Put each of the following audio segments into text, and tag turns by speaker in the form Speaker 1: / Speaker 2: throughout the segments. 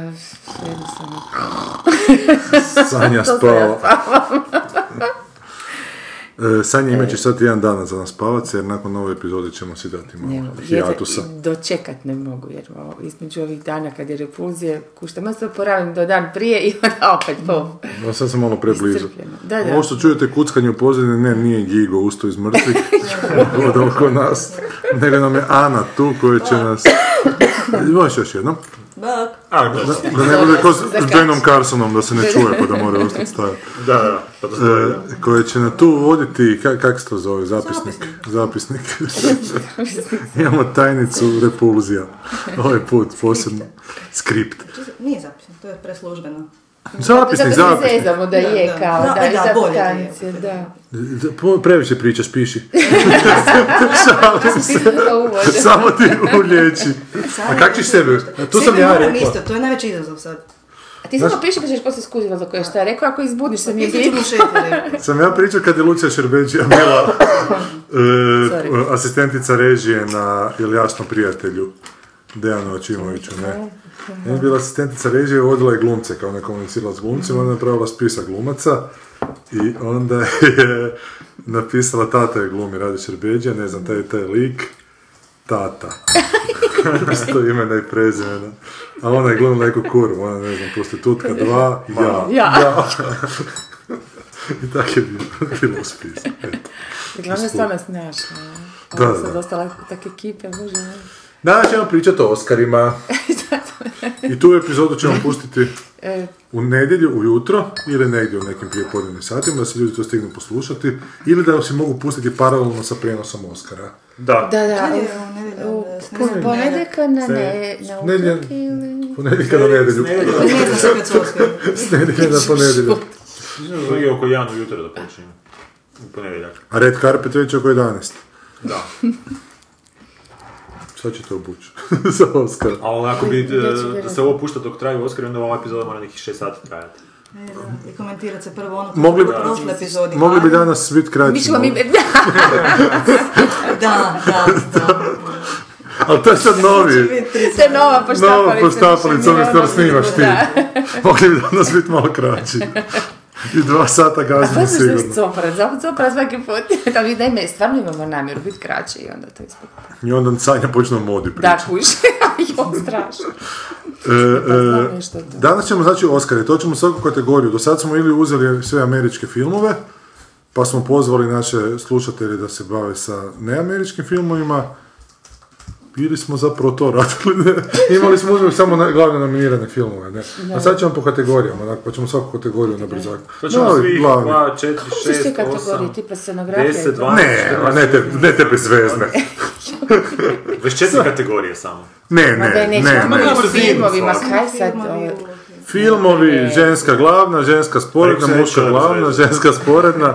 Speaker 1: Sanja spava. E, Sanja, imat ćeš sad jedan dana za nas spavac, jer nakon ove epizode ćemo si dati
Speaker 2: Ne
Speaker 1: malo
Speaker 2: mogu.
Speaker 1: hijatusa.
Speaker 2: Jer- Dočekat ne mogu, jer ovo, između ovih dana kad je repulzije, kušta, ma se oporavim do dan prije i onda opet po...
Speaker 1: No, sad sam malo preblizu.
Speaker 2: Iscrpljeno. Da, da.
Speaker 1: Ovo što čujete kuckanje u pozadini, ne, nije Gigo usto iz mrtvih, od oko nas, nego nam je Ana tu koja će nas... Možeš još jednom? Da, da ne bude ko s s Janeom Carsonom da se ne čuje pa da mora ostati stajati.
Speaker 3: Da, da, pa to stoji, da.
Speaker 1: E, koje će na tu voditi, ka, kak se to zove, zapisnik? Zapisnik. Imamo tajnicu repulzija. Ovaj put posebno. Skript.
Speaker 4: Nije zapisno, to je preslužbeno.
Speaker 1: Zapisnik,
Speaker 2: Pa Zato se
Speaker 1: zapisnik.
Speaker 2: zezamo da je
Speaker 4: Da, da.
Speaker 2: kao, da,
Speaker 4: Da,
Speaker 2: i
Speaker 4: da,
Speaker 2: za
Speaker 4: bolje da je.
Speaker 2: stanice, da.
Speaker 1: D- po- Previše pričaš, piši.
Speaker 2: Za uvod.
Speaker 1: Samo ti uliječi. A kak ćeš sebe? Tu sam
Speaker 4: Sebe
Speaker 1: ja
Speaker 4: moram
Speaker 1: rekla.
Speaker 4: Isto, to je najveći izazov sad.
Speaker 2: A ti samo piši pa ćeš poslije skužila za koje šta rekao, ako izbudiš se mi je
Speaker 4: Ti ću
Speaker 2: bitno.
Speaker 4: mu šetiti.
Speaker 1: Sam ja pričao kad je Lucija Šerbeđija bila e, asistentica režije na Jel jasno prijatelju Dejanu Očimoviću, ne? Ona je bila asistentica režije i vodila je glumce, kao ne komunicirala s glumcima, onda je napravila spisak glumaca i onda je napisala tata je glumi Radi Šerbeđija, ne znam, taj je taj lik, tata. Isto imena i prezimena. A ona je glumila neku kurvu, ona ne znam, prostitutka dva, ja.
Speaker 2: Ja.
Speaker 1: I tako je bilo, bilo u spisku. eto.
Speaker 2: Glavno je stvarno snašla.
Speaker 1: Da,
Speaker 2: Ovo
Speaker 1: da.
Speaker 2: sad ostala tak ekipe, bože. moj.
Speaker 1: Danas ćemo pričati o Oskarima. I tu epizodu ćemo pustiti
Speaker 2: E,
Speaker 1: u nedjelju, ujutro, ili negdje u nekim prijepodnevnim satima, da se ljudi to stignu poslušati, ili da se mogu pustiti paralelno sa prenosom Oskara.
Speaker 3: Da.
Speaker 2: Da, da.
Speaker 4: Kad je
Speaker 2: u-
Speaker 4: u nedjelju,
Speaker 2: u
Speaker 4: onda s
Speaker 2: pon- Ponedjeljka na ne,
Speaker 1: Sne-
Speaker 2: na
Speaker 1: Snedjelja.
Speaker 2: utorak ili...
Speaker 1: Ponedjeljka na nedjelju.
Speaker 4: Ne znam se kad su oskar.
Speaker 1: S nedjelje na ponedjelju.
Speaker 3: Negdje oko 1 ujutro da počinje. U ponedjeljak.
Speaker 1: A Red Carpet već oko 11.
Speaker 3: Da.
Speaker 1: Šta ćete obući za Oskar?
Speaker 3: A onako bi,
Speaker 2: Neću
Speaker 3: e, da
Speaker 2: vjerovati.
Speaker 3: se ovo pušta dok traju Oscar, onda ova epizoda mora nekih 6 sati trajati.
Speaker 4: Ne znam, I komentirat se prvo ono
Speaker 1: Mogli
Speaker 4: u
Speaker 1: bi-
Speaker 4: prošloj epizodi.
Speaker 1: Mogli bi danas biti kraći.
Speaker 2: Mišla mi... Da,
Speaker 4: Da, da, da.
Speaker 1: Ali to je sad
Speaker 4: Значи
Speaker 1: novi.
Speaker 2: to je nova poštapalica.
Speaker 1: Nova poštapalica,
Speaker 2: više nije
Speaker 1: ono što
Speaker 2: ono
Speaker 1: snimaš
Speaker 2: bilo,
Speaker 1: ti.
Speaker 2: da.
Speaker 1: Mogli bi danas biti malo kraći. I dva sata gazimo
Speaker 2: Pazi što je
Speaker 1: sigurno.
Speaker 2: copra, zapad copra svaki put. Da mi daj me, stvarno imamo namjeru biti kraći i onda to ispod.
Speaker 1: I onda Sanja počne o modi pričati.
Speaker 2: Da, kuš. jo, strašno.
Speaker 1: E,
Speaker 2: Pa
Speaker 1: e,
Speaker 2: nešto to.
Speaker 1: danas ćemo znači Oscare, to ćemo svaku kategoriju. Do sad smo ili uzeli sve američke filmove, pa smo pozvali naše slušatelje da se bave sa neameričkim filmovima, ili smo zapravo to radili, ne? imali smo uzeli samo na, glavne nominirane filmove, ne? A sad ćemo po kategorijama, onak, pa ćemo svaku kategoriju na brzak.
Speaker 3: To ćemo
Speaker 1: No,
Speaker 3: svih
Speaker 1: glavni.
Speaker 3: 2, 4,
Speaker 2: Što ste
Speaker 3: 6,
Speaker 2: kategorije,
Speaker 3: 8,
Speaker 2: tipa scenografija?
Speaker 3: 10, 12,
Speaker 1: Ne, ma ne te, ne te bezvezne.
Speaker 3: 24 kategorije samo.
Speaker 1: Ne,
Speaker 2: Ma da
Speaker 1: ne,
Speaker 2: je
Speaker 1: ne,
Speaker 2: neće,
Speaker 1: ne.
Speaker 2: ne, ne,
Speaker 3: ne, ne.
Speaker 2: filmovima, kaj sad
Speaker 4: Filmovi,
Speaker 2: ovo?
Speaker 1: Filmovi, ženska glavna, ženska sporedna,
Speaker 3: Rekao sam
Speaker 1: muška
Speaker 3: već,
Speaker 1: glavna,
Speaker 3: bez veze.
Speaker 1: ženska sporedna.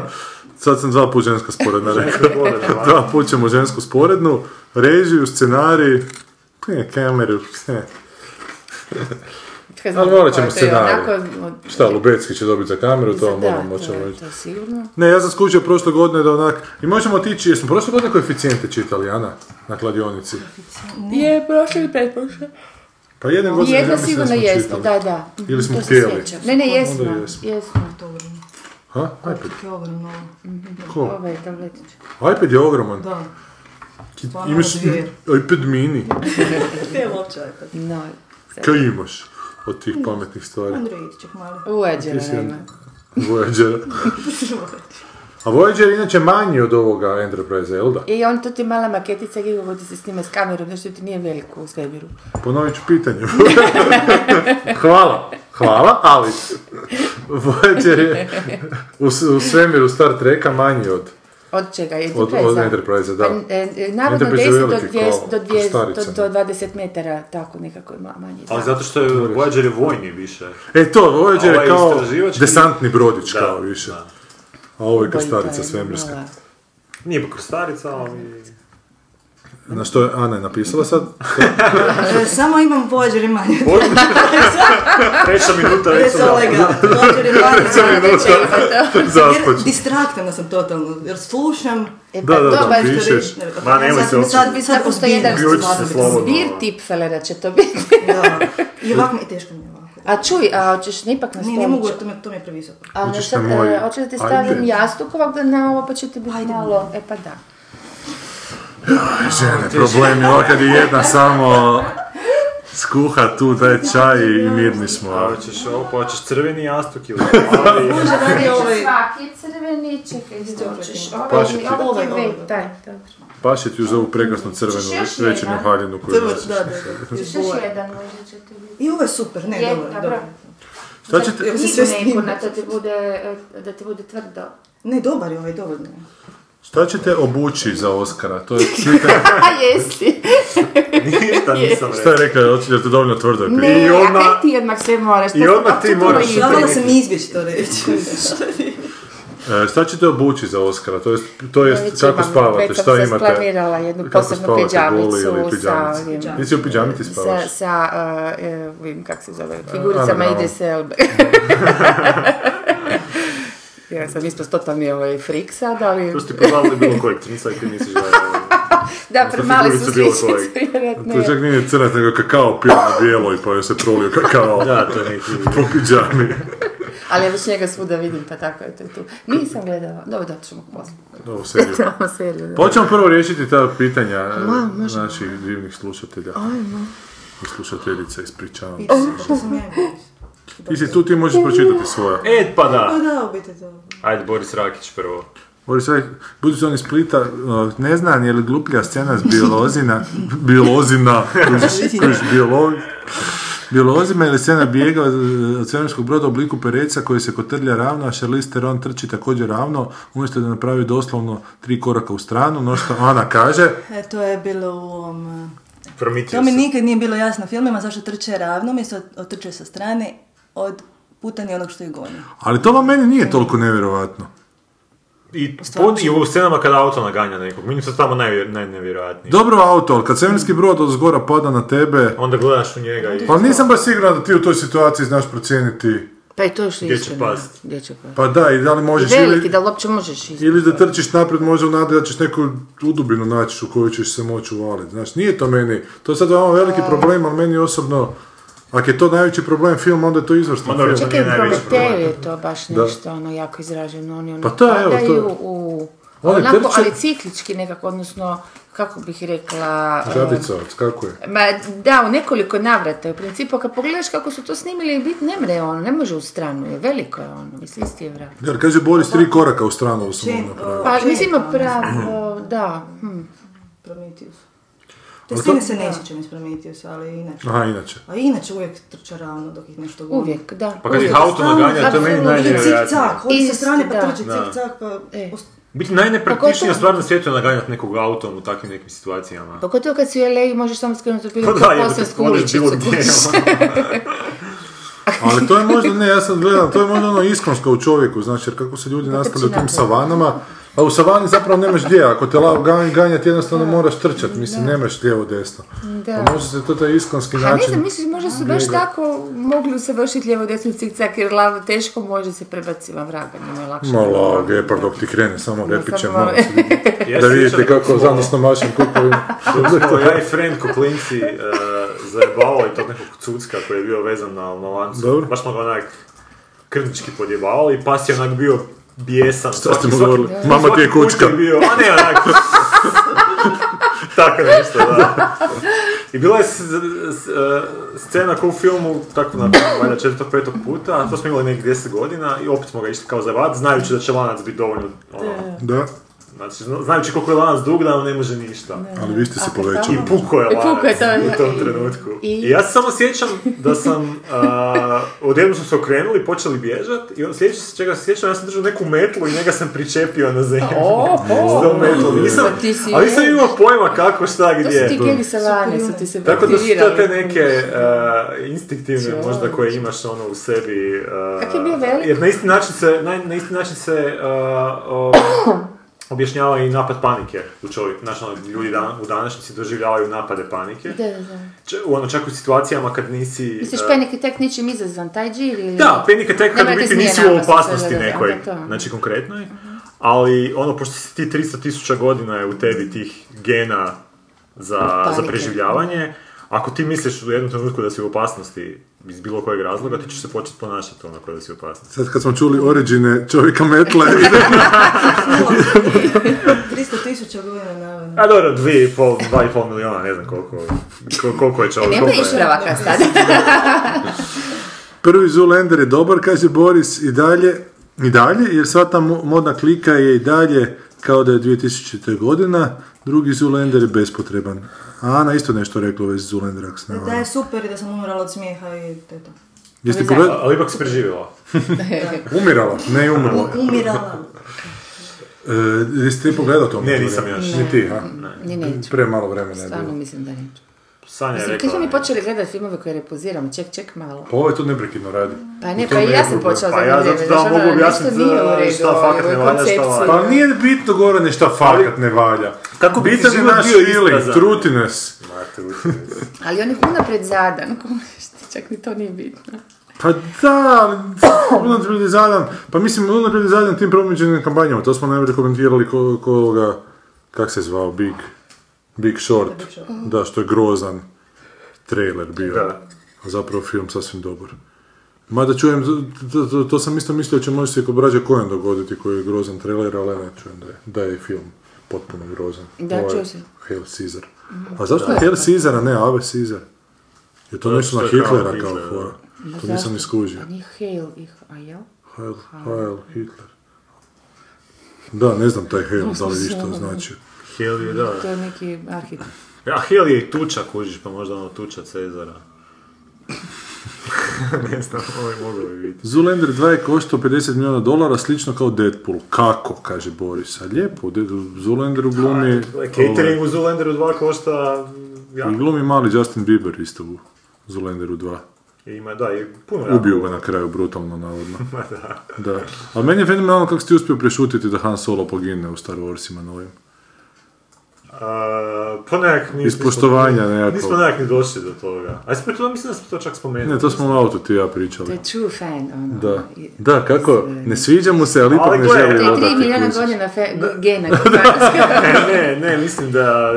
Speaker 1: Sad sam dva put ženska sporedna rekao.
Speaker 3: sporedna, da.
Speaker 1: Dva put ćemo žensku sporednu, režiju, scenarij, ne, kameru, ne.
Speaker 2: Kad
Speaker 1: Ali morat ćemo
Speaker 2: to je
Speaker 1: scenarij.
Speaker 2: onako od-
Speaker 1: Šta, Lubecki će dobiti za kameru, to vam
Speaker 2: Da,
Speaker 1: odmah moćemo
Speaker 2: to je-
Speaker 1: reći.
Speaker 2: To je sigurno.
Speaker 1: Ne, ja sam skužio prošle godine da onak... I možemo otići, jesmo prošle godine koeficijente čitali, Ana, na kladionici.
Speaker 2: Je, prošlo i pretprošlo.
Speaker 1: Pa jedan godine, ja
Speaker 2: Jedno
Speaker 1: mislim da
Speaker 2: sigurno
Speaker 1: smo
Speaker 2: jesmo,
Speaker 1: čitali.
Speaker 2: da, da.
Speaker 1: Ili smo
Speaker 2: To se
Speaker 1: htjeli.
Speaker 2: sjećam. Ne, ne, jesmo,
Speaker 1: Onda jesmo.
Speaker 2: jesmo.
Speaker 1: Ha, iPad.
Speaker 4: To je ogromno.
Speaker 1: Ko?
Speaker 2: Ovaj tabletić.
Speaker 1: iPad je ogroman.
Speaker 4: Da.
Speaker 1: Ti
Speaker 4: Stvarno
Speaker 1: Imaš
Speaker 4: razvijen.
Speaker 1: iPad mini.
Speaker 4: Te je lopče iPad.
Speaker 2: No,
Speaker 1: Kaj imaš od tih pametnih stvari?
Speaker 4: Android čak mali.
Speaker 2: uvađena
Speaker 1: Ti si
Speaker 2: nema.
Speaker 1: Voyager. A Voyager je inače manji od ovoga Enterprise, jel da?
Speaker 2: I on to ti je mala maketica gdje vodi se snima s kamerom, nešto ti nije veliko u svemiru.
Speaker 1: Ponovit ću pitanje. Hvala. Hvala, ali Voyager je u, s- u svemiru Star Treka manji od
Speaker 2: Od čega?
Speaker 1: Od,
Speaker 2: Enterprise-a?
Speaker 1: od Enterprise, da.
Speaker 2: Pa, e, e, Navodno
Speaker 1: Enterprise je
Speaker 2: 10 do
Speaker 1: veliki
Speaker 2: 200, do,
Speaker 1: kao- kao
Speaker 2: 200,
Speaker 1: starica.
Speaker 2: do, do 20 metara, tako nekako ima manje.
Speaker 3: Ali zato što je Voyager je vojni više.
Speaker 1: E to, Voyager
Speaker 3: Ovo je
Speaker 1: je kao
Speaker 3: istraživački-
Speaker 1: desantni brodić
Speaker 3: Da,
Speaker 1: kao više.
Speaker 3: da.
Speaker 1: A ovo je kao
Speaker 2: Ubojita
Speaker 1: starica
Speaker 2: je,
Speaker 1: svemirska.
Speaker 2: mala.
Speaker 3: Nije pa krstarica, ali...
Speaker 1: Na što je Ana je napisala sad?
Speaker 4: E, samo imam Voyager i manje.
Speaker 3: Treća minuta već sam...
Speaker 4: Recimo, legal. Voyager i manje.
Speaker 2: Znači,
Speaker 1: Zaspoč.
Speaker 4: Jer distraktana sam totalno, jer slušam...
Speaker 2: E,
Speaker 1: Da,
Speaker 2: pa
Speaker 1: da, da,
Speaker 2: dobar
Speaker 1: piše.
Speaker 2: turizam.
Speaker 1: Pišeš.
Speaker 3: Ma, nemoj se
Speaker 4: Sad- Sad, sad
Speaker 2: Sad postoji
Speaker 4: ozbiljno
Speaker 2: jedan
Speaker 3: Uključi se
Speaker 4: stvarno.
Speaker 3: slobodno.
Speaker 2: zbir tipfelera će to biti.
Speaker 4: Da. I ovako mi je teško mi je ovako.
Speaker 2: A čuj, a hoćeš ipak na
Speaker 4: Ne,
Speaker 2: stolicu?
Speaker 4: ne mogu, to mi, to mi je previsoko.
Speaker 2: A
Speaker 1: Hoćeš
Speaker 2: nešto,
Speaker 1: na moj-
Speaker 2: e, hoćeš da ti stavim
Speaker 1: Ajde.
Speaker 2: jastuk ovak da na ovo pa će ti biti malo, e pa da.
Speaker 1: Žene, problem je ovo kad je jedna samo skuha tu, daj čaj i mirni
Speaker 3: A
Speaker 1: smo.
Speaker 3: hoćeš ovo, pa hoćeš crveni jastuk ili plavi.
Speaker 4: Može da je ovaj...
Speaker 5: Svaki crveni, čekaj, gdje hoćeš. Ovaj,
Speaker 1: Paše Pa ti.
Speaker 5: ovaj,
Speaker 4: Ovaj, ovaj,
Speaker 5: ovaj,
Speaker 4: da.
Speaker 5: taj, dobro.
Speaker 1: Paše ti uz ovu prekrasnu crvenu
Speaker 5: Ćeš još
Speaker 1: večernju
Speaker 5: jedan?
Speaker 1: haljinu koju
Speaker 4: Crvac,
Speaker 1: nosiš.
Speaker 4: da, da, da. iz
Speaker 5: Još
Speaker 4: boje.
Speaker 5: jedan možda će ti biti.
Speaker 4: I ovo je super, ne,
Speaker 5: Je,
Speaker 4: dobro, dobro.
Speaker 5: dobro.
Speaker 1: Šta ćete?
Speaker 4: Evo se sve
Speaker 5: Knjigu neku
Speaker 4: snima.
Speaker 5: na to ti bude, e, da ti bude tvrdo.
Speaker 4: Ne, dobar je ovaj, dovoljno. je.
Speaker 1: Šta ćete obući za Oscara? To je pitanje.
Speaker 5: A jesi.
Speaker 3: Ništa nisam
Speaker 1: Šta je
Speaker 3: rekao.
Speaker 1: rekla, hoćete to dovoljno tvrdo je pitanje.
Speaker 3: I
Speaker 5: Ne,
Speaker 3: odmah-
Speaker 2: a ti odmah sve moraš. pa
Speaker 3: I odmah ti moraš...
Speaker 4: Željela sam izbjeći to reći.
Speaker 1: E, Šta ćete obući za Oscara? To jest, to jest kako spavate, šta
Speaker 2: Već sam se
Speaker 1: imate?
Speaker 2: splanirala jednu
Speaker 1: Kako
Speaker 2: posebnu
Speaker 1: spavate, goli
Speaker 2: peđamicu
Speaker 1: ili
Speaker 2: sa
Speaker 1: pijamici?
Speaker 2: ovim...
Speaker 1: Ti si u pijamici spavaš? Eh,
Speaker 2: Sa, sa e, ovim, kako se zove, figuricama
Speaker 1: Adrenalin.
Speaker 2: ide se Elbe. ja sam isto totalni ovaj frik sad, ali...
Speaker 3: To ste pozvali bilo kojeg crnica i ti misliš da je...
Speaker 2: Da, premali su
Speaker 3: figurice bilo
Speaker 2: sličice, vjerojatno
Speaker 1: To
Speaker 2: je.
Speaker 1: čak nije crnac, nego kakao pio na bijelo i pa joj se prolio kakao
Speaker 3: Da, to je neki...
Speaker 1: po pijami.
Speaker 2: Ali ja već njega svuda vidim, pa tako je to tu. Nisam gledala. Dobro, da ćemo poslije.
Speaker 1: Ovo seriju.
Speaker 2: Samo seriju, da.
Speaker 1: Hoćemo prvo riješiti ta pitanja e, naših divnih slušatelja. I slušateljica, ispričavam. se.
Speaker 4: Što sam ja izbjeći.
Speaker 1: Ti si tu, ti možeš pročitati svoja.
Speaker 3: E, pa
Speaker 4: Pa
Speaker 3: da.
Speaker 4: da, ubiti to.
Speaker 3: Ajde, Boris Rakić prvo.
Speaker 1: Boris Rajk, budući on iz Splita, e, ne znam je li gluplja scena s biolozina, biolozina, kužiš- kužiš, biolog, biolozima ili scena bijega od od svemirskog broda u obliku pereca koji se kotrlja ravno, a Charlize Theron trči također ravno, umjesto da napravi doslovno tri koraka u stranu, no što Ana kaže,
Speaker 4: E, to je bilo u ovom... eh, To
Speaker 3: Promitio
Speaker 4: mi
Speaker 3: se.
Speaker 4: nikad nije bilo jasno u filmima zašto trče ravno, mjesto od- trče sa strane od putanja onog što je goni.
Speaker 1: ali to vam meni nije toliko nevjerovatno.
Speaker 3: I,
Speaker 4: Pa
Speaker 3: pod, I u scenama kada auto naganja nekog. Meni su tamo najvjer, najnevjerojatniji.
Speaker 1: Dobro auto, ali kad svemirski brod od zgora pada na tebe,
Speaker 3: Onda gledaš u njega i...
Speaker 1: pa nisam baš siguran da ti u toj situaciji znaš procijeniti,
Speaker 2: Pa i to još
Speaker 3: Gdje će
Speaker 2: iskreno.
Speaker 3: past?
Speaker 2: Gdje će past?
Speaker 1: pa da, i da li možeš
Speaker 2: Veliki, da li uopće možeš isti.
Speaker 1: Ili da trčiš naprijed možda u nadi da ćeš neku udubinu naći u kojoj ćeš se moći uvaliti. Znaš, nije to meni, to je sad vama veliki problem, ali meni osobno, ako je to najveći problem filma, onda je to izvrstan
Speaker 3: Ma dobro,
Speaker 1: film.
Speaker 3: to
Speaker 2: Čekaj,
Speaker 3: nije najveći
Speaker 2: Prometeju je to baš
Speaker 1: Da.
Speaker 2: nešto ono jako izraženo. Oni ono
Speaker 1: Pa to je, evo, to je.
Speaker 2: padaju u...
Speaker 1: Oni
Speaker 2: Onako,
Speaker 1: trče-
Speaker 2: ali ciklički nekako, odnosno, kako bih rekla... e,
Speaker 1: Žabicovac, kako je?
Speaker 2: Ma da, u nekoliko navrata. U principu, kad pogledaš kako su to snimili, bit ne mre ono, ne može u stranu, je veliko je ono, mislim, isti je vrat.
Speaker 1: Jer kaže Boris tri koraka u stranu ovo sam
Speaker 4: Čin,
Speaker 1: mu napravio.
Speaker 2: Pa, mislim, ima pravo, da. hm.
Speaker 4: Prometheus. Te scene se ne sjećam iz Prometheus, ali inače.
Speaker 1: Aha, inače.
Speaker 4: A inače uvijek trče ravno dok ih nešto goni.
Speaker 2: Uvijek, da.
Speaker 3: Pa kad ih
Speaker 2: Uvijek.
Speaker 3: auto naganja, to je meni
Speaker 4: Apsolutno, i
Speaker 3: najnevjerojatnije.
Speaker 4: Cik-cak, hodi sa
Speaker 2: Isto,
Speaker 4: strane pa
Speaker 2: da.
Speaker 4: trči cik-cak pa...
Speaker 2: E.
Speaker 4: ost-
Speaker 3: Biti najnepraktičnija
Speaker 2: Pogotovo- Pa
Speaker 3: stvar na svijetu je naganjati nekog autom u takvim nekim situacijama.
Speaker 2: Pogotovo kad si u LA možeš samo skrenuti u
Speaker 3: Pa
Speaker 2: priliku
Speaker 3: da,
Speaker 2: u
Speaker 3: jer
Speaker 2: Posavsku
Speaker 1: ono
Speaker 3: odeš bilo
Speaker 2: uličicu.
Speaker 3: gdje. ono.
Speaker 1: Ali to je možda, ne, ja sam gledam, to je možda ono iskonsko u čovjeku, znači, jer kako se ljudi nastavljaju u tim
Speaker 2: naprijed.
Speaker 1: savanama, a u savani zapravo nemaš gdje, ako te lav ganj, ganjati jednostavno moraš trčati, mislim, nemaš lijevo desno.
Speaker 2: Da.
Speaker 1: Pa možda se to taj iskonski
Speaker 2: A ne
Speaker 1: način...
Speaker 2: znam, misliš, možda su baš tako mogli usavršiti lijevo desno cik-cak, jer lava teško može se prebaciva vraga, njima je lakše.
Speaker 1: Malo gepard dok ti krene, samo repićem
Speaker 2: samo-
Speaker 1: malo. da vidite kako zanosno mašem kupovim.
Speaker 3: Smo ja i friend ko klinci e, zajebavali tog nekog cucka koji je bio vezan na, na lancu.
Speaker 1: Dobro.
Speaker 3: Baš smo ga onak krnički podjebavali, pas je onak bio bijesan. Šta
Speaker 1: ste mu govorili? Mama ti je kućka.
Speaker 3: Bio, a ne onak. tako nešto, da. I bila je s- s- e, scena kao u filmu, tako na valjda četvrtog, petog puta, a to smo imali nekih 10 godina i opet smo ga išli kao zajebavati, znajući da će lanac biti dovoljno, ono,
Speaker 1: Da,
Speaker 3: znači, zna- znajući koliko je lanac dug da nam ne može ništa.
Speaker 1: ali vi ste se
Speaker 3: I
Speaker 1: povećali.
Speaker 3: puko je
Speaker 2: I puko E, je
Speaker 3: lanac
Speaker 2: to,
Speaker 3: u
Speaker 2: da.
Speaker 3: tom trenutku. I...
Speaker 2: I-
Speaker 3: ja se samo sjećam da sam a,
Speaker 1: odjednom su se okrenuli, počeli bježati i on sljedeći se čega se sjećam, ja sam držao neku metlu i njega sam pričepio na zemlju.
Speaker 2: O, o.
Speaker 1: S tom metlom. Nisam,
Speaker 6: Pa ti si-
Speaker 1: ali nisam imao pojma kako, šta,
Speaker 6: To
Speaker 1: gdje.
Speaker 6: su ti keli savane, su ti se
Speaker 1: Tako da su to te
Speaker 6: aktivirali.
Speaker 1: neke e, instinktivne možda koje imaš ono u sebi. e,
Speaker 2: Kak je bio velik?
Speaker 1: Jer na isti način se, na, na isti način se e, o, objašnjava i napad panike u čovjeku. Znači, ono, ljudi dan, u današnjici doživljavaju napade panike.
Speaker 2: Da, da, da.
Speaker 1: Č- u ono, čak u situacijama kad nisi...
Speaker 2: Misliš
Speaker 1: e,
Speaker 2: panik attack ničim izazvan, taj džir ili...
Speaker 1: Da, panik tek kad u biti
Speaker 2: Nemojte s nje
Speaker 1: nisi u
Speaker 2: napasti,
Speaker 1: opasnosti
Speaker 2: da, da, da,
Speaker 1: nekoj,
Speaker 2: onda to.
Speaker 1: znači konkretnoj. Ali ono, pošto si ti 300 tisuća godina je u tebi tih gena za, za
Speaker 2: Panike.
Speaker 1: preživljavanje, ako ti misliš u jednom trenutku da si u opasnosti iz bilo kojeg razloga, ti ćeš se početi ponašati onako da si u opasnosti.
Speaker 3: Sad kad smo čuli origine čovjeka metla, idemo.
Speaker 4: 300 tisuća godina navodno.
Speaker 1: A dobro, dvije i pol, dva i pol miliona, ne znam koliko, ko- koliko je čovjek.
Speaker 2: Nema
Speaker 1: koliko je-
Speaker 2: ispravaka sad.
Speaker 3: Prvi Zoolander je dobar, kaže Boris, i dalje, i dalje, jer sva ta mo- modna klika je i dalje kao da je 2000. godina. Drugi Zoolander je bespotreban. A Ana isto nešto rekla u vezi Zoolandera, ako se ne
Speaker 4: Da
Speaker 3: varam.
Speaker 4: je super i da sam umrala od smijeha i to Ovaj je to.
Speaker 3: Jeste
Speaker 2: Ali
Speaker 3: pogledali?
Speaker 1: Ali ipak si preživjela.
Speaker 3: Umirala, ne umrla.
Speaker 4: Umirala.
Speaker 3: E, jeste ti pogledao to?
Speaker 1: Ne, nisam još.
Speaker 3: Ni ti, a?
Speaker 2: Ni neću.
Speaker 3: Pre malo vremena je
Speaker 2: Stvarno
Speaker 3: bilo.
Speaker 2: mislim da neću.
Speaker 1: Sanja je
Speaker 2: Mislim, kad
Speaker 1: rekla.
Speaker 2: smo mi počeli gledati filmove koje repoziramo, ček, ček malo.
Speaker 3: Pa ovo je to neprekidno radi.
Speaker 2: Pa ne,
Speaker 3: U
Speaker 2: pa
Speaker 3: tome
Speaker 2: i
Speaker 3: je
Speaker 2: ja sam
Speaker 3: problem.
Speaker 2: počela
Speaker 1: Pa
Speaker 2: za ono,
Speaker 1: ja zato da vam mogu objasniti šta fakat
Speaker 2: ovaj,
Speaker 1: ne valja, šta valja.
Speaker 3: Pa nije bitno Gorane šta fakat ne valja.
Speaker 1: Kako bi ti
Speaker 3: Bitan je
Speaker 1: život
Speaker 3: naš
Speaker 1: bio
Speaker 3: feeling,
Speaker 1: isprazan?
Speaker 3: truti nas.
Speaker 1: Ma, trutine.
Speaker 2: Ali on je unaprijed zadan, kumaš, ti čak ni to nije bitno.
Speaker 3: Pa da, unaprijed je zadan, pa mislim unaprijed je zadan tim promiđenim kampanjama, to smo najbolje komentirali ko, ko ovoga, kak se zvao, Big, Big Short, da, što je grozan trailer bio,
Speaker 1: Da.
Speaker 3: a zapravo film sasvim dobar. Mada čujem, to, to- to sam isto mislio da će možda se i kod brađa Coen dogoditi koji je grozan trailer, ali ne čujem da je, da je film potpuno grozan.
Speaker 2: Da,
Speaker 3: Ovaj,
Speaker 2: čuo sam.
Speaker 3: Hail Caesar. A zašto je Hail Caesar, a ne Ave Caesar? Je to
Speaker 1: Zato
Speaker 3: nešto na
Speaker 1: što je kao
Speaker 3: Hitlera
Speaker 1: Hitler,
Speaker 3: kao
Speaker 1: da.
Speaker 3: fora? To
Speaker 2: Zašto?
Speaker 3: nisam ni skužio.
Speaker 2: Pa nije Hail ih, a jel?
Speaker 3: Heil, Heil Hitler. Da, ne znam taj Heil, da li vi što znači.
Speaker 1: Hel je, da.
Speaker 2: To je neki arhitekt.
Speaker 1: A Hel je i tuča, kužiš, pa možda ono tuča Cezara. ne znam, ovo je moglo bi biti.
Speaker 3: Zoolander 2 je koštao 50 milijuna dolara, slično kao Deadpool. Kako, kaže Boris. A lijepo, De- Zoolander u glumi...
Speaker 1: Ovaj Catering u Zoolanderu 2 košta... mm,
Speaker 3: ovaj,
Speaker 1: Ja,
Speaker 3: u glumi mali Justin Bieber isto u Zoolanderu 2.
Speaker 1: I ima, da, i puno
Speaker 3: Ubio ga na kraju, brutalno, navodno. da. A meni je fenomenalno kako si ti uspio prešutiti da Han Solo pogine u Star Warsima novim.
Speaker 1: A, pa nekak nismo...
Speaker 3: Iz poštovanja nekako.
Speaker 1: Nismo nekak ni došli do toga. A smo to, mislim da smo to čak spomenuli.
Speaker 3: Ne, to smo u autu ti i ja
Speaker 2: To
Speaker 3: pričali.
Speaker 2: je true fan, ono.
Speaker 3: Da.
Speaker 2: I-
Speaker 3: Da, kako, ne sviđa mu se, ali ipak
Speaker 1: Ali
Speaker 3: ne
Speaker 1: gle,
Speaker 3: želi
Speaker 2: To je
Speaker 3: odati.
Speaker 2: 3 milijuna
Speaker 3: kužiš.
Speaker 2: godina fe- gena. kukavička.
Speaker 1: ne, E, ne, ne, mislim da...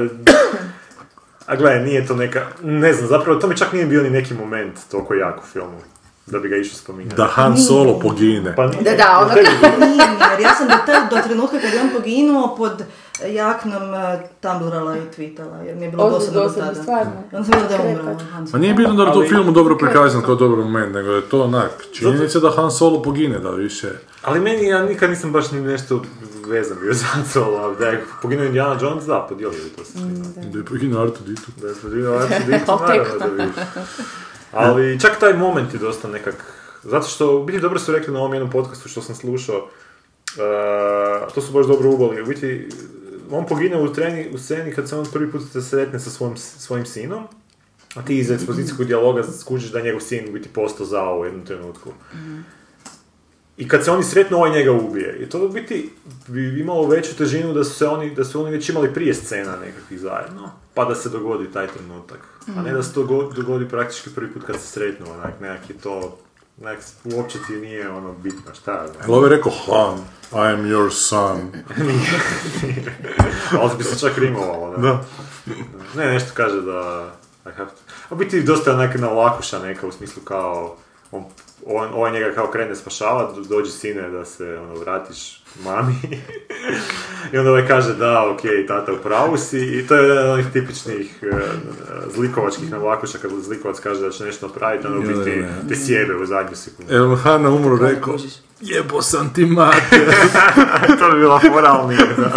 Speaker 1: A gledaj, nije to neka... Ne znam, zapravo to mi čak nije bio ni neki moment toliko jak u filmu. Da bi ga išao spominjati.
Speaker 3: Da Han Solo pogine.
Speaker 1: Pa nije.
Speaker 2: Da, da, ono
Speaker 1: Tebi-
Speaker 4: Nije, jer ja sam do, taj, do trenutka kad je on poginuo pod jaknom eh, tumblrala i tweetala, jer mi je bilo
Speaker 6: Ovo su
Speaker 4: dosadno do
Speaker 6: dosadno,
Speaker 4: tada.
Speaker 6: stvarno.
Speaker 4: I Onda sam bila da je umrla.
Speaker 3: Ma nije bitno da je to u
Speaker 1: Ali-
Speaker 3: filmu dobro prikazano kao dobar moment, nego je to onak, činjenica da Han Solo pogine, da više.
Speaker 1: Ali meni, ja nikad nisam baš ni nešto vezan bio za Han Solo, ali da je poginuo Indiana Jones, da, podijelio bi to sa svima.
Speaker 3: Da je poginuo Artu Ditu.
Speaker 1: Da je podijelio Arthur Dixon, naravno da bi. Ali čak taj moment je dosta nekak... Zato što, u biti dobro su rekli na ovom jednom podcastu što sam slušao, eh, to su baš dobro ubali. U biti, on pogine u, treni, u sceni kad se on prvi put se sretne sa svojim, svojim sinom, a ti
Speaker 3: Mhm.
Speaker 1: iz ekspozicijskog dijaloga skužiš da je njegov sin u biti postao zao u jednom trenutku. I kad se oni sretnu, ovaj njega ubije. I to u biti bi imalo veću težinu da su, se oni, da su oni već imali prije scena nekakvih zajedno, pa da se dogodi taj trenutak. A ne da se to go- dogodi praktički prvi put kad se sretnu, onak, nekak je to... Onak, uopće ti nije ono bitno, šta ja znam.
Speaker 3: Ali ovo je rekao Han, I am your son.
Speaker 1: Ali bi se čak rimovalo, ne?
Speaker 3: Da.
Speaker 1: Ne, nešto kaže da... I have to- A u biti dosta onak na lakuša neka, u smislu kao... On, on, ovaj njega kao krene spašavat, do- dođe sine da se ono, vratiš mami. I onda ovaj kaže da, ok, tata u pravu si. I to je jedan od onih tipičnih eh, zlikovačkih navlakuša, kad zlikovac kaže da će nešto ono, napraviti, onda u
Speaker 3: Da, da,
Speaker 1: biti
Speaker 3: da.
Speaker 1: te sjebe u zadnju sekundu.
Speaker 3: Jer mu Hana umro rekao, jebo sam ti mate.
Speaker 1: to bi bila fora, ali nije, da.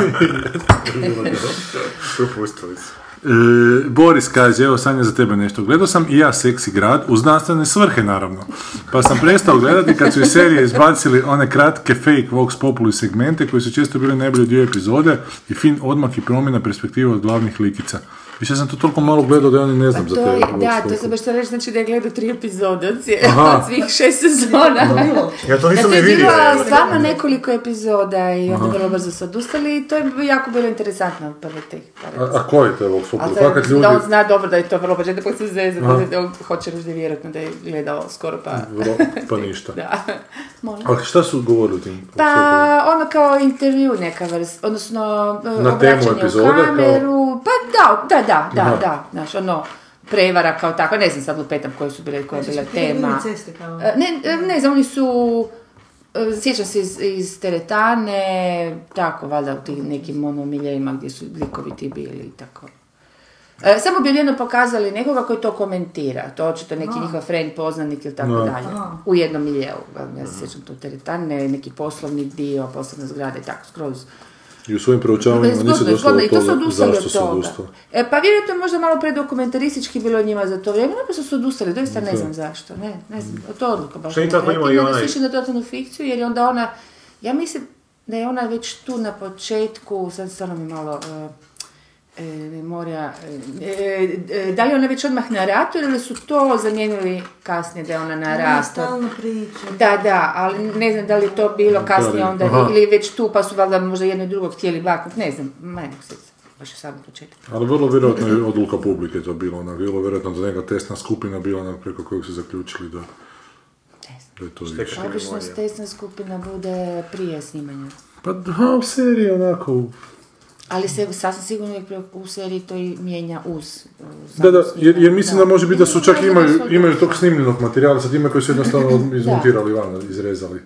Speaker 1: Propustili su. E, Boris kaže, evo Sanja za tebe nešto. Gledao sam i ja Seksi grad, u znanstvene svrhe naravno. Pa sam prestao gledati kad su iz serije izbacili one kratke fake Vox Populi segmente koji su često bili najbolji dio epizode i fin odmak i promjena perspektive od glavnih likica. Više sam to toliko malo gledao da oni ne znam za te
Speaker 2: Pa To je,
Speaker 1: Vox
Speaker 2: da, to
Speaker 1: Populi.
Speaker 2: sam baš htjela reći, znači da je gledao tri epizode od, sje-
Speaker 1: Aha.
Speaker 2: od svih šest sezona.
Speaker 3: Ja to Pa nisam
Speaker 2: Znači,
Speaker 3: ni
Speaker 2: je
Speaker 3: vidio.
Speaker 2: bilo stvarno nekoliko epizoda i onda vrlo brzo su odustali i to je jako bilo interesantno od prve tih par
Speaker 1: A, a koji to je Vox Populi?
Speaker 2: Ali
Speaker 1: Fakat ljudi...
Speaker 2: da on zna dobro da je to vrlo brzo, da pa se zezat, da on hoće reći da je vjerojatno da je gledao skoro pa...
Speaker 1: Vrlo- Pa ništa.
Speaker 2: Da. Molim.
Speaker 1: A šta su govorili u tim? Vox
Speaker 2: Pa
Speaker 1: Populi?
Speaker 2: ono kao intervju neka vrsta, odnosno e,
Speaker 1: Na temu
Speaker 2: obraćanje
Speaker 1: epizode,
Speaker 2: u kameru, pa da, da, da, da,
Speaker 1: Aha.
Speaker 2: da, znaš, ono, prevara kao tako, ne znam sad lupetam koje su bile, koja je bila tema.
Speaker 4: Znači, ceste kao.
Speaker 2: E, Ne, e, ne znam, oni su, e, sjećam se iz, iz teretane, tako, valjda u tim nekim ono miljejima gdje su likovi ti bili i tako. E, samo bi jedno pokazali nekoga koji to komentira, to očito neki njihov friend, poznanik ili tako
Speaker 1: No.
Speaker 2: dalje, u jednom miljeu, ja se sjećam tu teretane, neki poslovni dio, poslovna zgrada i tako, skroz.
Speaker 1: I u svojim proučavanjima
Speaker 2: Zgodno,
Speaker 1: nisi došla
Speaker 2: Dakle, zgodno,
Speaker 1: do
Speaker 2: i to su
Speaker 1: toga
Speaker 2: odustali
Speaker 1: zašto
Speaker 2: od
Speaker 1: se
Speaker 2: toga.
Speaker 1: odustao.
Speaker 2: E, pa vjerojatno je možda malo predokumentaristički bilo njima za to vrijeme, naprosto su odustali, doista ne znam zašto, ne, ne znam, to je odluka baš.
Speaker 3: Što i
Speaker 2: ne
Speaker 3: tako
Speaker 2: znam.
Speaker 3: ima i
Speaker 2: I onda
Speaker 3: onaj-
Speaker 2: su išli na totalnu fikciju, jer je onda ona, ja mislim da je ona već tu na početku, sad stvarno mi malo... e, e, memorija, e, e, da li je ona već odmah na ratu ili su to zamijenili kasnije da je ona na ratu?
Speaker 4: Stalno priča.
Speaker 2: Da, da, ali ne znam da li je to bilo kasnije onda
Speaker 1: Aha.
Speaker 2: ili već tu pa su valjda možda jedno i drugo htjeli maknuti, ne znam, ma ne mogu se baš sam početak.
Speaker 1: Ali vrlo vjerojatno je odluka publike to bila, ona vrlo vjerojatno da neka testna skupina bila ona preko kojeg su zaključili da, da je to više.
Speaker 3: Čekaj,
Speaker 2: Obično
Speaker 3: memorija.
Speaker 2: stesna skupina bude prije snimanja.
Speaker 1: Pa da, u seriji onako,
Speaker 2: Ali se sasvim sigurno uvijek pre- u seriji to i mijenja uz. uh,
Speaker 1: da,
Speaker 2: samo
Speaker 1: da, jer,
Speaker 2: snimanje,
Speaker 1: jer mislim da može biti da su čak
Speaker 2: Možda da
Speaker 1: imaju,
Speaker 2: su-
Speaker 1: imaju tog snimljenog materijala, sad ima koji su jednostavno izmontirali van, izrezali,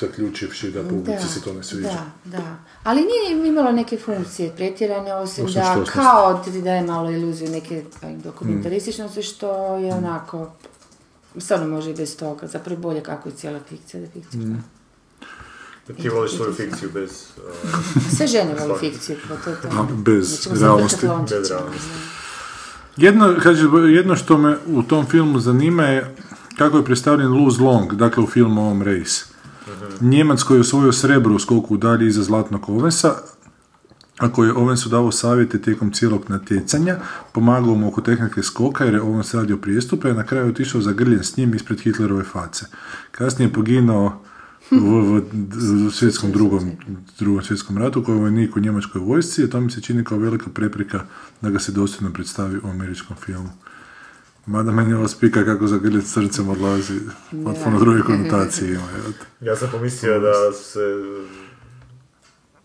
Speaker 1: zaključivši da
Speaker 2: Da,
Speaker 1: publici se to ne sviđa.
Speaker 2: Da, da. Ali nije imalo neke funkcije pretjerane, osim,
Speaker 1: Osim
Speaker 2: da
Speaker 1: što smo-
Speaker 2: kao ti daje malo iluziju neke eh, dokumentarističnosti,
Speaker 1: Mm.
Speaker 2: što je onako, stvarno može i bez toga, zapravo bolje kako je cijela fikcija da je fikcija.
Speaker 1: Mm.
Speaker 3: Ti voliš svoju fikciju bez... uh,
Speaker 2: Sve žene vole fikciju, pa to je to.
Speaker 1: A, bez
Speaker 2: Nećemo se
Speaker 1: realnosti.
Speaker 2: držati lončića.
Speaker 3: Bez realnosti.
Speaker 1: Jedno, kaže, jedno što me u tom filmu zanima je kako je predstavljen Luz Long, dakle u filmu ovom Race.
Speaker 3: Mhm.
Speaker 1: Njemac koji je osvojio srebro u skoku u dalje iza Zlatnog Ovensa, a koji je Ovensu davao savjete tijekom cijelog natjecanja, pomagao mu oko tehnike skoka jer je Ovens radio prijestupe, a na kraju je otišao zagrljen s njim ispred Hitlerove face. Kasnije je poginuo u, u- u svjetskom drugom, drugom svjetskom ratu koji je vojnik u njemačkoj vojsci, a to mi se čini kao velika prepreka da ga se dosljedno predstavi u američkom filmu. Mada meni ovo spika kako zagrljati srcem odlazi, potpuno druge konotacije ima. jel te.
Speaker 3: Ja sam pomislio da su se uh,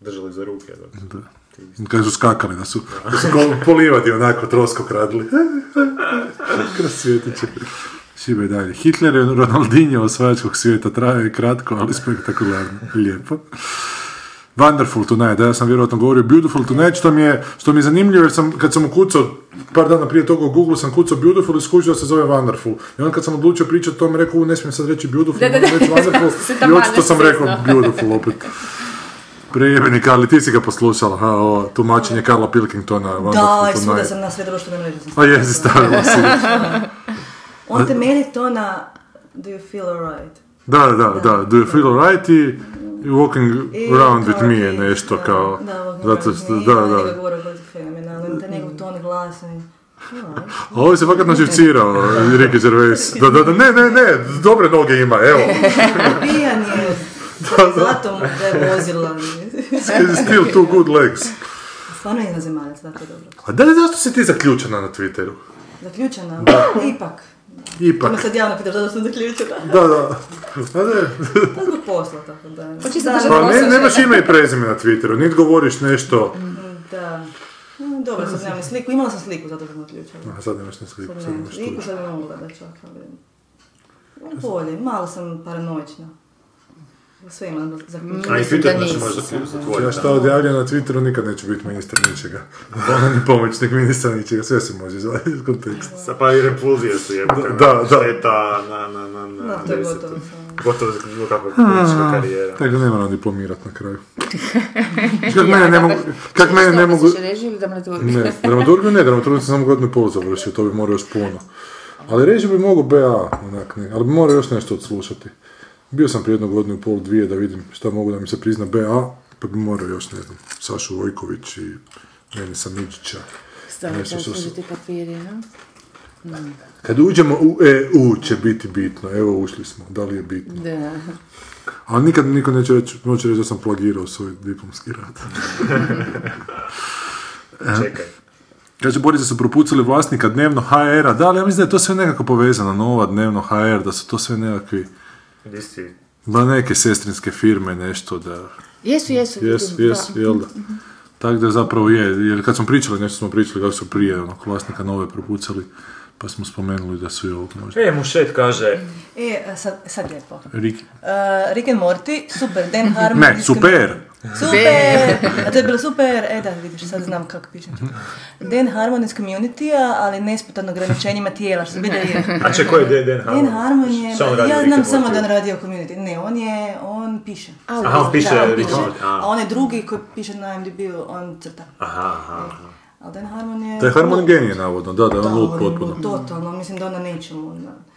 Speaker 3: držali za ruke. Da.
Speaker 1: Kad su skakali, da su, da su ko- polivadi onako trosko kradili. Kroz svjetiće. Šibe dalje. Hitler je Ronaldinho osvajačkog svijeta. Traje je kratko, ali spektakularno. Lijepo. Wonderful Tonight, da ja sam vjerojatno govorio Beautiful Tonight, što mi je, što mi je zanimljivo jer sam, kad sam ukucao, par dana prije toga u Google sam kucao Beautiful i skužio da se zove Wonderful. I onda kad sam odlučio pričati to mi je rekao, "U, ne smijem sad reći Beautiful,
Speaker 2: Da, da,
Speaker 1: moram reći
Speaker 2: da. Se
Speaker 1: Wonderful i
Speaker 2: taman
Speaker 1: očito sam rekao
Speaker 2: nesvjesno.
Speaker 1: Beautiful opet. Prejebeni Karli, ti si ga poslušala, ha, ovo, tumačenje Karla Pilkingtona,
Speaker 4: Da, i
Speaker 1: Wonderful
Speaker 4: svuda
Speaker 1: Tonight.
Speaker 4: sam na sve društvene mreže. sam
Speaker 1: A jezi, stavila si.
Speaker 4: On temelji to na Do you feel alright?
Speaker 1: Da, da, da, do you feel alright i i Walking
Speaker 4: I
Speaker 1: around
Speaker 4: to
Speaker 1: with me je
Speaker 4: i-
Speaker 1: nešto kao,
Speaker 4: Da, Walking
Speaker 1: zato
Speaker 4: Around
Speaker 1: što,
Speaker 4: Me,
Speaker 1: da,
Speaker 4: on
Speaker 1: da.
Speaker 4: ono
Speaker 1: Mm.
Speaker 4: njega govori koji je fenomenalan, taj njegov ton glasa. i- Alright.
Speaker 1: A ovo se fakat naživcirao, Ricky Gervais. Da, da, da, ne, ne, ne, dobre noge ima, evo.
Speaker 4: Pijan je, zlatom ga je vozila.
Speaker 1: Still two good legs.
Speaker 4: Stvarno je inozemalac, dakle dobro.
Speaker 1: A da li zašto si ti zaključena na Twitteru?
Speaker 4: Zaključena, ipak. To me
Speaker 1: Ipak.
Speaker 4: sad javno pitaš zato sam zaključena.
Speaker 1: Da, da. A ne,
Speaker 4: Pa zbog posla, tako da.
Speaker 2: Pa čisto
Speaker 4: Da,
Speaker 2: da
Speaker 1: pa ne, nemaš ime i prezime na Twitteru, niti govoriš nešto.
Speaker 4: Da. Mm, Dobro, sad nemam ni sliku. Imala sam sliku, zato sam zaključila.
Speaker 1: A sad nemaš ni sliku,
Speaker 4: Sad
Speaker 1: sad
Speaker 4: nemam
Speaker 1: nemaš
Speaker 4: sliku,
Speaker 1: tu.
Speaker 4: sad bi mogla da čak, ali... Bolje, malo sam paranoična. Sve imam za
Speaker 3: A i
Speaker 2: Mislim
Speaker 3: Twitter
Speaker 2: da
Speaker 3: znači
Speaker 2: nisam,
Speaker 3: možda
Speaker 2: da.
Speaker 3: zatvoriti.
Speaker 1: Ja šta odjavljam na Twitteru, nikad neću biti ministar ničega. Ona ni pomoćnik ministra ničega, sve se može izvaditi iz konteksta.
Speaker 3: Sa pa i repulzije su jebate. ono,
Speaker 1: Da, da, da.
Speaker 3: Šteta, na, na, na, na.
Speaker 4: Da, to je
Speaker 3: deset.
Speaker 4: gotovo.
Speaker 3: Gotovo je bilo kakva politička karijera.
Speaker 1: Tako da ne moram diplomirat na kraju. Kak mene ne mogu... Kak mene ne
Speaker 2: Što,
Speaker 1: mogu...
Speaker 2: misliš, režim ili dramaturg?
Speaker 1: Ne, dramaturgiju ne, dramaturgiju sam samo godinu i pol završio, to bi morao još puno. Ali reći bi mogao BA, onak, ne, ali bi morao još nešto odslušati. Bio sam prije jednu godinu i pol, dvije, da vidim šta mogu da mi se prizna BA, pa bi morao još, ne znam, Sašu Vojković i Denisa Midžića.
Speaker 2: Stavite,
Speaker 1: Nešto što su-
Speaker 2: služite papiri, no?
Speaker 1: Kad uđemo u EU će biti bitno, evo ušli smo, da li je bitno.
Speaker 2: Da.
Speaker 1: Ali nikad mi niko neće reći, neće reći da sam plagirao svoj diplomski rad. E,
Speaker 3: Čekaj.
Speaker 1: Kaže, Borice su propucali vlasnika dnevno HR-a, da, ali ja mislim da je to sve nekako povezano, nova dnevno HR, da su to sve nekakvi,
Speaker 3: Gdje si?
Speaker 1: ba neke sestrinske firme, nešto da,
Speaker 2: Jesu, jesu.
Speaker 1: jes,
Speaker 2: vidim,
Speaker 1: jes, jel da. Tako da zapravo je, jer kad smo pričali, nešto smo pričali kako su prije onog vlasnika nove propucali, pa smo spomenuli da su i ovog možda.
Speaker 3: E, mušet kaže,
Speaker 4: E, a sad, sad lijepo. Uh,
Speaker 1: Riki.
Speaker 4: Rick and Morty, super, Dan Harmon.
Speaker 1: Ne,
Speaker 4: diskrim-
Speaker 1: super!
Speaker 4: Super! A to je bilo super, e da, vidiš, sad znam kako pišem. Dan Harmon iz community ali nesputano ograničenjima tijela, što zbilja je.
Speaker 3: a če ko Znači, je Dan- Dan Harmon?
Speaker 4: Dan Harmon je,
Speaker 3: Šta on radi
Speaker 4: ja
Speaker 3: u
Speaker 4: znam
Speaker 3: Rick and
Speaker 4: samo
Speaker 3: Morty?
Speaker 4: da on radi u community. Ne, on je, on piše.
Speaker 3: Aha, on piše
Speaker 4: Da, on
Speaker 3: Rick
Speaker 4: piše,
Speaker 3: and Morty,
Speaker 4: a
Speaker 3: a.
Speaker 4: on je drugi koji piše na IMDb-u, on crta.
Speaker 3: Aha, aha, aha.
Speaker 4: Ali Dan Harmon je...
Speaker 1: Da je Harmon genije, navodno, da, da je on lud potpuno.
Speaker 4: Totalno, mislim da ona nečemu... na-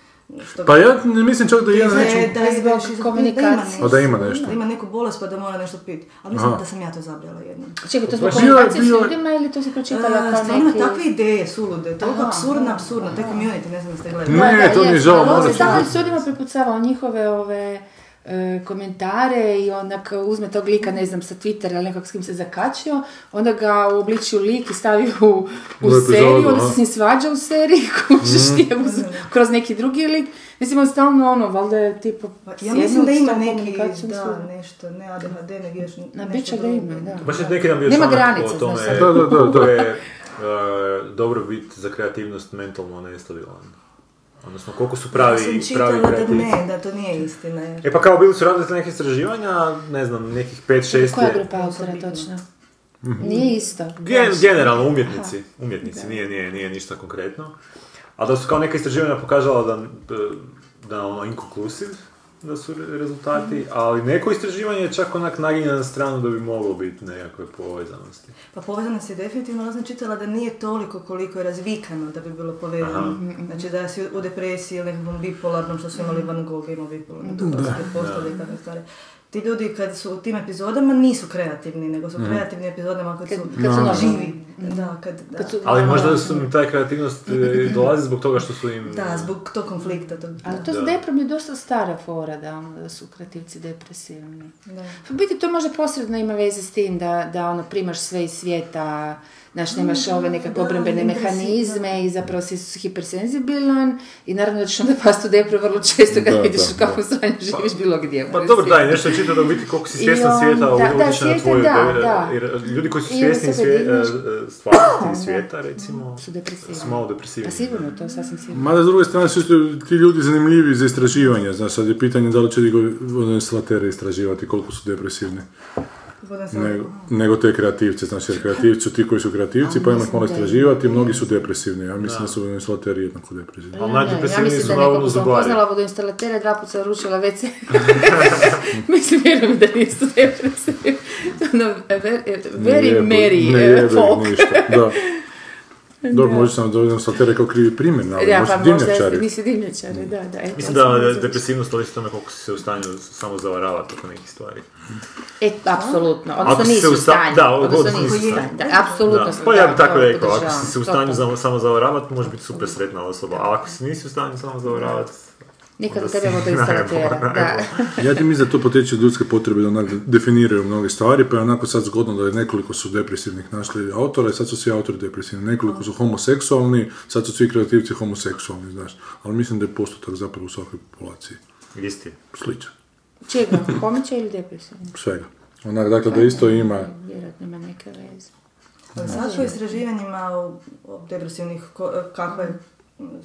Speaker 4: što-
Speaker 1: Pa ja ne mislim čak da je jedan
Speaker 4: Da je-
Speaker 1: neću...
Speaker 4: da je
Speaker 2: Zbog
Speaker 4: baš iz-
Speaker 2: komunikacije.
Speaker 1: A da ima nešto.
Speaker 4: Da ima neku bolest pa da mora nešto piti. Ali mislim
Speaker 1: Aha.
Speaker 4: da sam ja to zabrala jednom.
Speaker 2: Čekaj, to smo
Speaker 1: Pa Bio je-
Speaker 2: komunikacije s
Speaker 1: bio je-
Speaker 2: ljudima ili to si pročitala
Speaker 4: E,
Speaker 2: kao
Speaker 4: Stvarno
Speaker 2: neki...
Speaker 4: takve ideje sulude, toliko absurdno, absurdno, te community, ne znam da ste gledali.
Speaker 1: Ne,
Speaker 2: Da, da,
Speaker 1: to mi je
Speaker 2: jest,
Speaker 1: žao,
Speaker 2: ali on
Speaker 1: morat
Speaker 2: se
Speaker 1: ću
Speaker 2: stalno
Speaker 1: vidjeti.
Speaker 2: Pa, s ljudima prepucavao njihove ove e, komentare i onak uzme tog lika, ne znam, sa Twittera ili nekog s kim se zakačio, onda ga uobliči u lik i stavi u, u
Speaker 1: U epizodu,
Speaker 2: seriju, onda
Speaker 1: aha.
Speaker 2: se s njim svađa u seriji, kužiš ti je uz- kroz neki drugi lik. Mislim, on stalno ono, valjda je tipo...
Speaker 4: Pa Ja
Speaker 2: sjednu
Speaker 4: mislim da
Speaker 2: s
Speaker 4: ima
Speaker 2: tom
Speaker 4: neki,
Speaker 2: komunikacijom s
Speaker 4: da,
Speaker 2: ljudima.
Speaker 4: nešto, ne ADHD, nego još nešto
Speaker 2: Na bića da
Speaker 4: drugo.
Speaker 2: ima, da.
Speaker 3: Baš je
Speaker 1: Pa
Speaker 3: neki dan bio
Speaker 2: Nema
Speaker 3: članak
Speaker 2: granice,
Speaker 3: o tome
Speaker 2: znaš.
Speaker 1: Da, da, da, da.
Speaker 3: koliko je e, dobrobit za kreativnost mentalno nestabilan. Odnosno, koliko su
Speaker 4: Ja
Speaker 3: pravi,
Speaker 4: sam
Speaker 3: pravi
Speaker 4: čitala da
Speaker 3: kreativci.
Speaker 4: ne, da to nije istina. jer-
Speaker 3: E pa kao bili su radili neke istraživanja, ne znam, nekih 5-6 je...
Speaker 2: Koja grupa autora točno? Nije isto.
Speaker 3: Gen- generalno umjetnici, umjetnici, nije, nije, nije ništa konkretno. A da su kao neka istraživanja pokazala da, da je ono inkonklusiv, da su re-
Speaker 4: Mhm.
Speaker 3: rezultati, ali neko istraživanje je čak onak naginjeno na stranu da bi moglo biti nekakve povezanosti.
Speaker 4: Pa povezano se definitivno, ali sam čitala da nije toliko koliko je razvikano da bi bilo povezano. Znači da si u depresiji ili nekakvom bipolarnom, što su imali Van Gogh, imao bipolarno, to je postali i takve stvari. Ti ljudi kad su u tim epizodama nisu kreativni, nego su
Speaker 3: Mhm.
Speaker 4: kreativni epizodama kad, su,
Speaker 2: kad su normalni.
Speaker 4: živi. Da, kad, da.
Speaker 2: Kad su-
Speaker 3: Ali možda su im taj kreativnost e, dolazi zbog toga što su im...
Speaker 4: Da, zbog tog konflikta. Tog,
Speaker 2: Ali to s deprom je dosta stara fora, da, ono, da su kreativci depresivni.
Speaker 4: Da.
Speaker 2: Pa biti to možda posredno ima veze s tim da, da ono, primaš sve iz svijeta, znaš, nemaš
Speaker 3: Mhm.
Speaker 2: ove nekakve obrambene mehanizme i zapravo si hipersenzibilan i naravno da ćeš onda pasti u depru vrlo često kad
Speaker 1: Da,
Speaker 2: vidiš
Speaker 1: da,
Speaker 2: u kakvom stanju živiš bilo gdje.
Speaker 3: Pa
Speaker 2: ono,
Speaker 3: dobro,
Speaker 2: svijetu.
Speaker 3: da, i nešto je čitao da u biti koliko si
Speaker 2: I
Speaker 3: svjestan
Speaker 2: on-
Speaker 3: svijeta
Speaker 2: da, da,
Speaker 3: utječe na
Speaker 2: svjestan,
Speaker 3: tvoju...
Speaker 2: da,
Speaker 3: e,
Speaker 2: da.
Speaker 3: Jer ljudi koji su
Speaker 2: I onda
Speaker 3: svjesni
Speaker 2: se
Speaker 3: svije,
Speaker 2: podigneš.
Speaker 3: e, e, stvarnosti i svijeta, recimo,
Speaker 2: Su depresivni.
Speaker 3: su malo depresivni.
Speaker 2: Pa sigurno to, sasvim sigurno.
Speaker 1: Mada s druge strane su isto ti ljudi zanimljivi za istraživanje, znaš, sad je pitanje da li će ih one slatere istraživati koliko su depresivni,
Speaker 4: Pogodan sam-
Speaker 1: nego, nego te kreativce, znaš, jer kreativci su ti koji su kreativci, pa ima ih malo istraživati, mnogi su depresivni, ja mislim da su one slateri jednako depresivni.
Speaker 3: Ali
Speaker 2: Ne, ja
Speaker 3: najdepresivniji
Speaker 2: mislim
Speaker 3: su
Speaker 2: da
Speaker 3: navodno
Speaker 2: nekako sam
Speaker 3: zubari.
Speaker 2: poznala vodoinstalatera, dva puta sam rušila WC. mislim, vjerujem da nisu depresivni. Ono, ver-
Speaker 1: Ne
Speaker 2: very
Speaker 1: jebe-
Speaker 2: merry
Speaker 1: ne
Speaker 2: eh,
Speaker 1: jebe
Speaker 2: folk.
Speaker 1: ništa, da. Dobro, možda sam dovoljno slatere kao krivi primjer, ali
Speaker 2: Da,
Speaker 1: možda
Speaker 2: pa možda
Speaker 1: dimnjačari.
Speaker 2: nisu dimnjačari, da, da. eto,
Speaker 3: Mislim
Speaker 2: ali sam
Speaker 3: da je
Speaker 2: razumjela.
Speaker 3: depresivnost ovisi o tome koliko si se u stanju samo zavaravati oko nekih stvari.
Speaker 2: E, apsolutno,
Speaker 3: Ako
Speaker 2: odnosno
Speaker 3: si se
Speaker 2: nisu
Speaker 3: u
Speaker 2: u
Speaker 3: sta-
Speaker 2: stanju,
Speaker 3: da,
Speaker 2: odnosno
Speaker 3: odnosno
Speaker 2: nisu u
Speaker 3: nisu u
Speaker 2: stanju, da, apsolutno.
Speaker 3: Da.
Speaker 2: sam-
Speaker 3: Pa ja bih
Speaker 2: da,
Speaker 3: tako
Speaker 2: to
Speaker 3: rekao, ako
Speaker 2: podržavam,
Speaker 3: si se u
Speaker 2: totalno.
Speaker 3: stanju samo, samo zavaravati, može biti super sretna osoba, a ako si nisi u stanju samo zavaravati,
Speaker 2: Nikad
Speaker 3: onda
Speaker 2: u tebe
Speaker 3: si
Speaker 2: vodoinstalatera,
Speaker 3: najbolj-
Speaker 2: da.
Speaker 1: Ja ti mislim da to potječe od ljudske potrebe da onak definiraju mnoge stvari, pa je onako sad zgodno da je nekoliko su depresivnih našli autora i sad su svi autori depresivni. Nekoliko su homoseksualni, sad su svi kreativci homoseksualni, znaš. Ali mislim da je postotak zapravo u svakoj populaciji
Speaker 3: Isti.
Speaker 1: sličan.
Speaker 2: Čega, komića ili depresivni?
Speaker 1: Svega. Onak, dakle, da isto ima...
Speaker 2: Vjerojatno ima neke veze.
Speaker 4: Pa Ali Sad po istraživanjima o- o depresivnih, ko- kakva je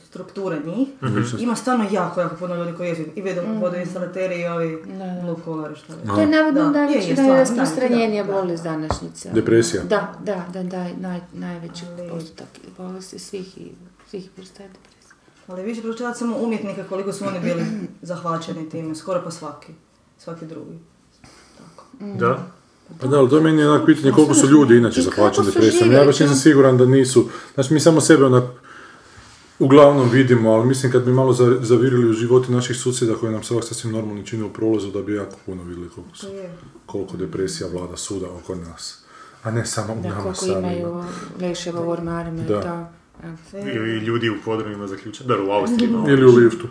Speaker 4: strukture njih.
Speaker 3: Mhm.
Speaker 4: Ima stvarno jako, jako puno ljudi koji jesu i
Speaker 2: Mhm.
Speaker 4: vedom vodoinstalateri i ovi lukolari što već.
Speaker 2: To je navodno
Speaker 4: Da, je, je,
Speaker 3: znači
Speaker 2: najveći,
Speaker 4: stvarno,
Speaker 2: najrasprostranjenija
Speaker 4: da, da, da.
Speaker 2: bolest današnjica.
Speaker 1: Depresija.
Speaker 2: Da, da, da, da, naj, najveći postotak bolesti svih i svih vrsta je depresija.
Speaker 4: Ali više proučavati samo umjetnika koliko su oni bili zahvaćeni time, skoro pa svaki, svaki drugi.
Speaker 3: Da?
Speaker 1: Pa da, ali to je meni onak pitanje koliko su ljudi inače
Speaker 2: I kako
Speaker 1: zahvaćeni
Speaker 2: su
Speaker 1: depresijom. Ja
Speaker 2: živjeli
Speaker 1: baš
Speaker 2: to?
Speaker 1: nisam siguran da nisu. Znači, mi samo sebe onak uglavnom vidimo, ali mislim kad bi malo za- zavirili u životi naših susjeda koji nam se ovak sasvim normalno čine u prolazu, da bi jako puno vidjeli koliko, su, koliko depresija vlada suda oko nas. A ne samo u
Speaker 2: Da,
Speaker 1: nama
Speaker 2: koliko
Speaker 1: samima.
Speaker 2: imaju e. leševa u ormarima i
Speaker 1: Da.
Speaker 2: to. Evo.
Speaker 4: E,
Speaker 3: Ili ljudi u podrumima zaključeni, da u Austriji. no.
Speaker 1: Ili u liftu.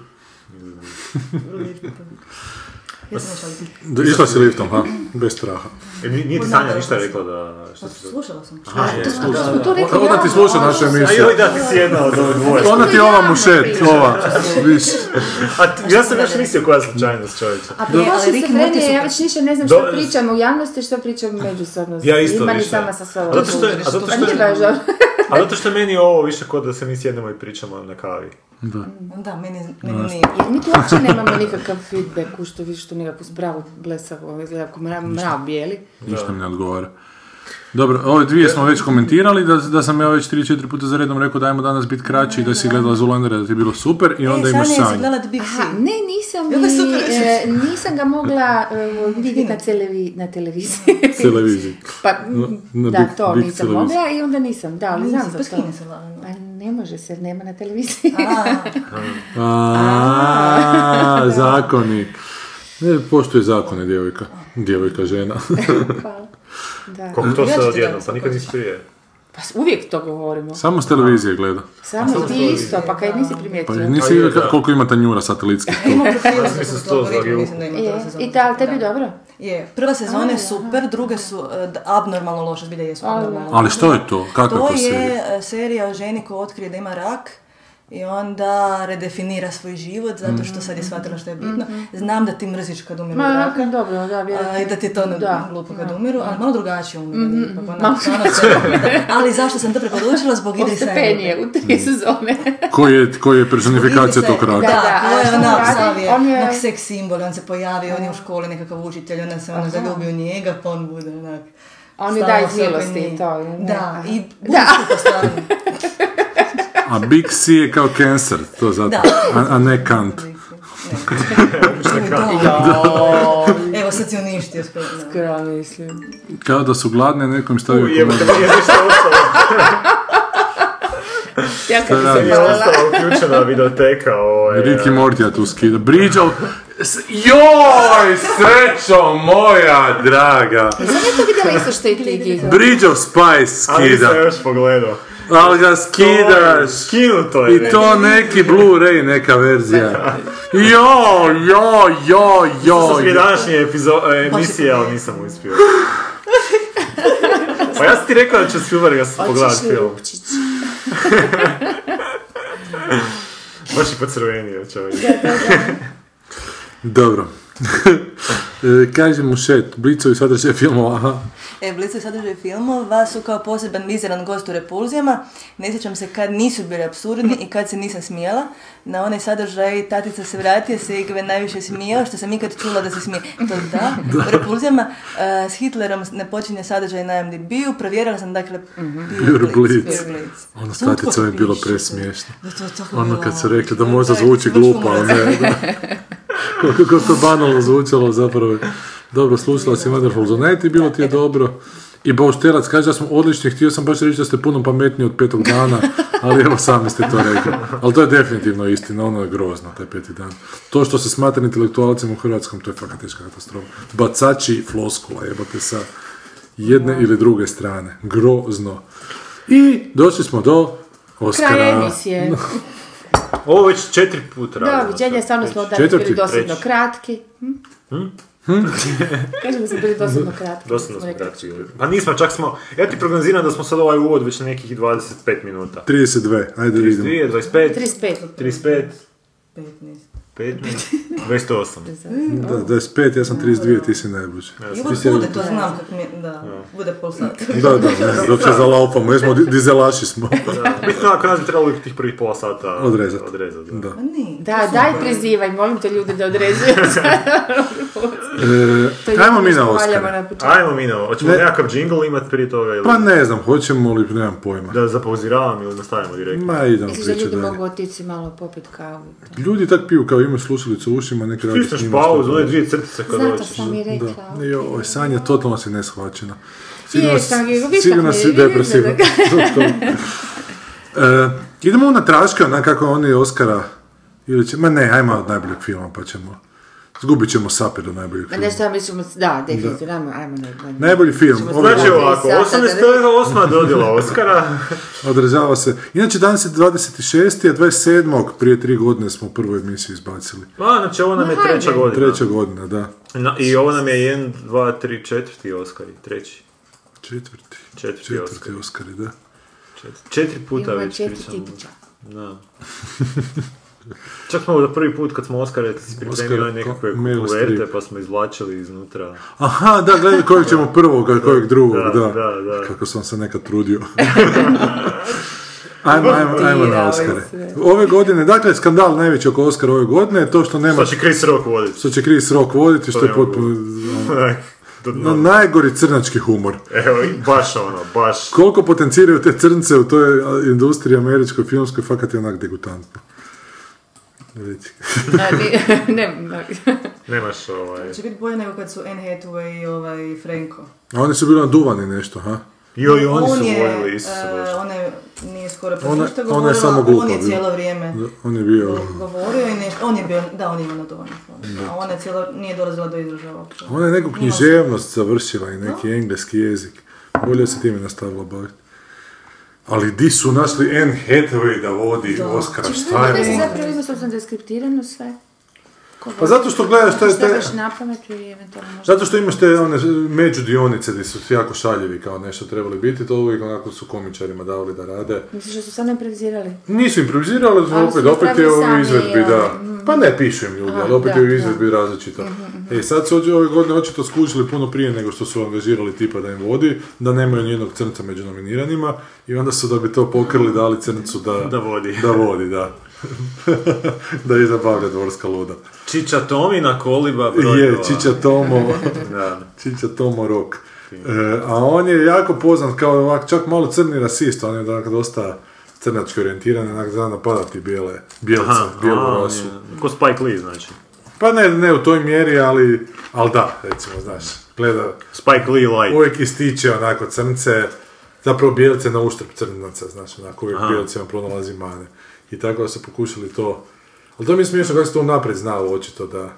Speaker 4: Jesam šaliti.
Speaker 1: Da, išla si liftom, ha? Bez straha.
Speaker 3: E, ni- nije ti Sanja ništa rekla da... Što se...
Speaker 4: Slušala sam.
Speaker 3: A, je.
Speaker 2: To smo to rekli
Speaker 1: Ona ti
Speaker 2: javno,
Speaker 1: sluša
Speaker 2: ali
Speaker 1: naše
Speaker 2: ono što se-
Speaker 3: A
Speaker 1: emisije.
Speaker 3: joj, da, ti si jedna od ove dvoje.
Speaker 1: Ona ti ova
Speaker 2: javno
Speaker 1: mušet,
Speaker 2: priča.
Speaker 1: ova, viš.
Speaker 3: A t- ja sam još mislio koja slučajnost čovječe.
Speaker 4: A prije, ali
Speaker 2: Plašim
Speaker 4: Rick
Speaker 2: se
Speaker 4: i Morty
Speaker 2: vremena,
Speaker 4: su
Speaker 2: ja već ništa ne znam što
Speaker 3: Do-
Speaker 2: pričam u javnosti, što pričam međusobno.
Speaker 3: Ja isto
Speaker 2: Ima ni
Speaker 3: više.
Speaker 2: sama sa
Speaker 3: A
Speaker 2: svojom.
Speaker 3: zato što je- a zato
Speaker 2: Pa
Speaker 3: što je-
Speaker 2: nije baš dobro.
Speaker 3: A zato što meni je ovo više kod da se mi sjednemo i pričamo na kavi.
Speaker 4: Da, meni, meni nije.
Speaker 2: Jer mi tu uopće nemamo nikakav feedback, u što vidiš tu nekakvu spravu blesavu, ovo izgleda ako mrav, mrav bijeli.
Speaker 1: Ništa mi ne odgovara. Dobro, ove dvije smo već komentirali, da, da sam ja već 3-4 puta za redom rekao da ajmo danas biti kraći i da si gledala Zulandera, da ti je bilo super i onda
Speaker 4: E,
Speaker 1: imaš
Speaker 4: Sanja je
Speaker 1: sanju.
Speaker 4: gledala The Big
Speaker 2: Aha,
Speaker 4: Sea.
Speaker 2: ne, nisam,
Speaker 4: Bilo je
Speaker 2: ni-
Speaker 4: super.
Speaker 2: e, nisam ga mogla e, vidjeti na, televi, na televiziji.
Speaker 1: Televiziji.
Speaker 2: Pa,
Speaker 1: na
Speaker 2: da,
Speaker 1: Big-
Speaker 2: to
Speaker 1: Big
Speaker 2: nisam
Speaker 1: televiziji.
Speaker 2: mogla i onda nisam, da, ali znam
Speaker 4: Pa
Speaker 2: za to.
Speaker 4: skine se lagano.
Speaker 2: Pa ne može se, nema na televiziji.
Speaker 4: A,
Speaker 1: A, zakoni. Ne, poštuje zakone, djevojka. Djevojka, žena.
Speaker 2: Da.
Speaker 3: Koliko to
Speaker 4: Ja ću
Speaker 3: sad
Speaker 4: ti
Speaker 3: odjednom,
Speaker 4: dati
Speaker 3: pa nikad nisi prije.
Speaker 2: Pa s- uvijek to govorimo.
Speaker 1: Samo s televizije gleda.
Speaker 2: Samo i ti isto, pa kaj nisi
Speaker 1: Pa
Speaker 2: primijetio.
Speaker 1: nisi
Speaker 3: je,
Speaker 1: vidio ka-
Speaker 3: da.
Speaker 1: koliko ima tanjura satelitskih. tu.
Speaker 4: ima profila
Speaker 3: mislim
Speaker 4: za
Speaker 3: sto
Speaker 4: to algoritmu,
Speaker 3: zagibu.
Speaker 4: mislim da ima
Speaker 2: Je,
Speaker 4: prva sezona.
Speaker 2: E, I da, ali tebi dobro?
Speaker 4: Je, prva sezona je super, druge su e, d- abnormalno loše, zbilja jesu abnormalno.
Speaker 1: Ali što je to? Kako je
Speaker 4: To
Speaker 1: to serija?
Speaker 4: je e, serija o ženi koja otkrije da ima rak i onda redefinira svoj život zato što sad je shvatila što je bitno. Znam da ti mrziš kad umiru od
Speaker 2: Mhm. Ma,
Speaker 4: raka.
Speaker 2: dobro, da,
Speaker 4: A, I da ti je to ne
Speaker 2: Da. Mhm,
Speaker 4: glupo kad umiru, ali malo drugačije umiru. ipak, ono, stvarno se- ali zašto sam to preporučila? Zbog Idrisa
Speaker 2: Postepen je u tri sezone.
Speaker 1: Koji je, koji je personifikacija
Speaker 4: Vidi se,
Speaker 1: tog raka?
Speaker 4: Da,
Speaker 2: Da,
Speaker 4: to
Speaker 2: a
Speaker 4: je
Speaker 2: što
Speaker 4: onak
Speaker 2: on radi?
Speaker 4: Savije,
Speaker 2: On je-
Speaker 4: onak seks simbol, on se pojavi, on je u školi nekakav učitelj, onda se ona zaljubi u njega, pa on bude onak...
Speaker 2: A on je
Speaker 4: stalno
Speaker 2: da iz
Speaker 4: se oko
Speaker 2: milosti
Speaker 4: nje.
Speaker 2: i to, ne?
Speaker 4: Da,
Speaker 2: Aha.
Speaker 4: i bude skupa stalno.
Speaker 1: A Big C je kao cancer, to zato.
Speaker 4: Da.
Speaker 1: A, a ne kant.
Speaker 4: Ne, da. Evo, sad si uništio skoro. da.
Speaker 2: Ja mislim.
Speaker 1: Kao da su gladne, nekom stavio
Speaker 3: Jebo,
Speaker 1: komadu.
Speaker 3: je nešto ostalo,
Speaker 2: Ja kad bi
Speaker 1: radi?
Speaker 2: se
Speaker 3: je
Speaker 2: palala.
Speaker 3: ostala uključena videoteka. Ovaj,
Speaker 1: Ricky Mortija tu skida. Bridge of... S- Joj, srećo moja draga!
Speaker 2: Sam ja to vidjela isto što i ti Gigo.
Speaker 1: Bridge of Spice
Speaker 3: Ali sam
Speaker 1: skida.
Speaker 3: još pogledao. Ovaj,
Speaker 1: Ali ga skidaš.
Speaker 3: Skinuto je.
Speaker 1: I to neki Blu-ray neka verzija. Jo, jo, jo, jo.
Speaker 3: Slušao sam je današnje epizo- e, emisije, ali nisam uspio. Pa ja sam ti rekao da ću Spielberga se pogledat film. Baš je pocrvenio čovjek.
Speaker 1: Dobro. E, Kaže mu šet, blicovi sadržaj filmova, aha.
Speaker 4: E, blicu sadržaj filmova su kao poseban mizeran gost u repulzijama. Ne sjećam se kad nisu bili absurdni i kad se nisam smijela. Na onaj sadržaj tatica se vratio se Igve najviše smijao, što sam ikad čula da se smije. To da, u repulzijama e, s Hitlerom ne počinje sadržaj na IMDb-u. Provjerila sam, dakle, Pure
Speaker 1: Pure Mhm.
Speaker 4: Blitz,
Speaker 1: Blitz.
Speaker 4: Pure Blitz.
Speaker 1: Ono s
Speaker 4: Sutko
Speaker 1: taticom je
Speaker 4: piše.
Speaker 1: bilo presmiješno.
Speaker 4: Da, to je tako
Speaker 1: Ono
Speaker 4: bilo.
Speaker 1: kad su rekli da možda
Speaker 4: Da,
Speaker 1: zvuči
Speaker 4: baš
Speaker 1: glupo, ali
Speaker 4: umorna
Speaker 1: ne. da. Koliko god to banalno zvučalo zapravo. je. Dobro, slušala si Wonderful Zonate i bilo ti je dobro. I Bož Telac kaže da smo odlični, htio sam baš reći da ste puno pametniji od petog dana, ali evo sami ste to rekli. Ali to je definitivno istina, ono je grozno, taj peti dan. To što se smatra intelektualcem u Hrvatskom, to je fakat teška katastrofa. Bacači floskula, jebate sa jedne ili druge strane. Grozno. I došli smo do Oscara.
Speaker 2: Kraj emisije.
Speaker 3: Ovo već četiri puta
Speaker 2: Da,
Speaker 3: radimo.
Speaker 2: viđenja, stvarno smo danas
Speaker 1: Četvrti.
Speaker 2: bili dosadno
Speaker 3: Treći.
Speaker 2: kratki. Hm?
Speaker 1: Hm?
Speaker 2: Kažem da smo bili dosadno kratki.
Speaker 3: Dosadno
Speaker 2: smo
Speaker 3: smo
Speaker 2: rekli.
Speaker 3: kratki. Pa nismo, čak smo... Ja ti prognoziram da smo sad ovaj uvod već na nekih 25 minuta.
Speaker 1: 32, ajde vidimo.
Speaker 3: 32, 25,
Speaker 2: 35.
Speaker 3: 35,
Speaker 4: Petnaest.
Speaker 3: 15, 28.
Speaker 1: Da, 25, ja sam 32, ti si najbliži.
Speaker 4: I
Speaker 1: Ti
Speaker 4: uvijek
Speaker 1: si-
Speaker 4: bude, to znam kak mi, da, bude pol sata.
Speaker 1: Da, da, ne, dok se zalaupamo, jesmo di- dizelaši smo.
Speaker 3: Mislim, ako nas bi trebalo uvijek tih prvih pola sata
Speaker 1: Odrezat.
Speaker 3: odrezat da.
Speaker 1: Da.
Speaker 4: Ma nije, to
Speaker 2: Da,
Speaker 4: super.
Speaker 2: daj prizivaj, molim te ljude da odrezuju.
Speaker 1: E, ajmo mi na Oscar.
Speaker 3: Ajmo mi na ovo. Hoćemo
Speaker 1: Ne.
Speaker 3: nekakav jingle imat prije toga ili...
Speaker 1: Pa ne znam, hoćemo li, nemam pojma.
Speaker 3: Da zapauziravam ili nastavimo direktno.
Speaker 1: Ma idemo
Speaker 2: Misliš da
Speaker 1: pričati
Speaker 2: ljudi
Speaker 1: dalje.
Speaker 2: mogu otići malo popit kavu? i to?
Speaker 1: Ljudi tak piju kao imaju slušalicu u ušima, nek radi
Speaker 3: Stisneš pauzu, one dvije crtice kad
Speaker 2: Zato
Speaker 3: dođeš.
Speaker 2: sam i rekla.
Speaker 1: Da. Joj, Sanja, totalno si neshvaćena.
Speaker 2: Jesam, vidiš kako
Speaker 1: sigurno
Speaker 2: mi-
Speaker 1: si
Speaker 2: vidiš da
Speaker 1: depresivna.
Speaker 2: ga-
Speaker 1: Totalno. E, idemo na traške, onak kako oni Oscara. Ili će, ma ne, ajmo od najboljeg filma pa ćemo. Zgubit ćemo sape do najboljeg
Speaker 2: Ma
Speaker 1: filma.
Speaker 2: nešto ja mislimo, da, definitivno, ajmo, ajmo najbolje.
Speaker 1: Najbolji film.
Speaker 2: Ćemo
Speaker 1: Ovaj
Speaker 3: Znači
Speaker 2: Dobro,
Speaker 3: ovako,
Speaker 2: tri sata,
Speaker 3: 88. dodjela Oscara.
Speaker 1: Održava se. Inače, danas je 26. a 27. prije tri godine smo prvu emisiju izbacili.
Speaker 3: Ma, znači ovo nam je treća
Speaker 2: hajde.
Speaker 3: godina.
Speaker 1: Treća godina, da.
Speaker 3: Na- I ovo nam je 1, 2, 3, četvrti Oscar. Treći.
Speaker 1: Četvrti.
Speaker 3: Četvrti
Speaker 1: Četvrti
Speaker 3: Oscari.
Speaker 1: Oscari, da.
Speaker 3: Četiri, četiri puta
Speaker 2: Ima
Speaker 3: već
Speaker 2: četiri
Speaker 3: pričamo.
Speaker 2: tipića.
Speaker 3: Da. Čak smo za prvi put kad smo Oscara si pripremili
Speaker 1: Oscar,
Speaker 3: nekakve
Speaker 1: ko- Meryl
Speaker 3: kuverte
Speaker 1: Streep.
Speaker 3: pa smo izvlačili iznutra.
Speaker 1: Aha, da, gledaj kojeg ćemo prvog, a kojeg drugog, da.
Speaker 3: da, da, Pa da.
Speaker 1: Kako sam se nekad trudio. Ajmo, ajmo, ajmo na
Speaker 2: Montirao
Speaker 1: Oscare.
Speaker 2: sve.
Speaker 1: Ove godine, dakle, skandal najveći oko Oscara ove godine je to što nema,
Speaker 3: Pa će Chris Rock voditi.
Speaker 1: što će Chris Rock voditi, što je
Speaker 3: nema
Speaker 1: potpuno
Speaker 3: Do dna.
Speaker 1: no, najgori crnački humor.
Speaker 3: Evo, i baš ono, baš.
Speaker 1: Koliko potenciraju te crnce u toj a, industriji američkoj filmskoj, fakat je onak degutantno. Reći.
Speaker 2: Da, ni- ne, ne,
Speaker 3: Nemaš ovaj...
Speaker 4: Će biti Znači, bolje nego kad su Anne Hathaway i ovaj Franco.
Speaker 1: A oni su bili naduvani nešto, ha?
Speaker 3: Jo, i oni su
Speaker 4: je,
Speaker 3: vodili, Isuse
Speaker 4: e,
Speaker 3: Bože.
Speaker 4: Ona je, nije skoro pa
Speaker 1: Ona-
Speaker 4: ništa
Speaker 1: ona je
Speaker 4: govorila,
Speaker 1: samo glupa
Speaker 4: on je
Speaker 1: bila.
Speaker 4: cijelo vrijeme
Speaker 1: Da, On je bio...
Speaker 4: govorio i nešto, on je bio, da, on je imao dovoljno. ono. A ona je cijelo, nije dolazila do izražaja uopće.
Speaker 1: Ona je neku književnost završila i neki engleski jezik. Bolje se time nastavila baviti. Ali di su našli Anne Hathaway da vodi Oscara, šta
Speaker 2: ne,
Speaker 1: je
Speaker 2: se
Speaker 1: ono?
Speaker 2: zapravo ima sam deskriptirano sve. Ko
Speaker 1: Pa zato što gledaš taj, taj-
Speaker 2: Staviš na pamet i eventualno možda...
Speaker 1: Zato što imaš te one međudionice gdje su jako šaljivi kao nešto trebali biti, to uvijek onako su komičarima davali da rade.
Speaker 2: Misliš da su sad improvizirali?
Speaker 1: Nisu improvizirali, ali su
Speaker 2: Ali su
Speaker 1: opet, opet je
Speaker 2: napravili
Speaker 1: u
Speaker 2: sami,
Speaker 1: izvedbi, da.
Speaker 2: ovaj,
Speaker 1: Pa ne pišu im ljudi, ali opet
Speaker 2: da,
Speaker 1: je u
Speaker 2: da. Mhm,
Speaker 1: izvedbi različito. E, sad su ođe- ove godine očito skužili puno prije nego što su angažirali tipa da im vodi, da nemaju nijednog crnca među nominiranima i onda su da bi to pokrili dali crncu da,
Speaker 3: Da vodi.
Speaker 1: Da vodi, da. da je zabavlja dvorska luda.
Speaker 3: Čiča Tomina koliba broj
Speaker 1: Je,
Speaker 3: dva.
Speaker 1: Čiča Tomo,
Speaker 3: Da.
Speaker 1: Čiča Tomo Rok. E, a on je jako poznat kao ovak, čak malo crni rasist, on je onak dosta crnački orijentiran, onak zna napadati bijele, bijelce,
Speaker 3: Aha,
Speaker 1: bijelu
Speaker 3: a, on
Speaker 1: rasu.
Speaker 3: je- Ko Spike Lee, znači.
Speaker 1: Pa ne, ne u toj mjeri, ali, ali da, recimo, znaš, gleda,
Speaker 3: Spike Lee Light.
Speaker 1: uvijek ističe onako crnce, zapravo bijelce na uštrb crnaca, znaš, onako uvijek bijelcima pronalazi mane. I tako da su pokušali to, ali to mi je smiješno kako se to unaprijed znalo, očito da,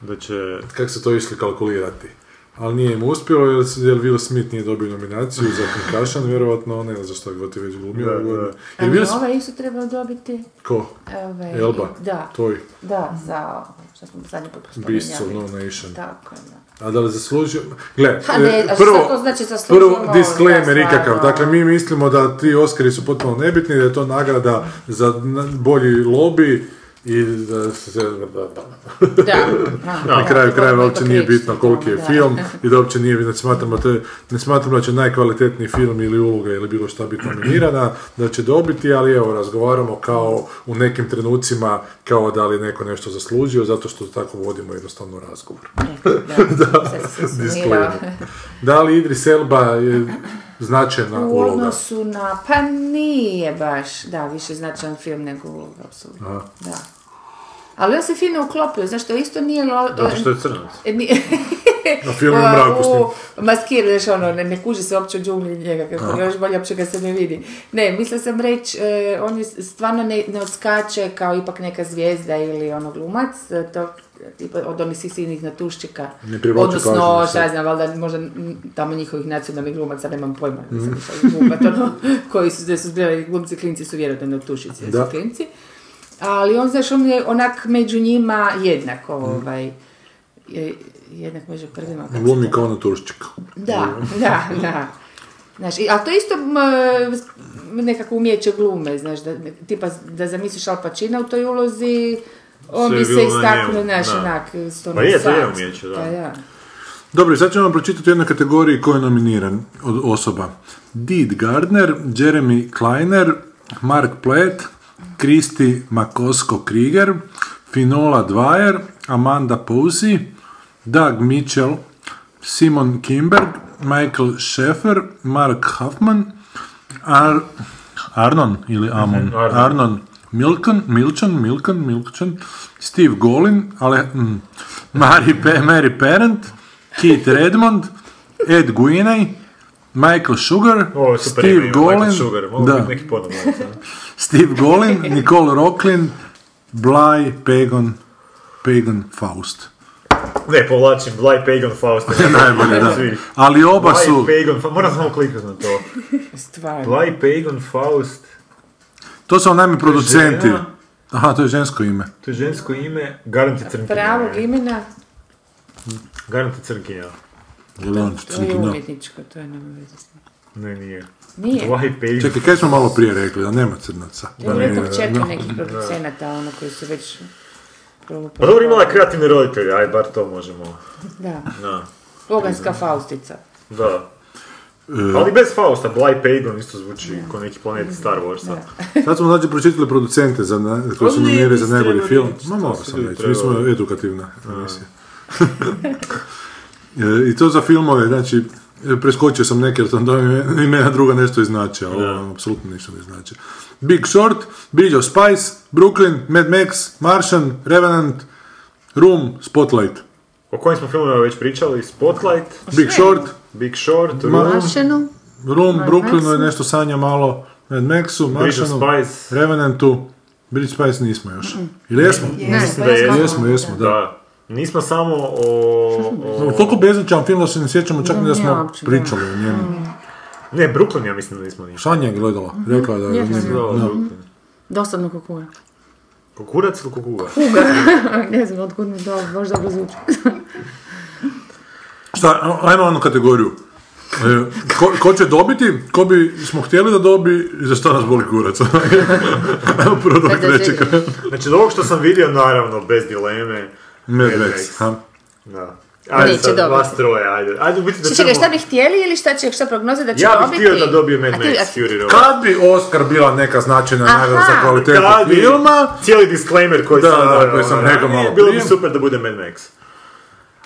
Speaker 3: Da će...
Speaker 1: kako su to išli kalkulirati. Ali nije im uspjelo jer, su- jer Will Smith nije dobio nominaciju za Concussion, vjerojatno, ne znam zašto je gotovo već glumio.
Speaker 3: Da,
Speaker 1: ove godine.
Speaker 3: da.
Speaker 1: Jer
Speaker 2: Ali
Speaker 1: Will Smith-
Speaker 2: ovaj isto trebao dobiti...
Speaker 1: Ko?
Speaker 2: Ovaj,
Speaker 1: Elba?
Speaker 2: Da.
Speaker 1: Tvoj
Speaker 2: Da, za... Što smo zadnji put spominjali.
Speaker 1: Beasts of No Nation.
Speaker 2: Tako je, da.
Speaker 1: A da li zaslužio? Gle,
Speaker 2: Ha, ne,
Speaker 1: e,
Speaker 2: a šta
Speaker 1: prvo,
Speaker 2: to znači zaslužio?
Speaker 1: prvo
Speaker 2: Ono,
Speaker 1: disclaimer
Speaker 2: da,
Speaker 1: ikakav.
Speaker 2: stvarno.
Speaker 1: Dakle, mi mislimo da ti Oscari su potpuno nebitni, da je to nagrada za na- bolji lobby i da se... da- da-
Speaker 2: Da. da,
Speaker 1: Na
Speaker 2: da,
Speaker 1: kraju
Speaker 2: da,
Speaker 1: krajeva
Speaker 2: da,
Speaker 1: uopće
Speaker 2: da,
Speaker 1: nije
Speaker 2: da,
Speaker 1: bitno
Speaker 2: da,
Speaker 1: koliki je
Speaker 2: da.
Speaker 1: film i da uopće nije bitno, smatramo te, ne smatramo da će najkvalitetniji film ili uloga ili bilo šta biti nominirana, da će dobiti, ali evo, razgovaramo kao u nekim trenucima kao da li je neko nešto zaslužio, zato što tako vodimo jednostavno razgovor.
Speaker 2: Da, sad se sumirao.
Speaker 1: Disclaimer. Da li Idris Elba je značajna
Speaker 2: U
Speaker 1: uloga?
Speaker 2: odnosu na, pa nije baš, da, više značajan film nego uloga, apsolutno. Da. Ali on se fino uklopio, znaš, to isto nije... Lo...
Speaker 3: Zato što je crnac.
Speaker 2: E, nije-
Speaker 1: Na filmu u mraku s njim.
Speaker 2: u maskiru, znaš, ono, ne, ne kuži se uopće u džungli njega, kako još bolje uopće ga se ne vidi. Ne, mislila sam reći, e, on je stvarno ne, ne odskače kao ipak neka zvijezda ili ono glumac, e, to tipa od onih svih silnih natuščika.
Speaker 1: Ne privlači pažnju,
Speaker 2: Odnosno,
Speaker 1: mislim.
Speaker 2: šta ja znam, valjda možda m, tamo njihovih nacionalnih glumaca, nemam pojma,
Speaker 1: Mhm.
Speaker 2: nisam išla glumat, ono, koji su, da su bili glumci, klinci su vjerojatno natušici, jer
Speaker 1: Da.
Speaker 2: su klinci. Ali on, znaš, on je onak među njima jednako, ovaj, je- jednak među prvima. kako se
Speaker 1: Glumi kao na Turščika.
Speaker 2: da, da, da. Znaš, i- a to je isto m, s- m, nekako umjeće glume, znaš, da, tipa da zamisliš Al Pacina u toj ulozi, On
Speaker 3: sve
Speaker 2: bi
Speaker 3: je
Speaker 2: se
Speaker 3: bilo na
Speaker 2: istaknuo,
Speaker 3: njemu,
Speaker 2: naš,
Speaker 3: da.
Speaker 2: onak, s tom
Speaker 3: Pa je, to je
Speaker 2: sad.
Speaker 3: umijeće, da.
Speaker 2: Pa ja.
Speaker 1: Dobro, i sad ćemo vam pročitati u jednoj kategoriji ko je nominiran od osoba. Deed Gardner, Jeremy Kleiner, Mark Platt, Kristi Makosko Krieger, Finola Dwyer, Amanda Posey, Doug Mitchell, Simon Kimberg, Michael Sheffer, Mark Huffman, Ar- Arnon ili Amon,
Speaker 3: Mhm, Arnon.
Speaker 1: Arnon Milkan, Milčan, Milkan, Milčan, Steve Golin, ale, mm, Mary, Pe- Mary Parent, Keith Redmond, Ed Guiney, Michael Sugar,
Speaker 3: Ovo je super
Speaker 1: Steve
Speaker 3: ime, Golem,
Speaker 1: Golin,
Speaker 3: Michael Sugar, mogu
Speaker 1: da,
Speaker 3: biti neki ponovno.
Speaker 1: Steve Golin, Nicole Rocklin, Bly, Pagan, Pagan Faust.
Speaker 3: Ne, povlačim, Bly Pagan Faust.
Speaker 1: Najbolje, da.
Speaker 3: Svi.
Speaker 1: Ali oba
Speaker 3: Bly
Speaker 1: su,
Speaker 3: Pagan Faust, moram samo kliknuti na to.
Speaker 2: Stvarno.
Speaker 3: Bly Pagan Faust,
Speaker 1: to su najmi producenti.
Speaker 3: žena.
Speaker 1: Aha, to je žensko ime.
Speaker 3: to je žensko ime, Garante Crnkinja.
Speaker 2: Pravog imena,
Speaker 3: Garante Crnkinja.
Speaker 1: Jel on
Speaker 2: to je
Speaker 1: crnkinja?
Speaker 2: umjetničko, to je nema veze s njim.
Speaker 3: Ne, nije.
Speaker 2: Nije.
Speaker 3: Bly Pagan
Speaker 1: Čekaj, kaj smo malo prije rekli, da nema crnaca? Da
Speaker 2: Ja
Speaker 1: ne-
Speaker 2: uvijek čekam nekih producenata, ono, koji su već...
Speaker 3: Pa dobro, imala je kreativne roditelje, aj bar to možemo.
Speaker 2: Da,
Speaker 3: Da,
Speaker 2: Boganska Faustica.
Speaker 3: da.
Speaker 1: E.
Speaker 3: Ali bez Fausta, Bly Pagan isto zvuči ko neki planet Star Warsa.
Speaker 1: Sad smo znači pročitali producente za na, koji su
Speaker 3: Ali ne
Speaker 1: nominirani
Speaker 3: bi
Speaker 1: za najbolji
Speaker 3: trebali
Speaker 1: film.
Speaker 3: reći,
Speaker 1: Ma
Speaker 3: to
Speaker 1: morao
Speaker 3: su
Speaker 1: sam
Speaker 3: ljudi
Speaker 1: reći, mi smo
Speaker 3: trebali.
Speaker 1: edukativna emisija. E, I to za filmove, znači, e, preskočio sam neke jer sam dao ime- imena druga nešto i znači, a ovo vam apsolutno ništa ne znači. Big Short, Bridge of Spice, Brooklyn, Mad Max, Martian, Revenant, Room, Spotlight.
Speaker 3: O kojim smo filmima već pričali, Spotlight,
Speaker 2: Pa
Speaker 1: Big Short,
Speaker 3: Big Short,
Speaker 1: Ma-
Speaker 3: Room,
Speaker 2: Mašenu,
Speaker 1: Room,
Speaker 2: Mad
Speaker 1: Brooklynu je
Speaker 2: Maxu.
Speaker 1: nešto sanja malo, Mad Maxu,
Speaker 3: Bridge of
Speaker 1: Martianu,
Speaker 3: Spice,
Speaker 1: Revenantu, Bridge Spice nismo još. Ili jesmo?
Speaker 3: mislim da je.
Speaker 1: Jesmo, jesmo, da.
Speaker 3: Da. Nismo samo o... o-
Speaker 1: Ovo je Toliko beznačajan film da se ne sjećamo čak ni da
Speaker 2: ne, Mm.
Speaker 1: smo
Speaker 2: uopće, da.
Speaker 1: pričali o njemu.
Speaker 3: Ne, Brooklyn ja mislim da nismo ništa.
Speaker 1: Šanja je gledala,
Speaker 2: Mhm.
Speaker 1: rekla je da je
Speaker 3: Nisam gledala Brooklyn.
Speaker 2: dosadno kukuva.
Speaker 3: Kokurac ili kokuga?
Speaker 2: ne znam otkud mi to, možda ga zvuči.
Speaker 1: Šta, ajmo onu kategoriju. E, ko, ko će dobiti, ko bi smo htjeli da dobi i za što nas boli kurac. Evo prvo dok
Speaker 2: Sad da
Speaker 1: reći.
Speaker 2: želim.
Speaker 3: Znači, od ovog što sam vidio, naravno, bez dileme.
Speaker 1: Mad
Speaker 3: Mad
Speaker 1: Max.
Speaker 3: Max.
Speaker 1: ha.
Speaker 3: Da. Ajde
Speaker 2: Neće
Speaker 3: sad,
Speaker 2: dobiti.
Speaker 3: vas troje, ajde. Ajde, u biti da
Speaker 2: Čekaj, šta
Speaker 3: ćemo...
Speaker 2: bi htjeli ili šta će, šta prognoze da će
Speaker 3: Ja bih
Speaker 2: dobiti?
Speaker 3: htio da dobije Mad
Speaker 2: A ti- a-
Speaker 3: Max Fury Road.
Speaker 1: Kad bi Oscar bila neka značajna
Speaker 2: Aha.
Speaker 1: nagrada za kvalitetu
Speaker 3: Kad bi-
Speaker 1: filma,
Speaker 3: Cijeli disclaimer koji
Speaker 1: Da,
Speaker 3: sam,
Speaker 1: da,
Speaker 3: naravno,
Speaker 1: koji sam rekao
Speaker 3: ranije,
Speaker 1: malo
Speaker 3: Bilo bi
Speaker 1: prije.
Speaker 3: super da bude Mad Max.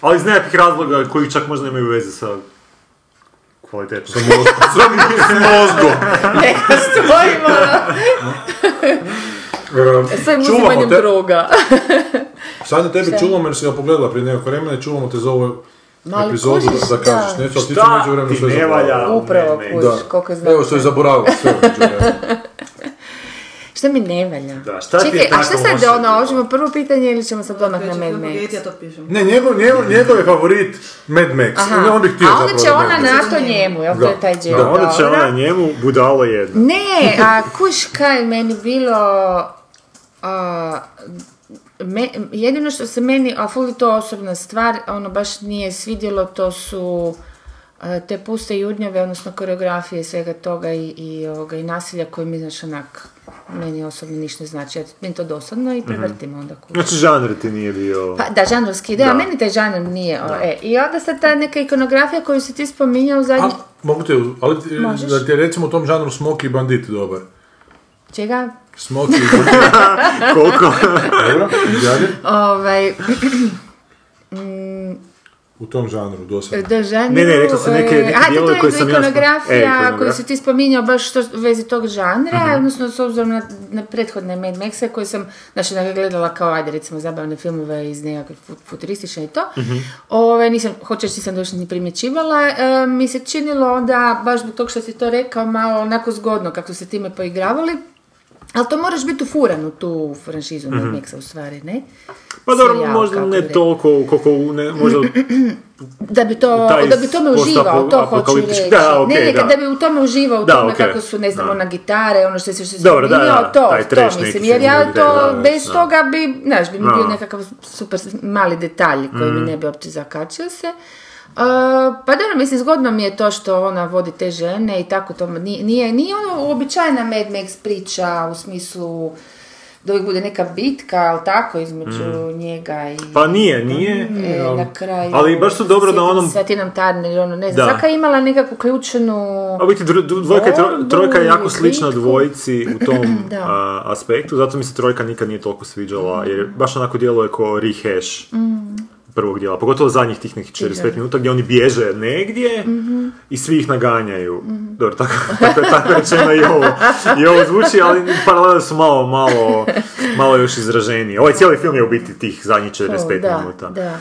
Speaker 3: Ali iz nekakvih razloga koji čak možda nemaju veze sa kvalitetom. Sa
Speaker 1: mozgo.
Speaker 2: Neka stojimo, ono, sve
Speaker 1: Čuvamo
Speaker 2: uzimanjem
Speaker 1: te.
Speaker 2: droga.
Speaker 1: Sad na tebi čuvamo jer si ga pogledala prije nekog vremena i čuvamo te za ovu
Speaker 2: Ma, ali
Speaker 1: epizodu
Speaker 2: kužiš,
Speaker 1: da, da kažeš
Speaker 2: da.
Speaker 1: nešto, ali ti ću
Speaker 3: Šta
Speaker 1: među vremenu
Speaker 3: ti
Speaker 1: sve
Speaker 3: ne
Speaker 1: zaboraviti.
Speaker 3: valja u
Speaker 2: Upravo
Speaker 3: Mad Maxu?
Speaker 2: kužiš, koliko znam.
Speaker 1: Evo što je zaboravila sve u međuvremenu.
Speaker 2: Šta mi ne valja?
Speaker 3: Da, šta ti je
Speaker 2: Čekaj, a
Speaker 3: tako
Speaker 2: šta sad
Speaker 3: loše
Speaker 2: ono,
Speaker 3: bilo?
Speaker 2: hoćemo prvo pitanje ili ćemo sad odmah na Mad
Speaker 4: Ja
Speaker 2: Max?
Speaker 4: to pišem.
Speaker 1: Ne, njegov, njegov, njegov je favorit Mad Max.
Speaker 2: Aha,
Speaker 1: On bi htio
Speaker 2: a onda će
Speaker 1: zapravo
Speaker 2: ona
Speaker 1: Mad Max.
Speaker 2: na to njemu, jel to je taj džel?
Speaker 3: Da, onda će ona njemu budalo jedno.
Speaker 2: Ne, a kuš kaj meni bilo... A, me- jedino što se meni, a fuli to osobna stvar, ono baš nije svidjelo, to su e, te puste jurnjave, odnosno koreografije svega toga i, i, ovoga, i nasilja koje mi, znaš, onak, meni osobno ništa ne znači. Ja- Meni to dosadno i prevrtimo onda kuš.
Speaker 3: Znači, žanr ti nije bio...
Speaker 2: Mhm. Pa, da, žanrovski, da,
Speaker 3: Da.
Speaker 2: meni taj žanr nije. o, e, I onda sad ta neka ikonografija koju si ti spominjao u zadnji...
Speaker 1: A, mogu te, ali ti-
Speaker 2: Možeš.
Speaker 1: da ti je recimo u tom žanru Smoky i Bandit dobar.
Speaker 2: Čega?
Speaker 1: Smoky i Bandit.
Speaker 3: Koliko?
Speaker 1: Dobro, i dalje.
Speaker 2: Ovaj,
Speaker 1: U tom žanru, dosadno.
Speaker 2: do žanru...
Speaker 3: Ne, ne, rekla sam neke
Speaker 2: e, a, da,
Speaker 3: dijelove
Speaker 2: to je
Speaker 3: koje sam ja spo- E, Mhm.
Speaker 2: ikonografija
Speaker 3: ikonografija.
Speaker 2: koju si ti spominjao baš što u vezi tog žanra, odnosno s obzirom na, na prethodne Mad Maxe koje sam, znači da ga gledala kao, ajde, recimo zabavne filmove iz nekakve fut- futuristične i to.
Speaker 3: Mhm.
Speaker 2: Ove, nisam, hoćeš, nisam došla ni primjećivala. E, mi se činilo onda, baš zbog tog što si to rekao, malo onako zgodno kako su se time poigravali. Ali to moraš biti ufuran u tu franšizu Mad Maxa u stvari, ne?
Speaker 3: Mhm. Pa dobro,
Speaker 2: Serijal,
Speaker 3: možda
Speaker 2: kako
Speaker 3: ne
Speaker 2: bi-
Speaker 3: toliko, koliko u ne, možda...
Speaker 2: Da bi, to,
Speaker 3: Taj
Speaker 2: da bi tome uživao, to hoću
Speaker 3: postapokaliptički-
Speaker 2: reći.
Speaker 3: Da,
Speaker 2: ne,
Speaker 3: okej,
Speaker 2: ne,
Speaker 3: da.
Speaker 2: kad da bi u tome uživao, u
Speaker 3: Da,
Speaker 2: tome
Speaker 3: okej.
Speaker 2: kako su, ne znam,
Speaker 3: Da.
Speaker 2: ona gitare, ono što se sve
Speaker 3: Dobro, da,
Speaker 2: spominjao,
Speaker 3: da,
Speaker 2: to,
Speaker 3: taj
Speaker 2: to
Speaker 3: trash
Speaker 2: mislim,
Speaker 3: neki
Speaker 2: jer ja
Speaker 3: sigurno,
Speaker 2: to,
Speaker 3: da, da,
Speaker 2: bez
Speaker 3: da.
Speaker 2: toga bi, znaš, bi mi
Speaker 3: Da. Mm.
Speaker 2: bio nekakav super mali detalj koji mi ne bi uopće zakačio se. Uh, pa dobro, mislim, zgodno mi je to što ona vodi te žene i tako to, nije, nije, nije ono uobičajena Mad Max priča u smislu da uvijek bude neka bitka, ali tako, između njega i...
Speaker 3: Pa nije, nije.
Speaker 2: E,
Speaker 3: ali-
Speaker 2: na kraju...
Speaker 3: ali baš su dobro na onom...
Speaker 2: Sa Tinom Turner, ono, ne znam,
Speaker 3: Da.
Speaker 2: svaka je imala nekakvu ključnu...
Speaker 3: A u biti dru- dru- dvojka, je tro-
Speaker 2: Borbu
Speaker 3: trojka je jako
Speaker 2: ili
Speaker 3: slična
Speaker 2: bitku.
Speaker 3: dvojici u tom
Speaker 2: Da. Mm.
Speaker 3: a, aspektu, zato mi se trojka nikad nije toliko sviđala, jer baš onako djeluje kao rehash prvog dijela, pogotovo zadnjih tih nekih 45 minuta gdje oni bježe negdje
Speaker 2: Mhm.
Speaker 3: i svi ih naganjaju. Dobro, tako, tako, je- tako je rečeno i ovo, i ovo zvuči, ali paralele su malo, malo, malo još izraženije. Ovaj cijeli film je u biti tih zadnjih 45
Speaker 2: da,
Speaker 3: minuta.
Speaker 2: Da.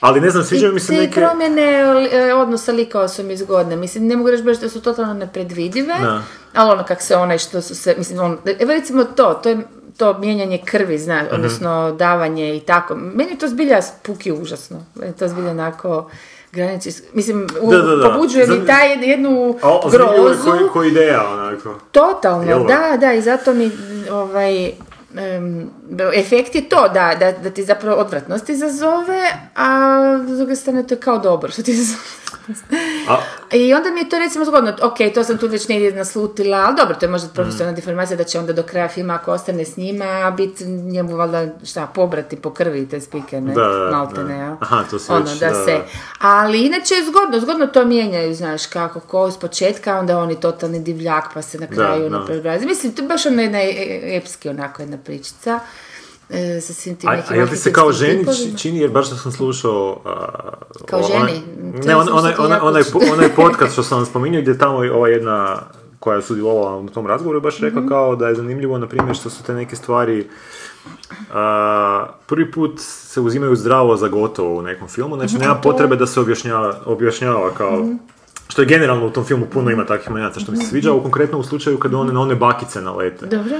Speaker 3: Ali ne znam, sviđaju
Speaker 2: I
Speaker 3: mi se
Speaker 2: te
Speaker 3: neke...
Speaker 2: promjene e, odnosa likova su mi zgodne. Mislim, ne mogu reći baš da su totalno nepredvidive,
Speaker 3: Da.
Speaker 2: ali ono kak se onaj što su se, mislim, on, evo recimo to, to je to mijenjanje krvi, znaš,
Speaker 3: Mhm.
Speaker 2: odnosno davanje i tako. Meni je to zbilja spuki užasno. Meni je to zbilja onako graniči, mislim, u,
Speaker 3: Da, da, da.
Speaker 2: pobuđuje mi
Speaker 3: Zam-
Speaker 2: taj jednu
Speaker 3: A, o- zanimljivo je
Speaker 2: grozu.
Speaker 3: koji, koji ideja, onako.
Speaker 2: Totalno,
Speaker 3: Jel da?
Speaker 2: da, da, i zato mi ovaj, em, efekt je to, da, da, da ti zapravo odvratnost izazove, a s druge strane to je kao dobro što ti izazove.
Speaker 3: A-
Speaker 2: I onda mi je to recimo zgodno, ok, to sam tu već negdje naslutila, ali dobro, to je možda
Speaker 3: Mm.
Speaker 2: profesionalna deformacija da će onda do kraja filma ako ostane s njima biti njemu valjda šta, pobrati po krvi te spike, ne?
Speaker 3: Da, da,
Speaker 2: Malte ne,
Speaker 3: da.
Speaker 2: jel?
Speaker 3: Aha, to si
Speaker 2: ono,
Speaker 3: već,
Speaker 2: da,
Speaker 3: da,
Speaker 2: se,
Speaker 3: da.
Speaker 2: ali inače je zgodno, zgodno to mijenjaju, znaš, kako, ko iz početka, onda oni totalni divljak, pa se na kraju
Speaker 3: da.
Speaker 2: ono preobrazi. Mislim, to je baš ona jedna e- e- epski onako jedna pričica. E, sa svim tim
Speaker 3: A,
Speaker 2: nekim
Speaker 3: a jel ti se kao
Speaker 2: arhitektonskim
Speaker 3: ženi
Speaker 2: tipovima.
Speaker 3: či- čini, jer baš sam slušao... a,
Speaker 2: Kao
Speaker 3: onaj-
Speaker 2: ženi?
Speaker 3: Ne,
Speaker 2: Htjela
Speaker 3: on,
Speaker 2: sam
Speaker 3: onaj,
Speaker 2: slušati
Speaker 3: onaj,
Speaker 2: jako
Speaker 3: onaj,
Speaker 2: čudno.
Speaker 3: onaj podcast što sam vam spominjao, gdje tamo je ova jedna koja je sudjelovala u tom razgovoru baš rekla
Speaker 2: Mhm.
Speaker 3: kao da je zanimljivo, na primjer, što su te neke stvari a, prvi put se uzimaju zdravo za gotovo u nekom filmu, znači nema
Speaker 2: Mhm.
Speaker 3: potrebe da se objašnjava, objašnjava kao što je generalno u tom filmu puno ima takvih momenata što mi
Speaker 2: Mhm.
Speaker 3: se sviđa, u konkretno u slučaju kad one na one bakice nalete
Speaker 2: Dobro.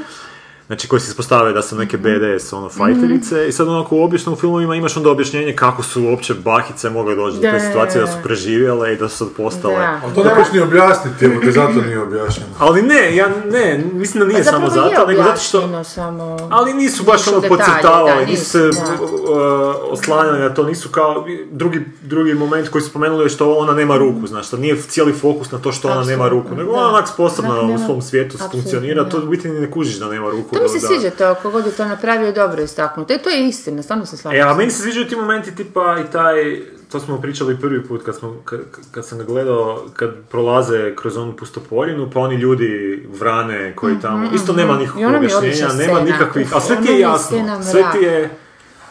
Speaker 3: znači koji se ispostave da su neke
Speaker 2: Mhm.
Speaker 3: BDS ono fajterice i sad onako u obično u filmovima imaš onda objašnjenje kako su uopće bakice mogle doći do
Speaker 2: Da,
Speaker 3: te
Speaker 2: da,
Speaker 3: situacije da su
Speaker 2: da.
Speaker 3: preživjele i da su sad postale
Speaker 2: Da.
Speaker 1: Ali to ne možeš ni objasniti, jer te zato nije objašnjeno.
Speaker 3: ali ne, ja ne, mislim da nije samo
Speaker 2: Pa zapravo je
Speaker 3: zato, nego zato što
Speaker 2: objašnjeno samo...
Speaker 3: ali nisu baš
Speaker 2: Nisu
Speaker 3: ono
Speaker 2: detalji,
Speaker 3: podcrtavali,
Speaker 2: da,
Speaker 3: nisu se
Speaker 2: nisu, da.
Speaker 3: uh, oslanjali na to, nisu kao drugi, drugi moment koji su spomenuli je što ona nema ruku, znaš, da nije cijeli fokus na to što ona nema
Speaker 2: Mhm. Apsolutno,
Speaker 3: ruku, nego
Speaker 2: da.
Speaker 3: ona onak sposobna
Speaker 2: Dakle,
Speaker 3: u
Speaker 2: nema-
Speaker 3: svom svijetu
Speaker 2: apsolutno,
Speaker 3: funkcionira,
Speaker 2: da.
Speaker 3: to u biti ni ne kužiš da nema ruku.
Speaker 2: To mi
Speaker 3: do-
Speaker 2: se
Speaker 3: da-
Speaker 2: sviđa to, kogod je to napravio, dobro je istaknuto. E, to je istina, stvarno se slažem.
Speaker 3: E, a meni se sviđaju ti momenti tipa i taj, to smo pričali prvi put kad, smo, kad, kad sam ga gledao, kad prolaze kroz onu pustopoljinu, pa oni ljudi vrane koji tamo, isto nema
Speaker 2: Mhm, I
Speaker 3: nikakvog
Speaker 2: ona mi je
Speaker 3: objašnjenja,
Speaker 2: odlična
Speaker 3: nema
Speaker 2: scena.
Speaker 3: nikakvih, a sve
Speaker 2: Ona
Speaker 3: ti je
Speaker 2: mi je
Speaker 3: jasno,
Speaker 2: scena
Speaker 3: sve ti
Speaker 2: mrak.
Speaker 3: je,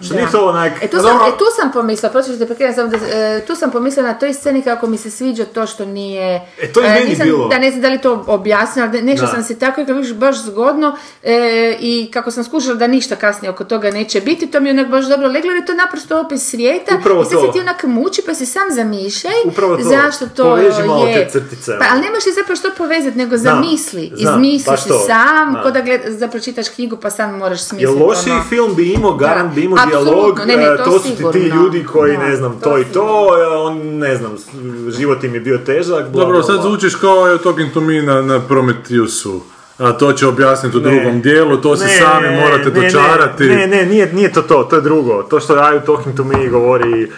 Speaker 3: što
Speaker 2: Da.
Speaker 3: nije to onak,
Speaker 2: E tu,
Speaker 3: a
Speaker 2: sam,
Speaker 3: dobro,
Speaker 2: e, tu sam pomislila, prosim te prekidam samo da, e, tu sam pomislila na toj sceni kako mi se sviđa to što nije...
Speaker 3: E, to je meni
Speaker 2: nisam-
Speaker 3: bilo.
Speaker 2: Da, ne znam da li to objasnila, ali nešto
Speaker 3: Da.
Speaker 2: sam se tako rekla, viš, baš zgodno e, i kako sam skušala da ništa kasnije oko toga neće biti, to mi je onak baš dobro leglo, jer je to naprosto opis svijeta.
Speaker 3: Upravo
Speaker 2: I sad se
Speaker 3: to.
Speaker 2: ti onak muči, pa si sam zamišljaj
Speaker 3: Upravo to.
Speaker 2: zašto to
Speaker 3: Poveži malo
Speaker 2: je.
Speaker 3: te crtice. ono.
Speaker 2: Pa, ali nemaš ti zapravo što povezati, nego
Speaker 3: Znam,
Speaker 2: zamisli,
Speaker 3: znam,
Speaker 2: izmisli
Speaker 3: baš
Speaker 2: si
Speaker 3: to.
Speaker 2: sam,
Speaker 3: Da.
Speaker 2: ko da gleda, zapročitaš knjigu pa sam moraš
Speaker 3: jer
Speaker 2: smisliti.
Speaker 3: lošiji
Speaker 2: ono.
Speaker 3: film bi imao, Garan bi imao
Speaker 2: Da,
Speaker 3: dijalog,
Speaker 2: apsolutno, ne, ne,
Speaker 3: e,
Speaker 2: to
Speaker 3: to, su ti ti
Speaker 2: sigurno.
Speaker 3: ljudi koji,
Speaker 2: Da,
Speaker 3: ne znam,
Speaker 2: to
Speaker 3: to i to,
Speaker 2: sigurno.
Speaker 3: e, on, ne znam, s- život im je bio težak, bla,
Speaker 1: Dobro,
Speaker 3: bla,
Speaker 1: sad
Speaker 3: bla.
Speaker 1: zvučiš kao je Talking to me na, na Prometheusu. A to će objasniti u drugom dijelu, to se
Speaker 3: Ne,
Speaker 1: sami morate
Speaker 3: ne, ne,
Speaker 1: dočarati.
Speaker 3: Ne, ne, nije, nije to to, to je drugo. To što Raju Talking to Me govori.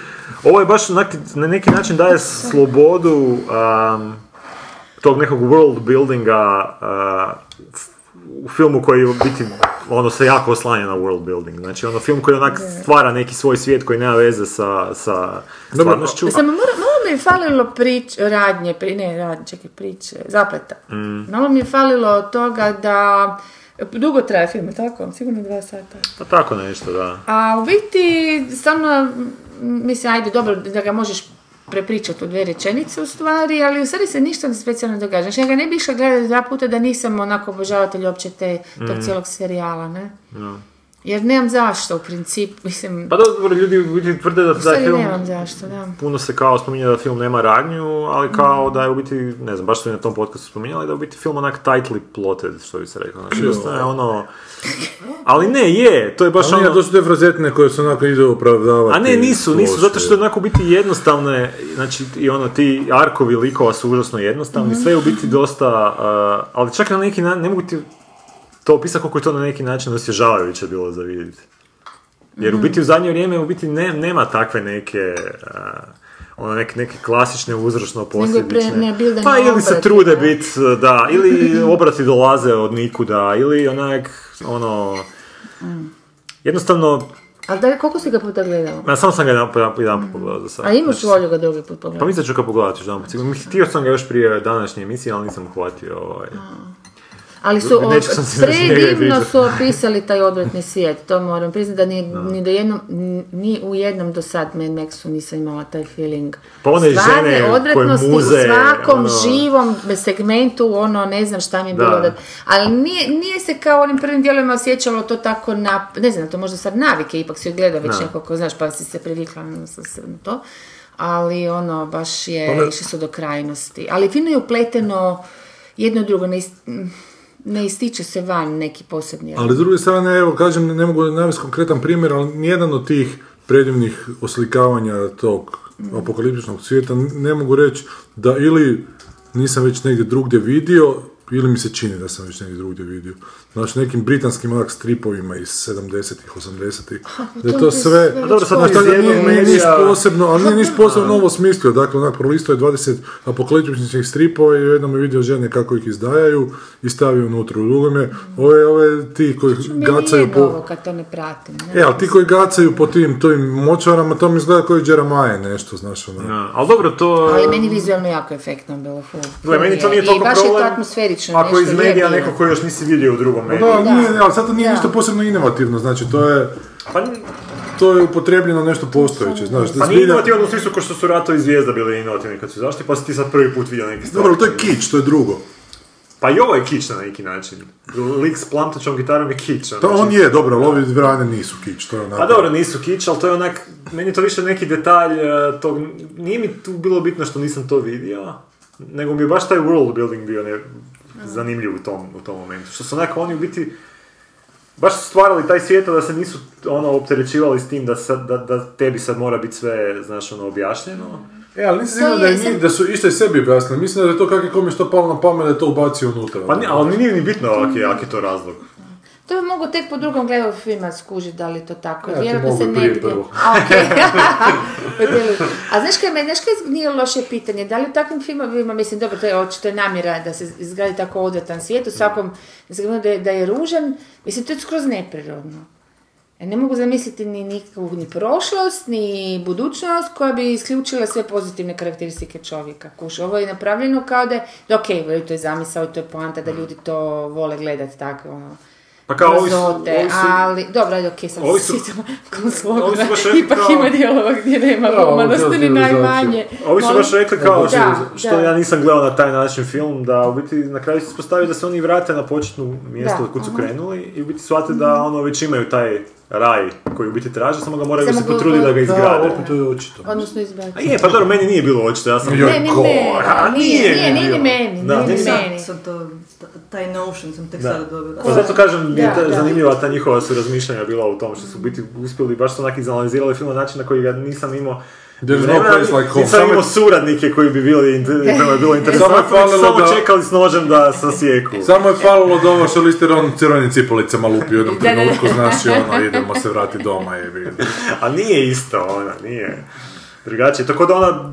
Speaker 3: Ovo je baš onak, na neki način daje slobodu um, tog nekog world buildinga uh, f- u filmu koji je u biti ono se jako oslanja na world building. Znači ono film koji onak stvara neki svoj svijet koji nema veze sa, sa stvarnošću.
Speaker 2: Samo mora, malo mi je falilo prič, radnje, pri, ne radnje, čekaj, priče, zapleta. Malo mi je falilo toga da, dugo traje film, je tako? Sigurno dva sata.
Speaker 3: Pa tako nešto, da.
Speaker 2: A u biti, stvarno, m, mislim, ajde, dobro, da ga možeš prepričati u dve rečenice u stvari, ali u stvari se ništa ne specijalno događa. Znači, ja ga ne bi išla gledati dva puta da nisam onako obožavatelj uopće te, tog cijelog serijala, ne? Jer nemam zašto, u principu, mislim,
Speaker 3: Pa dobro, ljudi u biti tvrde da
Speaker 2: u
Speaker 3: taj
Speaker 2: stvari
Speaker 3: film
Speaker 2: nemam zašto, da.
Speaker 3: puno se kao spominje da film nema radnju, ali kao da je u biti, ne znam, baš su i na tom podcastu spominjali, da je u biti film onak tightly plotted, što bi se reklo. Znači, dosta je ono... Ali ne, je, to je baš
Speaker 1: A nije,
Speaker 3: ono...
Speaker 1: to su te frazetne koje se onako idu opravdavati.
Speaker 3: A ne, nisu, nisu,
Speaker 1: loše.
Speaker 3: zato što je onako u biti jednostavne, znači i ono, ti arkovi likova su užasno jednostavni,
Speaker 2: Mhm.
Speaker 3: sve je u biti dosta, uh, ali čak na neki način, ne mogu ti to opisati koliko je to na neki način osježavajuće bilo za vidjeti. Jer u
Speaker 2: Mhm.
Speaker 3: biti u zadnje vrijeme u biti ne, nema takve neke, uh, ono neke, neke klasične uzročno
Speaker 2: pre-
Speaker 3: posljedične.
Speaker 2: ne, bildanje
Speaker 3: Pa ili se
Speaker 2: obrati,
Speaker 3: trude
Speaker 2: da.
Speaker 3: biti, da, ili obrati dolaze od nikuda, ili onak, ono,
Speaker 2: Mm.
Speaker 3: Jednostavno,
Speaker 2: Ali da, koliko si ga puta gledao?
Speaker 3: ma, samo sam ga jedan, jedan, jedan pogledao za sad.
Speaker 2: Mm. A imaš
Speaker 3: Znači,
Speaker 2: volju ga drugi put
Speaker 3: Pa
Speaker 2: pogledati?
Speaker 3: mislim da ću ga pogledati još jedanput. sigurno. Mislim, Htio sam ga još prije današnje emisije, ali nisam uhvatio ovaj.
Speaker 2: Ali su o,
Speaker 3: pa Neću sam si za njega
Speaker 2: predivno
Speaker 3: pričat.
Speaker 2: su opisali taj odvratni svijet, to moram priznati da ni, ni, do jednom, ni u jednom do sad Mad Maxu nisam imala taj feeling.
Speaker 3: Pa one
Speaker 2: Stvarne
Speaker 3: žene koje
Speaker 2: odvratnosti
Speaker 3: muze,
Speaker 2: u svakom
Speaker 3: ono-
Speaker 2: živom segmentu, ono, ne znam šta mi je
Speaker 3: Da.
Speaker 2: bilo da... Ali nije, nije se kao onim prvim dijelovima osjećalo to tako na... Ne znam, to možda sad navike, ipak si odgledao već
Speaker 3: Da.
Speaker 2: nekako, znaš, pa si se privikla na se na to. Ali ono, baš je,
Speaker 3: Ono-
Speaker 2: išli su do krajnosti. Ali fino je upleteno jedno i drugo, ne, ist- m, ne ističe se van neki posebni.
Speaker 1: Ali s druge strane, evo, kažem, ne mogu navesti konkretan primjer, ali nijedan od tih predivnih oslikavanja tog apokaliptičnog svijeta n- ne mogu reći da ili nisam već negdje drugdje vidio, ili mi se čini da sam već negdje drugdje vidio. Znači nekim britanskim onak stripovima iz 70-ih, 80-ih. Da je to sve...
Speaker 3: A dobro, sad
Speaker 1: Znaš,
Speaker 3: iz
Speaker 1: tako da
Speaker 3: jednog
Speaker 1: nije, nije niš
Speaker 3: medija-
Speaker 1: posebno, ali nije niš posebno novo smislio. Dakle, onak prolistao je 20 apokaliptičnih stripova i jednom je vidio žene kako ih izdajaju i stavio unutra. U drugom je, ove, ove ti koji gacaju
Speaker 2: po...
Speaker 1: po...
Speaker 2: Ovo, kad to ne pratim. Ne?
Speaker 1: E, ali ti koji gacaju po tim tim močvarama, to mi izgleda koji Jeremiah nešto, znaš, ono.
Speaker 3: Da, ali dobro, to...
Speaker 2: Ali meni vizualno jako efektno bilo. Ful,
Speaker 3: Gle, meni to
Speaker 2: je.
Speaker 3: nije toliko
Speaker 2: I baš
Speaker 3: problem.
Speaker 2: je to atmosferično.
Speaker 3: Ako
Speaker 2: nešto
Speaker 3: iz
Speaker 2: je
Speaker 3: medija
Speaker 2: bilo.
Speaker 3: neko koji još nisi vidio u drugom mediju.
Speaker 1: Pa Da, nije, ali sad to nije
Speaker 2: Da.
Speaker 1: ništa posebno inovativno, znači to je,
Speaker 3: Pa,
Speaker 1: to je upotrebljeno nešto postojeće, znaš.
Speaker 3: pa nije
Speaker 1: zbilja-
Speaker 3: inovativno u smislu kao što su ratovi zvijezda bili inovativni kad su zašli, pa si ti sad prvi put vidio neke stvari.
Speaker 1: Dobro, ali to je kič, to je drugo.
Speaker 3: Pa i ovo je kič na neki način. Lik s plamtačom gitarom je kič. ono,
Speaker 1: To on
Speaker 3: čisto.
Speaker 1: je, dobro, ali ovi vrane nisu kič, to je onako.
Speaker 3: A Pa dobro, nisu kič, ali to je onak, meni je to više neki detalj e, tog, nije mi tu bilo bitno što nisam to vidio, nego mi je baš taj world building bio ne, zanimljiv u tom, u tom momentu. Što su onako oni u biti, baš su stvarali taj svijet a da se nisu ono opterećivali s tim da, sad, da, da tebi sad mora biti sve, znaš, ono objašnjeno.
Speaker 1: E, ali nisam
Speaker 2: To
Speaker 1: siguran da, je
Speaker 2: je-
Speaker 1: njih- da su isto i sebi objasnili. Mislim da je to kak je kome što palo na pamet da je to ubacio unutra.
Speaker 3: Pa ni, ali mi nije ni bitno jak je, jak je to razlog.
Speaker 2: To bi mogu tek po drugom gledu filma skužiti da li je to tako.
Speaker 1: Ja ti
Speaker 2: Vjerojatno
Speaker 1: mogu
Speaker 2: se ne
Speaker 1: prije
Speaker 2: bi...
Speaker 1: prvog.
Speaker 2: A, okej. Podijeli. A znaš kaj, me- znaš kaj nije loše pitanje? Da li u takvim filmovima, mislim, dobro, to je očito je namjera da se izgradi tako odvratan svijet, u svakom segmentu da, je- da je ružan, mislim, to je skroz neprirodno. Ja E, ne mogu zamisliti ni nikakvu ni prošlost, ni budućnost koja bi isključila sve pozitivne karakteristike čovjeka. Kuš, ovo je napravljeno kao da je, da ok, to je zamisao, to je poanta, da ljudi to vole gledati tako, ono.
Speaker 3: Mm. Pa kao ovi su-
Speaker 2: grozote,
Speaker 3: ovi su-
Speaker 2: ali, dobro, ajde, okej, sad
Speaker 3: Ovi
Speaker 2: se
Speaker 3: su-
Speaker 2: sjećam Kozlovog,
Speaker 3: ovi su baš rekli
Speaker 2: ipak
Speaker 3: kao-
Speaker 2: ima dijelova gdje nema
Speaker 1: Da, ovo
Speaker 2: humanosti
Speaker 1: je
Speaker 2: ni
Speaker 1: civilizacija.
Speaker 2: najmanje.
Speaker 3: Ovi su
Speaker 2: Molim?
Speaker 3: baš rekli kao
Speaker 2: Da,
Speaker 3: što, što
Speaker 2: da.
Speaker 3: ja nisam gledao na taj način film, da u biti na kraju se ispostavi da se oni vrate na početnu mjesto
Speaker 2: Da,
Speaker 3: od kud su
Speaker 2: aha. Mhm.
Speaker 3: krenuli i u biti shvate da ono već imaju taj raj koji u biti traže, samo ga moraju
Speaker 2: Samo
Speaker 3: se
Speaker 2: ga-
Speaker 3: potruditi da ga
Speaker 1: Da,
Speaker 3: izgrade.
Speaker 1: opet to je očito.
Speaker 2: Odnosno izbaciti.
Speaker 3: A je, pa dobro, meni nije bilo očito, ja sam...
Speaker 1: Joj,
Speaker 2: Ne, ni
Speaker 1: Gora,
Speaker 2: meni, nije,
Speaker 3: mi
Speaker 2: nije, nije ni
Speaker 3: bilo.
Speaker 2: meni,
Speaker 3: Da,
Speaker 2: nije ni
Speaker 3: nisam-
Speaker 2: meni.
Speaker 4: Sam to, t- taj notion sam tek
Speaker 3: Da.
Speaker 4: sada dobila.
Speaker 3: Pa zato kažem, mi je
Speaker 2: Da,
Speaker 3: ta-
Speaker 2: da.
Speaker 3: zanimljiva ta njihova su razmišljanja bila u tom što su u biti uspjeli, baš su onak izanalizirali film na način na koji ga nisam imao
Speaker 1: There's no
Speaker 3: vremena,
Speaker 1: place like home.
Speaker 3: Nisam
Speaker 1: Samo-
Speaker 3: imao suradnike koji bi bili, inte- kojima je bilo interesantno,
Speaker 1: Samo je falilo
Speaker 3: samo
Speaker 1: da-
Speaker 3: čekali s nožem da sasijeku.
Speaker 1: Samo je falilo da ovo šalisteron crvenim cipolicama lupi u jednom
Speaker 2: Da, da, da.
Speaker 1: trenutku, znaš i ono, idemo se vrati doma, je vidim.
Speaker 3: A nije isto ona, nije. Drugačije, tako da ona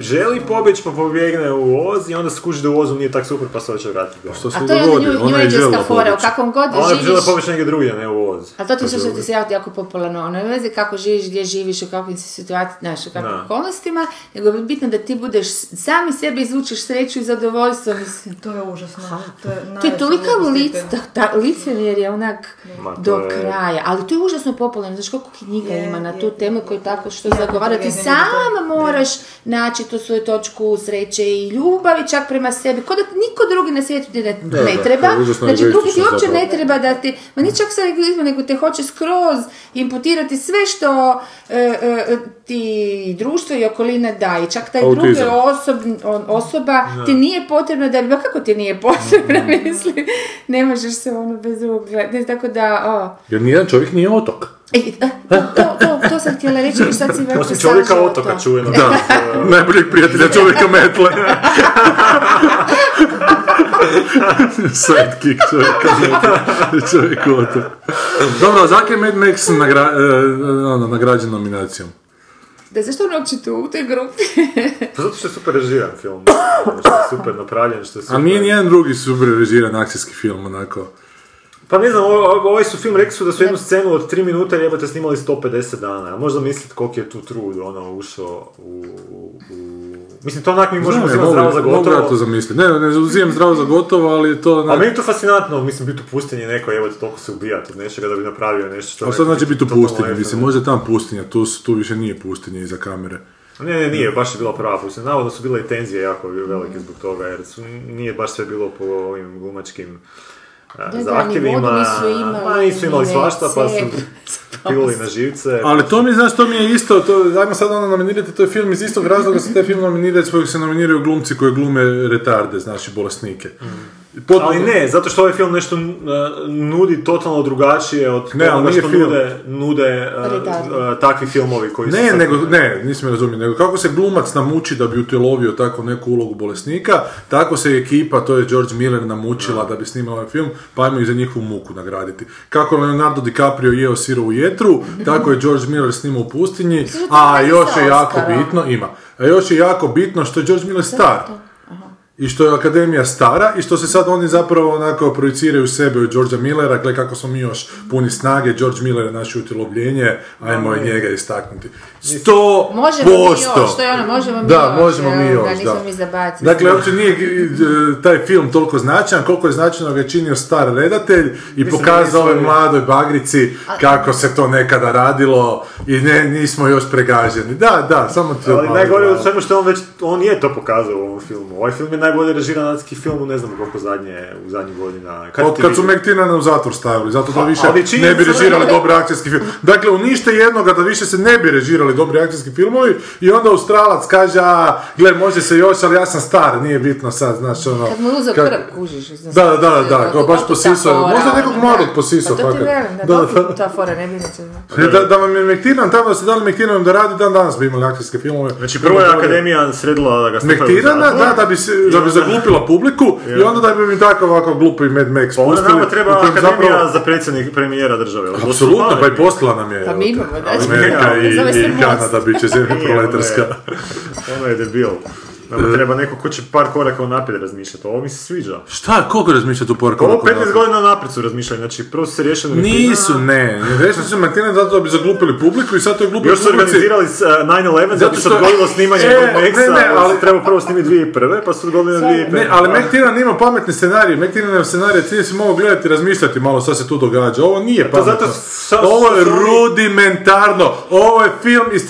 Speaker 3: želi pobjeći pa pobjegne u Oz i onda skuži da u Ozu nije tak super pa se hoće vratiti doma.
Speaker 1: Što se
Speaker 2: A to je ona
Speaker 1: dogodi,
Speaker 2: nju-
Speaker 1: ona je žela
Speaker 2: njuređerska fora, u
Speaker 1: pobjeći.
Speaker 2: kakvom god
Speaker 3: A ona bi žele
Speaker 2: živiš.
Speaker 3: pobjeći negdje drugdje, ne u Oz. Pa
Speaker 2: A to ti što ti se jako, jako popularno, ono ne veze kako živiš, gdje živiš, u kakvim si situacijama, znaš, u kakvim
Speaker 3: Da.
Speaker 2: okolnostima, nego je bitno da ti budeš, sami sebi izvučeš sreću i zadovoljstvo, mislim.
Speaker 4: To je užasno. To je,
Speaker 2: To je
Speaker 4: najveći
Speaker 2: tolika
Speaker 4: glupost
Speaker 2: lic,
Speaker 4: ikad.
Speaker 2: ta, ta licemjerje onak
Speaker 3: Ma, to
Speaker 2: do
Speaker 3: je-
Speaker 2: kraja, ali to je užasno popularno, znaš koliko knjiga
Speaker 4: Je,
Speaker 2: ima na
Speaker 4: je,
Speaker 2: tu
Speaker 4: je,
Speaker 2: temu
Speaker 4: je.
Speaker 2: koju tako što
Speaker 4: Ja,
Speaker 2: zagovara, ti
Speaker 4: knjiga ima na to,
Speaker 2: sam
Speaker 4: da.
Speaker 2: moraš naći tu svoju točku sreće i ljubavi čak prema sebi, kao da ti niko drugi na svijetu ti ne,
Speaker 1: Da,
Speaker 2: ne
Speaker 1: da,
Speaker 2: treba,
Speaker 1: to je užasno
Speaker 2: znači drugi ti
Speaker 1: egoistično
Speaker 2: uopće ne
Speaker 1: zapravo.
Speaker 2: treba da ti, ma ni čak sa egoizmom, nego te hoće skroz imputirati sve što e, e, ti društvo i okolina daje, čak taj
Speaker 1: Autizam.
Speaker 2: drugi osob, on- osoba ti nije potrebna da bi, ma kako ti nije potrebna, mislim, ne možeš se ono bez drugog gledati, Ne, tako da, o.
Speaker 1: Jer nijedan čovjek nije otok.
Speaker 2: E, a, to, to, to, to sam htjela reći, i sad si me
Speaker 3: Osim čovjeka
Speaker 2: sažela
Speaker 3: otoka
Speaker 2: to.
Speaker 3: čujenog.
Speaker 1: Da, najboljeg prijatelja čovjeka metle. Sidekick čovjeka metle. Čovjek otok. Dobro, a zakaj je Mad Max nagra, eh, ono, nagrađen nominacijom?
Speaker 2: Da, zašto on uopće tu, u toj grupi?
Speaker 3: Pa zato što je super režiran film, Ono, što je super napravljen, što je super...
Speaker 1: A nije nijedan drugi super režiran akcijski film, onako.
Speaker 3: Pa ne znam, o- o- ovaj su film, rekli su da su jednu scenu od 3 minuta jebate snimali 150 dana. A Možda mislite koliko je tu trud ono ušao u... u- u- Mislim, to onak mi možemo uzimati zdravo za
Speaker 1: Mogu ja to
Speaker 3: gotovo.
Speaker 1: zamisliti. Ne, ne uzimam zdravo za gotovo, ali to...
Speaker 3: A
Speaker 1: onak-
Speaker 3: meni je to fascinantno, mislim, biti u pustinji neko, evo toliko se ubijati od nečega da bi napravio nešto što...
Speaker 1: A
Speaker 3: neko
Speaker 1: što znači biti u
Speaker 3: totalno
Speaker 1: pustinji? Mislim,
Speaker 3: efemerno.
Speaker 1: možda je tam pustinja, tu, s- tu više nije pustinje iza kamere.
Speaker 3: Ne, ne, nije, baš je bila prava pustinja. Navodno su bile i tenzije jako velike zbog toga, jer su, nije baš sve bilo po ovim glumačkim a,
Speaker 2: da, ni
Speaker 3: zahtjevima.
Speaker 2: vodu nisu imali,
Speaker 3: Ma, nisu imali
Speaker 2: ni
Speaker 3: svašta, pa su
Speaker 2: recept.
Speaker 3: pilili na živce.
Speaker 1: Ali to mi, znaš, to mi je isto, to, dajmo sad ono nominirati, to je film iz istog razloga se taj film nominira iz kojeg se nominiraju glumci koji glume retarde, znači bolesnike.
Speaker 3: Mm.
Speaker 1: Potpuno-
Speaker 3: Ali ne, zato što ovaj film nešto n- nudi totalno drugačije od
Speaker 1: Ne, ali
Speaker 3: onoga
Speaker 1: nije
Speaker 3: što
Speaker 1: film.
Speaker 3: nude, nude a,
Speaker 2: Retardo.
Speaker 3: a, takvi filmovi koji su
Speaker 1: Ne,
Speaker 3: sad-
Speaker 1: nego, ne, nisam razumio, nego kako se glumac namuči da bi utjelovio tako neku ulogu bolesnika, tako se i ekipa, to je George Miller, namučila da bi snimala ovaj film, pa ajmo ih za njihovu muku nagraditi. Kako Leonardo DiCaprio jeo sirovu jetru, tako je George Miller snimao u pustinji, a
Speaker 2: veze
Speaker 1: još
Speaker 2: sa
Speaker 1: je jako
Speaker 2: Oscarom.
Speaker 1: bitno, ima, a još je jako bitno što je George Miller star. I što je akademija stara i što se sad oni zapravo onako projiciraju sebe u Georgea Millera, gle kako smo mi još puni snage, George Miller je naše utjelovljenje, ajmo i njega istaknuti. Sto
Speaker 2: Možemo mi još,
Speaker 1: posto!
Speaker 2: to je ono, možemo mi
Speaker 1: da,
Speaker 2: još,
Speaker 1: možemo mi
Speaker 2: evo,
Speaker 1: još,
Speaker 2: da, nismo
Speaker 1: da.
Speaker 2: mi zabacili.
Speaker 1: Dakle, uopće nije e, taj film toliko značajan, koliko je značajno ga je činio star redatelj i pokazao ovoj
Speaker 3: nisu-
Speaker 1: mladoj bagrici kako se to nekada radilo i ne, nismo još pregaženi. Da, da, samo ti
Speaker 3: Ali
Speaker 1: odmah
Speaker 3: najgore
Speaker 1: odgovaram.
Speaker 3: u svemu što je on već, on je to pokazao u ovom filmu. Ovaj film je najbolje režiran natski film, u ne znam koliko zadnje, u zadnjih godina. Kad
Speaker 1: Od
Speaker 3: ti
Speaker 1: kad su
Speaker 3: vidio?
Speaker 1: Mektinana u zatvor stavili, zato da više
Speaker 3: ali činjenica
Speaker 1: ne bi
Speaker 3: da-
Speaker 1: režirali dobre akcijski film. Dakle, unište jednoga da više se ne bi režirali dobri akcijski filmovi i onda Australac kaže, a, gle, može se još, ali ja sam star, nije bitno sad, znaš, ono...
Speaker 2: Kad mu je uzeo
Speaker 1: kak-
Speaker 2: krv, kužiš. znaš,
Speaker 1: Da, da, da, da,
Speaker 2: kako-
Speaker 1: kao baš
Speaker 2: kako ta
Speaker 1: posisao je.
Speaker 2: fora,
Speaker 1: Možda nekog
Speaker 2: ono,
Speaker 1: mladog
Speaker 2: da.
Speaker 1: posisao,
Speaker 2: Pa to ti
Speaker 1: fakat.
Speaker 2: velim, da,
Speaker 1: Da, da.
Speaker 2: dobro, ta fora ne bi inače.
Speaker 1: Da, da vam je Mektinan, tamo da su dali Mektinanom da radi, dan danas bi imali akcijske filmove.
Speaker 3: Znači, prvo je akademija sredila da ga strpaju u
Speaker 1: Mektirana,
Speaker 3: zatvor.
Speaker 1: da, da bi, se,
Speaker 3: I
Speaker 1: da bi
Speaker 3: onda-
Speaker 1: zaglupila publiku i onda da bi mi tako ovako glupi Mad Max
Speaker 3: Pa onda
Speaker 1: pustili,
Speaker 3: nama treba
Speaker 1: u kojem
Speaker 3: akademija
Speaker 1: zapravo-
Speaker 3: za predsjednik premijera države. ali
Speaker 1: Apsolutno,
Speaker 3: doslovno-
Speaker 1: pa i poslala nam je.
Speaker 2: Pa mi imamo, da.
Speaker 1: Amerika i,
Speaker 2: Zove se
Speaker 1: i
Speaker 2: Most.
Speaker 1: Kanada bit će zemlja
Speaker 3: Nije,
Speaker 1: proletarska.
Speaker 3: Ono je, ono je debil. Nama treba neko ko će par koraka unaprijed razmišljati. Ovo mi se sviđa.
Speaker 1: Šta, koliko razmišljati u porku?
Speaker 3: Ovo 15 godina naprijed su razmišljali, znači prvo su se riješili...
Speaker 1: Nisu,
Speaker 3: Martina,
Speaker 1: ne. Rešili su Martina zato da bi zaglupili publiku i sad to je glupo
Speaker 3: Još su organizirali s, e, 9-11, zato
Speaker 1: Zato
Speaker 3: bi se
Speaker 1: što-
Speaker 3: odgodilo snimanje
Speaker 1: E,
Speaker 3: Mad Maxa,
Speaker 1: ne, ne,
Speaker 3: ali
Speaker 1: ali-
Speaker 3: se treba prvo snimiti 2001. pa su odgodili na 2005.
Speaker 1: Ne, ali McTiernan ima pametni scenarij. McTiernan scenarij, ti si mogao gledati i razmišljati malo šta se tu događa. Ovo nije
Speaker 3: Pa zato
Speaker 1: pametno.
Speaker 3: sa-
Speaker 1: Ovo je
Speaker 3: sa- sa-
Speaker 1: rudimentarno. Ovo je film iz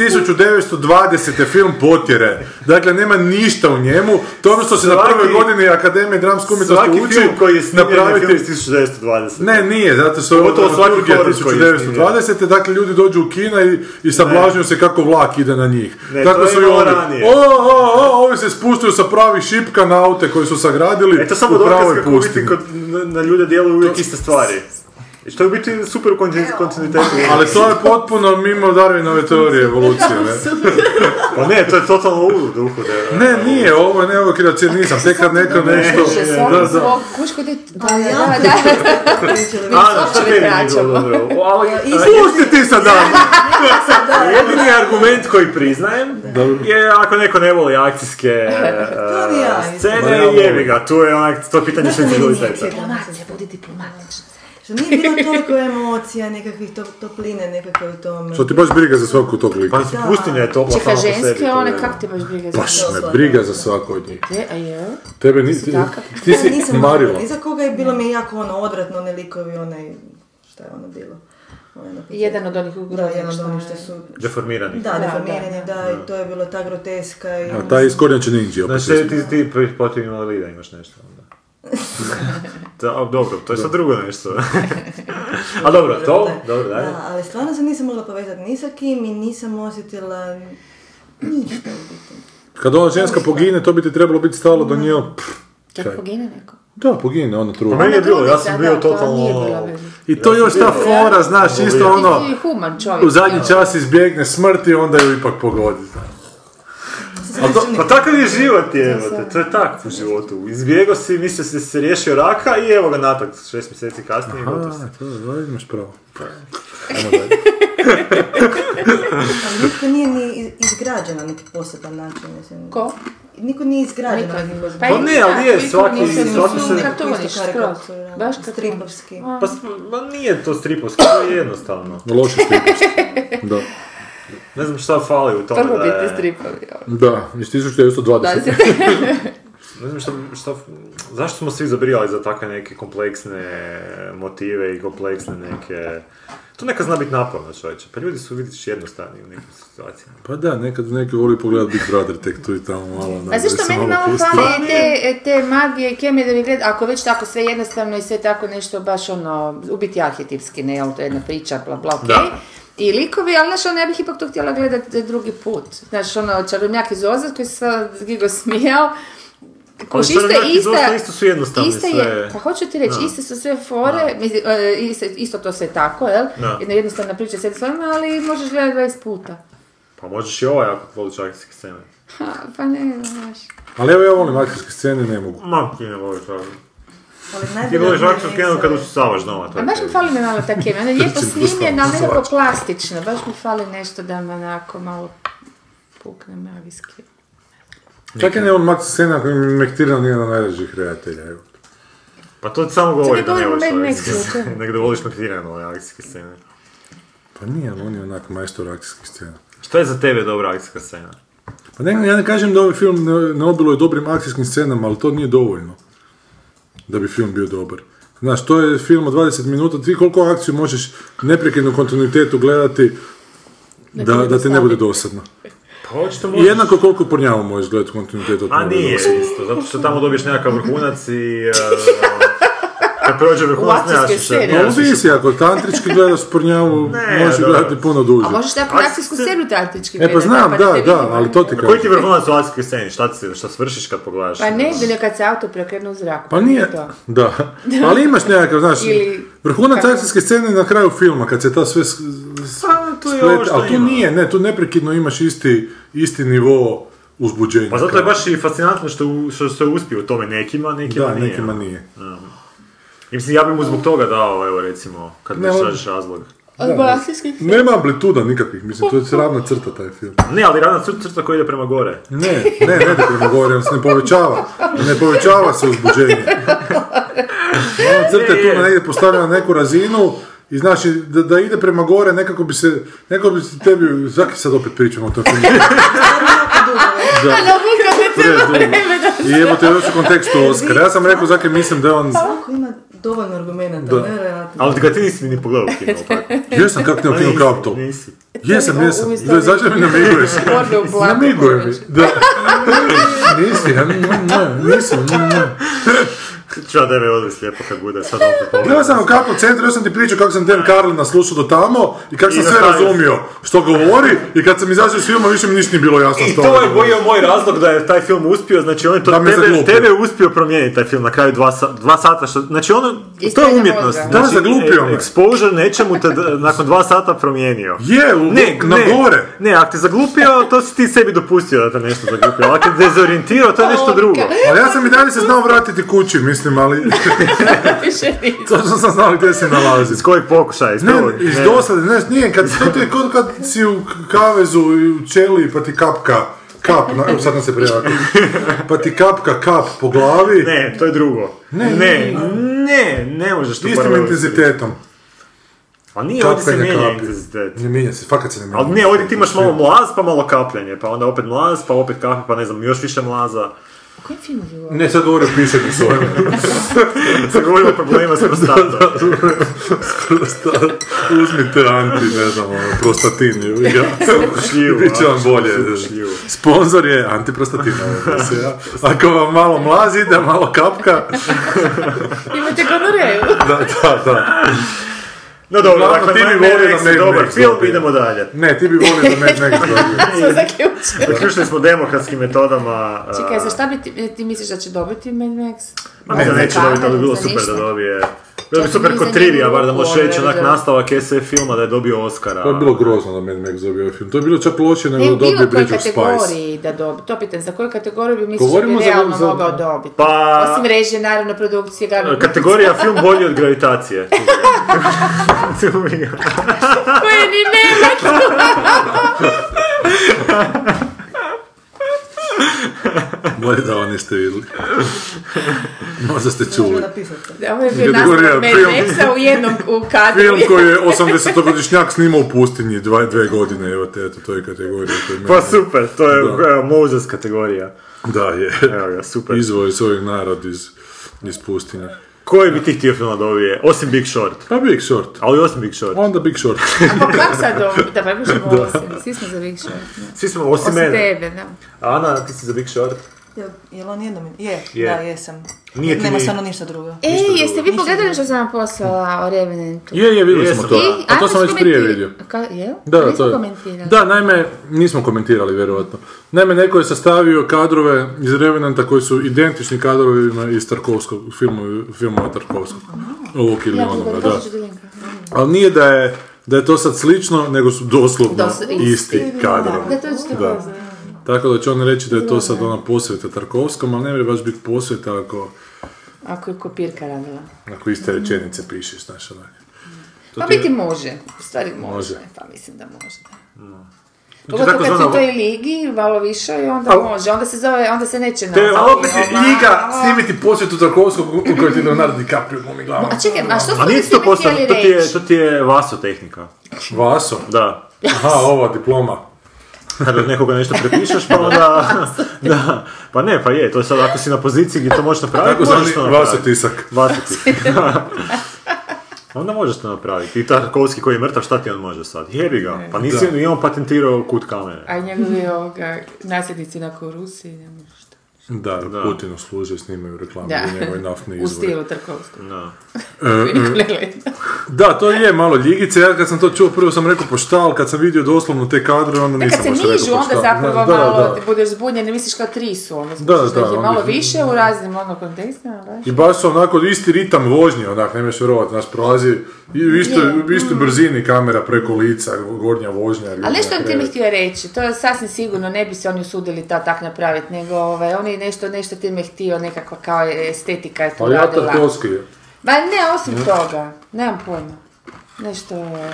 Speaker 1: 1920. film potjere. Dakle, nema ništa u njemu. To je ono što se na
Speaker 3: Svaki-
Speaker 1: prvoj godini Akademije dramske umjetnosti
Speaker 3: Svaki
Speaker 1: uči.
Speaker 3: film koji je snimljen je film
Speaker 1: napraviti...
Speaker 3: iz 1920.
Speaker 1: Ne, nije, zato što je ovo
Speaker 3: Pogotovo svaki
Speaker 1: dramaturgija
Speaker 3: horor koji je
Speaker 1: 1920. Dakle, ljudi dođu u kina i, i sablažnju se kako vlak ide na njih.
Speaker 3: Ne, to
Speaker 1: Tako
Speaker 3: je
Speaker 1: su i
Speaker 3: bilo
Speaker 1: oni.
Speaker 3: ranije.
Speaker 1: O, o, o, ovi se spuštaju sa pravih šipka na aute koji su sagradili
Speaker 3: E to samo
Speaker 1: u
Speaker 3: dokaz
Speaker 1: pravoj
Speaker 3: kako u biti
Speaker 1: pustinji.
Speaker 3: kod, na, na ljude djeluju uvijek iste stvari. I što je u biti super u konti- kontinuitetu.
Speaker 1: Ali to je potpuno mimo Darwinove teorije evolucije, ne?
Speaker 3: Pa ne, to je totalno ono. u duhu. Da,
Speaker 1: Ne, nije, ovo je nevo kreacionizam, tek kad neko nešto... Da, da.
Speaker 2: Kuško, ti... Da,
Speaker 4: Ali ja
Speaker 2: da,
Speaker 4: ti-
Speaker 2: da.
Speaker 3: A, šta
Speaker 2: uopće
Speaker 3: tebi nije
Speaker 2: kreaćemo.
Speaker 3: bilo dobro? O, Ali,
Speaker 1: Pusti ti sad, da!
Speaker 3: jedini argument koji priznajem je ako neko ne voli akcijske e,
Speaker 4: To ni ja, isto.
Speaker 3: scene,
Speaker 1: Ma ja volim.
Speaker 3: jebi ga, tu je onak, to pitanje
Speaker 4: Znaš što meni nije
Speaker 3: senzibiliteta.
Speaker 4: cijelo?
Speaker 2: Diplomacija, budi diplomatična.
Speaker 4: Što nije bilo toliko emocija, nekakvih top- topline nekakve u tome.
Speaker 1: Što ti baš briga za svaku tog lika?
Speaker 3: Pa pustinja je topla samo
Speaker 2: Čekaj,
Speaker 3: po sebi.
Speaker 2: ženske
Speaker 3: to
Speaker 2: one,
Speaker 3: je-
Speaker 2: kak ti baš briga za
Speaker 1: Baš
Speaker 2: to?
Speaker 1: me briga za svaku od njih.
Speaker 2: Te, a jel?
Speaker 1: Tebe ni... Ti,
Speaker 2: takav?
Speaker 1: ti
Speaker 4: Ne,
Speaker 1: si
Speaker 4: nisam
Speaker 1: marila.
Speaker 4: dobro. Iza koga je bilo mi jako ono odvratno, oni likovi, onaj, šta je ono bilo? Onaj na početku.
Speaker 2: Jedan od onih
Speaker 4: Da,
Speaker 2: ugroženih
Speaker 4: jedan od
Speaker 2: što
Speaker 4: onih što
Speaker 2: je.
Speaker 4: su...
Speaker 3: Deformirani.
Speaker 4: Da,
Speaker 2: Da,
Speaker 4: deformirani, da, i to je bilo ta groteska i...
Speaker 1: A taj iskornjače ninja opet.
Speaker 3: Znači, ti, ti protiv invalida imaš nešto onda. Da, a, dobro, to je sad drugo nešto. A dobro, to, dobro, daj.
Speaker 4: Da, ali stvarno se nisam mogla povezati ni sa kim i nisam osjetila ništa u biti.
Speaker 1: Kad ona ženska pogine, to bi ti trebalo biti stalo do nje. pff,
Speaker 2: Čak pogine neko.
Speaker 1: Da, pogine, ona
Speaker 3: Pa
Speaker 1: trudna.
Speaker 3: meni je bilo, ja sam
Speaker 2: Da,
Speaker 3: bio
Speaker 2: da, to nije
Speaker 3: totalno...
Speaker 2: bila veza.
Speaker 1: I to je još ta fora, znaš, isto ono,
Speaker 2: Ti si human čovjek.
Speaker 1: u zadnji
Speaker 2: jel?
Speaker 1: čas izbjegne smrt i onda ju ipak pogodi. znaš.
Speaker 3: A to- pa takav je život, je, to je tako u životu. Izbjegao si, mislio si da si se riješio raka i evo ga natak, šest mjeseci kasnije i
Speaker 1: A,
Speaker 3: gotov si.
Speaker 1: to da, imaš pravo.
Speaker 4: Ali nitko nije ni izgrađen na neki poseban način, mislim.
Speaker 2: Ko?
Speaker 4: Niko nije izgrađen na
Speaker 2: Niko.
Speaker 4: neki poseban
Speaker 2: Pa
Speaker 3: Pa ne, ali je, svaki,
Speaker 2: Mislim,
Speaker 3: svaki
Speaker 2: mislim,
Speaker 3: se...
Speaker 2: kako to voliš,
Speaker 4: Isto
Speaker 2: skroz.
Speaker 4: karikatura,
Speaker 2: Baš kako-
Speaker 4: stripovski.
Speaker 3: Pa, s- ma nije to stripovski, to je jednostavno.
Speaker 1: Loše stripovski. Da.
Speaker 3: Ne znam šta fali u tome
Speaker 2: Prvo
Speaker 3: da
Speaker 2: biti
Speaker 3: je...
Speaker 2: stripovi. ovo.
Speaker 1: Da, iz 1920.
Speaker 3: Ne znam šta, šta, zašto smo svi zabrijali za takve neke kompleksne motive i kompleksne neke... To neka zna biti naporno čovječe, pa ljudi su vidiš jednostavni u nekim situacijama.
Speaker 1: Pa da, nekad neki voli pogledat Big Brother tek tu i tamo malo.
Speaker 2: A
Speaker 3: Pa
Speaker 1: onak, da
Speaker 2: zašto
Speaker 1: se
Speaker 2: meni
Speaker 1: malo
Speaker 2: malo
Speaker 1: pusti.
Speaker 2: fali te, e, te magije i kemije da mi gleda, ako već tako sve jednostavno i sve tako nešto baš ono, u biti arhetipski, ne, jel, to je jedna priča, bla bla, okej.
Speaker 3: Da.
Speaker 2: I likovi, ali znaš, ono, ja bih ipak to htjela gledati drugi put. Znaš, ono, čarobnjak iz Oza koji se sad Gigo smijao, Kuš,
Speaker 3: Ali
Speaker 2: iste,
Speaker 3: Čarobnjak iz Oza
Speaker 2: ista,
Speaker 3: isto su jednostavni
Speaker 2: iste
Speaker 3: sve.
Speaker 2: je, pa hoću ti reći, iste su sve fore, misli, e, iste- isto to sve tako, jel?
Speaker 3: Da.
Speaker 2: Jedna jednostavna priča s jednim slovima, ali možeš gledati 20 puta.
Speaker 3: Pa možeš i ovaj ako voliš akcijske scene.
Speaker 2: Ha, pa ne, znaš.
Speaker 1: Ali evo ja volim akcijske scene, ne mogu.
Speaker 3: Ma, ti ne voliš akcijske
Speaker 4: Ali
Speaker 3: Ti
Speaker 4: najbolje
Speaker 3: voliš
Speaker 4: od mene
Speaker 3: akcijsku
Speaker 4: je
Speaker 3: scenu kad
Speaker 4: sve-
Speaker 3: usisavaš doma, to
Speaker 2: A
Speaker 3: je
Speaker 2: baš mi
Speaker 3: tebi.
Speaker 2: fali mi malo ta kemija, ona je lijepo
Speaker 1: Krcim prstom,
Speaker 2: snimljena, ali nekako
Speaker 1: usisavač.
Speaker 2: plastično, baš mi fali nešto da me onako malo pukne magijski.
Speaker 1: Čak i ne on Max Sena koji mi mektira nije na najdražih redatelja. evo.
Speaker 3: Pa to ti samo govori
Speaker 2: Čekaj,
Speaker 3: da ne voliš
Speaker 2: govorimo o Mad
Speaker 3: akcijske
Speaker 2: Maxu, o
Speaker 3: scene.
Speaker 2: čemu?
Speaker 3: Nego da voliš makirane ove akcijske scene.
Speaker 1: Pa nije, on je onak majstor akcijskih scena.
Speaker 3: Što je za tebe dobra akcijska scena?
Speaker 1: Pa ne, ja ne kažem da ovaj film ne, ne obiluje dobrim akcijskim scenama, ali to nije dovoljno. Da bi film bio dobar. Znaš, to je film od 20 minuta, ti koliko akciju možeš neprekidno u kontinuitetu gledati da, da te ne bude dosadno.
Speaker 3: Pa očito
Speaker 1: I jednako koliko pornjava možeš gledati u kontinuitetu. da
Speaker 3: A
Speaker 1: ne bude
Speaker 3: nije
Speaker 1: dosadno.
Speaker 3: isto, zato što tamo dobiješ nekakav vrhunac i... e, Kad prođe vrhunac,
Speaker 2: U
Speaker 3: ne
Speaker 2: akcijskoj
Speaker 3: jašiš se.
Speaker 2: seriji.
Speaker 3: ne
Speaker 1: Pa
Speaker 3: jašiš se.
Speaker 1: ovisi, ako tantrički gledaš pornjavu,
Speaker 3: Ne,
Speaker 1: možeš
Speaker 3: dobro.
Speaker 1: gledati puno duže.
Speaker 2: A možeš tako
Speaker 3: Ak-
Speaker 2: akcijsku seriju taktički
Speaker 1: E pa
Speaker 2: gledat,
Speaker 1: znam,
Speaker 2: pa te
Speaker 1: da,
Speaker 2: vidi
Speaker 1: da,
Speaker 2: malo.
Speaker 1: ali to ti
Speaker 3: Koji ti
Speaker 1: kažem.
Speaker 3: je vrhunac u akcijskoj sceni? Šta, ti se- šta svršiš kad pogledaš?
Speaker 2: Pa ne, bilo je kad se auto prekrenu u zraku.
Speaker 1: Pa nije,
Speaker 2: to.
Speaker 1: da, ali imaš nekakav, znaš,
Speaker 2: Ili-
Speaker 1: vrhunac
Speaker 2: kako?
Speaker 1: akcijske scene na kraju filma, kad se ta sve s- s-
Speaker 3: Pa, tu je
Speaker 1: splet-
Speaker 3: ovo što
Speaker 1: ali tu
Speaker 3: ima.
Speaker 1: nije, ne, tu neprekidno imaš isti, isti nivo uzbuđenja.
Speaker 3: Pa zato je baš i fascinantno što, u- što se uspije u tome nekima, nekima
Speaker 1: Da,
Speaker 3: nije.
Speaker 1: nekima nije.
Speaker 3: I mislim, ja bi mu zbog toga dao, evo recimo, kad
Speaker 1: Ne,
Speaker 3: mi
Speaker 1: on-
Speaker 3: sažeš razlog.
Speaker 2: Od balastijskih
Speaker 1: Nema amplituda nikakvih, mislim, to je ravna crta taj film.
Speaker 3: Ne, ali ravna crta, crta koja ide prema gore.
Speaker 1: Ne, ne, ne da prema gore, on se ne povećava. Ne povećava se uzbuđenje. Ona crta je tu na negdje postavljena na neku razinu i znači da, da ide prema gore nekako bi se, nekako bi se tebi, zaki sad opet pričamo o tom filmu.
Speaker 2: Pa,
Speaker 1: Da. I evo te još u kontekstu Oscara. Ja sam rekao zaki mislim da je on...
Speaker 4: Svako ima dovoljno argumenta,
Speaker 1: Da.
Speaker 4: nevjerojatno.
Speaker 3: Ali ga ti nisi ni pogledao u kinu, tako.
Speaker 1: Jesam kak ne u kinu kao to.
Speaker 3: Nisi.
Speaker 1: Jesam, jesam.
Speaker 2: Umjesto
Speaker 1: Da, zašto mi namiguješ?
Speaker 2: borbe u blatu.
Speaker 1: Namiguje mi. Da. Nisi, ja ne, ne, nisam. ne, ne.
Speaker 3: Ću ja tebe odvesti lijepo kad bude, sad opet pogledam.
Speaker 1: Gledao sam u kakvom centru, još sam ti pričao kako sam Dan Carlina slušao do tamo i kako sam
Speaker 3: I
Speaker 1: sve
Speaker 3: nastavio.
Speaker 1: razumio što govori i kad sam izašao iz filma više mi ništa nije bilo jasno
Speaker 3: I
Speaker 1: što
Speaker 3: to
Speaker 1: on
Speaker 3: je
Speaker 1: govori.
Speaker 3: bio moj razlog da je taj film uspio, znači on je to
Speaker 1: Da me
Speaker 3: tebe,
Speaker 1: zaglupi.
Speaker 3: tebe je uspio promijeniti taj film na kraju dva, sa- dva sata, što, znači ono,
Speaker 2: Iz
Speaker 3: to je
Speaker 2: tebe
Speaker 3: umjetnost.
Speaker 2: mozga.
Speaker 1: Da,
Speaker 3: Znači,
Speaker 1: zaglupio
Speaker 3: e,
Speaker 1: me.
Speaker 3: Exposure nečemu te d- nakon dva sata promijenio.
Speaker 1: Je, u- na gore.
Speaker 3: Ne, ako te zaglupio, to si ti sebi dopustio da te nešto zaglupio, ali ako te dezorijentirao, to je nešto drugo.
Speaker 1: Ali ja sam i dalje se znao vratiti kući, mislim, ali točno sam znao gdje se nalazi.
Speaker 3: Iz kojeg pokušaja, iz
Speaker 1: Ne,
Speaker 3: prvog.
Speaker 1: iz
Speaker 3: ne.
Speaker 1: dosade, ne, nije, kad, to ti je kod kad si u k- kavezu i u čeliji pa ti kapka, kap, na, evo sad nam se prijavio, pa ti kapka kap po glavi,
Speaker 3: Ne, to je drugo. Ne, ne, ne, ne možeš to
Speaker 1: istim intenzitetom.
Speaker 3: A nije, ovdje se
Speaker 1: Kapkanje
Speaker 3: mijenja
Speaker 1: kapi.
Speaker 3: intenzitet.
Speaker 1: Ne mijenja se, fakat se ne mijenja.
Speaker 3: Ali ne, ovdje ti imaš malo mlaz, pa malo kapljanje, pa onda opet mlaz, pa opet kapi, pa ne znam, još više mlaza.
Speaker 2: Koji film je ovo?
Speaker 1: Ne, sad govori o pisanju svojem.
Speaker 3: Se govorimo o problemima s prostatom.
Speaker 1: Uzmite anti, ne znam, ono, prostatin. Ja.
Speaker 3: Sukušljivu,
Speaker 1: Bit će vam
Speaker 3: a,
Speaker 1: bolje.
Speaker 3: sukušljivu.
Speaker 1: Sponzor je antiprostatin. evo, da se ja- Ako vam malo mlazi ide, malo kapka.
Speaker 2: Imate gonoreju.
Speaker 1: Da, da, da.
Speaker 3: No dobro,
Speaker 1: Uglavnom,
Speaker 3: dakle,
Speaker 1: ti bi
Speaker 3: Mad
Speaker 1: volio
Speaker 3: Max
Speaker 1: da
Speaker 3: je
Speaker 1: Mad
Speaker 3: dobar
Speaker 1: Max
Speaker 3: film,
Speaker 1: dobije.
Speaker 3: idemo dalje.
Speaker 1: Ne, ti bi volio da ne nek
Speaker 2: Smo zaključili.
Speaker 3: Zaključili smo demokratskim metodama. e, a,
Speaker 2: Čekaj, za šta bi ti, ti misliš da će dobiti Mad Max?
Speaker 3: Ma ne,
Speaker 2: Za
Speaker 3: pa neće dobiti, ali bi bilo
Speaker 2: za
Speaker 3: super
Speaker 2: ništa.
Speaker 3: da dobije Bilo bi
Speaker 2: Čak
Speaker 3: super
Speaker 2: nisam
Speaker 3: kod trivija,
Speaker 2: njenu
Speaker 3: bar da
Speaker 2: ruku
Speaker 3: možeš reći
Speaker 2: odrezala.
Speaker 3: onak nastavak SF filma da je dobio Oscara.
Speaker 1: To je bilo grozno da Mad Max dobio ovaj film. To je bilo čak loše nego da
Speaker 2: Ne E, u bilo
Speaker 1: dobio
Speaker 2: kojoj
Speaker 1: Bridge of Spice.
Speaker 2: kategoriji da dobi, to pitam, za koju kategoriju bi mislio da
Speaker 1: Govorimo
Speaker 2: bi
Speaker 1: za-
Speaker 2: realno
Speaker 1: za-
Speaker 2: mogao dobiti?
Speaker 3: Pa-
Speaker 2: Osim režije, naravno, produkcije, garnog...
Speaker 3: Kategorija film bolji od gravitacije.
Speaker 2: Koje ni nema!
Speaker 1: Bolje da ovo niste vidjeli. Možda ste čuli.
Speaker 4: napisati.
Speaker 2: Ovo je bio nastavak
Speaker 1: Kategorija
Speaker 2: Mad
Speaker 1: film.
Speaker 2: Maxa u jednom u kadru.
Speaker 1: Film koji je 80-godišnjak snimao u pustinji dva, dve godine, evo te, eto, to je kategorija. koju
Speaker 3: pa
Speaker 1: meni-
Speaker 3: super, to je
Speaker 1: Da.
Speaker 3: evo, Moses kategorija.
Speaker 1: Da, je.
Speaker 3: Evo ga, super.
Speaker 1: Izvoj svoj narod iz, iz pustinje.
Speaker 3: Koji bi ti htio film da dobije? Osim Big Short.
Speaker 1: Pa Big Short.
Speaker 3: Ali osim Big Short.
Speaker 1: Onda Big Short.
Speaker 2: Pa kako sad ovo? Da, pa možemo osim. Svi smo za Big Short. da.
Speaker 3: Svi smo osim,
Speaker 2: Osim
Speaker 3: mene.
Speaker 2: tebe, da.
Speaker 3: Ana, ti si za Big Short.
Speaker 4: Jel, jel on jednom? Je,
Speaker 3: Je.
Speaker 4: da, jesam.
Speaker 3: Nije ti
Speaker 4: Nema
Speaker 3: ni-
Speaker 4: stvarno ništa drugo.
Speaker 2: Ej, E, jeste vi
Speaker 4: Ništa
Speaker 2: pogledali
Speaker 4: drugo.
Speaker 2: što sam vam poslala o Revenantu?
Speaker 1: Je, je, vidjeli smo
Speaker 3: Jesam.
Speaker 1: to.
Speaker 2: I,
Speaker 1: A to
Speaker 2: ajmo
Speaker 1: sam već prije
Speaker 2: iskomentiri-
Speaker 1: vidio.
Speaker 2: Ka, je?
Speaker 1: Da, da,
Speaker 2: Nismo
Speaker 1: to je.
Speaker 2: komentirali.
Speaker 1: Da, naime, nismo komentirali vjerojatno. Naime, neko je sastavio kadrove iz Revenanta koji su identični kadrovima iz Tarkovskog, filmu, filmova Tarkovskog. Ovog ili
Speaker 2: Ja,
Speaker 1: onoga,
Speaker 2: da.
Speaker 1: da. Ali nije da je, da je to sad slično, nego su doslovno
Speaker 2: Dos-
Speaker 1: isti kadrovi.
Speaker 2: Da, to ćete
Speaker 1: Da. Tako da će on reći da je to sad ona posveta Tarkovskom, ali ne bi baš biti posveta ako,
Speaker 2: Ako je kopirka radila.
Speaker 1: ako iste rečenice pišeš, znaš, ono. onak.
Speaker 2: Mhm. Pa biti može, u stvari može.
Speaker 1: Može.
Speaker 2: Pa mislim da može, da. Pogotovo kad
Speaker 3: Znači, tako
Speaker 2: si
Speaker 3: zvana-
Speaker 2: u toj ligi, malo više, i onda
Speaker 1: Al-
Speaker 2: može. Onda se zove, onda se neće
Speaker 1: Te, E,
Speaker 2: nazvati,
Speaker 1: ali opet je
Speaker 2: ono,
Speaker 1: iga
Speaker 2: malo-
Speaker 1: snimiti posvetu Tarkovskog u kojoj ti Leonardo DiCaprio glumi glavu.
Speaker 2: A čekaj, a što
Speaker 3: A
Speaker 2: smo
Speaker 3: nije
Speaker 2: mi
Speaker 3: ti to
Speaker 2: time
Speaker 3: postao,
Speaker 2: htjeli
Speaker 3: to ti je,
Speaker 2: reći?
Speaker 3: to ti je vaso tehnika.
Speaker 1: Vaso?
Speaker 3: Da.
Speaker 1: Aha, ova diploma.
Speaker 3: Kada od nekoga nešto prepišeš, pa onda... da. Pa ne, pa je, to je sad ako si na poziciji gdje to možeš napraviti,
Speaker 1: Tako zvani
Speaker 3: možeš to
Speaker 1: vaso
Speaker 3: napraviti.
Speaker 1: tisak.
Speaker 3: Vasotik. Onda možeš to napraviti. I Tarkovski koji je mrtav, šta ti on može sad? Jebi ga. Pa nisi i on patentirao kut kamere.
Speaker 2: A njegovi ovoga, nasljednici nakon Rusiji, ne znam što.
Speaker 1: Da, da,
Speaker 3: Da.
Speaker 1: Putinu služe, snimaju reklamu
Speaker 2: Da.
Speaker 1: za njegove naftne
Speaker 2: U
Speaker 1: izvore.
Speaker 2: stilu Tarkovskog.
Speaker 3: Da.
Speaker 1: E,
Speaker 2: koji niko ne gleda.
Speaker 1: Da, to je malo ljigice. Ja kad sam to čuo, prvo sam rekao poštal, kad sam vidio doslovno te kadre, onda
Speaker 2: Da,
Speaker 1: nisam
Speaker 2: E, kad se
Speaker 1: baš rekao
Speaker 2: nižu, onda
Speaker 1: poštal.
Speaker 2: zapravo
Speaker 1: Da, da,
Speaker 2: malo
Speaker 1: da.
Speaker 2: te budeš zbunjen, ne misliš kao tri su, ono,
Speaker 1: Da,
Speaker 2: misliš
Speaker 1: da,
Speaker 2: da, ih je
Speaker 1: onda
Speaker 2: malo
Speaker 1: ih-
Speaker 2: više u raznim ono kontekstima, baš.
Speaker 1: I baš su onako isti ritam vožnje, onak, ne možeš vjerovati, znaš, prolazi i u istoj, u istoj brzini kamera preko lica, gornja vožnja.
Speaker 2: Ali
Speaker 1: gornja
Speaker 2: nešto ti mi
Speaker 1: krevet.
Speaker 2: htio reći, to je sasvim sigurno, ne bi se oni usudili ta tak napraviti, nego ovaj, oni nešto, nešto ti me htio, nekakva kao estetika je tu
Speaker 1: Ali Pa ja
Speaker 2: radila.
Speaker 1: Tarkovski
Speaker 2: Ma ne, osim toga, nemam pojma. Nešto, je-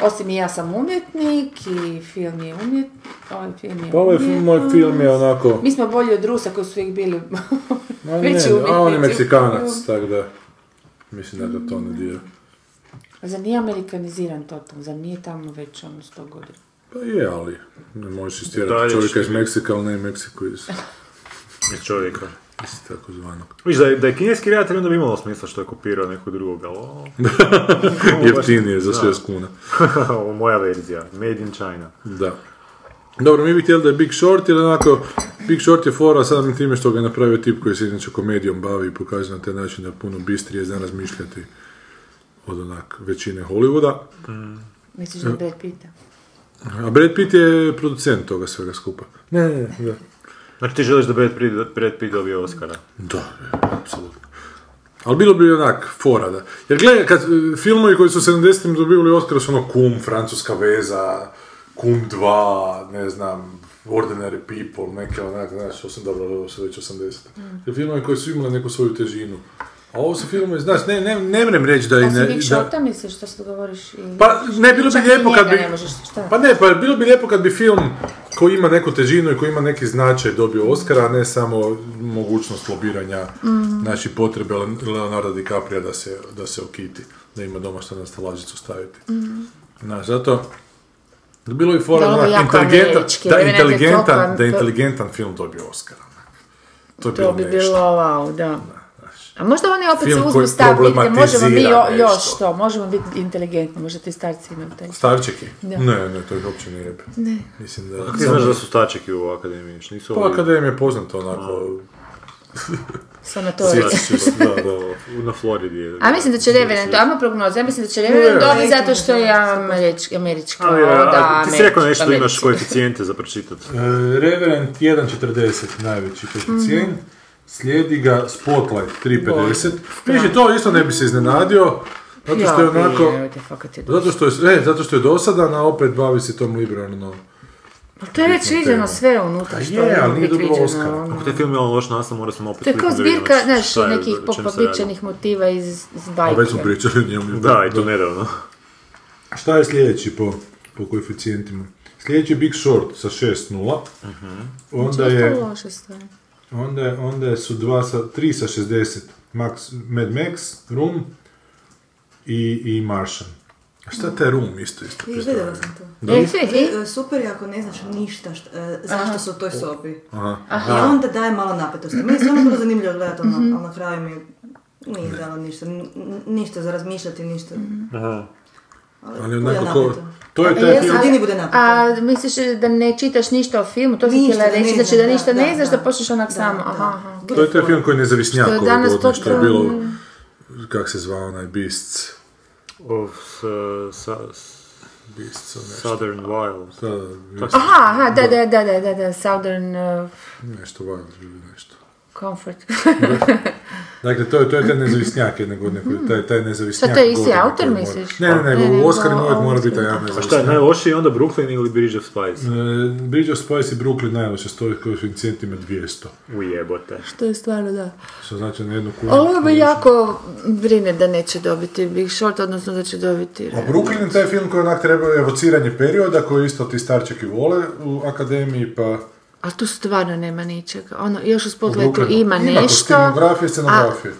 Speaker 2: osim i ja sam umjetnik i film je umjet, ovaj film je
Speaker 1: Pa ovaj
Speaker 2: umjetnost.
Speaker 1: film, moj film je onako...
Speaker 2: Mi smo bolji od Rusa koji su uvijek bili
Speaker 1: Ma ne,
Speaker 2: veći umjetnici.
Speaker 1: a on je
Speaker 2: u
Speaker 1: Meksikanac,
Speaker 2: filmu.
Speaker 1: tako da... Mislim da ga to ne dira.
Speaker 2: Zar nije amerikaniziran totalno, zar nije tamo već ono sto godina?
Speaker 1: Pa je, ali ne možeš
Speaker 3: Dalje
Speaker 1: istjerati čovjeka
Speaker 3: što-
Speaker 1: iz Meksika, ali ne i Meksiku iz,
Speaker 3: Iz čovjeka.
Speaker 1: iz tako zvanog.
Speaker 3: Viš, da je, da je kineski redatelj onda bi imalo smisla što je kopirao nekog drugog, ali ovo-
Speaker 1: Jeftinije za sve skuna.
Speaker 3: ovo je moja verzija, made in China.
Speaker 1: Da. Dobro, mi bi htjeli da je Big Short, jer onako, Big Short je fora samim time što ga je napravio tip koji se inače komedijom bavi i pokazuje na taj način da puno bistrije zna razmišljati od onak većine Hollywooda.
Speaker 2: Misliš da je Brad Pitta?
Speaker 1: A Brad Pitt je producent toga svega skupa. Ne, ne, ne, da.
Speaker 3: Znači ti želiš da Brad Pitt, Brad Pitt dobije Oscara?
Speaker 1: Da, apsolutno. Ali bilo bi onak fora, da. Jer gledaj, kad e, filmovi koji su u 70-im dobivali Oscar su ono Kum, Francuska veza, Kum 2, ne znam, Ordinary People, neke onak, znaš, osim dobro, ovo su već 80 mm. Filmovi koji su imali neku svoju težinu. A ovo su filmovi, znaš, ne, ne, ne mrem reći da i
Speaker 2: Osim
Speaker 1: ne...
Speaker 2: Big
Speaker 1: da-
Speaker 2: Shota misliš što sad govoriš? Ili...
Speaker 1: Pa ne, bilo bi
Speaker 2: Čak i
Speaker 1: lijepo kad
Speaker 2: njega
Speaker 1: bi...
Speaker 2: ne možeš, šta?
Speaker 1: Pa ne, pa bilo bi lijepo kad bi film koji ima neku težinu i koji ima neki značaj dobio Oscara, a ne samo mogućnost lobiranja
Speaker 2: Mhm.
Speaker 1: naših potrebe Le- Leonarda DiCapria da se, da se okiti, da ima doma što na stalažicu staviti.
Speaker 2: Mhm.
Speaker 1: Znaš, zato bilo bi fora
Speaker 2: Da, ovo je
Speaker 1: onak,
Speaker 2: jako
Speaker 1: inteligentan,
Speaker 2: američki,
Speaker 1: da,
Speaker 2: ali meni je
Speaker 1: inteligentan,
Speaker 2: totalno-
Speaker 1: da inteligentan film dobio Oscara. To je
Speaker 2: To
Speaker 1: bilo
Speaker 2: bi
Speaker 1: nešto.
Speaker 2: bilo wow, da. A možda oni opet
Speaker 1: Film
Speaker 2: se uzmu
Speaker 1: koji
Speaker 2: stav, vidite, možemo mi
Speaker 1: problematizira
Speaker 2: jo-
Speaker 1: nešto.
Speaker 2: još to, možemo biti inteligentni, možda ti starci imaju taj.
Speaker 1: Starček je?
Speaker 2: Da.
Speaker 1: Ne, ne, to je uopće nije jebe. Ne. Mislim da...
Speaker 3: Ti znaš da su stačeki u akademiji, još nisu
Speaker 1: Pa akademija je poznata onako,
Speaker 2: Samo to je.
Speaker 3: da, da, u- na Floridi je.
Speaker 2: A mislim da će Revenant, ajmo prognoze, ja mislim da će Revenant
Speaker 1: Ne.
Speaker 2: dobiti zato što je američki, američka,
Speaker 3: Ali, a,
Speaker 2: da,
Speaker 3: ti si rekao nešto,
Speaker 2: američka,
Speaker 3: imaš koeficijente za pročitat.
Speaker 1: E, Reverend 1.40 najveći koeficijent, Slijedi ga Spotlight 3.50. Više, to isto ne bi se iznenadio. Zato što je onako... Zato što je, e, zato što je dosadan, a opet bavi se tom liberalno.
Speaker 2: Pa to je već
Speaker 1: Bitna
Speaker 2: viđeno
Speaker 1: tema.
Speaker 2: sve unutra
Speaker 1: A
Speaker 2: što
Speaker 1: Pa je,
Speaker 2: je,
Speaker 1: ali nije
Speaker 2: biti
Speaker 1: dobilo
Speaker 2: viđeno,
Speaker 1: Oscara.
Speaker 2: ono.
Speaker 3: Ako te film je loš nastav, mora sam opet
Speaker 2: To je kao
Speaker 3: kliknuti da vidim
Speaker 2: zbirka, znaš,
Speaker 3: šta je,
Speaker 2: nekih
Speaker 3: o čemu se
Speaker 2: popobičanih motiva iz, iz
Speaker 1: A
Speaker 2: bajke.
Speaker 1: već smo pričali o njemu.
Speaker 3: radi. Da, i to nedavno.
Speaker 1: Šta je sljedeći po, po koeficijentima? Sljedeći je Big Short sa 6.0. Onda je,
Speaker 2: To loše stvari.
Speaker 1: onda, je, onda je su dva sa, 3 sa 60. Max, Mad Max, Room i, i Martian. A šta taj Room isto isto?
Speaker 4: I vidjela sam to.
Speaker 2: E, e, e,
Speaker 4: E, Super je ako ne znaš ništa šta, e, zašto su u toj sobi.
Speaker 1: Aha.
Speaker 4: I onda daje malo napetosti. Meni je stvarno bilo zanimljivo gledati, ali,
Speaker 2: Mhm.
Speaker 4: na- ali na kraju mi nije dalo ništa, n- n- ništa za razmišljati, ništa.
Speaker 2: Mhm.
Speaker 1: Ali
Speaker 4: Bude
Speaker 1: onako ko...
Speaker 4: napeto.
Speaker 1: To
Speaker 2: Pa
Speaker 1: je
Speaker 4: A
Speaker 1: taj
Speaker 4: ja
Speaker 1: film...
Speaker 4: sam- Jedini bude napeto.
Speaker 2: A misliš da ne čitaš ništa o filmu? To si
Speaker 4: Ništa,
Speaker 2: htjela
Speaker 4: da ne
Speaker 2: reći, znači da
Speaker 4: znam,
Speaker 2: ništa
Speaker 4: da,
Speaker 2: ne
Speaker 4: da,
Speaker 2: znaš da
Speaker 4: da.
Speaker 2: počneš onak
Speaker 4: Da,
Speaker 2: samo.
Speaker 4: da.
Speaker 2: Aha, aha.
Speaker 1: To je taj film koji je nezavisnjak
Speaker 2: Što je
Speaker 1: ove
Speaker 2: danas
Speaker 1: godine, što je
Speaker 2: totalno-
Speaker 1: bilo, kak se zvao onaj Beasts,
Speaker 3: Of, s- sa- s-
Speaker 1: Beasts, onaj nešto,
Speaker 3: Southern Wild. Pa
Speaker 1: da,
Speaker 2: Aha, aha, da, da, da, da, da, da, Southern uh,
Speaker 1: nešto Wild ili nešto.
Speaker 2: Comfort.
Speaker 1: Dakle, to je, to je taj nezavisnjak jedne godine, koji, taj, taj nezavisnjak
Speaker 2: Šta, to je isti
Speaker 1: godine
Speaker 2: autor,
Speaker 1: koji mora-
Speaker 2: misliš?
Speaker 1: Ne, ne, ne,
Speaker 2: Ne,
Speaker 1: u
Speaker 2: nego
Speaker 1: Oscarima uvijek mora
Speaker 2: autor.
Speaker 1: biti taj jedan
Speaker 3: A pa šta je
Speaker 1: nezavisnjak.
Speaker 3: najlošiji onda Brooklyn ili Bridge of Spice?
Speaker 1: E, Bridge of Spice i Brooklyn najviše stoji koeficijentima 200,
Speaker 3: Ujebote.
Speaker 2: to je stvarno, da.
Speaker 1: što znači na jednu kunu.
Speaker 2: Ali ovo me jako brine da neće dobiti Big Short, odnosno da će dobiti...
Speaker 1: A Brooklyn je taj film koji onak treba evociranje perioda, koji isto ti starčeki vole u akademiji, pa...
Speaker 2: A tu stvarno nema ničega. Ono, još u spotlightu
Speaker 1: Brooklyn-
Speaker 2: ima nešto.
Speaker 1: kostimografije,
Speaker 2: a-
Speaker 1: scenografije.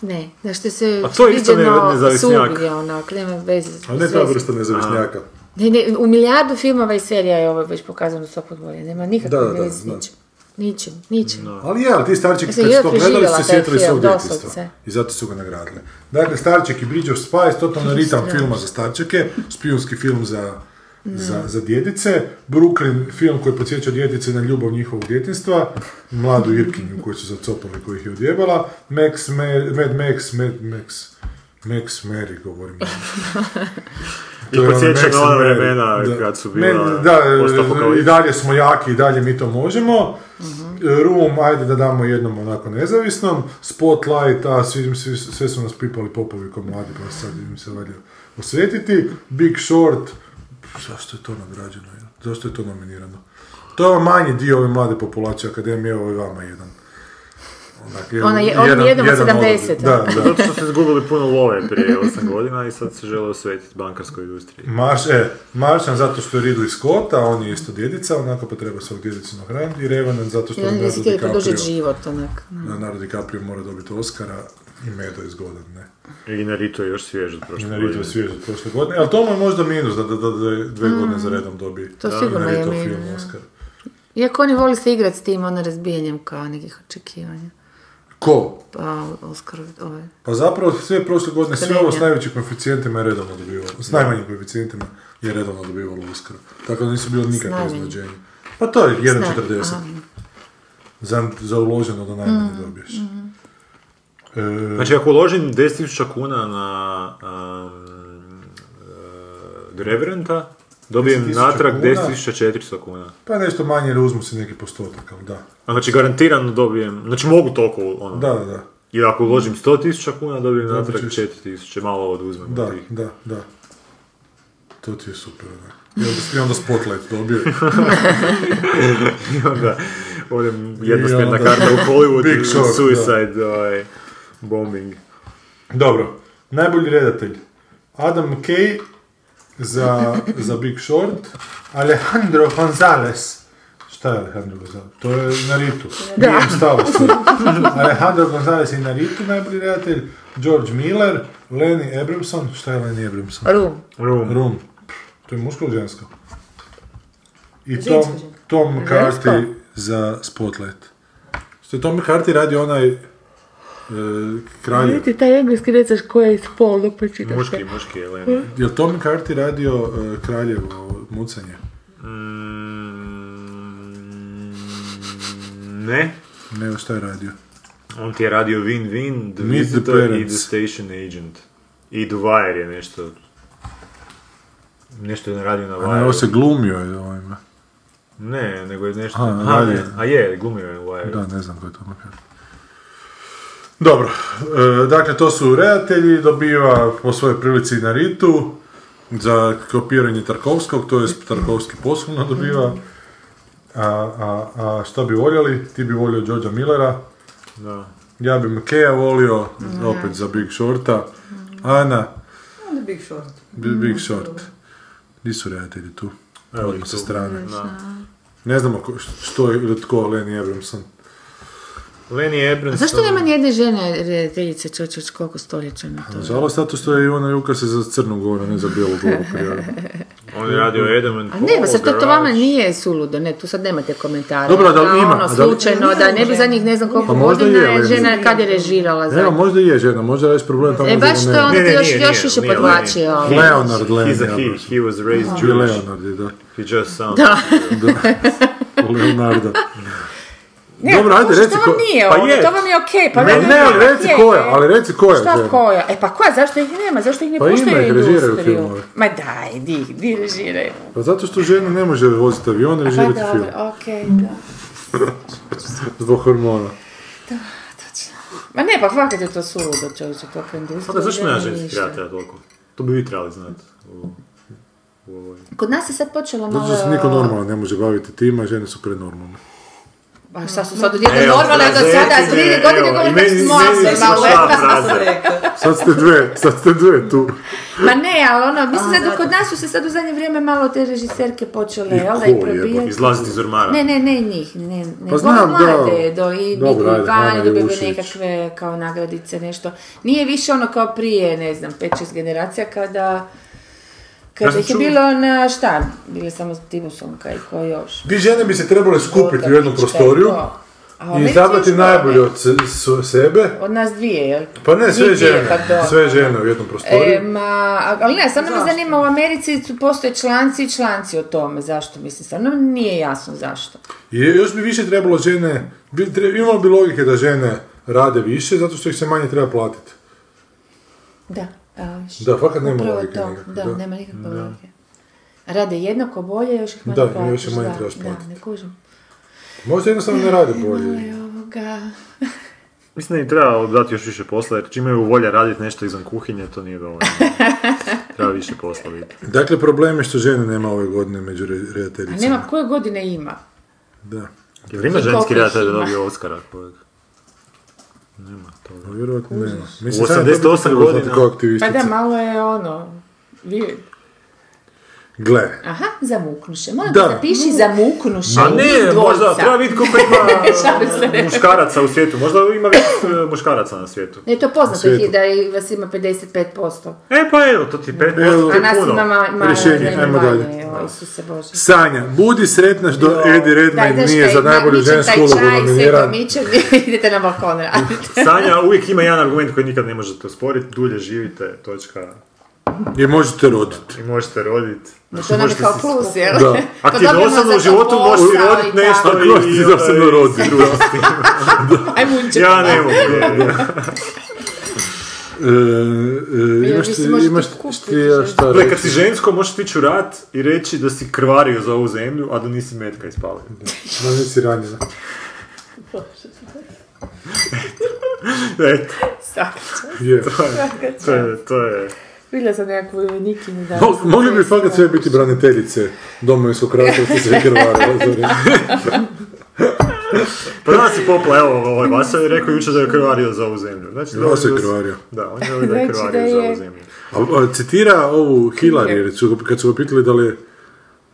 Speaker 2: Ne, da što se
Speaker 3: A to je isto ne-
Speaker 2: viđeno
Speaker 3: nezavisnjak.
Speaker 2: sublje onak, nema veze.
Speaker 1: Ali ne
Speaker 2: s
Speaker 1: ta
Speaker 2: vezom.
Speaker 1: vrsta nezavisnjaka.
Speaker 2: Ne, ne, u milijardu filmova i serija je ovo već pokazano sto put bolje. Nema nikakve
Speaker 1: Da, da, da,
Speaker 2: veze s
Speaker 1: znam.
Speaker 2: ničim. Ničim, ničim.
Speaker 1: Ali je, ali ti starčeki
Speaker 2: Mislim,
Speaker 1: kad su
Speaker 2: ja
Speaker 1: to gledali
Speaker 2: preživjela
Speaker 1: su se
Speaker 2: taj
Speaker 1: sjetili
Speaker 2: film,
Speaker 1: svog djetinjstva.
Speaker 2: doslovce.
Speaker 1: I zato su ga nagradili. Dakle, Starček i Bridge of Spice, totalno ritam
Speaker 2: Strašno.
Speaker 1: filma za starčeke, spijunski film za, za, za djedice, Brooklyn film koji podsjeća djedice na ljubav njihovog djetinjstva, mladu Irkinju koju su zacopali, koji ih je odjebala, Max, Mer- Mad Max, Mad Max, Max Mary, govorim.
Speaker 3: I
Speaker 1: To je ono
Speaker 3: podsjeća
Speaker 1: Max
Speaker 3: na ona
Speaker 1: and Mary.
Speaker 3: vremena
Speaker 1: Da.
Speaker 3: kad su bila
Speaker 1: Meni- da, i
Speaker 3: postapokaliptična.
Speaker 1: dalje smo jaki, i dalje mi to možemo.
Speaker 2: Mhm.
Speaker 1: Room, ajde da damo jednom onako nezavisnom. Spotlight, a svi, svi, sve su nas pipali popovi ko mladi, pa sad im se valja osvetiti. Big Short, zašto je to nagrađeno? jel? Zašto je to nominirano? To je ovaj manji dio ove mlade populacije akademije, ovo je vama jedan. Onak, jel-
Speaker 2: Ona je- on je jedan od 70,
Speaker 1: Da, da.
Speaker 3: Zato što su izgubili puno love prije 8 godina i sad se žele osvetiti bankarskoj industriji.
Speaker 1: Marš, e, Maršan zato što je Ridley Scott, a on je isto djedica, onako pa treba svog djedicu nahraniti, i Revenant zato što
Speaker 2: I
Speaker 1: je
Speaker 2: onda
Speaker 1: Leonardo
Speaker 2: si htjeli
Speaker 1: DiCaprio.
Speaker 2: produžiti život onak.
Speaker 1: Leonardo DiCaprio mora dobiti Oscara i Medo je zgodan, ne.
Speaker 3: I Narito je još svjež od prošle
Speaker 1: Inarito je Mm.
Speaker 3: godine.
Speaker 1: svjež od prošle godine, ali to mu je možda minus da, da, da, da je dve godine za redom dobi
Speaker 2: To sigurno je
Speaker 1: Inarito
Speaker 2: minus,
Speaker 1: film
Speaker 2: da.
Speaker 1: Oscar.
Speaker 2: Iako oni voli se igrati s tim, ono razbijanjem kao nekih očekivanja.
Speaker 1: Ko?
Speaker 2: Pa, Oscar, ove...
Speaker 1: Pa zapravo sve prošle godine, sve ovo s
Speaker 2: Akademija.
Speaker 1: najvećim koeficijentima je redovno dobivalo, s najmanjim koeficijentima je redovno dobivalo Oscar. Tako da nisu bilo nikakve
Speaker 2: najmanjim.
Speaker 1: iznenađenje. Pa to je
Speaker 2: Naj-
Speaker 1: 1.40.
Speaker 2: aha. Mm,
Speaker 1: za, za uloženo da najmanje dobiješ. E,
Speaker 3: Znači ako uložim 10.000 kuna na um, uh, Reverenta, dobijem
Speaker 1: 10.000
Speaker 3: natrag
Speaker 1: kuna?
Speaker 3: 10.400 kuna.
Speaker 1: pa nešto manje jer uzmu se neki postotak, ali da.
Speaker 3: A Znači garantirano dobijem, znači mogu toliko ono.
Speaker 1: Da, da, da.
Speaker 3: I ako uložim 100.000 kuna dobijem natrag
Speaker 1: ćeš-
Speaker 3: 4.000, malo oduzmem
Speaker 1: Da,
Speaker 3: od tih.
Speaker 1: da, da. To ti je super, da. I onda, i onda spotlight dobio.
Speaker 3: I onda odem
Speaker 1: onda-
Speaker 3: jednosmjerna karta u
Speaker 1: Big
Speaker 3: Hollywoodu,
Speaker 1: short,
Speaker 3: suicide, ovaj, bombing.
Speaker 1: Dobro, najbolji redatelj. Adam Kay za, za Big Short. Alejandro González. Šta je Alejandro González? To je Naritu. Da. Stalo se. Alejandro González i Naritu najbolji redatelj. George Miller, Lenny Abramson. Šta je Lenny Abramson?
Speaker 2: Room.
Speaker 3: Room.
Speaker 1: Room. To je muško ili žensko? I Tom,
Speaker 4: Žensko, žensko.
Speaker 1: Tom McCarthy za Spotlight. Što je Tom McCarthy radi onaj e, kralj...
Speaker 2: Vidite, taj engleski ne znaš koji je spol dok počitaš.
Speaker 3: Muški, muški, Elena.
Speaker 1: Je li Tom McCarthy radio e, kraljevo mucanje?
Speaker 3: Mm, ne.
Speaker 1: Ne, šta je radio?
Speaker 3: On ti je radio Win-Win, The
Speaker 1: Meet the
Speaker 3: Visitor i The
Speaker 1: Parents.
Speaker 3: Station Agent. I The Wire je nešto... Nešto je radio na
Speaker 1: A ne, ovo se
Speaker 3: Wire.
Speaker 1: glumio je ovaj, ovime.
Speaker 3: Ne, nego je nešto...
Speaker 1: A,
Speaker 3: Aha,
Speaker 1: radio.
Speaker 3: ne. A je, glumio je u Wire.
Speaker 1: Da, ne znam ko je Tom McCarthy. Dobro, e, dakle to su redatelji, dobiva po svojoj prilici na ritu za kopiranje Tarkovskog, to je Tarkovski poslovno dobiva. A, a, a šta bi voljeli? Ti bi volio Georgia Millera,
Speaker 3: Da.
Speaker 1: ja bi McKeya volio, opet za Big Shorta, Ana,
Speaker 4: Onda Big Short.
Speaker 1: Bi-
Speaker 2: Mhm.
Speaker 1: Big Short. Di su redatelji tu?
Speaker 3: Evo
Speaker 1: Odmah
Speaker 3: ih
Speaker 1: sa
Speaker 3: tu.
Speaker 1: strane.
Speaker 3: Da.
Speaker 1: Ne znamo ko- što je ili tko Lenny Abramson.
Speaker 3: Lenny Abramson.
Speaker 2: Zašto nema nijedne žene redateljice čoč već koliko stoljeća na to?
Speaker 1: Nažalost, zato što je Ivana Juka se za Crnu Goru, ne za Bijelu Goru prijavila.
Speaker 3: On je radio Adam and
Speaker 2: Mhm. A nema, sad to, to vama
Speaker 3: Garage.
Speaker 2: nije suludo, ne, tu sad nemate komentara.
Speaker 1: Dobro, a da li
Speaker 2: Na
Speaker 1: ima,
Speaker 2: ono,
Speaker 1: a da li-
Speaker 2: slučajno, da ne bi za njih ne znam koliko
Speaker 1: Pa možda
Speaker 2: godina
Speaker 1: je,
Speaker 2: je,
Speaker 1: ali-
Speaker 2: žena kad je režirala za
Speaker 1: Evo, možda i je žena, možda je već problem tamo
Speaker 2: E
Speaker 1: gdje
Speaker 2: baš
Speaker 1: ga
Speaker 2: to je
Speaker 1: nema.
Speaker 2: onda
Speaker 3: Ne, ne,
Speaker 2: ti još,
Speaker 3: nije,
Speaker 2: još
Speaker 3: nije,
Speaker 2: više
Speaker 3: nije,
Speaker 2: podvlači.
Speaker 3: nije.
Speaker 2: ovo.
Speaker 1: Leonard
Speaker 3: He's a
Speaker 1: Lenny
Speaker 3: he.
Speaker 1: Abramson.
Speaker 3: He was raised
Speaker 1: Bio
Speaker 3: Jewish.
Speaker 1: Leonard, je, da.
Speaker 3: He just sounds
Speaker 1: U Leonarda. Dobro, ajde,
Speaker 2: Kužiš,
Speaker 1: reci
Speaker 2: to
Speaker 1: ko...
Speaker 2: vam nije
Speaker 3: Pa
Speaker 2: ovo,
Speaker 3: je.
Speaker 2: to vam je okej, pa
Speaker 1: Ne,
Speaker 2: valjda
Speaker 1: ne,
Speaker 2: je
Speaker 1: ali reci
Speaker 2: okej.
Speaker 1: koja, ali reci koja je
Speaker 2: Šta
Speaker 1: žena.
Speaker 2: koja? E pa koja, zašto ih nema, zašto ih ne
Speaker 1: Pa ima
Speaker 2: puštaju u
Speaker 1: ih, režiraju
Speaker 2: industriju?
Speaker 1: filmove.
Speaker 2: Ma daj, di, ih, di režiraju?
Speaker 1: Pa zato što žena ne može voziti avion i
Speaker 2: Pa
Speaker 1: režirati film.
Speaker 2: dobro, okej, da.
Speaker 1: Zbog hormona.
Speaker 2: Ma ne, pa fakat je to suludo, čovječe, toliko
Speaker 1: Pa
Speaker 2: industrija.
Speaker 3: Onda zašto nema
Speaker 2: žena,
Speaker 3: ženskih
Speaker 2: ništa.
Speaker 3: kreatora toliko? To bi vi trebali znati. U, u ovoj.
Speaker 2: Kod nas je sad počelo
Speaker 1: Zato što se niko
Speaker 2: malo...
Speaker 1: normalno ne može baviti tima, žene su prenormalne.
Speaker 2: Pa šta su sad odjedno
Speaker 3: Evo,
Speaker 2: normalno do
Speaker 3: fraze,
Speaker 2: sada,
Speaker 3: ide,
Speaker 2: tri godine
Speaker 3: evo, i
Speaker 2: govorim
Speaker 3: meni-
Speaker 2: s
Speaker 3: meni
Speaker 2: mojom
Speaker 3: smo šta fraze.
Speaker 1: Sad ste dve, sad ste dve tu.
Speaker 2: Ma ne, ali ono, mislim sad da kod nas su se sad u zadnje vrijeme malo te režiserke počele, E, jel da,
Speaker 1: ko,
Speaker 2: i
Speaker 1: jebote,
Speaker 2: probijati.
Speaker 3: Izlaziti iz ormara.
Speaker 2: Ne, ne, ne i njih, ne, ne.
Speaker 1: Pa
Speaker 2: Volim
Speaker 1: znam, da.
Speaker 2: mlade, do i
Speaker 1: Dobro,
Speaker 2: Miku
Speaker 1: ajde, Hana
Speaker 2: Ivan, dobio
Speaker 1: Jevušević.
Speaker 2: nekakve kao nagradice, nešto. Nije više ono kao prije, ne znam, 5-6 generacija kada... Kada
Speaker 3: sam
Speaker 2: ih je
Speaker 3: čuo-
Speaker 2: bilo na šta, bile samo Tibusonka i ko još.
Speaker 1: Ti žene bi se trebale skupiti u jednu
Speaker 2: Gordavićka i
Speaker 1: prostoriju
Speaker 2: to. A
Speaker 1: i
Speaker 2: Americi
Speaker 1: izabrati
Speaker 2: još nema.
Speaker 1: najbolje od se- s- sebe.
Speaker 2: Od nas dvije, jel?
Speaker 1: Pa ne, sve
Speaker 2: Njih dvije,
Speaker 1: žene,
Speaker 2: pardon.
Speaker 1: sve žene u jednom
Speaker 2: E,
Speaker 1: prostoriju.
Speaker 2: ma, a- ali ne, samo me zanima, u Americi su- postoje članci i članci o tome, zašto, mislim, stvarno nije jasno zašto.
Speaker 1: I još bi više trebalo žene, bi, tre- imalo bi logike da žene rade više zato što ih se manje treba platiti.
Speaker 2: Da, a, viš.
Speaker 1: Da, fakat nema
Speaker 2: Upravo
Speaker 1: logike
Speaker 2: to,
Speaker 1: nikakve,
Speaker 2: Da,
Speaker 1: da.
Speaker 2: nema nikakve logike. Rade jednako bolje, još ih manje
Speaker 1: Da, i još
Speaker 2: platiš.
Speaker 1: ih manje
Speaker 2: da,
Speaker 1: trebaš
Speaker 2: Da,
Speaker 1: platit.
Speaker 2: ne kužim.
Speaker 1: Možda jednostavno ne rade bolje.
Speaker 2: Aj, ovoga.
Speaker 3: Mislim da im treba dati još više posla, jer čim imaju volja raditi nešto izvan kuhinje, to nije dovoljno. treba više posla biti.
Speaker 1: Dakle, problem je što žene nema ove godine među re-
Speaker 2: A
Speaker 1: redateljicama.
Speaker 2: nema, koje godine ima?
Speaker 1: Da.
Speaker 3: Jer ima
Speaker 2: I koliko
Speaker 3: ženski
Speaker 2: ih
Speaker 3: redatelj da
Speaker 2: ima?
Speaker 3: dobio Oscara kojeg. Nema toga.
Speaker 1: Pa vjerojatno nema.
Speaker 3: U
Speaker 1: sad ne bi
Speaker 3: 88
Speaker 1: trebalo znati
Speaker 3: godina.
Speaker 1: kao
Speaker 2: Pa
Speaker 1: aktivistica.
Speaker 2: da, malo je ono... vi-
Speaker 1: Gle,
Speaker 2: Aha, zamuknuše. Molim
Speaker 1: Da. Mm.
Speaker 2: da. zapiši zamuknuše.
Speaker 3: A
Speaker 2: njih
Speaker 3: ne,
Speaker 2: dvojica.
Speaker 3: možda, treba vidjeti koliko
Speaker 2: Šalim se,
Speaker 3: ima
Speaker 2: ne.
Speaker 3: muškaraca u svijetu. Možda ima više e, muškaraca na svijetu.
Speaker 2: Ne, to poznato
Speaker 1: Svijetu.
Speaker 2: ih je da i vas ima 55%.
Speaker 3: E pa evo, to ti 5% ti
Speaker 1: Evo.
Speaker 2: A nas
Speaker 3: je
Speaker 2: ima
Speaker 3: puno.
Speaker 2: ma- ma-
Speaker 1: Rješenje,
Speaker 2: nema
Speaker 1: ajmo
Speaker 2: manje,
Speaker 1: dalje.
Speaker 2: joj, Isuse Bože.
Speaker 1: Sanja, budi sretna što Eddie Redmayne
Speaker 2: Daj, znaš
Speaker 1: nije
Speaker 2: kaj,
Speaker 1: za najbolju
Speaker 2: mičem taj
Speaker 1: žensku ulogu
Speaker 2: čaj, sve to
Speaker 1: nominiran.
Speaker 2: mičem, idete na balkon radite.
Speaker 3: Sanja uvijek ima jedan argument koji nikad ne možete osporiti, dulje živite, točka,
Speaker 1: I možete roditi.
Speaker 3: i možete roditi.
Speaker 2: Da, To nam je kao plus, jel?
Speaker 1: Da.
Speaker 3: Ako ti je dosadno u životu, možeš i roditi nešto
Speaker 1: Ako
Speaker 3: i...
Speaker 1: vas ti
Speaker 3: i-
Speaker 1: dosadno
Speaker 3: i-
Speaker 1: rodi.
Speaker 3: i družiti s tim. Ja ne mogu. je, je.
Speaker 1: E, e, imaš
Speaker 2: vi si
Speaker 1: ti-
Speaker 2: možete
Speaker 1: imaš
Speaker 2: kupiti
Speaker 1: ti ja
Speaker 2: žensku.
Speaker 1: šta
Speaker 3: Gle, kad si
Speaker 1: reći?
Speaker 3: žensko, možeš ići u rat i reći da si krvario za ovu zemlju, a da nisi metka ispalio.
Speaker 1: Da nisi ranjena.
Speaker 3: Eto,
Speaker 1: Je.
Speaker 3: to je, to je.
Speaker 2: Vidjela sam nekakvu vojnikinu da...
Speaker 1: Mo- Mogli bi fakat sve biti braniteljice domovinskog rata što se krvarila. za vrijeme.
Speaker 3: Pa danas je popla, evo, ovaj Vasa je rekao jučer da je krvario za ovu zemlju. Znači, da
Speaker 1: Vasa je
Speaker 3: on da-
Speaker 1: krvario.
Speaker 3: Da, on je ovdje da je
Speaker 2: Znači da
Speaker 3: krvario za ovu
Speaker 2: je-
Speaker 3: zemlju.
Speaker 1: A, a, citira ovu Hillary, jer su ga- kad su ga pitali da li je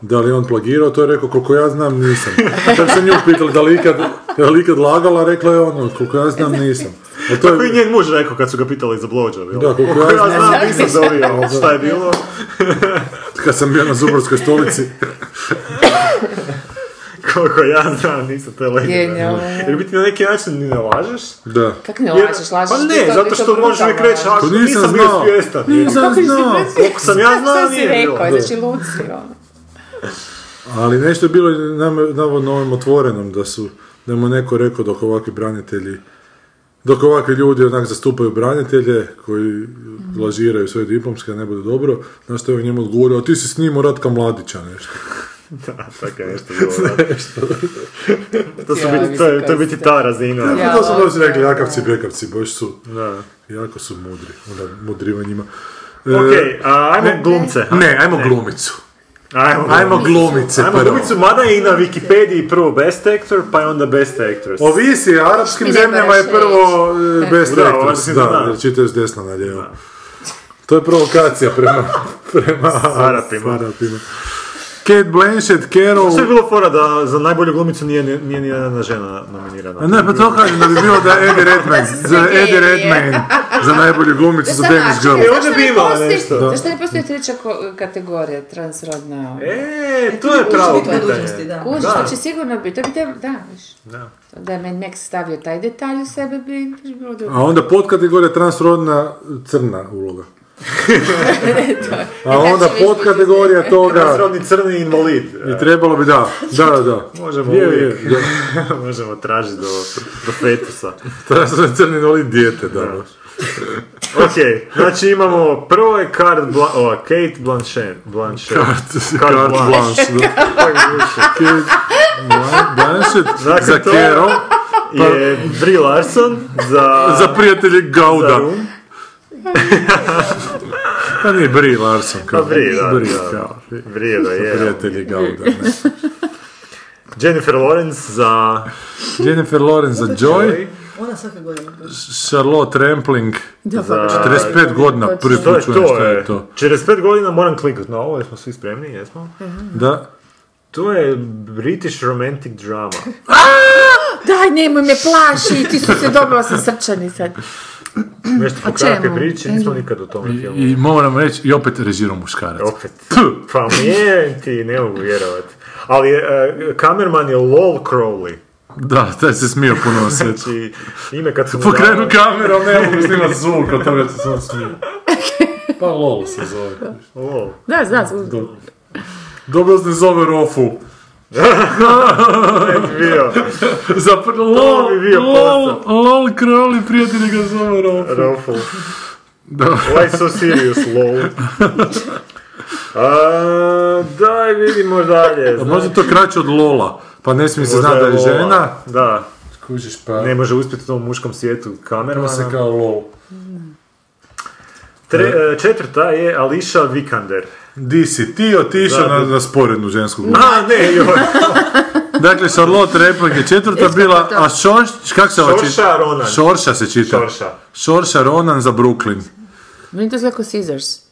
Speaker 1: da li je on plagirao, to je rekao, koliko ja znam, nisam. Kad sam nju pitali da li ikad, je li ikad lagala, rekla je ono, koliko ja znam, nisam. A to
Speaker 3: Kako je
Speaker 1: je,
Speaker 3: njen muž rekao kad su ga pitali za blowjob, jel?
Speaker 1: Da, koliko
Speaker 3: Koliko
Speaker 1: ja
Speaker 3: ja
Speaker 1: znam,
Speaker 3: znam, nisam dobio, ali šta je bilo?
Speaker 1: kad sam bio na Zuborskoj stolici,
Speaker 3: Koliko ja znam, nisam, to je legendarno.
Speaker 2: Genijalno, je.
Speaker 3: Jer biti na neki način ni ne lažeš.
Speaker 1: da.
Speaker 2: Kak ne lažeš,
Speaker 3: Pa
Speaker 2: lažeš ti
Speaker 3: ne,
Speaker 2: to, ti
Speaker 3: zato
Speaker 2: to
Speaker 3: što možeš uvijek
Speaker 2: brutalno
Speaker 3: reći,
Speaker 2: lažeš.
Speaker 3: ako
Speaker 1: To nisam
Speaker 3: nisam bio
Speaker 1: znao.
Speaker 3: svjestan.
Speaker 1: Nisam znao.
Speaker 3: Koliko sam ja znao,
Speaker 2: Šta si
Speaker 3: nije bilo.
Speaker 2: rekao, znači Luci, ono.
Speaker 1: Ali nešto je bilo i nam- navodno ovom otvorenom, da su, da mu je neko rekao dok ovakvi branitelji, dok ovakvi ljudi onak zastupaju branitelje, koji lažiraju svoje diplomske, ne bude dobro, znaš što je on njemu odgovorio, a ti si s njim u Ratka Mladića nešto.
Speaker 3: da, tako je nešto bilo. da. to, su biti, to, je, to je biti ta razina.
Speaker 1: Pa to su doći rekli, jakavci, bekavci, baš su,
Speaker 3: Da.
Speaker 1: jako su mudri u na- mudrivanjima.
Speaker 3: Ok, a ajmo
Speaker 1: ne,
Speaker 3: glumce.
Speaker 1: E, Ne, ajmo glumicu.
Speaker 3: Ajmo,
Speaker 1: Ajmo glumice
Speaker 3: Ajmo
Speaker 1: prvo.
Speaker 3: glumicu, mada je i na Wikipediji prvo best actor, pa je onda best actress.
Speaker 1: Ovisi, arapskim zemljama je prvo e, best
Speaker 3: Bravo,
Speaker 1: actress,
Speaker 3: arapskim,
Speaker 1: da,
Speaker 3: da.
Speaker 1: jer čitaš desno na lijevo. To je provokacija prema, prema
Speaker 3: Arapima.
Speaker 1: Arapima. Kate Blanchett, Carol...
Speaker 3: Sve je bilo fora da za najbolju glumicu nije, ni- nije ni jedna žena nominirana.
Speaker 1: Ne, pa to kažem da bi bilo da Eddie Redmayne, za Eddie Redmayne, za najbolju glumicu za
Speaker 2: znači?
Speaker 1: Danish Girl.
Speaker 3: E, ovdje bi imala nešto. Da.
Speaker 2: Zašto ne postoji treća ko- kategorija, transrodna? ono?
Speaker 3: E, to je pravo pitanje.
Speaker 4: da.
Speaker 2: Kužiš,
Speaker 3: da.
Speaker 2: to će sigurno biti, to bi te, da, viš.
Speaker 3: Da.
Speaker 2: Da je Mad Max stavio taj detalj u sebe, bi bi bilo
Speaker 1: A
Speaker 2: drugo.
Speaker 1: onda podkategorija transrodna crna uloga. A onda
Speaker 2: znači,
Speaker 1: podkategorija toga
Speaker 3: Razrodni crni invalid. e,
Speaker 1: i trebalo bi da, da, da, da.
Speaker 3: Možemo
Speaker 1: je,
Speaker 3: uvijek.
Speaker 1: je, da.
Speaker 3: Možemo tražiti do, do fetusa.
Speaker 1: Transrodni crni invalid dijete, da. baš.
Speaker 3: Ok, znači imamo prvo je Card Bla- o, Kate Blanchett. Blanchett.
Speaker 1: Carte
Speaker 3: Carte
Speaker 1: Carte
Speaker 3: blanche.
Speaker 1: blanche, da. Kate Blan- Blanchett
Speaker 3: Dakle,
Speaker 1: za
Speaker 3: to-
Speaker 1: Carol,
Speaker 3: je Brie Larson za...
Speaker 1: za prijatelje
Speaker 3: za
Speaker 1: Gauda.
Speaker 3: Room.
Speaker 1: Pa nije Brie Larson, kao.
Speaker 3: Pa Brie, da,
Speaker 1: Brie,
Speaker 3: da.
Speaker 1: kao.
Speaker 3: Brie, da je.
Speaker 1: Prijatelji Gauda, ne.
Speaker 3: Jennifer Lawrence za...
Speaker 1: Jennifer Lawrence za Joy,
Speaker 4: Ona svake godine.
Speaker 1: Charlotte Rampling,
Speaker 3: za
Speaker 1: 45 godina, prvi
Speaker 3: To je
Speaker 1: put čujem
Speaker 3: to, e.
Speaker 1: što
Speaker 3: je.
Speaker 1: je to.
Speaker 3: 45 godina moram kliknuti na ovo, jesmo svi spremni, jesmo?
Speaker 1: Da.
Speaker 3: To je British romantic drama.
Speaker 2: pa- Daj, nemoj me plaši, ti su se dobila sam srčani sad.
Speaker 3: Nešto po kratke
Speaker 2: čemu?
Speaker 3: priče, nismo nikad o tome filmu.
Speaker 1: I moram reći, i opet režirao muškarac.
Speaker 3: Opet. Pa nije ti, ne mogu vjerovati. Ali e, kamerman je Lol Crowley.
Speaker 1: Da, taj se smio puno na setu.
Speaker 3: Znači, ime kad su mu
Speaker 1: Pokrenu
Speaker 3: dali-
Speaker 1: kameru, ne mogu snimat zvuk, od toga se sam smio. Pa lol se zove.
Speaker 3: Lol.
Speaker 2: Da, znam,
Speaker 1: Dobro se ne zove Rofu.
Speaker 3: Ne bi bio.
Speaker 1: Za pr- lol,
Speaker 3: bi bio
Speaker 1: lol, lol, kroli, prijatelji ga zove Rofu.
Speaker 3: Ruffle.
Speaker 1: Da.
Speaker 3: Why ovaj so serious, lol? A, daj vidimo dalje. znači,
Speaker 1: A Možda je to kraće od Lola, pa ne smije se
Speaker 3: Možda
Speaker 1: znati da je
Speaker 3: Lola.
Speaker 1: žena.
Speaker 3: Da,
Speaker 1: Kužiš pa,
Speaker 3: ne može uspjeti u tom muškom svijetu
Speaker 1: prvo se
Speaker 3: kamermana.
Speaker 1: kao lol.
Speaker 3: Tre, e, četvrta je Ališa Vikander.
Speaker 1: Di si ti otišao na, na sporednu žensku grupu?
Speaker 3: A, ne, joj.
Speaker 1: Dakle, Charlotte Replik je četvrta bila, a Šorš, kak se ovo čita?
Speaker 3: Šorša Ronan.
Speaker 1: Šorša se čita.
Speaker 3: Šorša.
Speaker 1: Šorša Ronan za Brooklyn.
Speaker 2: Meni to zove kao Scissors.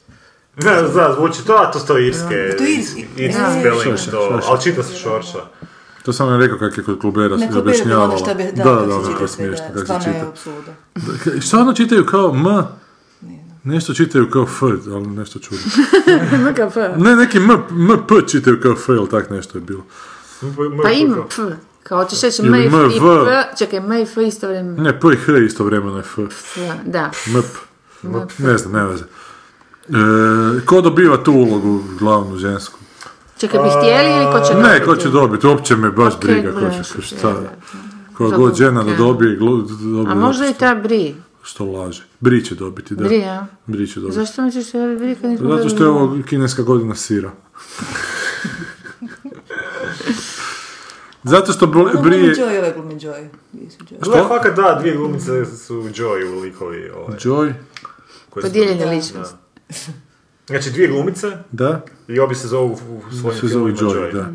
Speaker 3: Ne, zna, zvuči to, a to sto irske.
Speaker 4: To je irski.
Speaker 3: Irski
Speaker 4: Da.
Speaker 3: spelling,
Speaker 1: Šorša,
Speaker 3: to.
Speaker 1: šorša.
Speaker 3: Ali čita se šorša.
Speaker 1: To sam vam rekao kako je kod klubera
Speaker 4: Na
Speaker 1: se
Speaker 4: kluberu je bilo ono
Speaker 1: objašnjavala.
Speaker 4: što bi...
Speaker 1: Da, da, da,
Speaker 4: kako
Speaker 1: ono
Speaker 4: se
Speaker 1: to je
Speaker 4: čita sve,
Speaker 1: smiješno, kako
Speaker 4: da,
Speaker 1: se
Speaker 4: Stvarno je
Speaker 1: čita.
Speaker 4: apsurdno.
Speaker 1: K- Šta ono čitaju kao M? Nešto čitaju kao F, ali nešto čudno.
Speaker 2: MKF.
Speaker 1: Ne, neki M, MP čitaju kao F ili tak nešto je bilo.
Speaker 2: Pa ima F. Kao hoćeš reći M
Speaker 1: Ili
Speaker 2: i F, i
Speaker 1: MV.
Speaker 2: P, čekaj, M i F isto vrijeme
Speaker 1: Ne, P i H istovremeno je F.
Speaker 2: F, da.
Speaker 1: Mp. Ne znam, ne veze. E, ko dobiva tu ulogu, glavnu žensku?
Speaker 2: Čekaj, bi htjeli ili e ko će
Speaker 1: Ne,
Speaker 2: dobiti?
Speaker 1: ko će dobiti, uopće me baš
Speaker 2: Ok,
Speaker 1: briga ko
Speaker 2: gledaš,
Speaker 1: će, šta
Speaker 2: da, da.
Speaker 1: Koja
Speaker 2: Za
Speaker 1: god
Speaker 2: Luka.
Speaker 1: žena da dobije, glu- dobije
Speaker 2: A možda
Speaker 1: zato
Speaker 2: i
Speaker 1: što-
Speaker 2: ta Bri.
Speaker 1: Što laže. Bri će dobiti, da.
Speaker 2: Bri, ja.
Speaker 1: Bri će dobiti.
Speaker 2: Zašto misliš da je e Bri kad nismo
Speaker 1: Pa Zato što je
Speaker 2: gledali?
Speaker 1: ovo kineska godina sira. Zato što
Speaker 2: Ono
Speaker 1: bl-
Speaker 4: Bri...
Speaker 1: Bri je...
Speaker 4: Joy, ove glume Joy. Nisu Joy.
Speaker 3: Gle, fakat da, dvije glumice su Joy u likovi. Ovaj,
Speaker 1: Joy,
Speaker 3: koji su-
Speaker 2: Podijeljene ličnosti.
Speaker 3: Znači, dvije glumice
Speaker 1: da?
Speaker 3: i obje se zovu u svojim
Speaker 1: Se zove
Speaker 3: filmima
Speaker 1: Joy, da.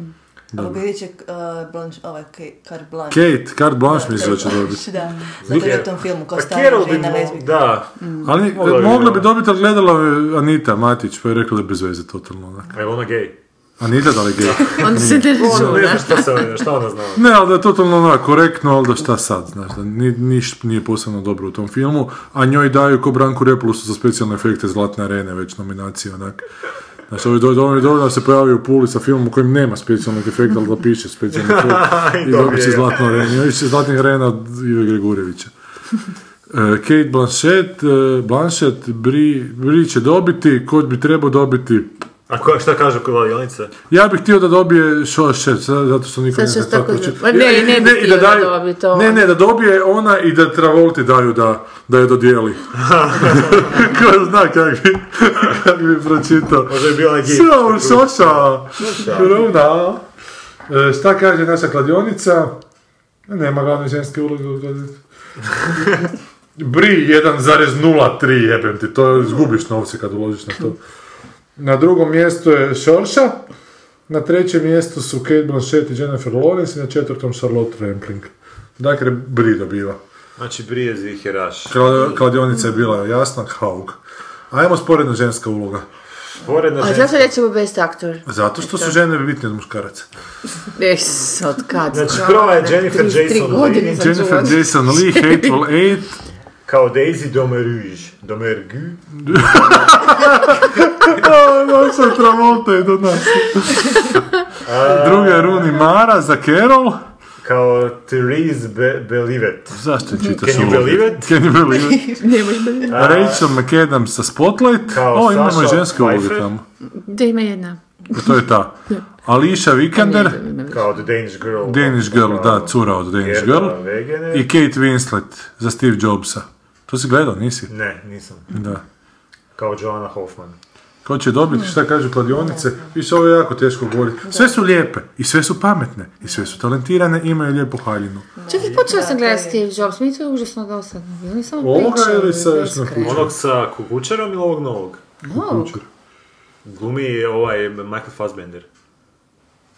Speaker 4: Ali bi reći uh, Blanche, ovaj, Ka- Carte Blanche.
Speaker 1: Kate, carte blanche mi se da će dobiti.
Speaker 4: Da, zato je
Speaker 3: Nikad.
Speaker 4: u tom filmu ko
Speaker 3: Pa
Speaker 4: stara
Speaker 3: Carol bi
Speaker 4: žena Mm.
Speaker 3: mo-
Speaker 4: lezbika.
Speaker 3: Da,
Speaker 1: Ali
Speaker 3: Mogla bi,
Speaker 1: mogla bi
Speaker 3: da.
Speaker 1: dobiti, ali gledala je Anita Matić, pa je rekla da je bez veze totalno. onak.
Speaker 3: evo ona gej.
Speaker 1: Anita da li je gej?
Speaker 2: Onda se ne
Speaker 3: Ne
Speaker 2: razumije.
Speaker 3: znam šta, se, šta ona znala.
Speaker 1: Ne, ali da je totalno onak korektno, ali da šta sad, znaš, da ni, niš nije posebno dobro u tom filmu, a njoj daju ko Branku Replusu za specijalne efekte Zlatne arene, već nominacije, onak. Znaš, ovo je do- dovoljno dovoljno da se pojavi u Puli sa filmom u kojem nema specijalnog efekta, ali da piše specijalni efekt i
Speaker 3: I dobije
Speaker 1: dobit će
Speaker 3: ga.
Speaker 1: Zlatnu arenu. Dobit će Zlatnih arena od Ive Gregorjevića. E, Kate Blanchett, e, Blanchett, Bri, Bri će dobiti, kod bi trebao dobiti,
Speaker 3: A ko, šta kažu kladionice?
Speaker 1: Ja bih htio da dobije Shawshank, zato što niko ne
Speaker 2: Sad ćeš
Speaker 1: zna
Speaker 2: tako
Speaker 1: kako će-
Speaker 2: da- Ma ne,
Speaker 1: Ja, i-
Speaker 2: ne bih
Speaker 1: i
Speaker 2: htio da dobi to.
Speaker 1: Ne, ne, da dobije ona i da Travolti daju da, da je dodijeli. Ko zna kak bi, kak bi pročitao.
Speaker 3: Možda je bio onaj gif.
Speaker 1: Sjao, Šoša! Kruna! E, šta kaže naša kladionica? Nema glavne ženske uloge u kladionici. Bri 1,03 jebem ti, to je- izgubiš novce kad uložiš na to. Na drugom mjestu je Šorša, na trećem mjestu su Kate Blanchett i Jennifer Lawrence i na četvrtom Charlotte Rampling. Dakle, Bri dobiva.
Speaker 3: Znači, Brijez i Heraš.
Speaker 1: Kla- Kladionica je bila jasna, Haug. Ajmo sporedno ženska uloga.
Speaker 3: Poredna
Speaker 2: A
Speaker 3: ženska.
Speaker 2: zašto recimo best actor?
Speaker 1: Zato što su žene bitnije od muškaraca.
Speaker 2: Yes, od kad?
Speaker 3: Znači, prva je Jennifer
Speaker 2: Tri- tri
Speaker 3: Jason
Speaker 2: godine.
Speaker 3: Leigh
Speaker 2: Za
Speaker 1: Jennifer
Speaker 2: čuvanje.
Speaker 1: Jason Lee, Hateful Eight,
Speaker 3: kao Daisy Domergue. Domergue?
Speaker 1: Naša Travolta je do nas. Druga je Rooney Mara za Carol.
Speaker 3: Kao Therese Be- Belivet.
Speaker 1: Zašto je čitaš
Speaker 3: Can you
Speaker 1: uloge?
Speaker 3: believe it?
Speaker 1: Can you believe it? Rachel McAdams sa Spotlight.
Speaker 3: Kao
Speaker 1: o, imamo i
Speaker 3: Sasha
Speaker 1: ženske uloge
Speaker 3: Pfeiffer.
Speaker 1: tamo.
Speaker 2: Da ima jedna.
Speaker 1: To je ta. Alicia Vikander,
Speaker 3: Kao The Danish Girl.
Speaker 1: Danish Girl, da, cura od Danish Girl.
Speaker 3: Gerda Wegener.
Speaker 1: I Kate Winslet za Steve Jobsa. To si gledao, nisi?
Speaker 3: Ne, nisam.
Speaker 1: Da.
Speaker 3: Kao Joanna Hoffman.
Speaker 1: Ko će dobiti, šta kažu kladionice, više ovo je jako teško govoriti. Sve su lijepe, i sve su pametne, i sve su talentirane, imaju lijepu haljinu.
Speaker 2: Čekaj, počela sam gledati Steve Jobs, mi je to užasno dosadno. bilo, Oni samo
Speaker 1: Ovoga
Speaker 2: pričaju
Speaker 1: ili sa-
Speaker 2: bez
Speaker 1: sa
Speaker 2: kraja.
Speaker 3: Onog sa kukučarom ili ovog novog?
Speaker 2: Ovog.
Speaker 3: Glumi je ovaj Michael Fassbender.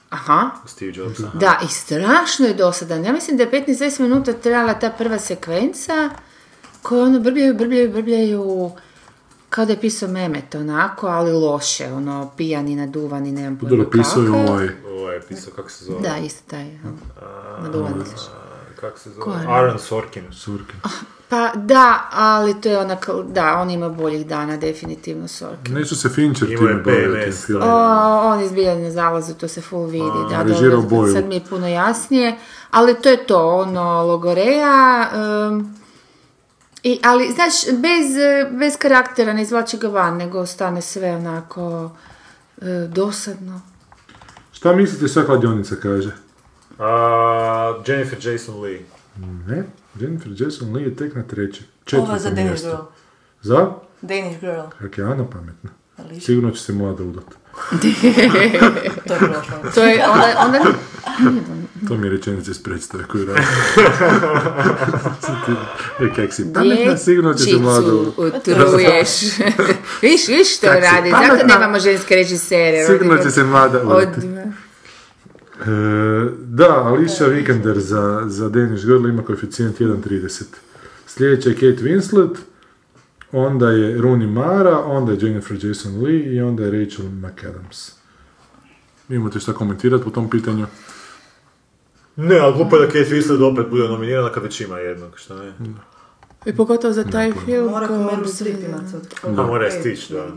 Speaker 2: Aha,
Speaker 3: Steve Jobs.
Speaker 2: da, i strašno je dosadan. Ja mislim da je 15-20 minuta trajala ta prva sekvenca koju ono brbljaju, brbljaju, brbljaju kao da je pisao Mehmet, onako, ali loše, ono, pijani, naduvani, nemam pojma
Speaker 1: Dobro, pisao je
Speaker 2: kako.
Speaker 1: ovaj...
Speaker 3: Ovo je pisao, kako se zove?
Speaker 2: Da, isto taj, ono, naduvani. znaš.
Speaker 3: Kako se
Speaker 2: Ko
Speaker 3: zove?
Speaker 2: je?
Speaker 3: Aaron Sorkin.
Speaker 2: Pa da, ali to je onak, da, on ima boljih dana, definitivno, Sorkin.
Speaker 1: Neću se Fincher
Speaker 3: Imao je
Speaker 1: time bavio tim
Speaker 3: PMS,
Speaker 1: filmom.
Speaker 2: O, on je zbilja na zalazu, to se full vidi, da,
Speaker 1: režirao
Speaker 2: dobro,
Speaker 1: Boyle.
Speaker 2: sad mi je puno jasnije, ali to je to, ono, Logoreja, em, i, ali, znaš, bez, eh, bez karaktera, ne izvlači ga van, nego ostane sve onako eh, dosadno.
Speaker 1: Šta mislite šta kladionica kaže?
Speaker 3: A, Jennifer Jason Leigh.
Speaker 1: Ne, Jennifer Jason Lee je tek na trećem.
Speaker 4: Ova za
Speaker 1: Četvrto
Speaker 4: Danish
Speaker 1: mjesto.
Speaker 4: Girl.
Speaker 1: Za?
Speaker 4: Danish Girl.
Speaker 1: Kak je Ana pametna. Sigurno će se mlada udat.
Speaker 4: To je prošlo.
Speaker 2: To je, onda, onda
Speaker 1: To mi je rečenica iz predstave koju radim. e, kak si pametna, sigurno će se mlada
Speaker 2: dječicu
Speaker 1: udat.
Speaker 2: utruješ. viš, viš što
Speaker 1: Kak si
Speaker 2: radi, zato
Speaker 1: pametna.
Speaker 2: nemamo ženske režisere. jer
Speaker 1: Sigurno
Speaker 2: oni
Speaker 1: će
Speaker 2: kod-
Speaker 1: se mlada
Speaker 2: od,
Speaker 1: udati. E, da, Alicia Vikander za, za Danish Girl ima koeficijent 1.30. Sljedeća je Kate Winslet, onda je Rooney Mara, onda je Jennifer Jason Lee i onda je Rachel McAdams. Imate šta komentirati po tom pitanju?
Speaker 3: Ne, ali glupo je da Kate Winslet opet bude nominirana kad već ima jednog, što ne?
Speaker 2: I E, pogotovo za taj film.
Speaker 4: Mora
Speaker 2: ko-
Speaker 4: kao Meryl Streep imat od
Speaker 3: Da, mora je stići, da.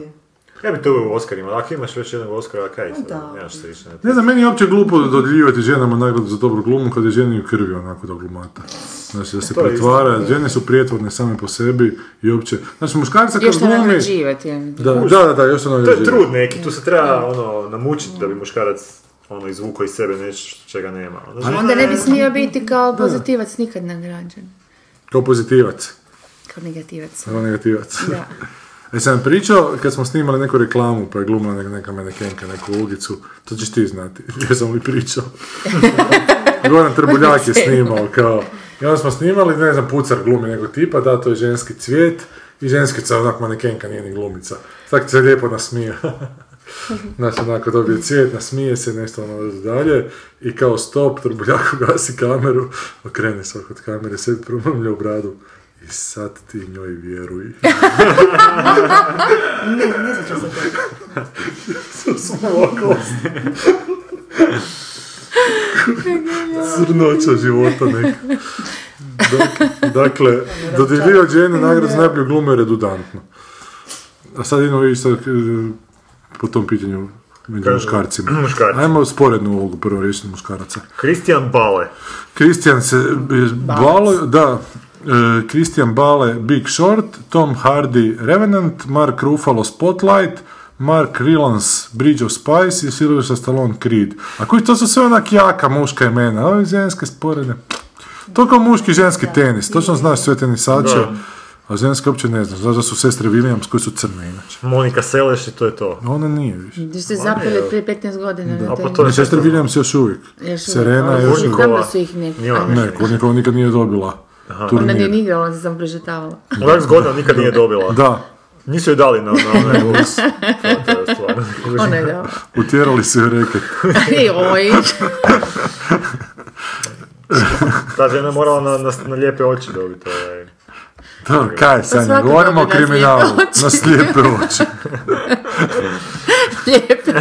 Speaker 3: Ja bi to uvijek u Oscarima, ako imaš već jednog Oscara, kaj
Speaker 2: Pa
Speaker 3: ti,
Speaker 4: Da.
Speaker 3: nemaš se više na to.
Speaker 1: Ne znam, meni je uopće glupo dodjeljivati ženama nagradu za dobru glumu kad je ženi u krvi onako do glumata. Znači da se
Speaker 3: E, To je
Speaker 1: pretvara, žene su prijetvorne same po sebi i uopće... Znači muškarca kad
Speaker 2: Još to ne
Speaker 1: glumi...
Speaker 2: nagrađivati, ja.
Speaker 1: Da, da, da, da, još ono
Speaker 3: To je trud neki, tu se treba ono, namučiti
Speaker 2: Mm.
Speaker 3: da bi muškarac ono, izvukao iz sebe nešto čega nema. ono.
Speaker 2: Pa Onda ne bi smio biti kao pozitivac nikad nagrađen.
Speaker 1: Kao pozitivac.
Speaker 2: Kao negativac.
Speaker 1: Samo negativac.
Speaker 2: Da.
Speaker 1: E sam pričao, kad smo snimali neku reklamu, pa je glumila nek- neka manekenka, neku ulogicu, to ćeš ti znati, jer sam li pričao. Goran Trbuljak je snimao, kao, i onda smo snimali, ne znam, pucar glumi nego tipa, da, to je ženski cvijet, i ženskica, onak manekenka, nije ni glumica. Tako se lijepo nasmije. Znači, onako dobije cvijet, nasmije se, nešto ono dalje, i kao stop, Trbuljak ugasi kameru, okrene se od kamere, sebi promrmlja u bradu, i sad ti njoj vjeruj. crnoća života neka. Dak- Dakle, dodjeljivao Jane nagradu za najbolju glumu je redundantno. A sad idemo vidjeti šta eh, po tom pitanju među muškarcima.
Speaker 3: muškarci.
Speaker 1: Ajmo sporednu ulogu prvo riješiti muškaraca.
Speaker 3: Christian Bale.
Speaker 1: Kristijan se... eh, Bale, da. eh, Kristijan Bale Big Short, Tom Hardy Revenant, Mark Ruffalo Spotlight, Mark Rylance, Bridge of Spice i Sylvester Stallone Creed. A koji to su sve onak jaka muška imena, ove ženske sporedne. To kao muški i ženski tenis, točno znaš sve tenisače, a ženske uopće ne znaš, znaš da su sestre Williams koji su crne inače.
Speaker 3: Monika Seleš i to je to.
Speaker 1: Ona nije više.
Speaker 2: Gdje ste zapeli prije 15 godina na
Speaker 3: A
Speaker 2: taj
Speaker 3: pa to je
Speaker 1: Sestre Williams još uvijek.
Speaker 2: Još uvijek.
Speaker 1: Serena je još
Speaker 3: Kurnikova.
Speaker 1: uvijek.
Speaker 2: Znam da su ih neki.
Speaker 3: Nije ona
Speaker 1: Ne, Kurnikova nikad nije dobila
Speaker 2: Ona nije ni
Speaker 1: turnir.
Speaker 2: igrala, ona se sam prežetavala.
Speaker 3: Onak zgodno nikad nije dobila.
Speaker 1: Da,
Speaker 3: Nisu joj dali na na onaj ulic. To je stvarno.
Speaker 2: Ona je igrala.
Speaker 1: utjerali su joj reket.
Speaker 2: I oj,
Speaker 3: Ta žena je morala na, na, na lijepe oči dobiti. Ovaj.
Speaker 1: Da, kaj Sanja,
Speaker 2: svako
Speaker 1: govorimo o
Speaker 2: dobije na
Speaker 1: kriminalu,
Speaker 2: slijepe oči.
Speaker 1: na slijepe oči.
Speaker 2: lijepe.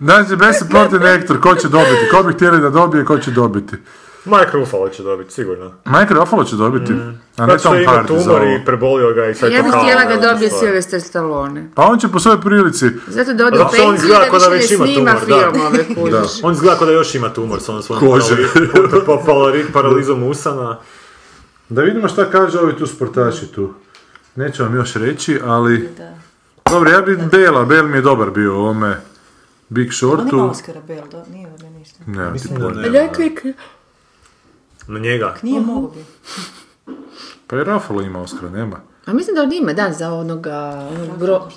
Speaker 1: Znači, best supporting actor, ko će dobiti? Ko bi htjeli da dobije, ko će dobiti?
Speaker 3: Mark Ruffalo će dobiti, sigurno.
Speaker 1: Mike Ruffalo će dobiti, a ne
Speaker 3: Zato što
Speaker 1: Tom
Speaker 3: je imao
Speaker 1: Hardy za
Speaker 3: tumor
Speaker 1: ovo.
Speaker 3: i prebolio ga i sad
Speaker 2: Ja bih
Speaker 3: kao-
Speaker 2: htjela
Speaker 3: kao-
Speaker 2: ga dobije
Speaker 3: stvar.
Speaker 2: Sylvester Stallone.
Speaker 1: Pa on će po svojoj prilici,
Speaker 2: Zato da ode u
Speaker 3: Zato što on
Speaker 2: penziju
Speaker 3: izgleda
Speaker 2: i
Speaker 3: ko da
Speaker 2: da više
Speaker 3: već ima
Speaker 2: ne snima
Speaker 3: tumor, da.
Speaker 2: filmove, kužiš.
Speaker 3: On izgleda kao da još ima tumor sa onom svojom
Speaker 1: Kože.
Speaker 3: parali- pa- parali- paralizom usana.
Speaker 1: Da vidimo šta kaže ovi tu sportaši tu. Neću vam još reći, ali... Dobro, ja bi Bela, Bel mi je dobar bio u ovome Big
Speaker 3: Pa
Speaker 4: On ima
Speaker 1: Shortu.
Speaker 4: Oscara Bell, da? Nije ovdje ništa.
Speaker 1: Ne,
Speaker 3: Mislim da ne.
Speaker 2: Reklik.
Speaker 3: Na njega.
Speaker 4: Nije mogu bi.
Speaker 1: pa i Ruffalo ima Oscar, nema.
Speaker 2: A mislim da on ima, da, za onoga, onog bro...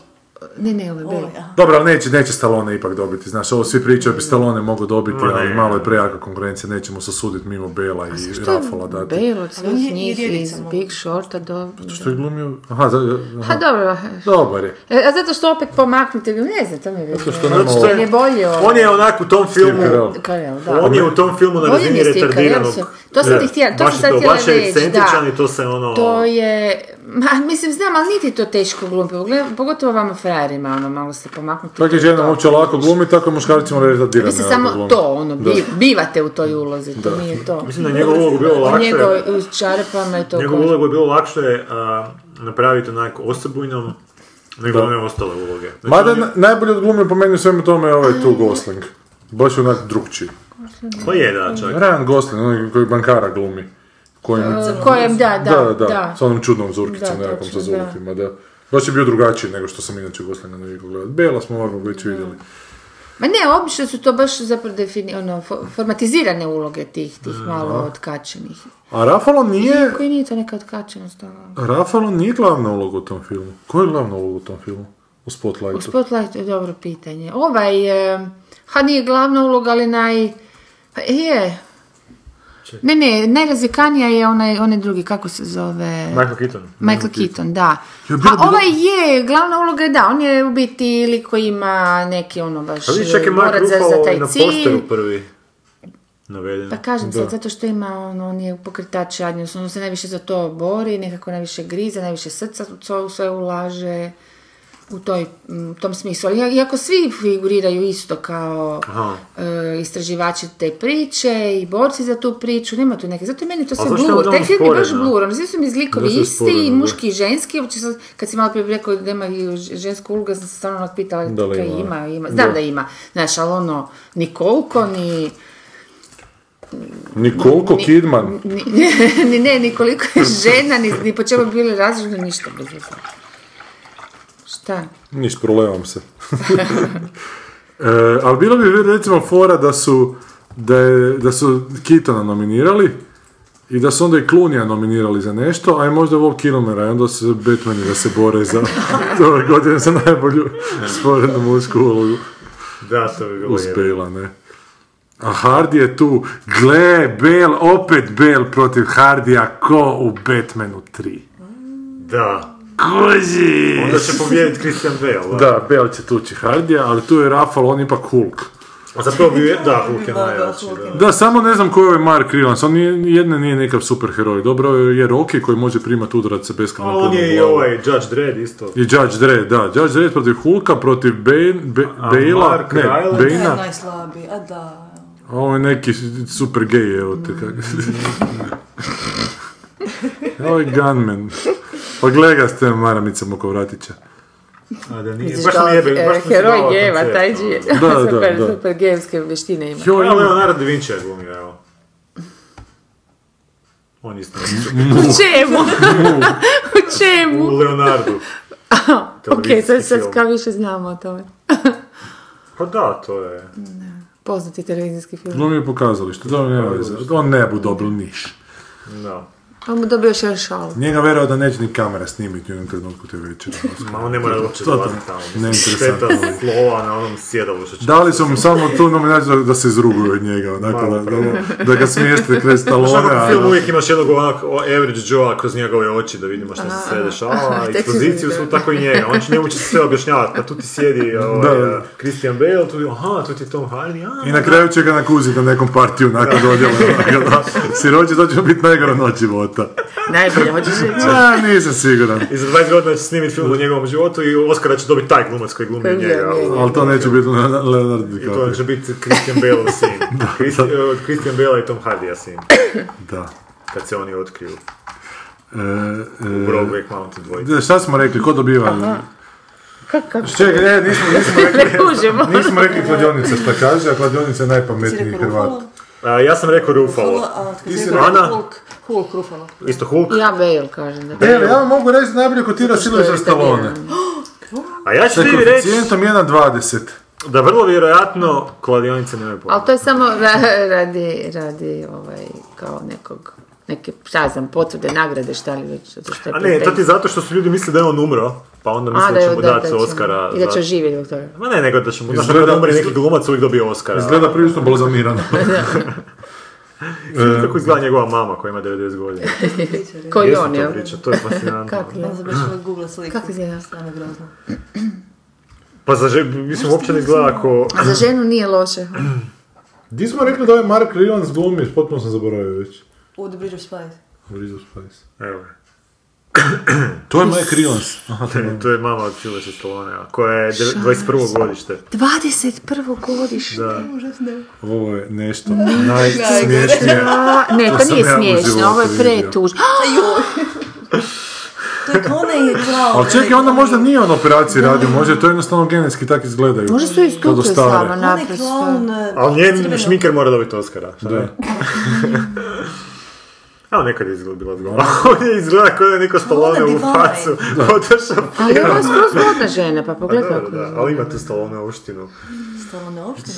Speaker 2: Ne, ne, ovo je
Speaker 4: Ovaj,
Speaker 2: Bale.
Speaker 1: Dobro, ali neće, neće Stallone ipak dobiti, znaš, ovo svi pričaju bi Stallone mogao dobiti,
Speaker 3: Ma ne.
Speaker 1: ali malo je prejaka konkurencija, nećemo se suditi mimo Bela i Rafala dati.
Speaker 2: Bale od
Speaker 4: Ali on je
Speaker 2: svih
Speaker 4: i
Speaker 2: njih
Speaker 4: Rjevica
Speaker 2: iz
Speaker 4: mogla.
Speaker 2: Big Shorta do...
Speaker 1: Što je glumio? Aha, za-
Speaker 2: Ha
Speaker 1: aha.
Speaker 2: dobro,
Speaker 1: dobar je.
Speaker 2: E, a zato što opet pomaknuti, ne znam, to mi je već... ono,
Speaker 1: Zato što
Speaker 2: ne-
Speaker 1: nema
Speaker 3: Zato što
Speaker 2: On je
Speaker 3: je,
Speaker 2: bolje ovo.
Speaker 3: on je onak u tom filmu,
Speaker 1: Steve
Speaker 2: Karel, da.
Speaker 3: on je u tom filmu na
Speaker 2: Bolje mi
Speaker 3: razini
Speaker 2: je slika,
Speaker 3: retardiranog.
Speaker 2: jel se? To sam ti
Speaker 3: Ne,
Speaker 2: htjela- to
Speaker 3: baš
Speaker 2: sam
Speaker 3: je
Speaker 2: sad htjela
Speaker 3: baš je
Speaker 2: reći, da.
Speaker 3: ekscentričan i to se ono...
Speaker 2: To je, ma, mislim, znam, ali niti je to teško glumiti, Gle- pogotovo vama frajerima, ono, malo se pomaknuti.
Speaker 1: Tako je žena uopće lako glumi, tako je muškarcima retardirano.
Speaker 2: Mislim, samo to, ono, bi- bivate u toj ulozi, to nije to.
Speaker 3: Mislim da je njegovu ulogu bilo
Speaker 2: U
Speaker 3: lakše.
Speaker 2: njegovoj u čarapama je to
Speaker 3: Njegovu
Speaker 2: ko-
Speaker 3: ulogu je bilo lakše a, napraviti onak osebujnom nego
Speaker 1: Da.
Speaker 3: one ostale uloge. Znači,
Speaker 1: Mada
Speaker 3: on je-
Speaker 1: na- najbolje odglumio po meni u svemu tome je ovaj tu Gosling. Baš je onak drugčiji.
Speaker 3: Pa je, da, čak.
Speaker 1: Ryan Gosling, onaj koji bankara glumi. Koji
Speaker 2: Kojem, da, da, da.
Speaker 1: sa onom čudnom zurkicom
Speaker 2: Da,
Speaker 1: nekakvom sa
Speaker 2: točno,
Speaker 1: zubima, da. Baš je bio drugačiji nego što sam inače Goslinga navikao gledati. Bela smo ovako već vidjeli.
Speaker 2: Ma ne, obično su to baš zapravo defini, ono, fo- formatizirane uloge tih, tih malo otkačenih.
Speaker 1: A Rafalo nije,
Speaker 2: Koji nije to neka otkačenost, ono?
Speaker 1: Rafalo nije glavna uloga u tom filmu. Koja je glavna uloga u tom filmu? U Spotlightu.
Speaker 2: U Spotlightu je dobro pitanje. Ovaj, eh, ha nije glavna uloga, ali naj... pa je... Ne, ne, najrazikanija je onaj, onaj drugi, kako se zove?
Speaker 3: Michael Keaton.
Speaker 2: Michael Keaton, da.
Speaker 1: Ja, bilo bi
Speaker 2: A ovaj je, glavna uloga je da, on je u biti lik koji ima neki ono baš
Speaker 3: A vidi, Pa čak je Mark
Speaker 2: borac za, za
Speaker 3: Ruffalo
Speaker 2: taj
Speaker 3: i na
Speaker 2: cilj.
Speaker 3: posteru prvi naveden.
Speaker 2: Pa kažem sad, zato što ima, ono, on, on je pokretač jadnje, on se najviše za to bori, nekako najviše grize, najviše srca u to sve ulaže u toj, mm, tom smislu. Ali Iako svi figuriraju isto kao
Speaker 3: Aha.
Speaker 2: e, istraživači te priče i borci za tu priču, nema tu neke. Zato je meni to sve
Speaker 3: zašto je
Speaker 2: blur,
Speaker 3: onda
Speaker 2: taj
Speaker 3: on
Speaker 2: film je baš
Speaker 3: sporedno?
Speaker 2: blur, ono, svi su mi zlikovi
Speaker 1: Zašto je
Speaker 2: isti,
Speaker 1: sporedno,
Speaker 2: i
Speaker 1: da?
Speaker 2: muški i ženski, uopće sad, kad si malo prije rekao da ima i ž- žensku ulogu, ja sam se stvarno otpitala
Speaker 1: Da li
Speaker 2: kaj
Speaker 1: ima?
Speaker 2: ima, ima, znam da, ima, znaš, ali ono, ni koliko, ni...
Speaker 1: Nikolko Kidman.
Speaker 2: Ni, ni, ne, ni koliko je žena, ni, ni po čemu bili različni, ništa bez veze. Šta?
Speaker 1: Niš, prolevam se. e, ali bilo bi recimo fora da su, da, je, da su Kitona nominirali i da su onda i Klunija nominirali za nešto, a i možda Vol Kilomera i onda su Batmani da se bore za ove godine za najbolju stvorenu mušku ulogu
Speaker 3: Da, to bi bilo
Speaker 1: uz
Speaker 3: jebeno.
Speaker 1: Bela, ne. A Hardy je tu, gle, Bale, opet Bale protiv Hardija, ko u Batmanu 3.
Speaker 3: Da.
Speaker 1: Kozi!
Speaker 3: Onda će pobijediti Christian Bale. Da.
Speaker 1: Da, Bale će tući Hardija, ali tu je Rafal, on je ipak Hulk.
Speaker 3: A zapravo bi je, da, Hulk je najjači.
Speaker 4: Hulk je-
Speaker 3: Da.
Speaker 1: Da, samo ne znam ko je ovaj Mark Rylance, on nije, nijedne nije nekav superheroj. Dobro je Rocky koji može primati udarace beskrajno
Speaker 3: Ali on
Speaker 1: puno
Speaker 3: je
Speaker 1: u
Speaker 3: i
Speaker 1: glavu.
Speaker 3: ovaj Judge Dredd isto.
Speaker 1: I Judge Dredd, da. Judge Dredd protiv Hulka, protiv Bane, Be, Bale-a,
Speaker 3: Mark
Speaker 1: ne,
Speaker 3: Rylance?
Speaker 4: Da
Speaker 1: Bane-a.
Speaker 4: je najslabiji, a da.
Speaker 1: A Ovo je neki super gej, evo te kak. Ovo je Gunman. Pa gle ga s tem maramicama oko vratića.
Speaker 3: A da nije,
Speaker 2: Vidiš
Speaker 3: baš
Speaker 2: kao,
Speaker 3: mi jebe,
Speaker 2: e,
Speaker 3: baš mi se
Speaker 2: heroj
Speaker 3: dao
Speaker 2: geva,
Speaker 3: koncept,
Speaker 2: taj
Speaker 3: ono.
Speaker 2: džije.
Speaker 1: Da, da,
Speaker 2: super,
Speaker 1: da.
Speaker 2: super gejevske vještine ima.
Speaker 1: Jo,
Speaker 3: Ali
Speaker 1: ima
Speaker 3: Leonardo da Vinci je glumio, evo. On isto
Speaker 2: U čemu? U čemu?
Speaker 3: u Leonardu.
Speaker 2: ok,
Speaker 3: Televizijski
Speaker 2: sad, sad
Speaker 3: film.
Speaker 2: kao više znamo o tome.
Speaker 3: Pa da, to je.
Speaker 2: Poznati televizijski film.
Speaker 1: Glumio je pokazalište, dobro, nema veze. On ne bu dobil niš.
Speaker 3: Da.
Speaker 2: On mu dobio šeršalu.
Speaker 1: Njega verao da neće ni kamera snimiti u jednom trenutku te večeri.
Speaker 3: Ma on ne mora uopće
Speaker 1: To je to.
Speaker 3: dolaziti tamo.
Speaker 1: Neinteresantno.
Speaker 3: Šteta slova na onom sjedalu što će...
Speaker 1: Dali su mu samo tu nominaciju da- da se izruguju od njega, onako, da,
Speaker 3: Malo pravo.
Speaker 1: da, da ga smjeste kraj
Speaker 3: Znaš,
Speaker 1: stalone,
Speaker 3: onako u
Speaker 1: a
Speaker 3: filmu uvijek imaš jednog onak o, average Joe-a kroz njegove oči da vidimo što se sve dešava, a
Speaker 2: tek si
Speaker 3: ekspoziciju su
Speaker 2: vidio.
Speaker 3: tako i njega, on će njemu će se sve objašnjavati, pa tu ti sjedi ovaj,
Speaker 1: Da.
Speaker 3: eh, Christian Bale, tu, aha, tu ti je Tom Hardy, a,
Speaker 1: i na kraju će ga nakuziti na nekom partiju nakon dodjela. onako, da. Siroće, to će biti najgora noć života.
Speaker 2: Najbolje, hoćeš reći.
Speaker 1: Ja, nisam siguran.
Speaker 3: I za 20 godina će snimiti film o njegovom životu i Oscara će dobiti taj glumac koji glumi
Speaker 2: Koji glumi
Speaker 3: njega.
Speaker 2: njega.
Speaker 1: Ali to neće biti Leonardo Leonardo
Speaker 3: I to će
Speaker 1: DiCaprio.
Speaker 3: biti Christian Bale sin. Christi- eh, od Christian Bale i Tom Hardy sin.
Speaker 1: Da.
Speaker 3: Kad se oni otkriju
Speaker 1: E,
Speaker 3: u
Speaker 1: e,
Speaker 3: Broadway Mountain dvojici.
Speaker 1: da, šta smo rekli, ko dobiva?
Speaker 2: Kako?
Speaker 1: Čekaj, e, nismo, nismo rekli,
Speaker 3: Dakle,
Speaker 2: Ne kužimo.
Speaker 1: nismo rekli kladionica šta kaže, a kladionica je najpametniji Hrvat.
Speaker 3: A, ja sam rekao Ruffalo.
Speaker 4: a kad
Speaker 3: Isto
Speaker 4: si rekao
Speaker 3: Ana?
Speaker 4: Hulk, Hulk Ruffalo.
Speaker 3: Isto Hulk.
Speaker 2: Ja Bale kažem da.
Speaker 1: Evo, ja vam mogu reći da najbolje kotira Silvestra Stallone.
Speaker 3: A ja ću
Speaker 1: Sa
Speaker 3: ti reći
Speaker 1: koeficijentom 1.20.
Speaker 3: da vrlo vjerojatno kladionice nemaju pojma.
Speaker 2: Ali to je samo ra- radi, radi ovaj, kao nekog, neke, šta ja znam, potvrde, nagrade, šta li već, zato što je
Speaker 3: A ne, to ti
Speaker 2: pretenzija.
Speaker 3: je zato što su ljudi mislili da je on umro, pa onda misle
Speaker 2: A,
Speaker 3: da će mu
Speaker 2: da, da
Speaker 3: dati
Speaker 2: će mu-
Speaker 3: Oscara.
Speaker 2: I da
Speaker 3: za-
Speaker 2: će živjeti zbog toga.
Speaker 3: Ma ne, nego da će mu, znaš,
Speaker 1: Izgleda-
Speaker 3: kada umre neki glumac uvijek dobije Oscara.
Speaker 1: Izgleda prilično balzamirano.
Speaker 3: Sviđa Kako izgleda njegova mama koja ima 90 godina.
Speaker 2: Koji
Speaker 3: Jesu
Speaker 2: on,
Speaker 3: to
Speaker 2: jel?
Speaker 3: priča, to je fascinantno.
Speaker 2: Kako je?
Speaker 4: Ja sam baš uvijek googla sliku.
Speaker 2: Kako izgleda?
Speaker 4: Stvarno je grozno.
Speaker 3: Pa za žen- mislim, uopće ne izgleda ako...
Speaker 2: A za ženu nije loše.
Speaker 1: Di smo rekli da ovaj Mark Rylance glumi, potpuno sam zaboravio već.
Speaker 4: U The Bridge of Spies.
Speaker 1: Rizzo Spice.
Speaker 3: Evo,
Speaker 1: To je Mark Rylance. Aha, to je
Speaker 3: to je mama od Silvestra Stallone, a, koja je de- 21. godište.
Speaker 2: 21. godište.
Speaker 3: Da.
Speaker 1: Ovo je nešto najsmiješnije.
Speaker 2: A, Ne, to
Speaker 1: sam
Speaker 2: nije
Speaker 1: ja u
Speaker 2: smiješno,
Speaker 1: životu
Speaker 2: ovo je
Speaker 1: vidio.
Speaker 2: pretuž.
Speaker 4: To je kao onaj glav.
Speaker 1: Ali čekaj, onda možda nije on operaciji radio, možda je to jednostavno genetski tak izgledaju.
Speaker 2: Možda su iz
Speaker 1: Kao do
Speaker 2: kulture
Speaker 1: stare.
Speaker 2: stvarno
Speaker 4: Onaj
Speaker 2: naprosto.
Speaker 4: klaun...
Speaker 3: Ali njen
Speaker 4: crveno-
Speaker 3: šminker mora dobiti Oscara. šta ne?
Speaker 1: Da.
Speaker 3: Evo nekad je izgleda bila zgodna. On je izgleda kao da je neko Stallone u
Speaker 4: Divine.
Speaker 3: facu otršao.
Speaker 2: Ali ovo je skroz zgodna žena, pa pogledaj
Speaker 3: Da, da,
Speaker 2: kako
Speaker 3: da,
Speaker 2: je.
Speaker 3: ali ima tu Stallone uštinu.
Speaker 4: Stvarno uopšte.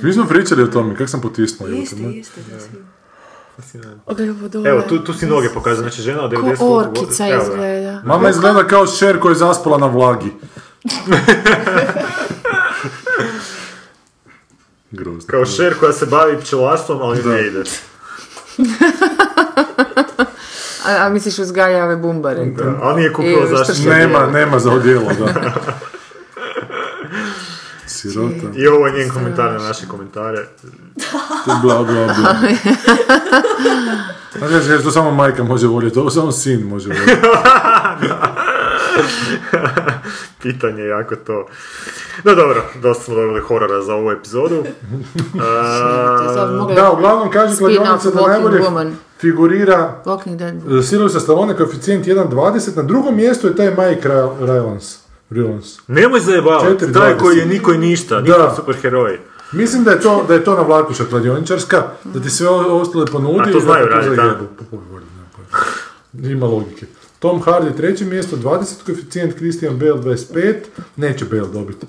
Speaker 1: Mi smo pričali o tome, kak sam potisnuo. jebote,
Speaker 4: Isti,
Speaker 1: moj.
Speaker 4: isti. da, svi.
Speaker 2: Gledaj dole.
Speaker 3: Evo, tu, tu si noge pokazuje, znači žena od 90
Speaker 2: Ko
Speaker 3: godina-
Speaker 2: orkica
Speaker 3: evo ga.
Speaker 2: izgleda.
Speaker 1: Mama izgleda kao šer koja je zaspala na vlagi. Grozno.
Speaker 3: Kao šer koja se bavi pčelarstvom, ali ne ide.
Speaker 2: A, a misliš uzgaja ove bumbare?
Speaker 3: A on nije kupio
Speaker 2: I što
Speaker 3: zaštitne
Speaker 2: šer-
Speaker 1: Nema, nema za odjelo, da. Sirota,
Speaker 3: I ovo je njen komentar na naše komentare.
Speaker 1: bla, bla, bla. Znaš, kažeš, to samo majka može voljeti, ovo samo sin može voljeti.
Speaker 3: Pitanje je jako to. No dobro, dosta smo dobili horora za ovu epizodu.
Speaker 2: To je sad mogla-
Speaker 1: Da, uglavnom kaže
Speaker 2: Spin-off
Speaker 1: kladionica da
Speaker 2: Walking
Speaker 1: najbolje
Speaker 2: Woman.
Speaker 1: figurira
Speaker 2: Walking Dead.
Speaker 1: e, Sylvester Stallone koeficijent 1.20, na drugom mjestu je taj Mike Ra- Rylance. Rylance.
Speaker 3: Nemoj zajebavati,
Speaker 1: 4,20.
Speaker 3: taj koji je niko i ništa, niko
Speaker 1: Da.
Speaker 3: superheroj.
Speaker 1: Mislim da je to, da je to navlakuša kladioničarska, da ti sve o- ostale ponudi.
Speaker 3: A
Speaker 1: i
Speaker 3: to
Speaker 1: da
Speaker 3: znaju
Speaker 1: te
Speaker 3: radit, a?
Speaker 1: zajebu. Pa, pa, bolje, nema pojma. Ima logike. Tom Hardy treće mjesto, 20 koeficijent, Christian Bale 25, neće Bale dobiti.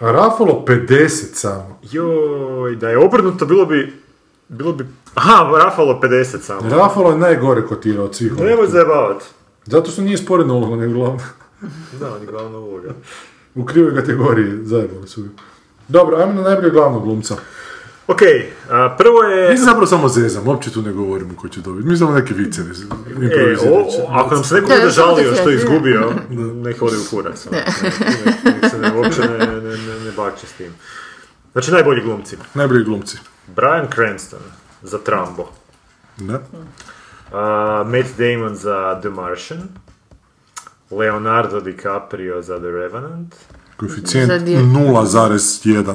Speaker 1: A Rafalo 50 samo.
Speaker 3: Joj, da je obrnuto bilo bi... Bilo bi... Aha, Rafalo 50 samo.
Speaker 1: Rafalo je najgore kotira od svih. ovih.
Speaker 3: Nemoj zajebavati.
Speaker 1: Zato što nije sporedna uloga, nego glavna.
Speaker 3: Da, on je glavna uloga.
Speaker 1: U krivoj kategoriji zajebali su ga. Dobro, ajmo na najbolje glavnog glumca.
Speaker 3: Ok, a, prvo je...
Speaker 1: Mi se zapravo samo zezam, uopće tu ne govorimo ko će dobiti. Mi samo neke viceve
Speaker 3: E, o,
Speaker 1: improvizirajući.
Speaker 3: o, ako nam se neko
Speaker 2: Da,
Speaker 3: bude
Speaker 2: još ovdje
Speaker 3: žalio što je
Speaker 2: slijedi, da.
Speaker 3: izgubio, nek ode u kurac. ono. Nek- nek- nek se ne, uopće ne, ne, ne, ne bakće s tim. Znači, najbolji glumci.
Speaker 1: Najbolji glumci.
Speaker 3: Brian Cranston za Trambo.
Speaker 1: Da?
Speaker 3: A, Matt Damon za The Martian. Leonardo DiCaprio za The Revenant.
Speaker 1: Koeficijent
Speaker 2: Za dje-
Speaker 1: 0,1.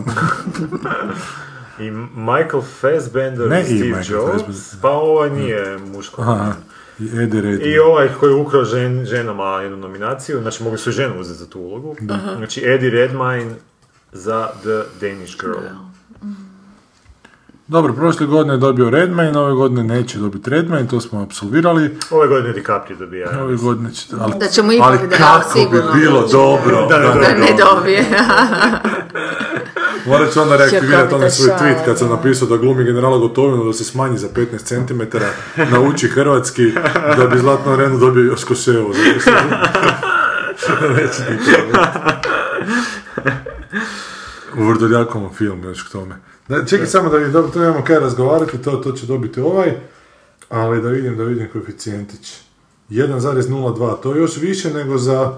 Speaker 3: I Michael Fassbender
Speaker 1: Ne
Speaker 3: i
Speaker 1: i
Speaker 3: Steve
Speaker 1: Michael
Speaker 3: Jobs.
Speaker 1: Fassbender.
Speaker 3: Pa ovaj nije muško.
Speaker 1: Aha, i Eddie Redmayne.
Speaker 3: I ovaj koji je ukrao žen, ženama jednu nominaciju, znači mogli su i ženu uzeti za tu ulogu. Znači Eddie Redmayne za The Danish Girl.
Speaker 1: Dobro, prošle godine je dobio Redmayne, ove godine neće dobiti Redmayne, to smo apsolvirali.
Speaker 3: Ove godine DiCaprio dobija.
Speaker 1: Ove godine će, ali,
Speaker 2: Da ćemo ipak
Speaker 1: ali
Speaker 2: da- da,
Speaker 1: kako
Speaker 2: sigurno.
Speaker 1: bi bilo dobro
Speaker 3: Da, da, da.
Speaker 2: Da ne dobije.
Speaker 1: Morat ću onda reaktivirati
Speaker 2: Čekam
Speaker 1: onaj
Speaker 2: da
Speaker 1: svoj
Speaker 2: šalje.
Speaker 1: tweet kad sam napisao da glumi generala Gotovinu da se smanji za 15 cm, nauči hrvatski, da bi Zlatno Renu dobio još Koševo. Neće nikad. U Vrdoljakovom film još k tome. Da, čekaj samo da vidim, dobro, tu nemamo kaj razgovarati, to, to će dobiti ovaj, ali da vidim, da vidim koeficijentić. 1,02, to je još više nego za...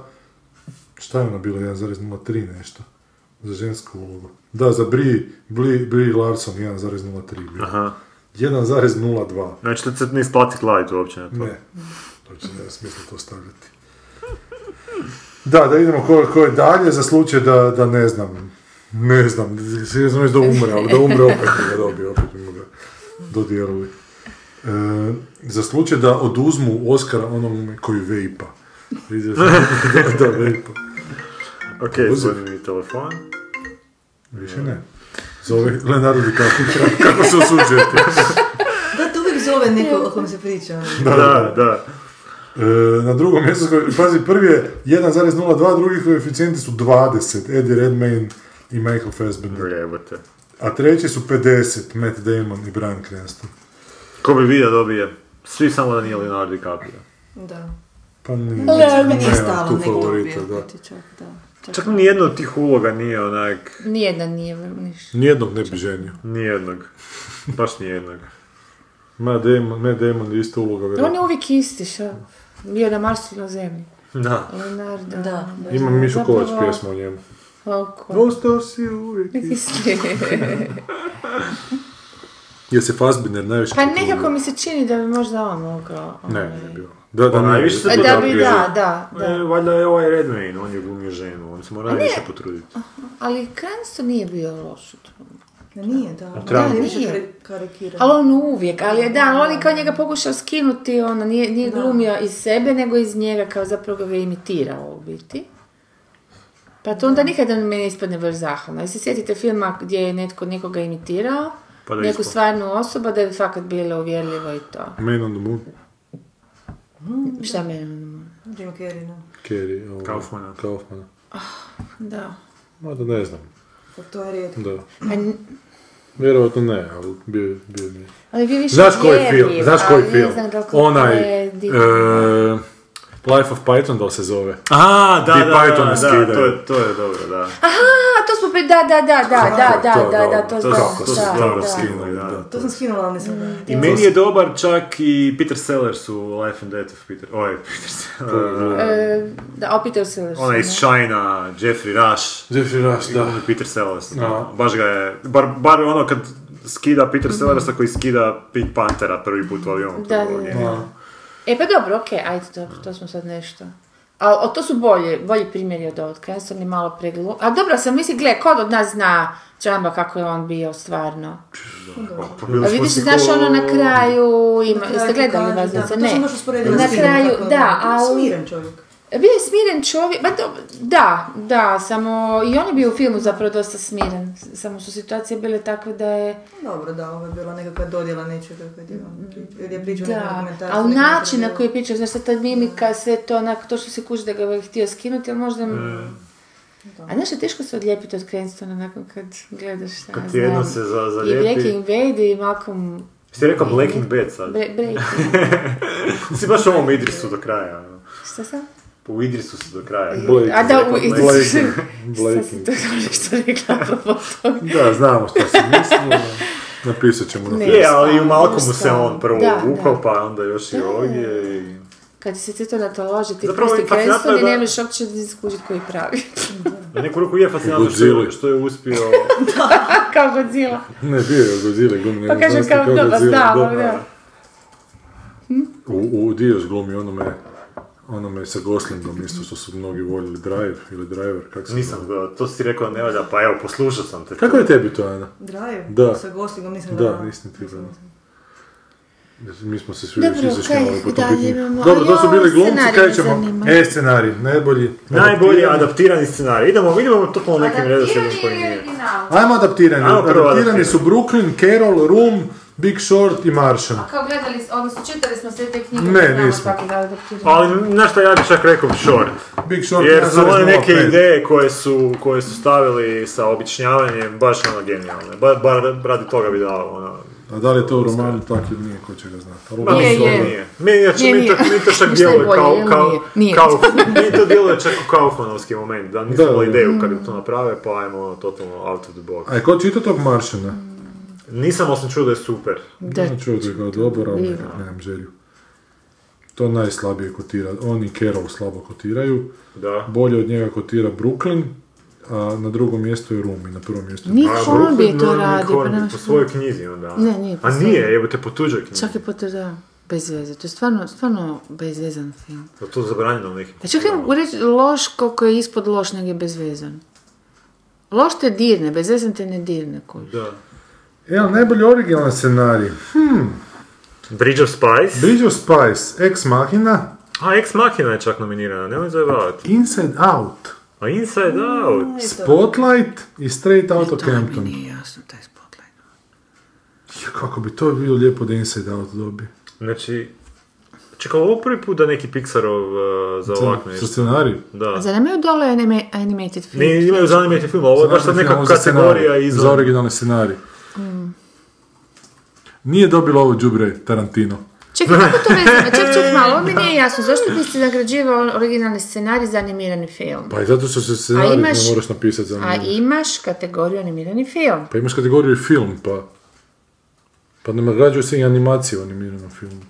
Speaker 1: Šta je ono bilo, 1,03 nešto? Za žensku ulogu. Da, za Bri, Bri, Bri Larson 1,03 bilo.
Speaker 3: Aha.
Speaker 1: 1,02.
Speaker 3: Znači, to se ne isplati gledati uopće na to.
Speaker 1: Ne. Znači, nema smisla to stavljati. Da, da idemo ko, ko je dalje, za slučaj da, da ne znam, ne znam, si razumiješ da umre, ali da umre opet bi ga dobio, opet bi mu ga dodijelili. E, za slučaj da oduzmu Oscara onom koji vejpa. Vidio sam da, da vejpa.
Speaker 3: Ok,
Speaker 1: Uzeo.
Speaker 3: zvoni mi telefon.
Speaker 1: Više ne. Zove Leonardo DiCaprio. Kako se osuđujete?
Speaker 4: Da, to uvijek zove neko o kom se priča. ono.
Speaker 3: Da, da.
Speaker 1: E, na drugom mjestu, koji- pazi, prvi je 1,02, drugi koeficijenti su 20, Eddie Redmayne i Michael Fassbender.
Speaker 3: Jebote.
Speaker 1: A treći su 50, Matt Damon i Brian Cranston.
Speaker 3: Ko bi vidio dobije? Svi samo da nije Leonardo DiCaprio.
Speaker 4: Da.
Speaker 1: Pa nije,
Speaker 4: Meni je
Speaker 1: nemam
Speaker 4: stalo
Speaker 1: tu
Speaker 4: nek dobije.
Speaker 1: favorita, da.
Speaker 4: biti čak, da.
Speaker 3: Čak nijedna od tih uloga nije onak,
Speaker 2: Nijedan nije ništa.
Speaker 1: Nijednog ne bi ženio.
Speaker 3: nijednog. Baš nijednog.
Speaker 1: Matt Damon, Matt Damon je isto uloga,
Speaker 2: On
Speaker 1: vjerojatno.
Speaker 2: je uvijek isti, šta? Bio na Marsu i na Zemlji.
Speaker 3: Da.
Speaker 2: Leonardo.
Speaker 4: Da,
Speaker 1: Ima Mišu Kovač
Speaker 2: Zapravo-
Speaker 1: pjesmu o njemu.
Speaker 2: Oko.
Speaker 1: Ostao si uvijek.
Speaker 2: Isti.
Speaker 1: Jel se Fassbender najviše...
Speaker 2: Pa
Speaker 1: potrudila?
Speaker 2: nekako mi se čini da bi možda on mogao.
Speaker 1: Ne,
Speaker 2: ovaj,
Speaker 1: ne bi bilo. Da, da,
Speaker 3: Pa
Speaker 1: ne.
Speaker 3: najviše se
Speaker 2: E, Da bi, da, da,
Speaker 3: E,
Speaker 2: da.
Speaker 3: valjda je ovaj Redmayne, on je glumio ženu, on se mora više potruditi.
Speaker 2: Ali Cranston nije bio loš u tome.
Speaker 4: Da nije, da.
Speaker 3: treba.
Speaker 4: Da, više
Speaker 2: Nije.
Speaker 4: kari- karikira.
Speaker 2: Ali on uvijek, ali je da, ali on je kao njega pokušao skinuti, ono, nije, nije glumio iz sebe, nego iz njega, kao zapravo ga je imitirao u biti. Pa to onda nikada meni ispadne baš zahvalno. Jel se sjetite filma gdje je netko nekoga imitirao,
Speaker 3: Pa da je
Speaker 2: neku
Speaker 3: ispao.
Speaker 2: stvarnu osobu, da je fakat bilo uvjerljivo i to.
Speaker 1: Man on the Moon,
Speaker 2: Šta meni ono mora?
Speaker 4: Jim Carrey, da.
Speaker 1: Carey, ovoga,
Speaker 3: Kaufmana.
Speaker 1: ovaj, Kaufmana.
Speaker 2: Da.
Speaker 1: Mada ne znam,
Speaker 4: Pa to je rijetko.
Speaker 1: da.
Speaker 2: A Pa n-
Speaker 1: Vjerovatno ne, ali bio, bio mi je.
Speaker 2: ali vi više
Speaker 1: Znaš koji
Speaker 2: vjerljiv,
Speaker 1: film? Znaš koji
Speaker 2: ali ne
Speaker 1: film?
Speaker 2: znam da li to
Speaker 1: Onaj,
Speaker 2: je
Speaker 1: e,
Speaker 2: dio.
Speaker 1: Life of Python da li se zove.
Speaker 3: A, da,
Speaker 1: Di
Speaker 3: da, da,
Speaker 1: Python
Speaker 3: da,
Speaker 1: skidaju.
Speaker 3: to je, to je dobro, da.
Speaker 2: A, to smo, pri- da, da, da, da, da, da,
Speaker 1: to,
Speaker 2: da, da,
Speaker 1: da,
Speaker 2: to
Speaker 3: to
Speaker 2: znam,
Speaker 3: kako su
Speaker 2: da,
Speaker 3: dobro
Speaker 2: da.
Speaker 3: skinuli.
Speaker 4: To sam skinula, ali nisam da.
Speaker 3: I meni je dobar čak i Peter Sellers u Life and Death of Peter, oj, Peter Sellers,
Speaker 2: E, da, opitao se još.
Speaker 3: ona iz Shina, Jeffrey Rush,
Speaker 1: Jeffrey Rush, da.
Speaker 3: Peter Sellers,
Speaker 1: Da.
Speaker 3: baš ga je, bar, bar ono kad skida Peter Sellersa koji skida Pink Panthera prvi put u avionu.
Speaker 2: Mhm. Da, da, da. E pa dobro, okej, ajde, dobro, to smo sad nešto. Ali o, to su bolje, bolji primjeri od ovog. Cranston je malo preglu... A dobro sam, mislim, gle, kod od nas zna čamba kako je on bio stvarno.
Speaker 3: pa
Speaker 2: A vidiš, znaš ono na kraju, ima, jeste gledali vas,
Speaker 4: Dakle, da,
Speaker 2: da se
Speaker 4: To
Speaker 2: ne.
Speaker 4: sam baš usporedila
Speaker 2: Na
Speaker 4: s filmom,
Speaker 2: kraju,
Speaker 4: kako je
Speaker 2: da,
Speaker 4: ono,
Speaker 2: ali-
Speaker 4: Smiren čovjek.
Speaker 2: E, Bio je smiren čovjek, ba, do, da, da, samo i on je bio u filmu zapravo dosta smiren. Samo su situacije bile takve da je...
Speaker 4: Dobro, da, ovo je bila nekakva dodjela nečega kad je on kad je pričao nekom
Speaker 2: Mm. Da,
Speaker 4: dokumentarcu,
Speaker 2: ali
Speaker 4: nekom
Speaker 2: način na
Speaker 4: intervjuu.
Speaker 2: koji je pričao, znaš sad ta mimika, sve to, onako, to što se kuži da ga je htio skinuti, ali možda... A znaš, da je teško se odlijepiti od Cranstona nakon kad gledaš, šta
Speaker 3: Kad
Speaker 2: ja
Speaker 3: ti jedno
Speaker 2: znam.
Speaker 3: se za,
Speaker 2: I
Speaker 3: zalijepi.
Speaker 2: Breaking Bad i Malcolm...
Speaker 3: Si rekao Blacking Bad sad.
Speaker 2: Bre, breaking,
Speaker 3: Si baš u ovom Idrisu do kraja. ono.
Speaker 2: šta sam?
Speaker 3: U Idrisu si do kraja.
Speaker 1: Blake.
Speaker 2: A da, u...
Speaker 3: Blake.
Speaker 2: Šta si to nešto rekla pa po toga?
Speaker 1: Da, znamo što si mislio. Napisat ćemo na
Speaker 2: Ne.
Speaker 1: Facebook.
Speaker 3: Je, E, ali i u Malcolmu se
Speaker 2: stvarno.
Speaker 3: on prvo
Speaker 2: Da,
Speaker 3: uvukao,
Speaker 2: da.
Speaker 3: pa onda još i ovdje. I...
Speaker 2: Kad se ti to nataloži, ti
Speaker 3: Zapravo
Speaker 2: pusti
Speaker 3: je fascinantno
Speaker 2: Cranston i
Speaker 3: da-
Speaker 2: ne možeš uopće ni skužiti koji pravi.
Speaker 3: Na neku ruku je fascinantno što,
Speaker 1: Godzilla.
Speaker 3: je- što je uspio...
Speaker 2: Pa Kao Godzilla.
Speaker 1: Ne, bio je Godzilla, glumi.
Speaker 2: Pa kažem kao, ono. dobro, znam, da.
Speaker 1: U, u Dios glumi onome, onome sa Goslingom, isto što su mnogi voljeli, Drive ili Driver, kako se
Speaker 3: Nisam
Speaker 1: zove.
Speaker 3: gledao, to si rekao ne valja, pa evo, poslušao sam te.
Speaker 1: Kako je tebi to, Ana?
Speaker 4: Drive?
Speaker 1: Da.
Speaker 4: Sa Goslingom nisam
Speaker 1: Da, nisam ti gledala. Mi smo se svi
Speaker 2: Dobro,
Speaker 1: već izjašnjavali
Speaker 2: okej,
Speaker 1: po tom pitanju.
Speaker 2: dalje imamo-
Speaker 1: Dobro, to su
Speaker 2: Jo,
Speaker 1: bili glumci,
Speaker 2: scenarij
Speaker 1: kaj
Speaker 2: me
Speaker 1: ćemo?
Speaker 2: zanima.
Speaker 1: E, scenarij, najbolji.
Speaker 3: Najbolji adaptirani scenarij. Idemo, idemo to po nekim redoslijedom koji nije.
Speaker 1: Ajmo adaptirani.
Speaker 3: Ajmo prvo
Speaker 1: adaptirani
Speaker 3: adaptirani.
Speaker 1: su Brooklyn, Carol, Room, Big Short i Martian.
Speaker 7: Kao gledali, odnosno čitali smo sve te knjige. pa
Speaker 1: Ne,
Speaker 7: znamo
Speaker 1: nismo.
Speaker 7: kako da adaptiramo.
Speaker 3: Ali, znaš šta, ja bih čak rekao short.
Speaker 1: Big Short
Speaker 3: Jer su one neke
Speaker 1: 1,05.
Speaker 3: ideje koje su, koje su stavili sa običnjavanjem baš ono genijalne. Bar, bar radi toga bi dao ono.
Speaker 1: A da li je to u romanu tako ili nije, ko će ga znati. Ali
Speaker 3: Ma,
Speaker 1: uglavnom
Speaker 3: mislim,
Speaker 1: su
Speaker 3: ono
Speaker 1: ono-
Speaker 3: Nije. Meni, ja,
Speaker 7: Nije,
Speaker 3: meni, to,
Speaker 7: nije.
Speaker 3: meni to čak
Speaker 7: Ništa je
Speaker 3: djeluje
Speaker 7: bolje,
Speaker 3: kao,
Speaker 7: jel
Speaker 3: kao,
Speaker 7: nije? Nije.
Speaker 3: kao, meni to djeluje čak kao kaufonovski moment, da nisu
Speaker 1: Da,
Speaker 3: imali
Speaker 1: da.
Speaker 7: Mm.
Speaker 3: ideju kad bi to naprave, pa ajmo ono, totalno out of the box.
Speaker 1: A je ko čita tog Martiana?
Speaker 3: Nisam, ali sam čuo da je super.
Speaker 7: Da.
Speaker 1: Ne čuo da ga dobar, ali nekak nemam želju. To najslabije kotira. Oni Carol slabo kotiraju.
Speaker 3: Da.
Speaker 1: Bolje od njega kotira Brooklyn, a na drugom mjestu je Rumi, na prvom mjestu je
Speaker 7: Nick
Speaker 2: Pa
Speaker 3: A,
Speaker 7: Hornby je
Speaker 3: Brooklyn,
Speaker 7: to
Speaker 3: no, Nick
Speaker 7: radio, pa
Speaker 3: Hornby,
Speaker 7: nemaš...
Speaker 3: Po svojoj knjizi onda.
Speaker 7: Ne, nije po
Speaker 3: A
Speaker 7: svojoj.
Speaker 3: nije, jebote, po tuđoj knjizi.
Speaker 7: Čak i Potter, da. Bez veze. To je stvarno, stvarno bezvezan film.
Speaker 3: Da to zabranjeno u nekim.
Speaker 7: Pa čak ne mogu reći loš koliko je ispod loš nego je bezvezan. Loš te dirne, bezvezan te ne dirne. Koji.
Speaker 3: Da.
Speaker 1: E, ali najbolji originalan scenarij.
Speaker 3: Bridge of Spice.
Speaker 1: Bridge of Spice, Ex Machina,
Speaker 3: A, Ex Machina je čak nominirana, nemoj zajebavati.
Speaker 1: Inside Out,
Speaker 3: A Inside Out.
Speaker 1: Spotlight i Straight Out of
Speaker 7: To mi
Speaker 1: Campton.
Speaker 7: nije jasno, taj spotlight.
Speaker 1: Ja, Kako bi to bilo lijepo da Inside Out dobije.
Speaker 3: Znači, čekaj, ovo je prvi put da neki Pixarov uh, za ovak
Speaker 1: Sa
Speaker 3: nešto.
Speaker 1: scenarij.
Speaker 3: Da.
Speaker 7: A zar nemaju dole anime, animated film?
Speaker 3: Ne, imaju zanimljivih film, ovo je baš sad neka kategorija iz...
Speaker 1: Za originalni scenarij.
Speaker 2: Mm.
Speaker 1: Nije dobilo ovo džubre Tarantino.
Speaker 2: Čekaj, kako to vezano? Ček, ček malo, ovo mi nije jasno. Zašto bi se nagrađivao originalni scenarij za animirani film?
Speaker 1: Pa i zato što se scenarij
Speaker 2: imaš-
Speaker 1: ne moraš napisati za
Speaker 2: A
Speaker 1: njega.
Speaker 2: imaš kategoriju animirani film.
Speaker 1: Pa imaš kategoriju i film, pa... Pa ne nagrađuju se i animacije u animiranom filmu.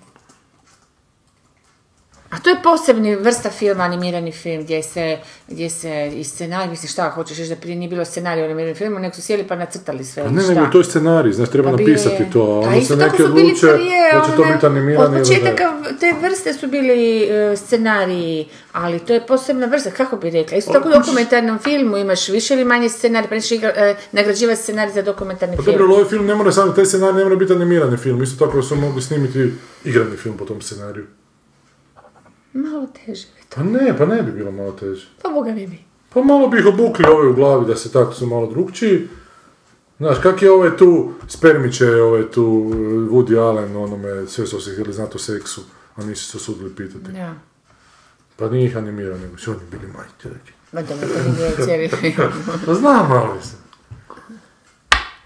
Speaker 2: A to je posebni vrsta filma, animirani film, gdje se, gdje se i scenarij, mislim šta hoćeš, reći da prije nije bilo scenarija u animiranom filmu, nego su sjeli pa nacrtali sve.
Speaker 1: Pa
Speaker 2: ili
Speaker 1: ne,
Speaker 2: šta?
Speaker 1: nego to je scenarij, znaš, treba
Speaker 2: Pa bio
Speaker 1: napisati
Speaker 2: je.
Speaker 1: to, a
Speaker 2: Pa
Speaker 1: onda
Speaker 2: isto
Speaker 1: se
Speaker 2: tako
Speaker 1: neki
Speaker 2: su bili
Speaker 1: odluče
Speaker 2: prije,
Speaker 1: da će to
Speaker 2: one,
Speaker 1: biti animirani
Speaker 2: Od
Speaker 1: ili ne.
Speaker 2: početaka te vrste su bili e, scenariji, ali to je posebna vrsta, kako bi rekla.
Speaker 1: Pa
Speaker 2: Isto tako u dokumentarnom filmu imaš više ili manje scenarij, pa nećeš igra- e, nagrađivati scenarij za dokumentarni
Speaker 1: Pa
Speaker 2: film.
Speaker 1: dobro, ali ovaj film ne mora samo, taj scenarij ne mora biti animirani film, isto tako su mogu snimiti igrani film po tom scenariju.
Speaker 2: Malo teže.
Speaker 1: Pa ne, pa ne bi bilo malo teže.
Speaker 2: Pa boga mi bi.
Speaker 1: Pa malo bi ih obukli ove u glavi da se tako su malo drugčiji. Znaš, kak je ovaj tu, spermiće je ovaj tu eh, Woody Allen, onome, sve su se htjeli znati o seksu, a nisu se osudili pitati.
Speaker 2: Ja.
Speaker 1: Pa nije ih animirao, nego su oni bili majke neki.
Speaker 2: Ma dobro, to mi nije cijeli film.
Speaker 1: Pa znam, ali se.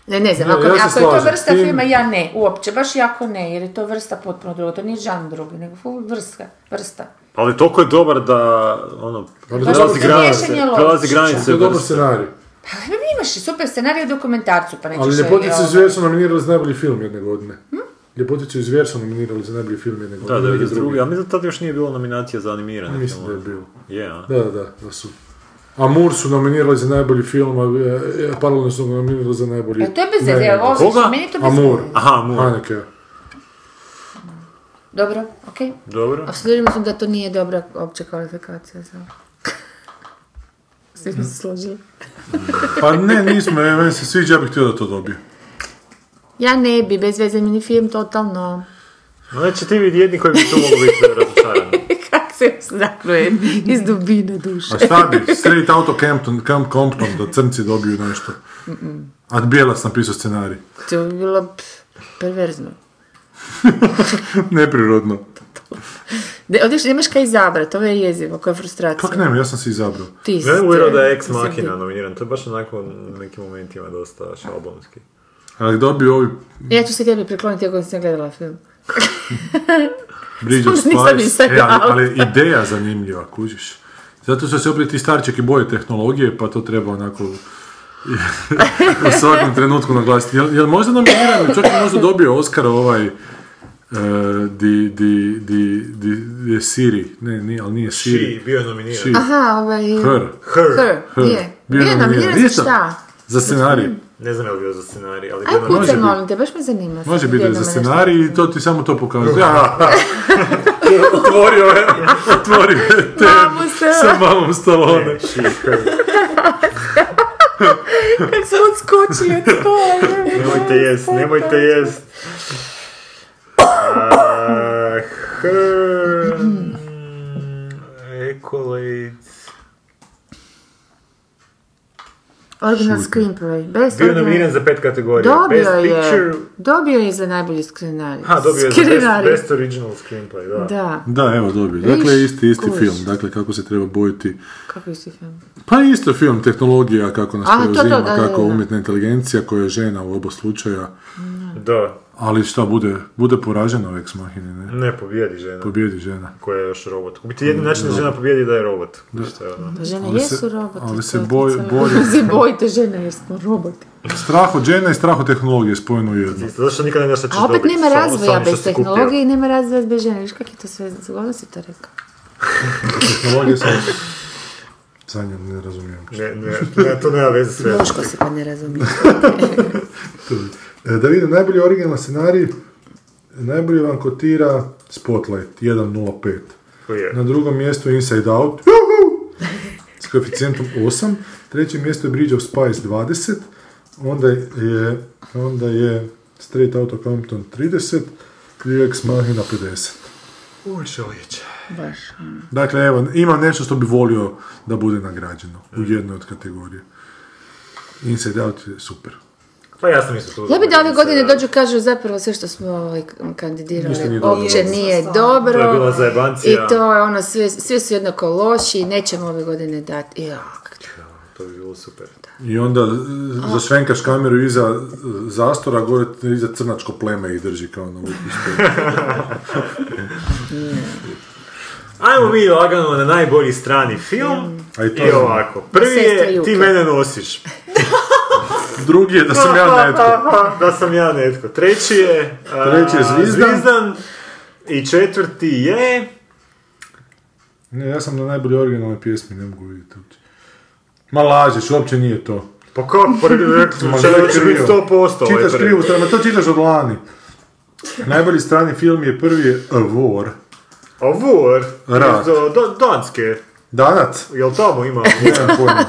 Speaker 2: Ne, ne znam,
Speaker 1: Ne,
Speaker 2: ako,
Speaker 1: ja se
Speaker 2: ako je to
Speaker 1: slažem s
Speaker 2: vrsta
Speaker 1: tim.
Speaker 2: filma, ja ne, uopće, baš jako ne, jer je to vrsta potpuno druga, to nije žan drugi, nego ful vrsta, vrsta.
Speaker 3: Ali toliko je dobar da, ono,
Speaker 1: Ali
Speaker 2: Pa
Speaker 1: dobro,
Speaker 3: prelazi
Speaker 2: to je
Speaker 3: granice,
Speaker 2: miješanje
Speaker 3: prelazi
Speaker 2: logiča.
Speaker 1: to
Speaker 3: granice.
Speaker 1: je dobar
Speaker 3: vrste.
Speaker 1: scenarij.
Speaker 2: Pa vi imaš i super scenarij u dokumentarcu, pa nećeš...
Speaker 1: Ali
Speaker 2: je,
Speaker 1: Ljepoticu i
Speaker 2: ovaj,
Speaker 1: zvijer su nominirali za najbolji film jedne godine. Ljepoticu i zvijer su nominirali za najbolji film jedne
Speaker 3: Da,
Speaker 1: godine.
Speaker 3: da,
Speaker 1: negdje
Speaker 3: drugi. Ali mislim da tad još nije bilo nominacija za animirane
Speaker 1: Mislim da je
Speaker 3: filmove.
Speaker 1: bilo.
Speaker 3: Je, a?
Speaker 1: Da, da, da, da su. Amur su nominirali za najbolji film, a e, paralelno su nominirali za najbolji...
Speaker 2: E, to je bez veze,
Speaker 1: Ne,
Speaker 2: evo, ovo
Speaker 3: koga?
Speaker 2: što meni je to bez
Speaker 1: Amur.
Speaker 2: veze.
Speaker 3: Aha, mu.
Speaker 1: Haneke.
Speaker 2: Dobro, okej.
Speaker 3: Dobro.
Speaker 2: Apsolutno sam da to nije dobra opća kvalifikacija za... Svi smo se složili.
Speaker 1: Pa ne, nismo, e, meni se sviđa, ja bih htio da to dobije.
Speaker 2: Ja ne bi, bez veze mi ni film totalno.
Speaker 3: Znači ti vidi jedni koji bi tu mogu biti razočarani.
Speaker 2: Kak se uznaknuje iz dubine duše.
Speaker 1: A šta bi, Straight Auto Campton, Camp Compton, da crnci dobiju nešto. A Bijelac napisao scenarij.
Speaker 2: To bi bilo pff, perverzno.
Speaker 1: Neprirodno.
Speaker 2: De, ovdje što nemaš kaj izabrati, ovo je jezivo, koja je frustracija.
Speaker 1: Kak nema, ja sam se izabrao.
Speaker 2: Ti
Speaker 3: Ne mogu vjerovati da je Ex
Speaker 2: Mislim,
Speaker 3: Machina
Speaker 2: ti.
Speaker 3: nominiran, to je baš onako u nekim momentima dosta šablonski.
Speaker 1: Ali dobiju ovi
Speaker 2: Ja ću se tebi prikloniti, ja sam gledala film.
Speaker 1: Bridge of
Speaker 2: Nisam
Speaker 1: Spice.
Speaker 2: mislila.
Speaker 1: E, ali, ali ideja zanimljiva, kužiš. Zato što se opet ti starčeki boje tehnologije, pa to treba onako u svakom trenutku naglasiti. Jel, jel možda nominiran, čak je možda dobio Oscar ovaj e, di, di, di, di, di je Siri, ne, nije, ali nije Siri.
Speaker 3: She bio je nominiran.
Speaker 1: She.
Speaker 2: Aha, ovaj...
Speaker 1: Her.
Speaker 3: Her.
Speaker 2: Her, je.
Speaker 1: Bio
Speaker 2: Je, nominiran za
Speaker 1: Isto,
Speaker 2: šta?
Speaker 1: za scenarij.
Speaker 3: Ne znam je li bio za scenarij, ali bio
Speaker 2: Aj,
Speaker 3: je nominiran.
Speaker 2: pucaj,
Speaker 1: biti.
Speaker 2: molim te, baš me zanima.
Speaker 1: Može biti da je za
Speaker 2: Jedno me nešto-
Speaker 1: scenarij i to ti samo to pokazuje. Aha. otvorio je, otvorio je te
Speaker 2: Mamu se,
Speaker 1: sa mamom Stallone.
Speaker 3: She, Her.
Speaker 2: kako su odskočili od stola.
Speaker 3: Nemojte jest, nemojte jest. A, Ah, Her... hmm. Accolades...
Speaker 2: Original screenplay. Best
Speaker 3: Bio je
Speaker 2: original-
Speaker 3: nominiran za pet kategorija.
Speaker 2: Dobio
Speaker 3: Best
Speaker 2: je.
Speaker 3: Picture...
Speaker 2: Dobio je za najbolji scenarij.
Speaker 3: Ha, dobio je za best,
Speaker 2: Scenarij.
Speaker 3: best original screenplay, da.
Speaker 2: Da.
Speaker 1: Da, evo dobio.
Speaker 2: Viš,
Speaker 1: Dakle, isti, isti
Speaker 2: kužiš.
Speaker 1: film. Dakle, kako se treba bojiti.
Speaker 2: Kako je si film?
Speaker 1: Pa isto film, tehnologija, kako nas
Speaker 2: A, to, to,
Speaker 1: preuzima,
Speaker 2: da, da,
Speaker 1: kako
Speaker 2: da.
Speaker 1: umjetna inteligencija koja je žena u oba slučaja.
Speaker 3: Da.
Speaker 1: Ali šta, bude, bude poražena u Ex Machini, ne?
Speaker 3: Ne pobijedi žena.
Speaker 1: Pobjedi žena.
Speaker 3: koja je još robot. U biti jedni način da žena pobijedi da je robot. Što je ono.
Speaker 2: Pa žene
Speaker 1: Ali se-
Speaker 2: jesu roboti.
Speaker 1: ali
Speaker 2: to
Speaker 1: se
Speaker 2: je
Speaker 1: boj-
Speaker 2: cijela-
Speaker 1: bori-
Speaker 2: se bojite žene jer smo roboti.
Speaker 1: Strah od žene i strah od tehnologije spojeno u jedno.
Speaker 3: Isto, zašto nikada ne znaš šta ćeš
Speaker 2: A opet
Speaker 3: dobiti,
Speaker 2: nema
Speaker 3: samo-
Speaker 2: razvoja
Speaker 3: samo što
Speaker 2: bez
Speaker 3: si kupio.
Speaker 2: tehnologije i nema razvoja bez žene. Viš kak je to sve, zgodno si to rekao.
Speaker 1: Tehnologije sam... Sanja, ne razumijem.
Speaker 3: Ne, ne, ne, to nema veze sve.
Speaker 2: Muško si pa ne razumije.
Speaker 1: E, Da vidim, najbolji originalan scenarij, najbolje vam kotira Spotlight 1.05.
Speaker 3: Koji je?
Speaker 1: Na drugom mjestu Inside Out, juhu, s koeficijentom 8. Treće mjesto je Bridge of Spice 20. Onda je, onda je Straight Outta Compton 30. I Ex Machina 50.
Speaker 3: Uj, čovječe.
Speaker 2: Baš.
Speaker 1: Dakle, evo, ima nešto što bi volio da bude nagrađeno u
Speaker 3: Mm.
Speaker 1: jednoj od kategorija. Inside Out je super.
Speaker 3: Pa ja sam isto tu.
Speaker 2: Ja bi da ove godine
Speaker 3: Sada.
Speaker 2: dođu kažu zapravo sve što smo ovaj,
Speaker 1: Ništa nije
Speaker 2: kandidirali
Speaker 1: dobro.
Speaker 2: uopće nije
Speaker 8: Stvarno.
Speaker 2: dobro.
Speaker 3: To je bila zajebancija.
Speaker 2: I to je ono, svi, svi su jednako loši i nećemo ove godine dati. Ja,
Speaker 3: To bi bilo super.
Speaker 1: I onda e, zašvenkaš kameru iza e, zastora, gore t- iza crnačko pleme i drži kao ono, na upištu.
Speaker 3: Ajmo mi lagano na najbolji strani film.
Speaker 1: A i to
Speaker 3: I
Speaker 1: je-
Speaker 3: ovako. Prvi
Speaker 2: Sestre
Speaker 3: je
Speaker 2: Juke.
Speaker 3: Ti mene nosiš.
Speaker 1: Drugi je da sam ja netko.
Speaker 3: da sam ja netko. Treći je... a,
Speaker 1: Treći je Zvizdan.
Speaker 3: I četvrti je...
Speaker 1: Ne, ja sam na najbolje originalne pjesmi, ne mogu vidjeti uopće. Ma lažeš, uopće nije to.
Speaker 3: Pa kako? Prvi rekli smo,
Speaker 1: Ma,
Speaker 3: će
Speaker 1: gle,
Speaker 3: će
Speaker 1: krivo.
Speaker 3: biti 100% ovaj
Speaker 1: Čitaš
Speaker 3: prvi.
Speaker 1: krivu stranu, to čitaš od lani. Najbolji strani film je prvi je A War.
Speaker 3: A War?
Speaker 1: Rat.
Speaker 3: Iz do, do, Danske.
Speaker 1: Danac.
Speaker 3: Jel tamo ima?
Speaker 1: Nemam pojma.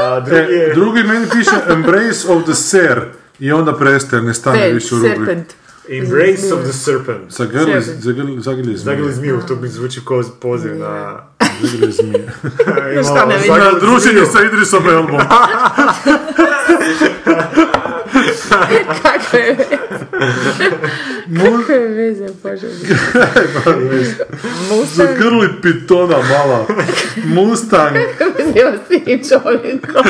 Speaker 3: A drugi
Speaker 1: E,
Speaker 3: je...
Speaker 1: drugi meni piše Embrace of the Ser. I onda prestaje, ne stane više u rubri.
Speaker 2: serpent.
Speaker 3: Embrace of the Serpent.
Speaker 1: Zagrli,
Speaker 2: Serpent.
Speaker 1: zagrli, zagrli
Speaker 3: Zagili
Speaker 1: zmije.
Speaker 3: zmiju, to mi zvuči kao poziv na... ono
Speaker 1: Zagrli zmije.
Speaker 3: Imamo
Speaker 2: šta ne vidim?
Speaker 3: Zagili
Speaker 1: Druženje
Speaker 3: zmiju.
Speaker 1: sa Idrisom Elbom.
Speaker 2: Kako je Kako je veze, Bože. Mustang
Speaker 1: Zagrli pitona mala. Mustang.
Speaker 2: bio s tim čovjekom.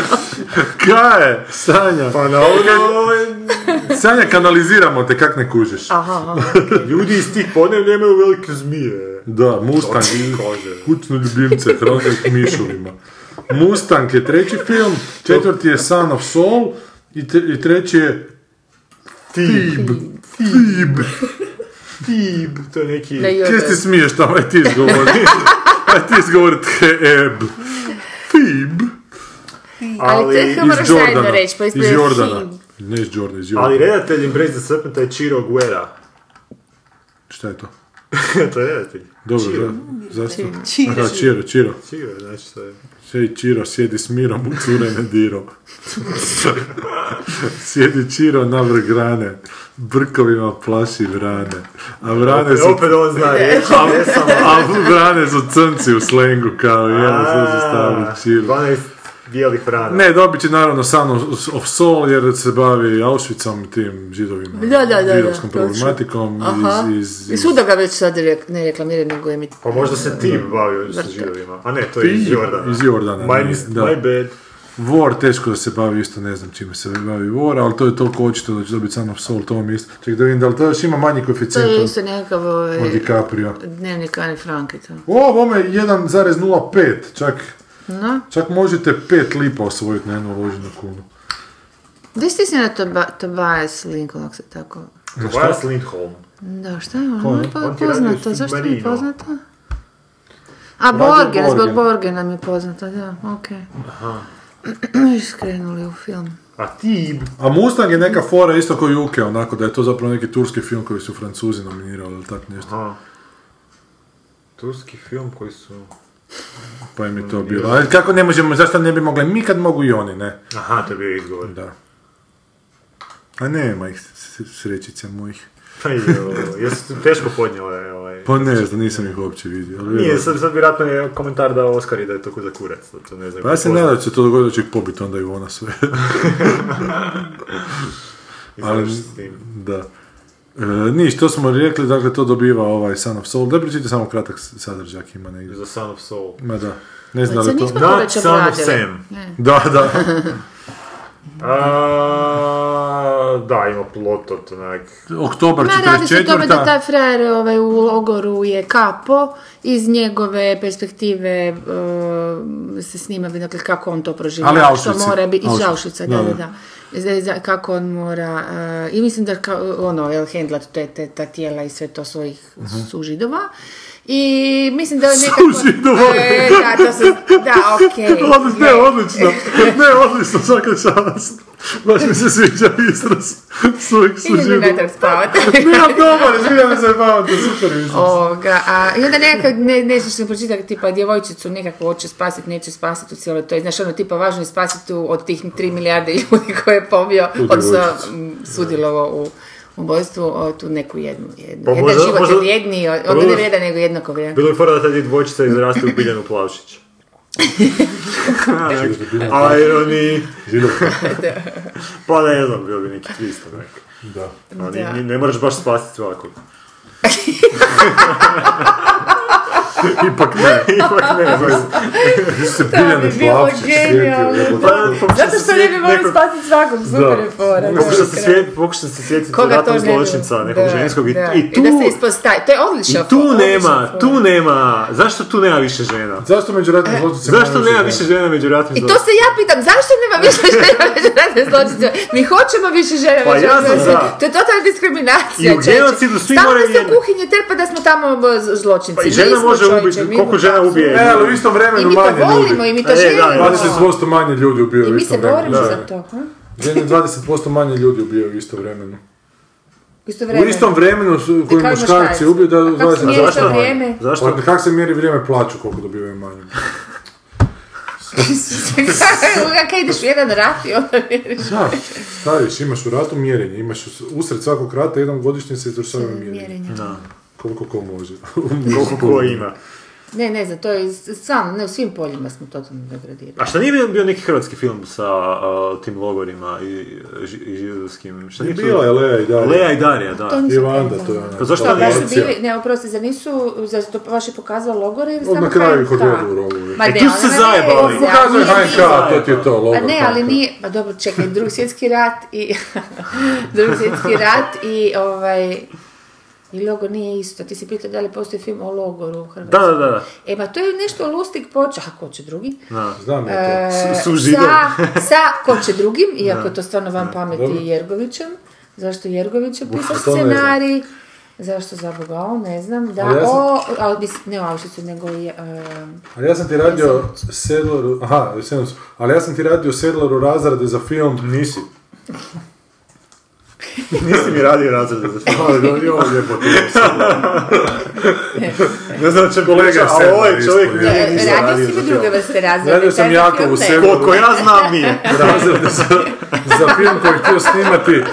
Speaker 1: Kaj je? Sanja.
Speaker 3: Pa na ovdje... ovaj-
Speaker 1: Sanja, kanaliziramo te, kak ne kužiš.
Speaker 2: Aha,
Speaker 3: Ljudi iz tih podnevlja imaju velike zmije.
Speaker 1: Da, Mustang.
Speaker 3: Točno, kaže.
Speaker 1: Kućno ljubimce, hronik mišovima. Mustang je treći film, četvrti je Son of Soul i, te- i treći je Tib. Tib.
Speaker 3: Tib, to je neki...
Speaker 2: ne
Speaker 1: Kje ti
Speaker 2: jebe.
Speaker 1: smiješ tamo, aj ti izgovori. Aj ti izgovori E teb. Tib.
Speaker 2: Ali to je
Speaker 3: iz
Speaker 2: kao moraš zajedno reći, pa
Speaker 1: E iz
Speaker 2: ispada
Speaker 1: Jordana. Ne iz Jordana, iz Jordana.
Speaker 3: Ali redatelj Embrace the Serpent je Chiro Guerra.
Speaker 1: Šta je to?
Speaker 3: to je redatelj.
Speaker 1: Dobro,
Speaker 3: Chiro.
Speaker 1: za- zašto? Aha, Čiro, Čiro.
Speaker 3: Chiro, znači to je...
Speaker 1: Sej Čiro, sjedi s mirom, u cure ne diro. sjedi Čiro na vrh grane, brkovima plaši vrane. A vrane
Speaker 3: E,
Speaker 1: su...
Speaker 3: opet on zna riječi, jesam,
Speaker 1: A vrane su crnci u slengu, kao jel,
Speaker 3: A,
Speaker 1: sad su stavili Čiro.
Speaker 3: 12 bijelih rana.
Speaker 1: Ne, dobit će naravno Son of- of Soul jer se bavi Auschwitzom i tim židovima,
Speaker 2: Da, da, da, da,
Speaker 1: židovskom
Speaker 2: točno.
Speaker 1: problematikom
Speaker 2: Aha.
Speaker 1: iz, iz,
Speaker 2: I svuda ga već sad rek- ne reklamiraju, nego emit.
Speaker 3: Pa možda se Tib bavio sa
Speaker 2: Vrte.
Speaker 3: židovima. A ne, to je iz
Speaker 1: Tib,
Speaker 3: Jordana.
Speaker 1: iz Jordana,
Speaker 3: My,
Speaker 1: nije,
Speaker 3: mis-
Speaker 1: da.
Speaker 3: my bad.
Speaker 1: War teško da se bavi, isto ne znam čime se bavi War, ali to je toliko očito da će dobiti Son of Soul, to vam isto. Ček da vidim da li to još ima manji
Speaker 2: To je
Speaker 1: koeficijent
Speaker 2: isto nekakav
Speaker 1: od, od
Speaker 2: ovaj,
Speaker 1: DiCaprio.
Speaker 2: dnevnik Ane Frank i to.
Speaker 1: O, ovome je 1,05, čak,
Speaker 2: No,
Speaker 1: čak možete 5 lipa osvojiti na jednu uloženu kunu.
Speaker 2: gdje si se na Toba, Tobias Lincoln, ako se tako...
Speaker 3: Tobias Lindholm.
Speaker 2: Da, šta je
Speaker 1: Ko
Speaker 2: ono?
Speaker 1: je?
Speaker 2: je
Speaker 3: On
Speaker 2: po-
Speaker 3: ti radi
Speaker 2: poznato,
Speaker 3: u
Speaker 2: zašto mi je
Speaker 3: Submarino.
Speaker 2: poznato? A, Borgen,
Speaker 1: Borgen.
Speaker 2: zbog Borgena mi je poznato, da, okej. Aha. Skrenuli u film.
Speaker 3: A Tib?
Speaker 1: A Mustang je neka fora isto kao Juke, onako da je to zapravo neki turski film koji su Francuzi nominirali ili tak nešto.
Speaker 3: Aha. Turski film koji su...
Speaker 1: Pa im
Speaker 3: Mm,
Speaker 1: je to bilo. Ali kako ne možemo, zašto ne bi mogli? Mi kad mogu i oni, ne?
Speaker 3: Aha, to je bio izgovor.
Speaker 1: Da. A nema ih s- s- srećice mojih.
Speaker 3: Pa joj, jesu teško podnijele ovaj...
Speaker 1: Pa ne znam, nisam ih uopće vidio. ali
Speaker 3: Nije,
Speaker 1: vjerojatno.
Speaker 3: sad, sad vjerojatno je komentar dao Oskar i da je to za kurac, zato ne znam.
Speaker 1: Pa ja se nadam da će to dogoditi, da će ih pobiti onda i ona sve.
Speaker 3: Ali... S tim.
Speaker 1: Da. E, niš, to smo rekli, dakle to dobiva ovaj Son of Soul. Da pročitaj samo kratak s- sadržak ima negdje.
Speaker 3: Za Son of Soul.
Speaker 1: Ma da. Ne znam
Speaker 2: Sad
Speaker 1: da li to...
Speaker 2: nismo
Speaker 3: Not
Speaker 2: to već
Speaker 3: Son of
Speaker 2: obradili.
Speaker 3: Sam.
Speaker 2: Ne.
Speaker 1: Da, da.
Speaker 3: A, da, ima plot od onak...
Speaker 1: Oktobar
Speaker 2: Ma, radi se o tome da
Speaker 1: 44.
Speaker 2: taj frajer ovaj, u logoru je kapo, iz njegove perspektive e, se snima, dakle, kako on to
Speaker 1: Ali
Speaker 2: proživljava, što
Speaker 1: Auschwitz je.
Speaker 2: mora biti, iz
Speaker 1: Auschwitz.
Speaker 2: Auschwitza, da,
Speaker 1: Da,
Speaker 2: da,
Speaker 1: da.
Speaker 2: da. Za- za- kako on mora, e, i mislim da kao, ono, jel, hendlat te, te, ta tijela i sve to svojih sužidova. I mislim da je nekako...
Speaker 1: Sužidova.
Speaker 2: E, da, to se, da, okej.
Speaker 1: Odlično, ne, odlično. Ne, odlično, svaka čast. Baš mi se sviđa izraz. Svojeg
Speaker 2: Idem
Speaker 1: suživu.
Speaker 2: na vjetar spavati.
Speaker 1: Ne, ali dobar, izgleda mi se malo, to je super izraz.
Speaker 2: Ovoga, a, I onda nekak, ne, nešto što sam pročitala, tipa djevojčicu nekako hoće spasiti, neće spasiti u cijeloj toj, znaš ono tipa važno je spasiti u- od tih 3 milijarde ljudi koje je pobio,
Speaker 1: Tu
Speaker 2: odnosno
Speaker 1: djevojčicu.
Speaker 2: m, sudjelovao u ubojstvu, o, tu neku jednu, jednu.
Speaker 3: Pa
Speaker 2: jedan
Speaker 3: možda-
Speaker 2: život
Speaker 3: možda-
Speaker 2: je vrijedniji, od-
Speaker 3: pa
Speaker 2: onda ne
Speaker 3: možda-
Speaker 2: vrijedan nego jednako vrijedan.
Speaker 3: Bilo je fora da tad je dvojčica izraste u Biljanu Plavšić. Irony. Pa ne znam, bio bi neki twist onak.
Speaker 1: Da.
Speaker 3: Ali
Speaker 2: Da.
Speaker 3: ni- ne moraš baš spasiti svakog.
Speaker 1: Ipak ne.
Speaker 3: Ipak ne znam.
Speaker 1: Se Biljane
Speaker 2: bi bilo
Speaker 1: Plavčić
Speaker 2: genijalno.
Speaker 1: sjetio.
Speaker 3: Pa, pokušam
Speaker 2: Zato
Speaker 3: se
Speaker 2: što ne
Speaker 3: sjetit
Speaker 2: bi mogli
Speaker 3: nekog-
Speaker 2: spasiti svakog, super je fora. da,
Speaker 3: Pokušam se
Speaker 2: kraj.
Speaker 3: sjetiti, pokušam se sjetiti
Speaker 2: Koga to
Speaker 3: ratnog
Speaker 2: ne bi-
Speaker 3: zločinca, nekog
Speaker 2: da,
Speaker 3: ženskog i,
Speaker 2: da.
Speaker 3: i tu...
Speaker 2: da se ispostavi, to je odlična
Speaker 3: I tu
Speaker 2: fora, odlična
Speaker 3: nema,
Speaker 2: fora.
Speaker 3: tu nema, zašto tu nema više žena?
Speaker 1: Zašto među ratnim
Speaker 2: E,
Speaker 1: zločnicima
Speaker 3: Zašto nema više žena među ratnim
Speaker 2: I to se ja pitam, zašto nema više žena među raznim zločincima? Mi hoćemo više žena
Speaker 3: Pa
Speaker 2: među
Speaker 3: ja sam
Speaker 2: raznim
Speaker 3: za.
Speaker 2: zločincima. To je totalna diskriminacija.
Speaker 3: I u
Speaker 2: čovječe.
Speaker 3: genocidu svi
Speaker 2: Stalno
Speaker 3: moraju
Speaker 2: nas se
Speaker 3: jedno.
Speaker 2: u kuhinji trpa da smo tamo b- z- zločinci.
Speaker 3: Pa i
Speaker 2: Mi
Speaker 3: žena
Speaker 2: smo,
Speaker 3: može
Speaker 2: čovječe,
Speaker 3: ubiti,
Speaker 2: mi
Speaker 3: koliko
Speaker 2: mu-
Speaker 3: žena ubije?
Speaker 1: E, ali u istom
Speaker 2: I
Speaker 1: vremenu
Speaker 2: mi to
Speaker 1: manje
Speaker 2: volimo i
Speaker 1: ljudi.
Speaker 2: mi to
Speaker 3: E, da,
Speaker 1: 20% manje ljudi ubijaju u istom
Speaker 2: želimo. I mi se
Speaker 1: vremenu.
Speaker 2: borimo
Speaker 1: Da.
Speaker 2: za to. hm?
Speaker 1: Žene 20% manje ljudi ubijaju u isto vremenu.
Speaker 2: U isto
Speaker 1: U
Speaker 2: vremenu.
Speaker 1: istom vremenu su-
Speaker 2: I
Speaker 1: koji
Speaker 2: kao i
Speaker 1: muškarci ubiju da
Speaker 2: A kako se mjeri
Speaker 1: zašto
Speaker 2: to
Speaker 1: manje?
Speaker 2: vrijeme?
Speaker 3: Zašto?
Speaker 1: Pa kako se mjeri vrijeme plaću koliko dobivaju manje?
Speaker 2: Kaj ideš u jedan rat i onda mjeriš.
Speaker 1: Da, staviš, imaš u ratu mjerenje, imaš us- usred svakog rata jednom godišnje se izvršava mjerenje.
Speaker 2: Mjerenje.
Speaker 1: Koliko ko može.
Speaker 3: Koliko ko ima?
Speaker 2: Ne, ne znam, to je s- sam, ne, u svim poljima smo totalno degradirali.
Speaker 3: A šta nije bio, bio neki hrvatski film sa a, tim logorima i, ži- i židovskim? Šta
Speaker 1: I
Speaker 3: nije
Speaker 1: bila je Lea i dalje.
Speaker 3: Lea i Darija,
Speaker 2: To
Speaker 3: da.
Speaker 2: nisam
Speaker 1: Ivanda,
Speaker 2: gledala.
Speaker 1: to je ona.
Speaker 3: Pa zašto
Speaker 2: Što, baš
Speaker 3: ne?
Speaker 2: su
Speaker 1: Valencia.
Speaker 2: bili, ne, oprosti, zar nisu, zar su to vaš je pokazalo logore ili
Speaker 1: Od
Speaker 2: samo
Speaker 1: na kraju
Speaker 2: HNK?
Speaker 1: kod rodu u rogovi.
Speaker 2: Ma
Speaker 3: E,
Speaker 2: ne,
Speaker 3: tu
Speaker 2: ona
Speaker 3: se
Speaker 2: ne,
Speaker 3: zajebali.
Speaker 2: ne,
Speaker 1: Pokazuje
Speaker 2: nije
Speaker 1: HNK,
Speaker 2: bilo.
Speaker 1: to ti je to, logo.
Speaker 2: Pa ne, ali nije, pa dobro, čekaj, drugi svjetski rat i, drugi svjetski rat i ovaj, i logor nije isto. Ti si pitao da li postoji film o logoru u Hrvatskoj.
Speaker 3: Da, da, da.
Speaker 2: E, ma to je nešto Lustig počeo, a ko će drugi?
Speaker 3: da.
Speaker 1: Znam ja to.
Speaker 3: S- su
Speaker 2: E,
Speaker 3: Židom.
Speaker 2: Sa, sa ko će drugim, iako je to stvarno van pameti
Speaker 1: Dobro.
Speaker 2: Jergovićem. Zašto je Jergović je pisao
Speaker 1: to ne znam.
Speaker 2: scenarij? Zašto za Boga on, ne znam. Da,
Speaker 1: Ali ja sam-
Speaker 2: o, a, mislim, ne o Auschwitzu, nego je... e,
Speaker 1: Ali ja sam ti radio Sedlaru, aha, Sedlaru, ali ja sam ti radio Sedlaru razrade za film. Nisi.
Speaker 3: Nisi mi radio razrede za film.
Speaker 1: Ali dobro, ovo je lijepo
Speaker 3: Ne znam čem
Speaker 1: Kolega
Speaker 3: kolega,
Speaker 1: Sedlar
Speaker 3: ali ovaj
Speaker 1: isto
Speaker 3: čovjek
Speaker 1: je.
Speaker 3: nije
Speaker 2: e,
Speaker 3: ništa
Speaker 2: radio si
Speaker 3: za
Speaker 2: mi druge
Speaker 3: film.
Speaker 2: vrste razreda.
Speaker 1: Radio sam Jakovu Sedlaru.
Speaker 3: Koliko ja znam nije.
Speaker 1: razrede za, za film koji je htio snimati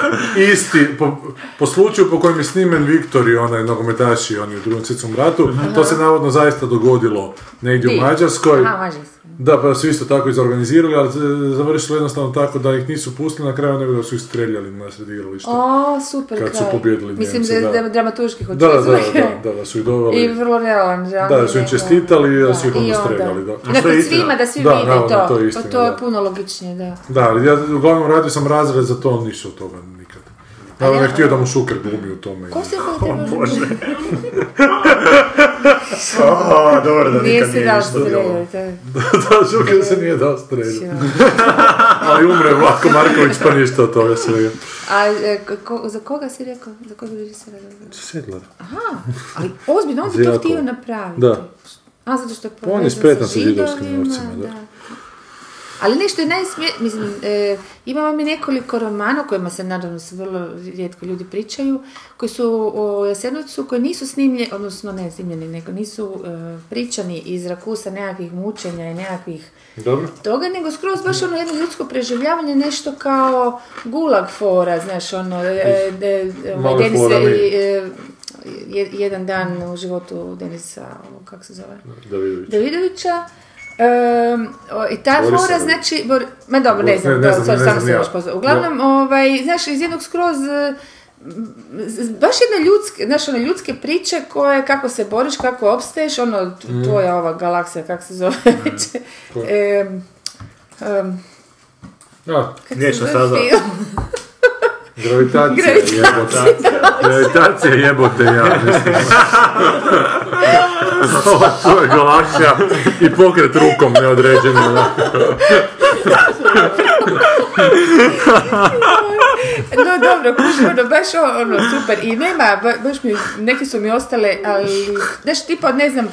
Speaker 1: isti, po, po slučaju po kojem je snimen Viktor i onaj nogometaš i oni u drugom svjetskom ratu, to se navodno zaista dogodilo negdje
Speaker 2: Di?
Speaker 1: u Mađarskoj.
Speaker 2: Aha, Mađarskoj.
Speaker 1: Da, pa su isto tako izorganizirali, ali e, završilo jednostavno tako da ih nisu pustili na kraju, nego da su ih streljali na sred igrališta.
Speaker 2: O, super
Speaker 1: Kad su
Speaker 2: kraj.
Speaker 1: pobjedili
Speaker 2: Mislim
Speaker 1: Njemce,
Speaker 2: da,
Speaker 1: da.
Speaker 2: da. dramaturški hoću
Speaker 1: Da, da,
Speaker 2: reći.
Speaker 1: da, da, da, da su ih doveli.
Speaker 2: I vrlo realan.
Speaker 1: Da, da su im čestitali i da su ih onda streljali, da.
Speaker 2: Da,
Speaker 1: A što je
Speaker 2: Dakle,
Speaker 1: istina.
Speaker 2: svima da svi
Speaker 1: Da,
Speaker 2: vide
Speaker 1: naravno,
Speaker 2: to.
Speaker 1: to je
Speaker 2: Pa
Speaker 1: istina,
Speaker 2: to
Speaker 1: da.
Speaker 2: je puno logičnije, da.
Speaker 1: Da, ali ja uglavnom radio sam razred za to, ali ništa od toga nikad. Naravno, ne htio da mu Šuker glumi u tome.
Speaker 2: Ko se kod tebe
Speaker 3: A, dobro da
Speaker 2: Nije
Speaker 3: nikad
Speaker 2: se
Speaker 3: nije
Speaker 2: dao
Speaker 3: ništa bilo.
Speaker 2: streljati, to je
Speaker 1: da, Šuker se nije dao streljati.
Speaker 2: sjajno.
Speaker 1: Ali umre Vlako Marković, pa ništa od toga svega.
Speaker 2: A e, ko- za koga si rekao? Za koga bi se
Speaker 1: Sedlar.
Speaker 2: Ali ozbiljno, on bi to
Speaker 1: Zjako.
Speaker 2: htio napraviti.
Speaker 1: Da. Pa
Speaker 2: A, zato što je
Speaker 1: je
Speaker 2: povezan
Speaker 1: spretan sa
Speaker 2: sa
Speaker 1: židovskim
Speaker 2: židovima,
Speaker 1: novcima, da.
Speaker 2: Ali nešto je najsmije... Mislim, e, imamo mi nekoliko romana o kojima se naravno se vrlo rijetko ljudi pričaju, koji su o Jasenovcu, koji nisu snimljeni, odnosno ne snimljeni, nego nisu e, pričani iz rakusa nekakvih mučenja i nekakvih
Speaker 3: Dobro.
Speaker 2: toga, nego skroz baš ono jedno ljudsko preživljavanje, nešto kao gulag fora, znaš, ono, e, de- ovaj,
Speaker 3: Male
Speaker 2: Denis
Speaker 3: fora
Speaker 2: je-
Speaker 3: mi.
Speaker 2: i, e, je- jedan dan u životu Denisa, ovog, kako se zove?
Speaker 3: Davidović.
Speaker 2: Davidovića. Ehm, o, I ta
Speaker 3: Borisa.
Speaker 2: fora, znači, Bor- ma dobro, ne
Speaker 3: Ne,
Speaker 2: znam,
Speaker 3: ne
Speaker 2: to,
Speaker 3: znam,
Speaker 2: sorry,
Speaker 3: ne
Speaker 2: samo
Speaker 3: znam
Speaker 2: sam
Speaker 3: ja.
Speaker 2: još pozvala. Uglavnom, ovaj, znaš, iz jednog skroz eh, z- baš jedne ljudske, znaš, one ljudske priče koje, kako se boriš, kako opstaješ, ono, t-
Speaker 9: Mm.
Speaker 2: tvoja ova galaksija, kako se zove,
Speaker 3: Mm.
Speaker 2: već,
Speaker 3: Koja?
Speaker 2: em, em,
Speaker 3: A,
Speaker 2: kako se
Speaker 3: Mliječna
Speaker 2: zove
Speaker 3: staza.
Speaker 2: film?
Speaker 1: Gravitacija jebote. Gravitacija jebote ja, mislim. Ovo tu je galaksija i pokret rukom neodređeni. onako.
Speaker 2: No dobro, kuži, ono, baš o- ono, super. I nema, ba- baš mi, neke su mi ostale, ali, znaš, tipa, od, ne znam,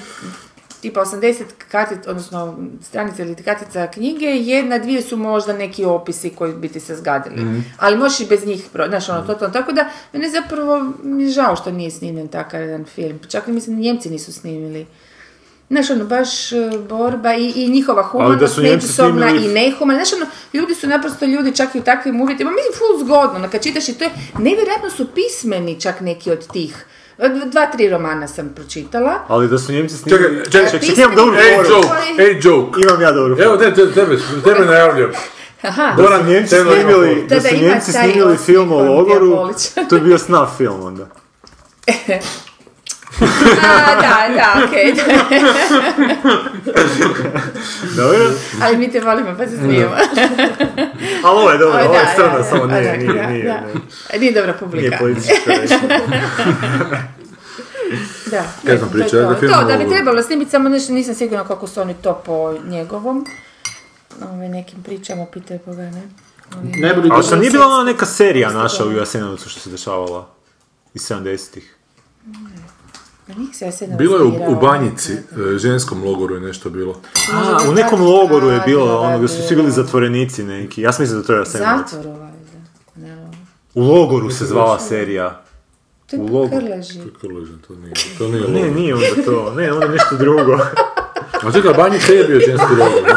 Speaker 2: tipa 80 katica, odnosno stranica ili katica knjige, jedna, dvije su možda neki opisi koji bi ti se zgadili.
Speaker 9: Mhm.
Speaker 2: Ali možeš i bez njih, pro- znaš, ono, totalno. Tako da, mene zapravo mi je žao što nije snimljen takav jedan film. Čak i mislim, Njemci nisu snimili. Znaš, ono, baš e, borba i, i njihova
Speaker 3: Ali da
Speaker 2: humanost
Speaker 3: su Nijemci
Speaker 2: međusobna
Speaker 3: snimili-
Speaker 2: i nehumana. Znaš, ono, ljudi su naprosto ljudi čak i u takvim uvjetima. Mislim, ful zgodno, ono, kad čitaš i to je, nevjerojatno su pismeni čak neki od tih. E, Dva, tri romana sam pročitala.
Speaker 3: Ali da su Njemci snimili...
Speaker 2: Čekaj, čekaj, čekaj,
Speaker 3: čekaj, imam dobru
Speaker 2: Ej,
Speaker 3: foru.
Speaker 2: joke, ej,
Speaker 3: joke. Imam ja dobru foru.
Speaker 1: Evo, te, te, tebe, tebe najavljam.
Speaker 2: Aha.
Speaker 3: Da su Njemci
Speaker 1: Tebe najavljam.
Speaker 3: snimili, da
Speaker 2: Da, da,
Speaker 3: su
Speaker 2: ima
Speaker 3: Njemci
Speaker 2: taj
Speaker 3: snimili
Speaker 2: osmijeh
Speaker 3: film o
Speaker 2: on
Speaker 3: logoru,
Speaker 2: dijaboličan.
Speaker 3: to je bio snaf film onda.
Speaker 2: A, da, da, okej.
Speaker 3: Dobro?
Speaker 2: Ali mi te volimo, pa se smijemo.
Speaker 3: Ali ovo je dobro,
Speaker 2: Ovo
Speaker 3: ovo je
Speaker 2: da,
Speaker 3: crno,
Speaker 2: da,
Speaker 3: samo
Speaker 2: da,
Speaker 3: nije,
Speaker 2: da,
Speaker 3: nije,
Speaker 2: da,
Speaker 3: nije.
Speaker 2: da.
Speaker 3: ne.
Speaker 2: E, Nije dobra
Speaker 3: Nije
Speaker 2: publika.
Speaker 3: politički korektno.
Speaker 2: Da.
Speaker 1: Kaj sam
Speaker 2: to je
Speaker 1: pričao,
Speaker 2: to.
Speaker 1: da film
Speaker 2: To, da bi
Speaker 1: mogu-
Speaker 2: trebalo snimiti, samo nešto nisam sigurna kako su oni to po njegovom. Ove, nekim pričama, pitaj Boga, ne? Ovi-
Speaker 3: Ali što nije bila ona neka serija naša u Jasenovcu što se dešavala iz 70-ih?
Speaker 2: Ma njih se ja sedam
Speaker 1: Bilo je u, u
Speaker 2: svirao.
Speaker 1: banjici, e, ženskom logoru je nešto bilo.
Speaker 3: A, u nekom logoru je bilo ono gdje su svi bili zatvorenici neki. Ja sam mislim da to je Jasenovac.
Speaker 2: Zatvor ovaj, da. Ne, ovo.
Speaker 3: U logoru se zvala serija.
Speaker 2: To
Speaker 3: U
Speaker 2: je
Speaker 3: logoru.
Speaker 2: krleži.
Speaker 1: Krležan, to nije, to nije
Speaker 3: Ne,
Speaker 1: logor.
Speaker 3: nije onda to. Ne, onda je nešto drugo.
Speaker 1: A čekaj, banjica je bio ženski logor. ne?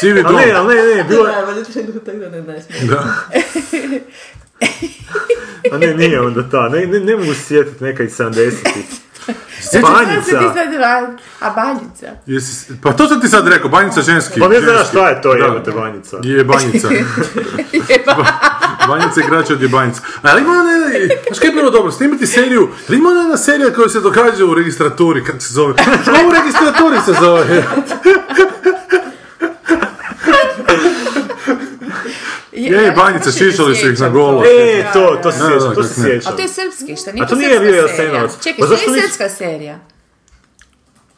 Speaker 1: Sivi
Speaker 3: A
Speaker 1: dom.
Speaker 3: ne, ali ne, ne, bilo je...
Speaker 10: Da, valjda će idu tako da ne najsmije.
Speaker 1: Da.
Speaker 3: A ne, nije onda ta. Ne, ne, ne mogu se sjetiti neka iz 70-ih.
Speaker 2: Sad Znači, se ti
Speaker 3: Spanjica!
Speaker 2: sad radi. A banjica.
Speaker 1: Jesi, pa to sam ti sad rekao, banjica ženski.
Speaker 3: Pa ne znam ja
Speaker 1: ženski.
Speaker 3: šta je to,
Speaker 1: Da.
Speaker 3: jebate banjica.
Speaker 1: Je banjica. Banjica je kraća od jebanjica. Ali ima ona, znaš kaj je bilo dobro, snimiti seriju, ali ima ona jedna serija koja se događa u registraturi, kako se zove. Što u registraturi se zove? Je,
Speaker 2: ja
Speaker 1: banjice,
Speaker 2: se više ne
Speaker 1: šišali su ih na
Speaker 2: sjećam
Speaker 1: golo.
Speaker 3: E, to, to se
Speaker 1: Da,
Speaker 3: sjećam,
Speaker 1: da,
Speaker 3: to se
Speaker 1: kako ne.
Speaker 3: sjećam.
Speaker 2: A to je srpski, šta? Nije
Speaker 3: A
Speaker 2: to
Speaker 3: to nije
Speaker 2: srpska
Speaker 3: bio
Speaker 2: serija.
Speaker 3: Jasenovac. Pa
Speaker 2: Čekaj, to
Speaker 3: zašto
Speaker 2: nije
Speaker 3: nisi-
Speaker 2: srpska serija.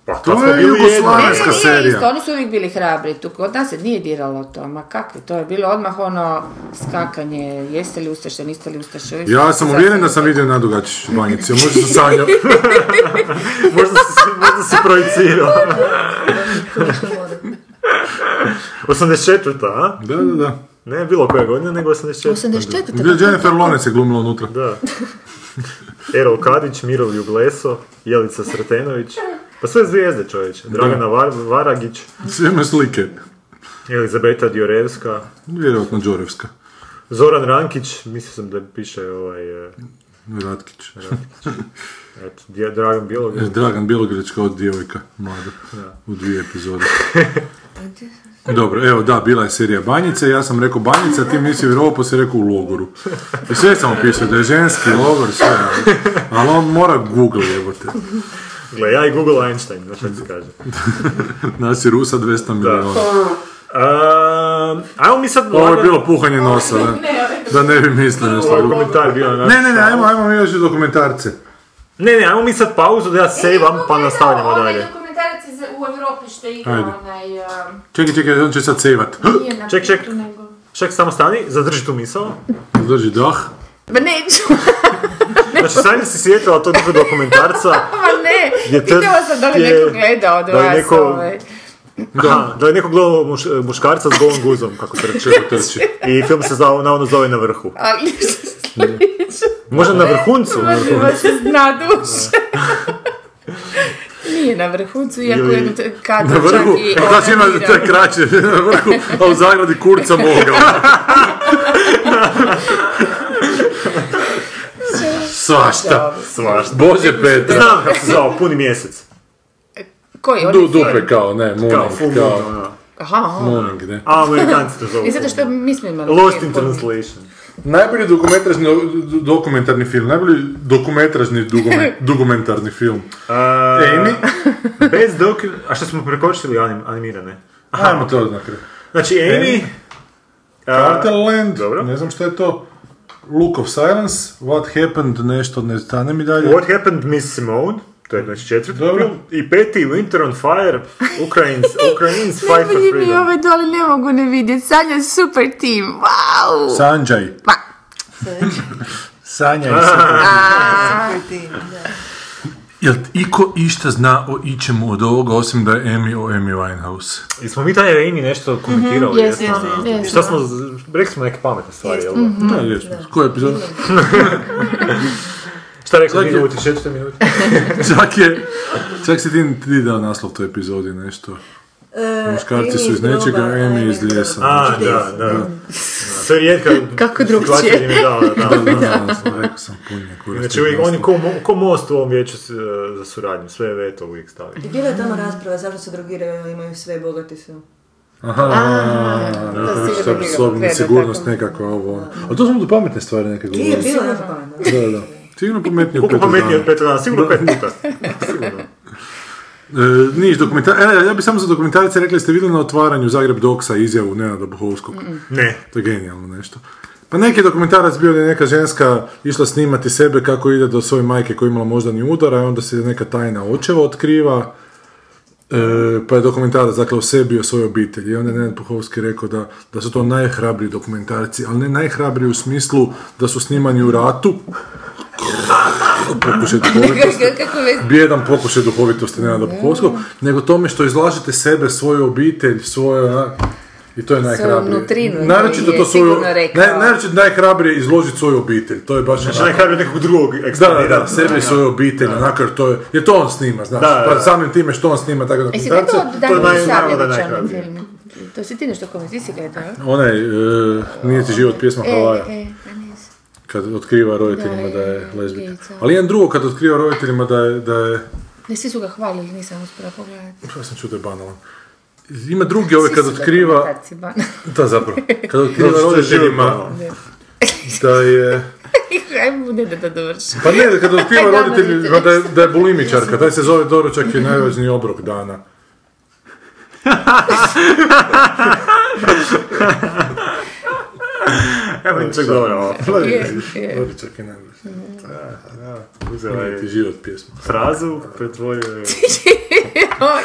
Speaker 3: Pa
Speaker 1: To
Speaker 3: smo
Speaker 1: je
Speaker 3: bili jedno.
Speaker 2: Ne,
Speaker 1: jugoslavenska
Speaker 2: ne, nije isto,
Speaker 1: serija.
Speaker 2: oni su uvijek bili hrabri, tu kod nas se nije diralo to, ma kakvi, to je bilo odmah ono skakanje, jeste li ustaše, niste li ustaše. jeste
Speaker 1: Ja
Speaker 2: li
Speaker 1: sam
Speaker 2: za-
Speaker 1: uvjeren da sam vidio nadugačić u banjici, možda sam sanjao.
Speaker 3: Možda si, možda si projicirao. 84-ta, a?
Speaker 1: Da, da, da.
Speaker 3: Ne bilo koja godina, nego 84
Speaker 1: Gdje
Speaker 2: 84.
Speaker 1: je Jennifer Lawrence je glumila unutra.
Speaker 3: Da. Erol Kadić, Miro Ljugleso, Jelica Sretenović. Pa sve zvijezde čovječe. Dragana Var- Varagić,
Speaker 1: Sve ima slike.
Speaker 3: Elizabeta Diorevska,
Speaker 1: Vjerojatno Đorevska.
Speaker 3: Zoran Rankić, mislio sam da piše ovaj... eh,
Speaker 1: Ratkić. E,
Speaker 3: Eto, Dia- Dragan Bilog.
Speaker 1: Dragan Bilogreć kao djevojka mlada u dvije epizode. Dobro, evo da, bila je serija Banjice, ja sam rekao Banjica, ti misli vjerovo, pa si rekao u logoru. I sve sam opisao, da je ženski logor, sve, ali, ali on mora Google, evo te.
Speaker 3: Gle, ja i Google Einstein, znaš kako se kaže.
Speaker 1: Nas je Rusa 200 milijuna.
Speaker 3: Ehm, ajmo mi sad...
Speaker 1: Ovo je
Speaker 3: lagano-
Speaker 1: bilo puhanje nosa, da, da ne bi mislili
Speaker 3: Ovo je
Speaker 1: nešto drugo.
Speaker 3: komentar bio naš.
Speaker 1: Ne, ne, ne, ajmo, ajmo mi još i dokumentarce.
Speaker 3: Ne, ne, ajmo mi sad pauzu da ja sejvam pa nastavljamo dalje.
Speaker 2: dokumentarac iz- u Europi što igra
Speaker 1: Ajde.
Speaker 2: onaj... um,
Speaker 1: Čekaj, čekaj, on će sad sevat.
Speaker 2: nije na
Speaker 3: Ček, ček.
Speaker 2: putu, nego-
Speaker 3: Ček, samo stani, zadrži tu misao.
Speaker 1: Drži dah.
Speaker 2: Ma neću,
Speaker 3: Znači, Sanja si sjetila tog nekog dokumentarca
Speaker 2: ma ne.
Speaker 3: Je to-
Speaker 2: Vidjela sam da li
Speaker 3: je-
Speaker 2: neko gleda od
Speaker 3: da li
Speaker 2: vas.
Speaker 3: neko-
Speaker 2: ovaj.
Speaker 3: Da, da je neko gledao muš, muškarca s golom guzom, kako se reče.
Speaker 1: Trči.
Speaker 3: I film se zao, navodno zove Na vrhu.
Speaker 2: Ali
Speaker 3: Možda na vrhuncu? Na
Speaker 2: Može
Speaker 3: vrhuncu.
Speaker 2: vas zna duše. Nije na vrhuncu, iako
Speaker 3: Ili-
Speaker 2: je t- kadar
Speaker 1: Na vrhu, pa
Speaker 2: čak i...
Speaker 1: da si ima, to je
Speaker 2: onaniran.
Speaker 1: kraće, na vrhu, a u zagradi kurca moga. ono. Svašta.
Speaker 3: Svašta.
Speaker 1: Bože Petra.
Speaker 3: Znam kako se zao, puni mjesec.
Speaker 2: Koji
Speaker 1: Du,
Speaker 2: oni
Speaker 1: dupe kao, ne,
Speaker 3: Kao,
Speaker 1: mooning,
Speaker 3: full moon,
Speaker 1: kao,
Speaker 3: ono.
Speaker 2: Aha, aha.
Speaker 1: mooning, ne.
Speaker 3: A, Amerikanci to zovu.
Speaker 2: I zato što mi smo imali...
Speaker 3: Lost
Speaker 2: prije
Speaker 3: in
Speaker 2: podne.
Speaker 3: translation.
Speaker 1: Najbolji dokumentarni, dokumentarni film, najbolji dokumentarni dugumen- dokumentarni film.
Speaker 3: A,
Speaker 1: Amy?
Speaker 3: Bez dok... A što smo prekočili anim, animirane?
Speaker 1: Ajmo to na kraju.
Speaker 3: Znači, Amy... a,
Speaker 1: Cartel Land,
Speaker 3: dobro.
Speaker 1: ne znam što je to. Look of Silence, What Happened, nešto ne stane mi dalje.
Speaker 3: What Happened Miss Simone, to je znači četvrti
Speaker 1: Dobro.
Speaker 3: film, i peti Winter on Fire, Ukraine's, Ukraine's Fight for
Speaker 2: Najbolji mi je
Speaker 3: Freedom.
Speaker 2: ovaj dole, ne mogu ne vidjeti. Sanja super tim, wow!
Speaker 1: Sanjay.
Speaker 2: Pa,
Speaker 1: Sanja je Jel iko išta zna o ičemu od ovoga, osim da je Amy o Amy Winehouse?
Speaker 3: I smo mi taj Amy nešto
Speaker 2: Mhm,
Speaker 3: komentirali,
Speaker 11: jesmo,
Speaker 3: jesmo?
Speaker 11: jesmo, jesmo.
Speaker 3: Šta smo, z- rekli smo neke pametne stvari, jel?
Speaker 2: mhm.
Speaker 3: da?
Speaker 1: Da, jesmo. Koja epizoda?
Speaker 3: Šta rekli
Speaker 1: Čak je-
Speaker 3: mi u četvrte minuti?
Speaker 1: čak je, čak si ti, ti dao naslov toj epizodi nešto.
Speaker 4: E,
Speaker 1: Muškarci su
Speaker 4: Amy
Speaker 1: iz nečega,
Speaker 4: groba,
Speaker 1: Amy
Speaker 4: Amy
Speaker 1: iz Znači,
Speaker 4: groba.
Speaker 1: lijesa.
Speaker 3: A, da, da. To je rijetka
Speaker 2: Kako drugčije?
Speaker 3: situacija gdje mi je dao, da,
Speaker 1: Da,
Speaker 3: da.
Speaker 1: da, da, da, rekao sam punje. kurac,
Speaker 3: Znači uvijek,
Speaker 1: naslov.
Speaker 3: on je ko, mo- ko most u ovom vijeću s- za suradnju, sve je veto uvijek stavio.
Speaker 4: I bila je tamo rasprava zašto se drogiraju, a imaju sve bogati su.
Speaker 1: Aha,
Speaker 2: da, sigurno
Speaker 1: da,
Speaker 2: bi ga
Speaker 1: sobom
Speaker 2: pokrenuo
Speaker 1: sigurnost
Speaker 2: tako.
Speaker 1: nekako ovo. ono. A to smo do pametne stvari neke
Speaker 4: Nije,
Speaker 1: govorili.
Speaker 4: bilo je jako pametno.
Speaker 1: Da, da. Sigurno pametnije
Speaker 3: Koliko
Speaker 1: od Petra
Speaker 3: pametnije
Speaker 1: Dana.
Speaker 3: od Petra dana, sigurno pet puta. Sigurno.
Speaker 1: E, niš dokumentar... E, ja bi samo za dokumentarice rekli, ste vidjeli na otvaranju Zagreb Doksa izjavu Nenada Buhovskog.
Speaker 3: Ne.
Speaker 1: To je genijalno nešto. Pa neki je dokumentarac bio da je neka ženska išla snimati sebe kako ide do svoje majke koja je imala moždani udar, a onda se neka tajna očeva otkriva. E, pa je dokumentarac dakle o sebi i o svojoj obitelji. I onda je Nenad Puhovski rekao da, da su to najhrabriji dokumentarci, ali ne najhrabriji u smislu da su snimani u ratu. Pokušaj duhovitosti.
Speaker 2: kako je...
Speaker 1: Bijedan pokušaj duhovitosti Nenada Puhovskog, nego tome što izlažete sebe, svoju obitelj, svoje... onak, I to je najhrabrije.
Speaker 2: nutrinu
Speaker 1: Naročito
Speaker 2: koju je
Speaker 1: to svoju...
Speaker 2: sigurno rekao.
Speaker 1: Naj, naročito najhrabrije izložiti svoju obitelj. To je baš...
Speaker 3: Znači
Speaker 1: onako-
Speaker 3: najhrabrije nekog drugog
Speaker 1: da, da, da,
Speaker 3: eksponirati.
Speaker 1: sebe i svoju obitelj, onako, jer to je, jer to on snima, znaš,
Speaker 3: Da, da,
Speaker 1: pa
Speaker 3: da.
Speaker 1: samim time što on snima, tako da
Speaker 2: Jesi gledao
Speaker 3: je naj-
Speaker 2: Danijel
Speaker 3: naravno da je
Speaker 2: Savjević onaj
Speaker 3: najhrabriji.
Speaker 2: film? To si ti nešto komentirao, ti si gledao, jel?
Speaker 1: Onaj, e, nije ti život pjesma Havaja,
Speaker 2: E, e, a nisi.
Speaker 1: kad otkriva roditeljima
Speaker 2: Da, e,
Speaker 1: da je
Speaker 2: je
Speaker 1: lezbika.
Speaker 2: gejica.
Speaker 1: Ali jedan drugo kad otkriva roditeljima da je, da je,
Speaker 2: Ne, svi su ga hvalili, nisam uspjela pogledati.
Speaker 1: što sam čuo da je banalan. Ima drugi ovaj
Speaker 2: Svi
Speaker 1: kad
Speaker 2: su ga
Speaker 1: otkriva,
Speaker 2: komentarci ban-
Speaker 1: da zapravo, kad otkriva
Speaker 3: Zato što je život
Speaker 1: roditeljima
Speaker 3: banalan.
Speaker 1: da je,
Speaker 2: Ajmo, ne da da dovrši.
Speaker 1: Pa ne, kad otkriva
Speaker 2: Ajde, ono,
Speaker 1: roditeljima da je, da je bulimičarka, taj se zove doručak je najvažniji obrok dana.
Speaker 3: Evo ničeg dobro, ovo.
Speaker 2: Je, je.
Speaker 1: Doručak je najvažniji.
Speaker 3: Uzela
Speaker 1: Ti
Speaker 3: je
Speaker 1: život pjesma.
Speaker 3: frazu, pretvorio je...
Speaker 2: Oj,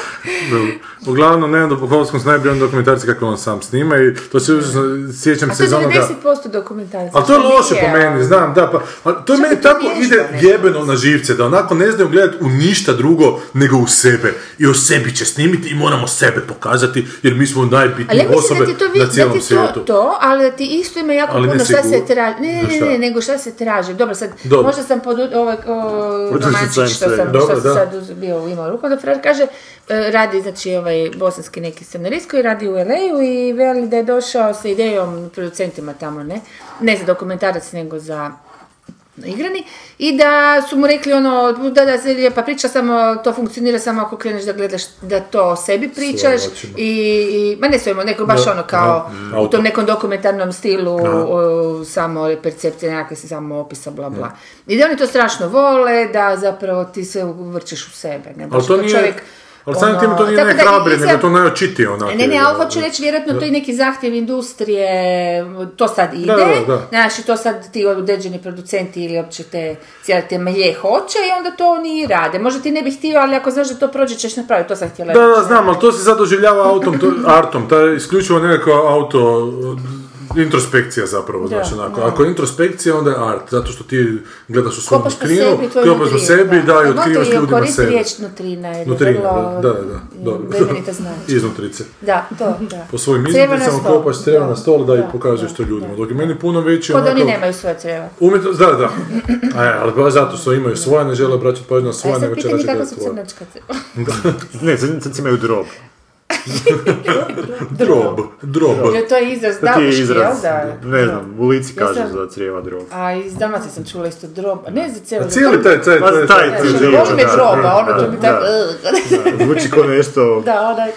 Speaker 1: Dobro. Uglavnom, ne do Bukovskom s najboljom dokumentarci kako on sam snima i to se užasno, sjećam
Speaker 2: A to
Speaker 1: se
Speaker 2: je
Speaker 1: iz onoga...
Speaker 2: 90% dokumentarca.
Speaker 1: Ali to je loše po
Speaker 2: Nije,
Speaker 1: meni, znam, da, pa, ali to je
Speaker 2: Čak
Speaker 1: meni
Speaker 2: i to
Speaker 1: tako ide
Speaker 2: vježba nekako.
Speaker 1: jebeno na živce, da onako ne znaju gledati u ništa drugo nego u sebe. I o sebi će snimiti i moramo sebe pokazati, jer mi smo
Speaker 2: Ali ja
Speaker 1: najbitnije
Speaker 2: mislim
Speaker 1: osobe
Speaker 2: da ti to
Speaker 1: na
Speaker 2: vidi, da
Speaker 1: cijelom
Speaker 2: ti to,
Speaker 1: svijetu.
Speaker 2: to, ali da ti isto ima jako
Speaker 1: Ali ne
Speaker 2: puno šta se
Speaker 1: sigurno.
Speaker 2: traži. Ne,
Speaker 1: Za
Speaker 2: ne,
Speaker 1: šta?
Speaker 2: ne, nego šta se traži. Dobro, sad,
Speaker 1: Dobro.
Speaker 2: možda sam pod ovaj o,
Speaker 3: Pod utjecajem
Speaker 2: romančić što
Speaker 3: svega.
Speaker 2: sam,
Speaker 1: Dobro,
Speaker 2: što sam
Speaker 1: da.
Speaker 2: sad uz, bio imao rukom, da frajer kaže, e, radi, znači, ovaj bosanski neki scenarist koji radi u LA-u i veli da je došao sa idejom producentima tamo, ne, ne za dokumentarac, nego za igrani i da su mu rekli ono da da se lijepa priča samo to funkcionira samo ako kreneš da gledaš da to o sebi pričaš
Speaker 1: Svojim očima.
Speaker 2: i, i ma ne svojim neko baš
Speaker 1: Da,
Speaker 2: ono kao
Speaker 1: da,
Speaker 2: u tom nekom dokumentarnom stilu o, samo percepcije nekakve se samo opisa bla bla i da oni to strašno vole da zapravo ti se vrćeš u sebe ne baš
Speaker 1: Ali to
Speaker 2: je
Speaker 1: nije... Ali samim time to nije
Speaker 2: ono, tako da i-
Speaker 1: najhrabrije,
Speaker 2: i
Speaker 1: nego
Speaker 2: sad-
Speaker 1: to najočitije onak.
Speaker 2: ne, ne,
Speaker 1: je,
Speaker 2: ali hoću reći, vjerojatno to i neki zahtjev industrije, to sad ide,
Speaker 1: da, da.
Speaker 2: znaš, i to sad ti određeni producenti ili uopće te cijele te melje hoće i onda to oni i rade. Možda ti ne bi htio, ali ako znaš da to prođe ćeš napraviti, to sam htjela
Speaker 12: Pa
Speaker 1: Da,
Speaker 2: reći.
Speaker 1: da, znam, ali to se sad doživljava autom, to, artom, to je isključivo nekako auto eh, Introspekcija zapravo, znači onako. Ako je introspekcija, onda je art, zato što ti gledaš u svom
Speaker 12: Kopaš po
Speaker 1: skrinu,
Speaker 12: sebi, to je Pa
Speaker 1: kopaš u sebi, da, i otkrivaš ljudima
Speaker 12: koristi
Speaker 1: sebe.
Speaker 12: riječ nutrina, jer je
Speaker 1: Nutrina,
Speaker 12: vrlo
Speaker 1: da, da, da, dobro.
Speaker 12: plemenita znači.
Speaker 1: Iznutrice.
Speaker 12: Da, to, da.
Speaker 1: Po svojim
Speaker 12: Crjeva na
Speaker 1: iznutricama
Speaker 12: stol,
Speaker 1: kopaš treba na stol da, i pokažeš
Speaker 12: da,
Speaker 1: to ljudima. Dok je meni puno veći
Speaker 12: Ko da oni
Speaker 1: onako-
Speaker 12: nemaju svoje creva.
Speaker 1: Umjetno, da, da. A je, ali baš zato što imaju svoje, ne žele obraćati pažnju
Speaker 12: A
Speaker 1: na
Speaker 12: je
Speaker 2: E
Speaker 1: svoje,
Speaker 12: sad
Speaker 1: nego će
Speaker 12: pitanje
Speaker 1: reći
Speaker 12: kako
Speaker 1: gledati
Speaker 12: su
Speaker 1: tvoje.
Speaker 12: crnačka creva.
Speaker 3: Ne, crnice imaju drob.
Speaker 1: Drob, drob.
Speaker 12: Jer to je izraz
Speaker 3: To ti je
Speaker 12: dabuški, jel
Speaker 3: izraz,
Speaker 12: da?
Speaker 3: ne znam, u lici
Speaker 12: Ja
Speaker 3: kažu
Speaker 12: sam-
Speaker 3: za crijeva drob.
Speaker 12: A iz Dalmacije sam čula isto drob, a ne za cijelo.
Speaker 1: A cijeli taj, taj,
Speaker 3: Pa
Speaker 1: taj,
Speaker 3: taj,
Speaker 12: Da,
Speaker 3: taj,
Speaker 12: što boli me droba, ono to mi tako...
Speaker 3: Zvuči ko nešto...
Speaker 2: er
Speaker 12: Da, onaj...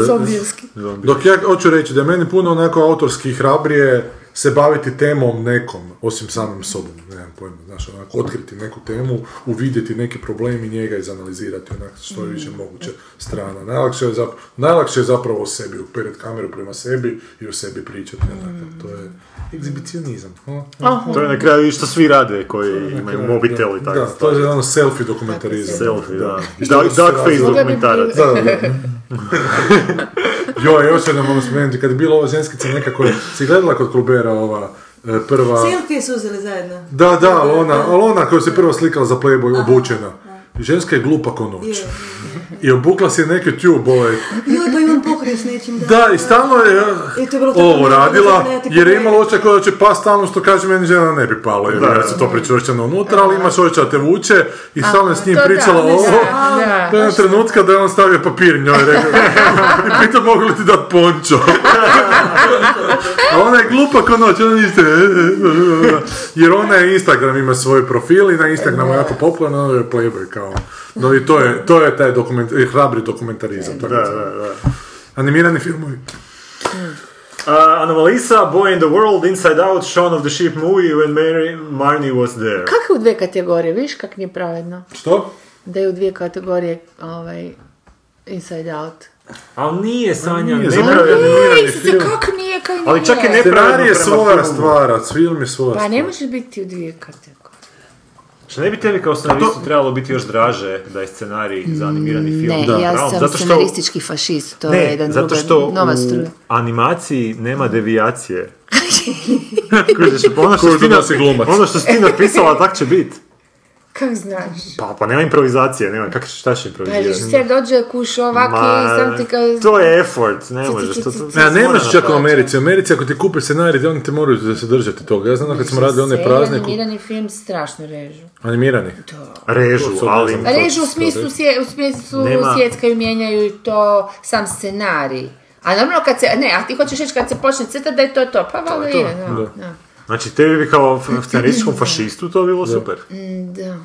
Speaker 3: Øh,
Speaker 12: Zombijski.
Speaker 1: Dok ja hoću reći da je meni puno onako autorski hrabrije se baviti temom nekom, osim samim sobom, nemam pojma, znaš, onako otkriti neku temu, uvidjeti neki problem i njega izanalizirati onako što je više moguće strana. Najlakše je, zapravo, najlakše je zapravo o sebi, uperet kameru prema sebi i o sebi pričati, onako, to je egzibicionizam. ha?
Speaker 3: To je na kraju i što svi rade koji imaju mobitel i tako.
Speaker 1: Da, to je ono selfie dokumentarizam.
Speaker 3: Selfie, da.
Speaker 1: I što
Speaker 3: Dark,
Speaker 1: se
Speaker 3: dark
Speaker 1: radi-
Speaker 3: face dokumentarac.
Speaker 1: Da, da, da. jo, još jednom moram spomenuti, kad je bila ova ženskica neka koja si gledala kod klubera ova e, prva...
Speaker 4: Selfie su uzeli zajedno.
Speaker 1: Da, da, ali ona, ali ona koja se prva slikala za Playboy obučena. Ženska je glupa ko noć.
Speaker 4: Je.
Speaker 1: I obukla se neke tube ove.
Speaker 4: Joj, pa imam pokret s nečim. Da,
Speaker 1: Da, i stalno je eh,
Speaker 4: I to je bilo tako
Speaker 1: ovo
Speaker 4: malo,
Speaker 1: radila,
Speaker 4: da ti
Speaker 1: jer je
Speaker 4: pogledaju.
Speaker 1: imala očaj koja će pa stalno što kaže meni žena ne bi palo, jer ja se to pričvršćeno unutra, ali imaš očaj da te vuče i stalno je s njim
Speaker 12: to da,
Speaker 1: pričala
Speaker 12: ne
Speaker 1: ovo.
Speaker 12: znam, da.
Speaker 1: Do jednog trenutka da je on stavio papir njoj i rekao, i pitao mogu li ti dat pončo. A ona je glupa ko noć, ona ništa. Jer ona je Instagram, ima svoj profil i na Instagramu je jako popularna, ona je Playboy kao. ono. No i to je, to je taj dokument, i hrabri dokumentarizam. tako
Speaker 3: Da,
Speaker 1: da.
Speaker 3: da, da.
Speaker 1: Animirani filmovi.
Speaker 3: Uh, Anomalisa, Boy in the World, Inside Out, Shaun of the Sheep movie, When Mary Marnie was there.
Speaker 2: Kako je u dvije kategorije, viš kak nije pravedno?
Speaker 1: Što?
Speaker 2: Da je u dvije kategorije ovaj, Inside Out.
Speaker 3: Ali nije Sanja,
Speaker 1: Nije,
Speaker 3: ne
Speaker 1: Sanja.
Speaker 3: pravi animirani
Speaker 2: Ej, se
Speaker 3: film.
Speaker 2: kako nije, kaj nije?
Speaker 3: Ali čak i ne
Speaker 1: Scenarij je
Speaker 3: pravedno E, prema
Speaker 1: svoja
Speaker 3: filmu.
Speaker 1: stvarac, film je svoja
Speaker 2: Pa ne
Speaker 1: stvar.
Speaker 2: može biti u dvije kategorije.
Speaker 3: Što Znači, ne bi tebi kao scenaristu trebalo biti još draže da je scenarij za animirani film?
Speaker 2: Mm, Ne,
Speaker 3: Da.
Speaker 2: E, ja
Speaker 3: Bravo.
Speaker 2: sam
Speaker 3: Zato što-
Speaker 2: scenaristički fašist, to je jedan
Speaker 3: zato
Speaker 2: druga
Speaker 3: što
Speaker 2: nova
Speaker 3: u
Speaker 2: struja.
Speaker 3: animaciji nema devijacije. Kužiš, pa ono što,
Speaker 1: Koju
Speaker 3: si ti
Speaker 1: donosi glumac.
Speaker 3: ono što si ti napisala, tak će bit.
Speaker 2: Kak znaš?
Speaker 3: Pa, pa nema improvizacije, nema, kak, šta će
Speaker 2: Pa
Speaker 3: improvizirati?
Speaker 2: režiser dođe kuš ovak i sam ti kao...
Speaker 3: to je effort, ne
Speaker 2: Ti, ti,
Speaker 3: možeš.
Speaker 2: ti,
Speaker 3: To,
Speaker 2: ti,
Speaker 3: to,
Speaker 2: ti.
Speaker 1: Ja, nemaš
Speaker 3: mora
Speaker 1: čak u Americi. U Americi ako ti kupe scenarij, oni te moraju da se držati toga. Ja znam da kad smo radili one
Speaker 2: Serije,
Speaker 1: praznike,
Speaker 2: Animirani film strašno režu.
Speaker 1: animirani.
Speaker 3: na- Režu,
Speaker 1: To su
Speaker 3: ali...
Speaker 1: obrazno.
Speaker 2: Režu Pa u smislu, sje, u smislu
Speaker 3: Nema-
Speaker 2: sjeckaju, mijenjaju i to sam scenarij. A normalno kad se, ne, a ti hoćeš reći kad se počne crtati da je to to, pa valjda je, da, da.
Speaker 3: Znači, tebi bi kao f- scenarističkom fašistu to bilo super.
Speaker 2: Da.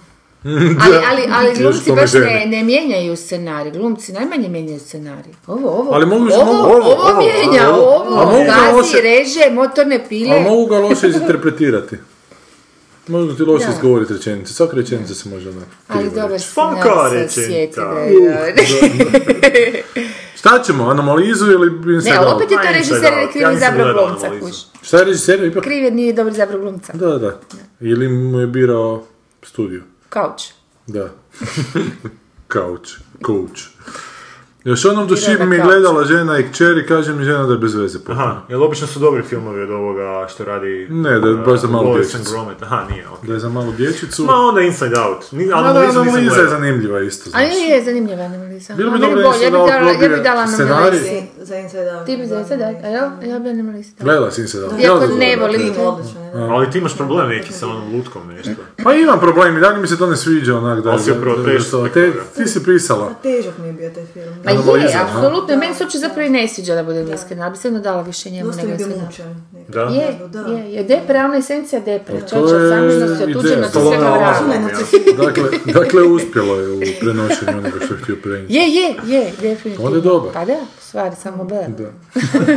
Speaker 2: ali, ali, ali
Speaker 1: Još
Speaker 2: glumci
Speaker 1: to me
Speaker 2: baš ne,
Speaker 1: ženi.
Speaker 2: ne mijenjaju scenarij, glumci najmanje mijenjaju scenarij. Ovo, ovo,
Speaker 1: Ali mogu-
Speaker 2: ovo,
Speaker 1: mogu-
Speaker 2: ovo,
Speaker 1: ovo,
Speaker 2: mijenja,
Speaker 1: ovo,
Speaker 2: ovo,
Speaker 1: a mogu ga
Speaker 2: gazi,
Speaker 1: loše-
Speaker 2: reže, motorne pile.
Speaker 1: Ali mogu ga loše izinterpretirati. Mogu ti loše izgovoriti rečenice. Svaka rečenica se može onako.
Speaker 2: Ali
Speaker 1: krivo
Speaker 2: dobar
Speaker 1: reći.
Speaker 3: Faka
Speaker 2: scenarij se
Speaker 3: rečenica.
Speaker 2: sjeti da je...
Speaker 1: Šta ćemo? Anomalizu ili Inside
Speaker 2: Ne,
Speaker 1: Out?
Speaker 2: opet je to
Speaker 3: Inside
Speaker 2: režiser
Speaker 3: Out. Ja
Speaker 2: krivi
Speaker 3: nisam
Speaker 2: zabrao
Speaker 3: gledao
Speaker 2: glumca,
Speaker 3: analizu.
Speaker 2: kuš.
Speaker 1: Šta je režiser? Ipak...
Speaker 2: Kriv je nije dobar zabrao glumca.
Speaker 1: Da, da. Ili mu je birao studiju.
Speaker 2: Kauč.
Speaker 1: Da. Kauč. Coach. Još onom duši
Speaker 2: Birao na
Speaker 1: mi je
Speaker 2: kauču.
Speaker 1: gledala žena i kćer i kaže mi žena da je bez veze. potpuno.
Speaker 3: Aha, jel obično su dobri filmovi od ovoga što radi...
Speaker 1: Ne, da je baš za malu
Speaker 3: Wallace and
Speaker 1: dječicu.
Speaker 3: Gromit. Aha, nije, okej.
Speaker 1: Da je za malu dječicu.
Speaker 3: Ma onda Inside Out. Ni,
Speaker 1: A da,
Speaker 3: analizu nisam
Speaker 1: analiza je
Speaker 3: gledao.
Speaker 1: zanimljiva isto.
Speaker 2: Ali
Speaker 1: Znači.
Speaker 2: je zanimljiva analiza.
Speaker 1: Bilo bi
Speaker 2: A,
Speaker 1: dobro
Speaker 2: meni
Speaker 1: da
Speaker 2: bolje, ja
Speaker 1: se
Speaker 2: bi
Speaker 1: dao
Speaker 2: dala, ja bi
Speaker 1: dobije
Speaker 2: dala
Speaker 1: scenarij.
Speaker 2: analizu.
Speaker 4: Za Inside Out.
Speaker 2: Ti bi za sada, a ja, ja bi analizu.
Speaker 1: Gledala si se da.
Speaker 2: Iako ne volim
Speaker 4: Film,
Speaker 2: to.
Speaker 4: odlično, ne?
Speaker 3: Ali ti imaš problem neki sa onom lutkom nešto.
Speaker 1: Pa imam problem, i dalje mi se to ne sviđa onak da
Speaker 3: Ali si
Speaker 1: da-
Speaker 3: upravo
Speaker 1: da-
Speaker 3: prešla
Speaker 1: da-
Speaker 3: preko
Speaker 1: te,
Speaker 3: toga.
Speaker 1: ti si pisala.
Speaker 4: Težak mi je bio taj film.
Speaker 2: Ma je,
Speaker 1: Analiza, a?
Speaker 2: apsolutno. Meni se uopće zapravo i ne sviđa da budem iskrena, ali bi se dala više njemu
Speaker 4: Dosta
Speaker 2: nego
Speaker 4: mi je bio
Speaker 2: iskrena.
Speaker 4: mučan. nekako.
Speaker 3: Da?
Speaker 2: Je,
Speaker 4: Da.
Speaker 2: je, je depre, ona esencija depre.
Speaker 1: Pa to
Speaker 2: Čovječe,
Speaker 1: je
Speaker 2: osamljenost i
Speaker 1: ideja,
Speaker 2: otuđenost i
Speaker 1: to je
Speaker 2: sve kao
Speaker 1: ono-
Speaker 2: rado.
Speaker 1: Dakle, dakle, uspjelo je u prenošenju onoga što je htio prenijeti.
Speaker 2: Je, je, je, definitivno.
Speaker 1: Onda je dobar.
Speaker 2: Pa da, u stvari, samo B.
Speaker 1: Da.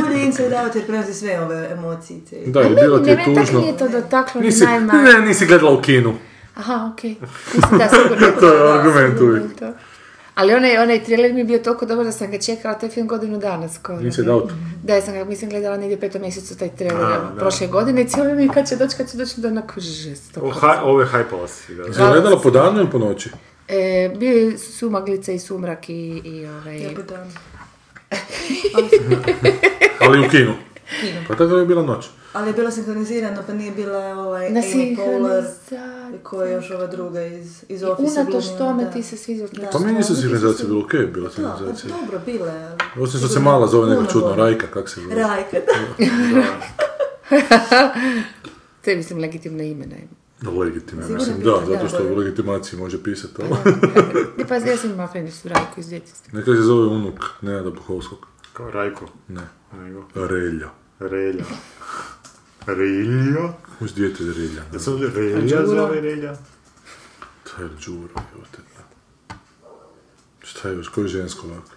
Speaker 4: Bolje Inside Out jer prenosi sve ove emocije. i
Speaker 1: Da, i bilo ti
Speaker 2: Ne,
Speaker 1: je
Speaker 2: meni tak
Speaker 1: tužno.
Speaker 2: nije to dotaklo ni
Speaker 1: Nisi,
Speaker 2: najmanje.
Speaker 1: ne, nisi gledala u kinu.
Speaker 2: Aha, okej. Mislim da, sigurno
Speaker 1: To je
Speaker 2: da,
Speaker 1: argument
Speaker 2: sigurno
Speaker 1: uvijek.
Speaker 2: je to. Ali onaj, onaj trailer mi je bio toliko dobar da sam ga čekala, taj film godinu dana skoro.
Speaker 1: Inside Out.
Speaker 2: Da, ja sam ga, mislim, gledala negdje u petom mjesecu taj trailer prošle godine i cijelo mi kad će doći, kad će doći, da onako žestoko.
Speaker 3: O,
Speaker 1: Oh.
Speaker 3: ha, ovo je hypala si ga.
Speaker 1: Si gledala po danu ili po noći?
Speaker 2: E, bio su sumaglica i sumrak i, i ovaj...
Speaker 4: Dobar dan.
Speaker 1: Ali u kinu.
Speaker 4: Kino.
Speaker 1: Pa tada je bila noć.
Speaker 4: Ali je bila sinkronizirana, pa nije bila ovaj
Speaker 2: Na
Speaker 4: Amy Poehler,
Speaker 2: sinhronizaciji.
Speaker 4: koja je još ova druga iz, iz
Speaker 2: I
Speaker 4: Office.
Speaker 2: unatoč tome ti se svi zaključili.
Speaker 1: Pa meni nisu sinhronizacije bilo okej, bila
Speaker 4: Da, pa
Speaker 1: sinhronizacija.
Speaker 4: dobro, bila je. ali-
Speaker 1: Osim što se mala zove neko
Speaker 4: Puno
Speaker 1: čudno,
Speaker 4: bolje.
Speaker 1: Rajka, kak se zove.
Speaker 4: Rajka, da.
Speaker 13: To je, mislim, legitimno ime, naime.
Speaker 1: Legitimna,
Speaker 4: Sigurno
Speaker 1: mislim,
Speaker 4: bi
Speaker 1: da,
Speaker 4: bilo,
Speaker 1: zato
Speaker 4: da,
Speaker 1: što u
Speaker 4: bolje.
Speaker 1: legitimaciji može pisati. ali-
Speaker 2: E,
Speaker 13: Ne, pa ja sam imala fenicu rajku iz djetinjstva.
Speaker 1: Neka se zove unuk Nenada Buhovskog.
Speaker 3: Kao Rajko.
Speaker 1: Ne.
Speaker 3: Nego.
Speaker 1: Relja.
Speaker 3: Relja. Relja?
Speaker 1: Uz dijete iz Relja. ne.
Speaker 3: Ja sam ovdje Relja zove Relja.
Speaker 1: Šta je Đuro, jebote. Šta je još, koje je žensko ovako?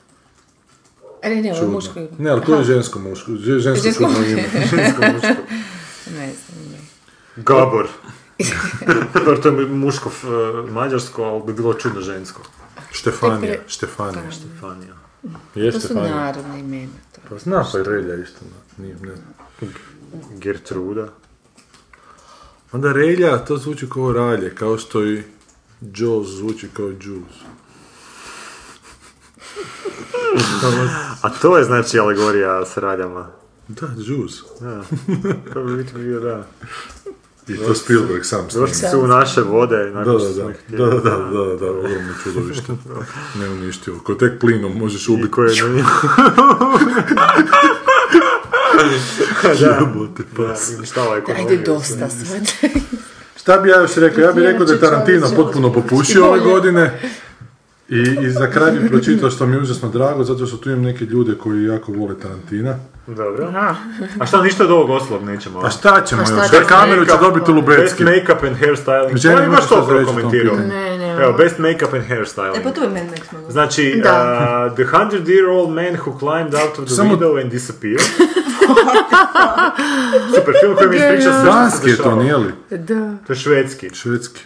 Speaker 13: E, ne, ne, ovo je
Speaker 1: Čudno.
Speaker 13: muško ime.
Speaker 1: Ne, ali koje je žensko muško, že- žensko
Speaker 13: Žensko
Speaker 1: čudno ime.
Speaker 3: Žensko muško.
Speaker 13: Ne znam, ne.
Speaker 3: Gabor. Dobro, to je muško f- mađarsko, ali bi bilo čudno žensko.
Speaker 1: Štefanija,
Speaker 13: To je pre-
Speaker 1: Štefanija, Štefanija.
Speaker 3: Štefanija.
Speaker 1: Je
Speaker 13: To su
Speaker 1: Štefanija.
Speaker 13: narodna imena. To.
Speaker 1: Pa zna pa je Relja isto, na- nije, ne znam.
Speaker 3: Gertruda.
Speaker 1: Onda Relja, to zvuči kao Ralje, kao što i Joe zvuči kao Juice.
Speaker 3: A to je znači alegorija s radama.
Speaker 1: Da, Juice.
Speaker 3: Da. To bi biti bio, da.
Speaker 1: I to Spielberg sam snima.
Speaker 3: Završili su u naše vode.
Speaker 1: Da,
Speaker 3: nakon
Speaker 1: da,
Speaker 3: što
Speaker 1: da,
Speaker 3: smo ih htjeli.
Speaker 1: da, da, da, da, da, ogromno čudovište. Neuništivo. Ko tek plinom možeš ubiti
Speaker 3: I koje je na
Speaker 1: jebote. pa.
Speaker 3: Da, uništava
Speaker 13: Ajde,
Speaker 3: ekonomiju.
Speaker 13: dosta sad.
Speaker 1: Šta bi ja još rekao? Ja bih rekao da je Tarantino potpuno popušio ove godine. I, I za kraj bih pročitao što mi je užasno drago, zato što tu imam neke ljude koji jako vole Tarantina.
Speaker 3: Dobro. A šta, ništa od ovog oslov nećemo?
Speaker 1: A šta ćemo
Speaker 13: Pa šta
Speaker 1: još?
Speaker 13: ćemo?
Speaker 1: Kameru će dobiti
Speaker 3: Best
Speaker 1: Lubecki.
Speaker 3: make-up and hairstyling.
Speaker 1: Želim
Speaker 3: Želim
Speaker 1: nešto
Speaker 3: imaš to
Speaker 1: reći o tom
Speaker 3: prokomentirao.
Speaker 1: pitanju.
Speaker 13: Ne, ne,
Speaker 3: Evo, best make-up and hairstyling.
Speaker 4: E, pa to je Mad Max mogao.
Speaker 3: Znači,
Speaker 13: Da.
Speaker 3: uh, the hundred year old man who climbed out of the
Speaker 1: Samo-
Speaker 3: window and disappeared. Super film koji mi ispriča sve što se
Speaker 1: Danski je to,
Speaker 3: dešavalo.
Speaker 1: nije li?
Speaker 13: Da,
Speaker 3: To je švedski.
Speaker 1: Švedski.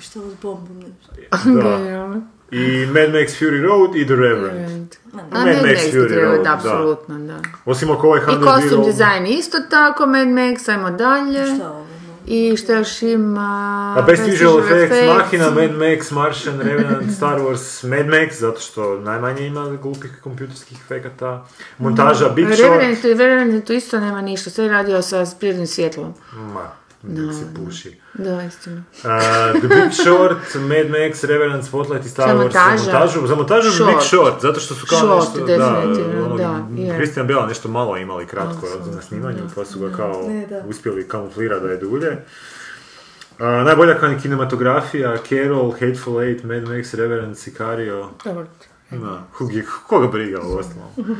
Speaker 4: Što je s bombom nešto.
Speaker 3: Da.
Speaker 13: genijalno.
Speaker 3: I Mad Max Fury Road i The Reverend.
Speaker 13: A
Speaker 3: Mad
Speaker 13: Mad
Speaker 3: Max
Speaker 13: Max
Speaker 3: Fury
Speaker 13: treba,
Speaker 3: Road, da.
Speaker 13: da, apsolutno, da.
Speaker 3: Osim ako ovaj
Speaker 13: I
Speaker 3: hundred year
Speaker 13: kostum
Speaker 3: old...
Speaker 13: dizajn isto tako, Mad Max, ajmo dalje.
Speaker 4: Šta ovo? no?
Speaker 13: I što još ima...
Speaker 3: A best visual effects,
Speaker 13: effects.
Speaker 3: Machina, Mad Max, Martian, Revenant, Star Wars, Mad Max, zato što najmanje ima glupih kompjuterskih efekata. Montaža, Big Short.
Speaker 13: Mm. Reverend tu, Reverend tu isto nema ništa, sve je radio sa prirodnim svjetlom.
Speaker 3: Ma, nek se puši.
Speaker 13: Da, istina.
Speaker 3: Uh, The Big Short, Mad Max, Revenant, Spotlight i Star
Speaker 13: Za
Speaker 3: Wars. Za
Speaker 13: montaža.
Speaker 3: montažu, za montažu
Speaker 13: Short.
Speaker 3: Big Short, zato što su kao
Speaker 13: Short,
Speaker 3: nešto...
Speaker 13: definitivno,
Speaker 3: ono,
Speaker 13: da, je.
Speaker 3: Christian Bale nešto malo imali kratko na snimanju, pa su ga kao
Speaker 4: Ne, da.
Speaker 3: uspjeli kamuflirati da je dulje. Uh, najbolja kan- kinematografija, Carol, Hateful Eight, Mad Max, Reverend, Sicario.
Speaker 13: Dobro.
Speaker 3: Da, who gi- koga briga u ostalom.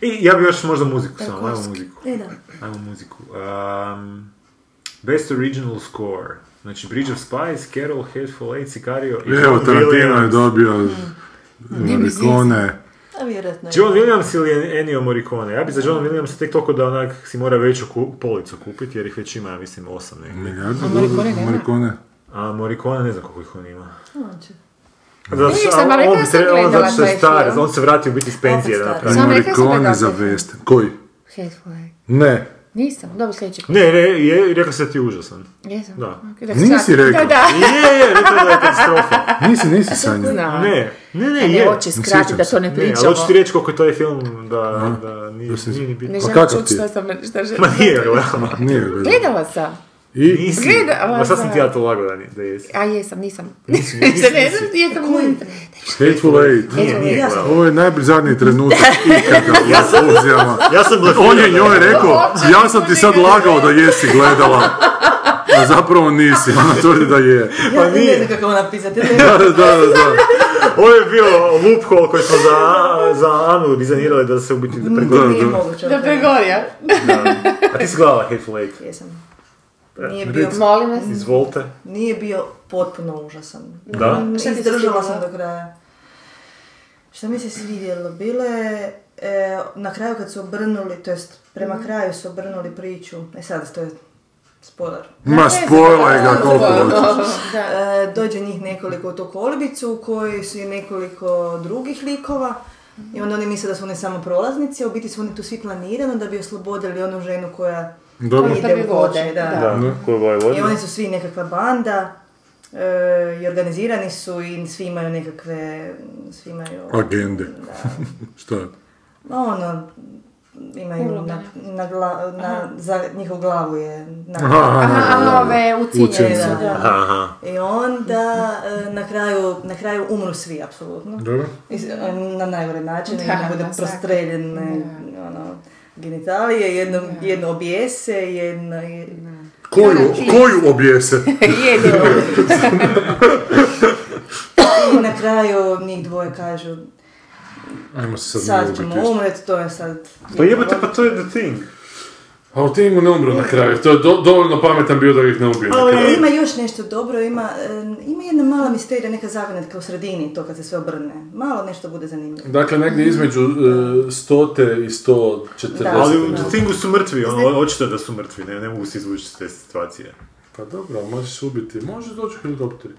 Speaker 3: I ja bi još možda muziku samo, ajmo muziku.
Speaker 4: E, da.
Speaker 3: Ajmo muziku. Um, best original score. Znači Bridge of Spies, Carol, Hateful Eight, Sicario i
Speaker 1: Evo,
Speaker 3: John
Speaker 1: Tarantino je
Speaker 3: Williams.
Speaker 1: dobio Morricone.
Speaker 4: A vjerojatno je.
Speaker 3: John Williams ili Ennio Morricone? Ja bi za John Williams tek toliko da onak si mora veću ku- policu kupiti jer ih već ima, ja mislim, osam nekih.
Speaker 1: Milijardu dolara Morricone.
Speaker 3: A Morricone ne znam koliko ih on ima.
Speaker 4: Znači,
Speaker 3: Zato što-
Speaker 13: nisam, ali
Speaker 3: on
Speaker 13: rekla
Speaker 3: bi
Speaker 13: sam,
Speaker 3: tre- on
Speaker 13: gledala
Speaker 3: zato što je
Speaker 13: taj
Speaker 3: star,
Speaker 13: film.
Speaker 3: on se vratio biti iz penzije da
Speaker 4: Opet
Speaker 3: napravi.
Speaker 13: Samo rekla sam
Speaker 1: Morricone
Speaker 13: da
Speaker 1: za
Speaker 13: da.
Speaker 1: veste. Koji?
Speaker 13: Hateful Eight.
Speaker 1: Ne.
Speaker 13: Nisam, dobro sljedeći put.
Speaker 3: Ne, ne, je, rekao sam da ti je užasan.
Speaker 13: Jesam.
Speaker 3: Da.
Speaker 13: Ok, da
Speaker 1: Nisi
Speaker 13: sad-
Speaker 1: rekao.
Speaker 13: Da, da.
Speaker 3: Je, je, rekao da je katastrofa.
Speaker 1: Nisi, nisi Sanja.
Speaker 13: Znam.
Speaker 3: Ne, ne, ne,
Speaker 13: E, Ne,
Speaker 3: je.
Speaker 13: ne, hoće skratiti da to ne
Speaker 3: Ne,
Speaker 13: pričamo.
Speaker 3: ali hoću ti reći koliko je taj film da, da nije, nije ni bitno.
Speaker 13: Ne
Speaker 1: Pa
Speaker 13: želim
Speaker 1: kakav
Speaker 13: čuti
Speaker 1: ti je?
Speaker 13: šta sam, šta želim.
Speaker 3: Ma nije, gledala.
Speaker 1: Nije ga gledao.
Speaker 13: Gledala sam.
Speaker 1: I
Speaker 3: Nisi.
Speaker 13: Gledala
Speaker 3: Ma sad sam
Speaker 13: sam.
Speaker 3: ti ja to lagao da, ni- da jesi.
Speaker 13: A jesam, nisam.
Speaker 3: Nisi,
Speaker 13: Ne
Speaker 3: nisi,
Speaker 13: znam, ne
Speaker 3: nisi.
Speaker 13: znam, jesam možda.
Speaker 1: Hateful Eight.
Speaker 3: Nije, nije gledala.
Speaker 1: Ovo je najbrizarniji trenutak ikada u Ozijama.
Speaker 3: Ja sam blefirao.
Speaker 1: On je njoj rekao, ja sam ti sad lagao da jesi gledala. A zapravo nisi, ona tvrdi da je.
Speaker 4: ja ne znam kako ona pisati. Ne,
Speaker 1: Da, da, da.
Speaker 3: Ovo je bio loophole koji smo za, za Anu dizajnirali da se u biti
Speaker 1: da,
Speaker 3: pregodi.
Speaker 4: nije
Speaker 1: da.
Speaker 4: moguće.
Speaker 13: Da pregorja.
Speaker 3: A ti si gledala Hateful Eight?
Speaker 4: Jesam.
Speaker 1: Pa,
Speaker 4: Nije bio,
Speaker 13: Molim vas.
Speaker 3: Izvolite.
Speaker 4: nije bio potpuno užasan.
Speaker 3: Da?
Speaker 13: Šta ti se
Speaker 4: Izdržala
Speaker 13: svidjelo?
Speaker 4: sam do kraja. Što mi se svidjelo? Bilo je e, na kraju kad su obrnuli, to jest prema kraju su obrnuli priču. E sad, to je spoiler.
Speaker 1: Ma spojla je ga koliko hoće.
Speaker 4: E, dođe njih nekoliko u tu kolibicu u kojoj su i nekoliko drugih likova i onda oni misle da su oni samo prolaznici, a u biti su oni tu svi planirano da bi oslobodili onu ženu koja
Speaker 1: Dobro.
Speaker 13: Koja prvi
Speaker 4: ide u
Speaker 13: vode,
Speaker 4: kočni,
Speaker 13: da.
Speaker 3: Da, koju boje
Speaker 4: i
Speaker 3: vodi?
Speaker 4: oni su svi nekakva banda e, i organizirani su i svi imaju nekakve, svi imaju...
Speaker 1: Agende.
Speaker 4: Da.
Speaker 1: Šta?
Speaker 4: Ma ono, imaju na, na, gla, na, za njihovu glavu je na,
Speaker 2: Aha, ove ucijenjene.
Speaker 4: da,
Speaker 2: da.
Speaker 4: da. I onda e, na kraju, na kraju umru svi, apsolutno.
Speaker 1: Dobro.
Speaker 4: I s- e, na najgore način,
Speaker 2: Da,
Speaker 4: da, bude
Speaker 2: masakr.
Speaker 4: prostreljene ono, genitalije, jedno, jedno objese, jedno... Je,
Speaker 1: Koju, koju objese?
Speaker 2: Jedino.
Speaker 4: I na kraju njih dvoje kažu,
Speaker 1: Ajmo se sad
Speaker 4: sad
Speaker 1: ne
Speaker 4: ćemo
Speaker 1: ubiti.
Speaker 4: umret, to je sad...
Speaker 3: Pa jebote, pa to je the thing.
Speaker 14: A u timu ne umru na kraju, to je do- dovoljno pametan bio da ih ne ubije. na
Speaker 4: Ali
Speaker 14: kraju.
Speaker 4: ima još nešto dobro, ima, em, ima jedna mala misterija, neka zavinetka u sredini, to kad se sve obrne. Malo nešto bude zanimljivo.
Speaker 14: Dakle, negdje između e, stote i sto četrdeset.
Speaker 4: Da.
Speaker 3: Ali u
Speaker 4: Da.
Speaker 3: The Thingu su mrtvi, ono, očito je da su mrtvi, ne, ne mogu se izvući iz te situacije.
Speaker 14: Pa dobro, ali možeš ubiti, može doći helikopteri.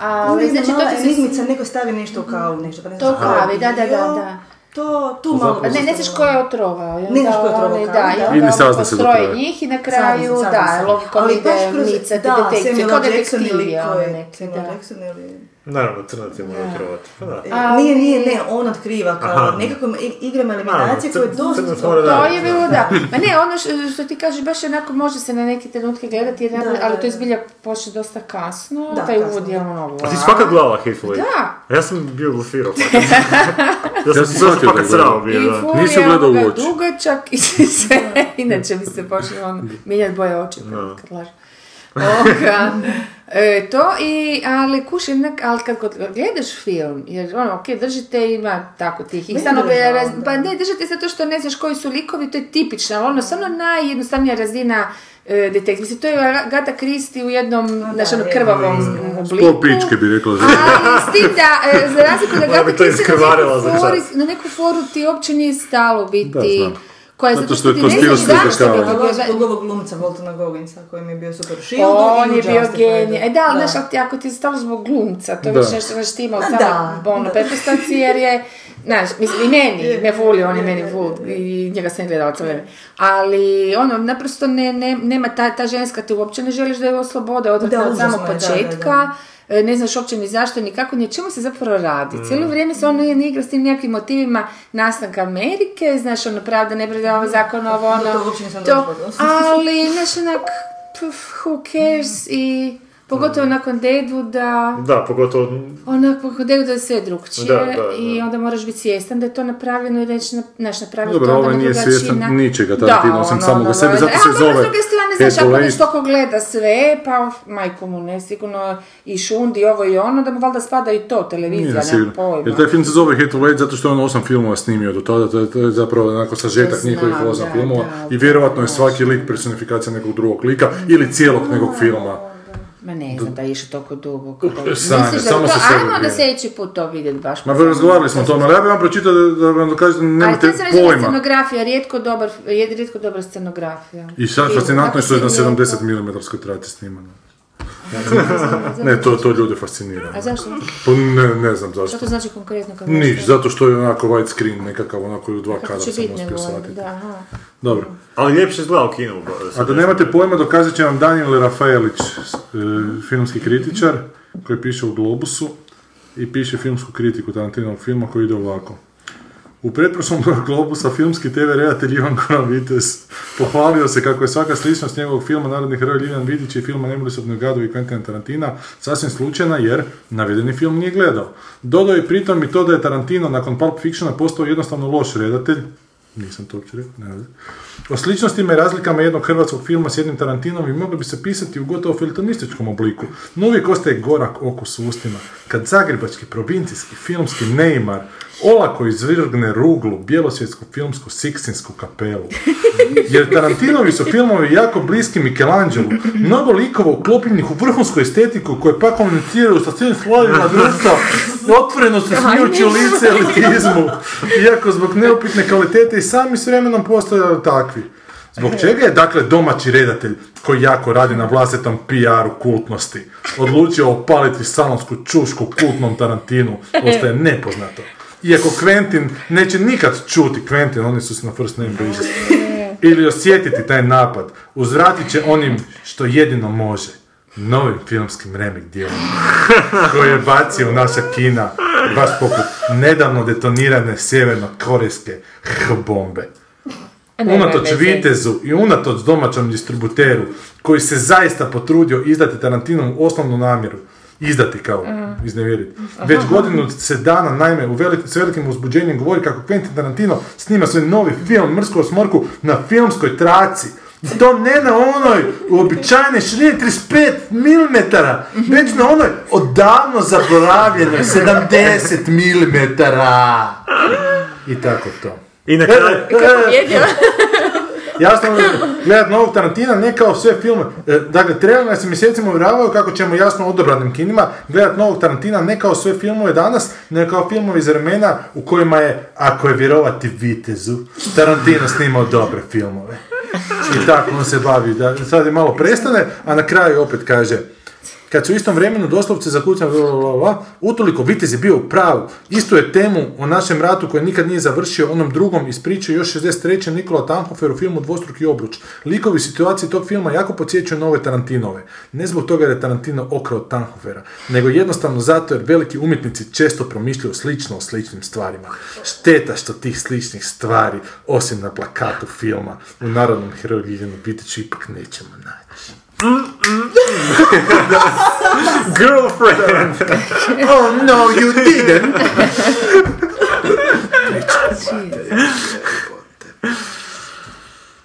Speaker 2: Ali
Speaker 4: Ima
Speaker 2: znači
Speaker 4: jedna
Speaker 2: to
Speaker 4: mala
Speaker 2: ti se...
Speaker 4: enigmica, neko stavi nešto u kavu, nešto, pa ne
Speaker 2: To u
Speaker 4: znam.
Speaker 2: kavi, da, da, da,
Speaker 4: Jo,
Speaker 2: da.
Speaker 4: To,
Speaker 14: Pa
Speaker 4: tu malo...
Speaker 2: Ne, ne znaš ko je otrovao. i
Speaker 4: Ne znaš
Speaker 2: onda
Speaker 4: ko je otrovao,
Speaker 2: oni-
Speaker 4: kao,
Speaker 2: Da,
Speaker 4: da.
Speaker 2: i
Speaker 4: Ili
Speaker 2: onda
Speaker 14: sazna
Speaker 2: on
Speaker 14: se do
Speaker 2: postroji
Speaker 14: kraja.
Speaker 2: njih i na
Speaker 4: Saznam,
Speaker 2: kraju,
Speaker 4: saznam
Speaker 2: da,
Speaker 4: se.
Speaker 2: lovkom
Speaker 4: Ali
Speaker 2: ide
Speaker 4: baš kroz-
Speaker 2: micati
Speaker 4: da,
Speaker 2: detekcije,
Speaker 4: Samuel
Speaker 2: kao
Speaker 4: Jackson ili
Speaker 2: detektivije,
Speaker 4: ko
Speaker 2: one
Speaker 4: je,
Speaker 2: neke,
Speaker 4: Samuel
Speaker 2: da.
Speaker 4: Jackson ili-
Speaker 3: Naravno, crnac je morao otrovati. Pa da.
Speaker 4: E,
Speaker 2: Ali-
Speaker 4: Nije, nije, ne, on otkriva kao
Speaker 3: Aha.
Speaker 4: nekakvom i- igrama eliminacije
Speaker 3: cr-
Speaker 4: koje je dosta...
Speaker 3: crnac mora da-
Speaker 2: To je bilo, da. Ma ne, ono š- što ti kažeš, baš onako može se na neke trenutke gledati, jer,
Speaker 4: Da,
Speaker 2: ali
Speaker 4: da,
Speaker 2: to je
Speaker 4: da.
Speaker 2: zbilja pošlo dosta kasno,
Speaker 4: Da,
Speaker 2: taj
Speaker 4: kasno,
Speaker 2: uvod je
Speaker 4: da.
Speaker 2: ono
Speaker 3: A ti svaka glava Hateful Eight?
Speaker 2: Da.
Speaker 3: A Ja sam bio pa- blufirao, fakat. ja sam,
Speaker 14: Ja
Speaker 3: ja
Speaker 14: sam
Speaker 3: sam
Speaker 14: shvatio da
Speaker 3: fakat
Speaker 14: je
Speaker 3: srao bio,
Speaker 2: I
Speaker 3: da.
Speaker 2: ful
Speaker 14: Nisam
Speaker 2: je
Speaker 14: gledao
Speaker 2: ovoga
Speaker 14: u oči.
Speaker 2: dugačak i svi se, inače bi se počeli ono, mijenjati boje oči kad, kad lažu. Ovoga, e, to i, ali kuš jednak, ali kad god gledaš film, jer ono, ok, držite ima tako tih, i
Speaker 4: Meni
Speaker 2: stvarno,
Speaker 4: držao,
Speaker 2: raz-
Speaker 4: da.
Speaker 2: pa ne, držite zato što ne znaš koji su likovi, to je tipično, ali ono, stvarno najjednostavnija razina e, detekcije. Mislim, to je Gata Kristi u jednom, znaš, ono,
Speaker 4: je.
Speaker 2: krvavom obliku.
Speaker 1: Po pičke bi rekla za
Speaker 2: Ali s tim da, e, za razliku da
Speaker 3: Ona bi
Speaker 2: Gata
Speaker 3: to
Speaker 2: Kristi na
Speaker 3: iskrvarila
Speaker 2: neku,
Speaker 3: za
Speaker 2: foru,
Speaker 3: čas.
Speaker 2: na neku foru ti uopće nije stalo biti.
Speaker 1: znam.
Speaker 2: koja je
Speaker 1: Zato
Speaker 2: zato
Speaker 1: što je
Speaker 2: što ti ne znaš
Speaker 1: konspiracijska
Speaker 2: zašto bi
Speaker 1: teorija.
Speaker 4: Ali ovo je zbog
Speaker 2: bio
Speaker 4: ovog glumca Voltona Goginsa koji mi je bio super u Shieldu
Speaker 2: on
Speaker 4: i u
Speaker 2: je bio
Speaker 4: Justified-u.
Speaker 2: genij. E da, ali znaš, ali ti- ako ti je stalo zbog glumca, to je
Speaker 14: Da.
Speaker 2: već nešto što ima u
Speaker 4: Ma
Speaker 2: samom
Speaker 4: da,
Speaker 2: bonu
Speaker 4: da.
Speaker 2: ono, pretpostavci, jer je, znaš, mislim, i meni, me voli, on je meni vul, i njega sam gledala cijelo vrijeme. Ali, ono, naprosto ne, ne, nema ta, ta ženska, ti uopće ne želiš da je oslobode odvrtne
Speaker 4: Da,
Speaker 2: od samog
Speaker 4: užasno je, da, da, da.
Speaker 2: početka, E, ne znaš uopće ni zašto, ni kako, ni o čemu se zapravo radi. Cijelo vrijeme se on ne igra s tim nekim motivima nastanka Amerike, znaš, ono, pravda, nepravda, ovo zakon, ovo, ono,
Speaker 4: To uopće nisam
Speaker 2: to,
Speaker 4: došla do.
Speaker 2: ali, znaš, onak, puf, who
Speaker 1: Mm.
Speaker 2: cares i pogotovo nakon Deadwooda,
Speaker 3: Da, pogotovo...
Speaker 2: onak, nakon Deadwooda je sve drugčije
Speaker 3: Da, da, da.
Speaker 2: i onda moraš biti svjestan da je to napravljeno i reći, na, znaš, napravio
Speaker 1: Dobro,
Speaker 2: to onda
Speaker 1: ovaj
Speaker 2: na
Speaker 1: nije
Speaker 2: drugačiji
Speaker 1: svjestan
Speaker 2: način.
Speaker 1: ničega, Tarantino, osim samoga sebe,
Speaker 2: valjda.
Speaker 1: zato se
Speaker 2: E, ali
Speaker 1: zove
Speaker 2: s druge strane, znaš, ako
Speaker 1: Hateful
Speaker 2: nešto
Speaker 1: Eight.
Speaker 2: ko gleda sve, pa majko mu ne, sigurno i šund i ovo i ono, da mu valjda spada i to, televizija,
Speaker 1: Nije
Speaker 2: nemam
Speaker 1: sigurno. Jer
Speaker 2: pojma.
Speaker 1: taj film se zove Hit Late zato što je on osam filmova snimio do tada, to je, to je zapravo onako sažetak
Speaker 2: Znam,
Speaker 1: njihovih osam
Speaker 2: da,
Speaker 1: filmova
Speaker 2: da,
Speaker 1: i
Speaker 2: da,
Speaker 1: vjerojatno je
Speaker 2: da.
Speaker 1: svaki lik personifikacija nekog drugog lika ili cijelog nekog filma.
Speaker 2: Ma ne znam da je išao toliko duboko. Da...
Speaker 1: Sanja,
Speaker 2: Misliš da
Speaker 1: samo
Speaker 2: to,
Speaker 1: sa sebe
Speaker 2: ajmo da
Speaker 1: brine.
Speaker 2: sljedeći put to vidjeti baš.
Speaker 1: Ma razgovarali smo o tome, ali ja bih vam pročitao da, da vam dokažete da
Speaker 2: Ali to
Speaker 1: nemate
Speaker 2: se reći da je
Speaker 1: pojma.
Speaker 2: scenografija, rijetko, dobar, je- rijetko dobra scenografija.
Speaker 1: I sad
Speaker 2: Film,
Speaker 1: fascinantno je što je na
Speaker 2: kako se
Speaker 1: 70 mm trati snimano. Ne, to, to ljude fascinira.
Speaker 2: A zašto?
Speaker 1: Pa ne, ne znam zašto.
Speaker 2: Što to znači konkretno? Kako
Speaker 1: Niš, zato što je onako white screen nekakav, onako u dva kada
Speaker 2: Kako će
Speaker 1: sam
Speaker 2: biti
Speaker 1: uspio
Speaker 2: nego ono,
Speaker 1: shvatiti.
Speaker 2: da, aha.
Speaker 1: Dobro.
Speaker 3: Ali ljepše izgleda u kinu.
Speaker 1: A da nemate pojma, dokazat će vam Daniel Rafaelić, s- e, filmski kritičar, koji piše u Globusu i piše filmsku kritiku Tarantinovog filma koji ide ovako. U pretprošlom broju Globusa filmski TV redatelj Ivan Goran Vitez pohvalio se kako je svaka sličnost njegovog filma Narodni heroj Ljivan Vidić i filma Nemolisopni gradovi Quentin Tarantina sasvim slučajna jer navedeni film nije gledao. Dodao je pritom i to da je Tarantino nakon Pulp Fictiona postao jednostavno loš redatelj, nisam to uopće rekao, ne veze. O sličnostima i razlikama jednog hrvatskog filma s jednim Tarantinom i moglo bi se pisati u gotovo filtonističkom obliku, no uvijek ostaje gorak okus u ustima, kad zagrebački, provincijski, filmski neimar olako izvrgne ruglu bjelosvjetsku filmsku siksinsku kapelu. Jer Tarantinovi su filmovi jako bliski Michelangelo, mnogo likova uklopljenih u vrhunsku estetiku koje pak komuniciraju sa svim slojevima društva, otvoreno se smijući u lice elitizmu, iako zbog neupitne kvalitete i sami s vremenom postaju takvi. Zbog čega je dakle domaći redatelj koji jako radi na vlastitom PR-u kultnosti odlučio opaliti salonsku čušku kultnom Tarantinu, ostaje nepoznato. Iako Quentin neće nikad čuti Quentin, oni su se na first name basis ili osjetiti taj napad, uzvratit će onim što jedino može, novim filmskim remek dijelom, koji je bacio u naša kina, baš poput nedavno detonirane sjeverno-korejske H-bombe.
Speaker 2: E, nema
Speaker 15: Unatoč
Speaker 2: veze.
Speaker 15: Vitezu i unatoč domaćem distributeru, koji se zaista potrudio izdati Tarantinovu osnovnu namjeru, izdati kao iznevjeriti. Već godinu se dana, naime, u velik, s velikim uzbuđenjem govori kako Quentin Tarantino snima svoj novi film Mrsku o smorku na filmskoj traci. I to ne na onoj uobičajene širine 35 mm, već na onoj odavno zaboravljenoj 70 mm. I tako to.
Speaker 3: I na kraju,
Speaker 15: Jasno, ono gledat novog Tarantina, ne kao sve filme. E, dakle, trailer nas je mjesecima uvjeravao kako ćemo jasno odobranim kinima gledat novog Tarantina, ne kao sve filmove danas, ne kao filmove iz vremena u kojima je, ako je vjerovati Vitezu, Tarantino snimao dobre filmove. I tako on se bavi, da, sad je malo prestane, a na kraju opet kaže, kad su u istom vremenu doslovce zaključali, bla, bla, bla, bla, utoliko Vitez je bio u pravu. Istu je temu o našem ratu koji nikad nije završio onom drugom ispričao još 63. Nikola Tanhofer u filmu Dvostruki obruč. Likovi situacije tog filma jako podsjećaju na ove Tarantinove. Ne zbog toga jer je Tarantino okrao Tanhofera, nego jednostavno zato jer veliki umjetnici često promišljaju slično o sličnim stvarima. Šteta što tih sličnih stvari, osim na plakatu filma, u Narodnom heroju Ljiljanu Vitiću ipak nećemo naći.
Speaker 3: girlfriend!
Speaker 15: Oh no, you didn't!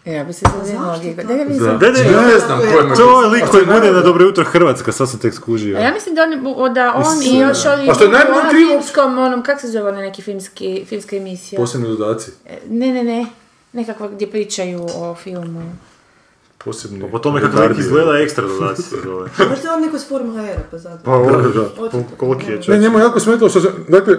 Speaker 2: E, Ja bi se zauzimala giga. Da, ja mislim-
Speaker 3: Da, ne, ne,
Speaker 1: Ne znam ko je na-
Speaker 3: To je lik koji bude na Dobro jutro Hrvatska, sad sam tek skužio.
Speaker 2: A ja mislim da on, o, da on i
Speaker 3: Mislim,
Speaker 2: još
Speaker 3: da.
Speaker 2: ovi
Speaker 3: A što je najbolje
Speaker 2: u onom
Speaker 3: krivo-
Speaker 2: filmskom, onom, kak se zove ona neki filmski, filmska emisija?
Speaker 1: Posebni dodaci.
Speaker 2: Ne, ne, ne. Nekakva gdje pričaju o filmu.
Speaker 1: Posebni.
Speaker 3: Po tome kako lik izgleda, ekstra dodaci se zove.
Speaker 4: Možda je on neko s forum HR-a, pa zato.
Speaker 3: Pa ovo, da,
Speaker 4: Očito.
Speaker 3: koliki je
Speaker 1: Ne,
Speaker 3: čovjek.
Speaker 1: njemu je jako smetalo što se, dakle,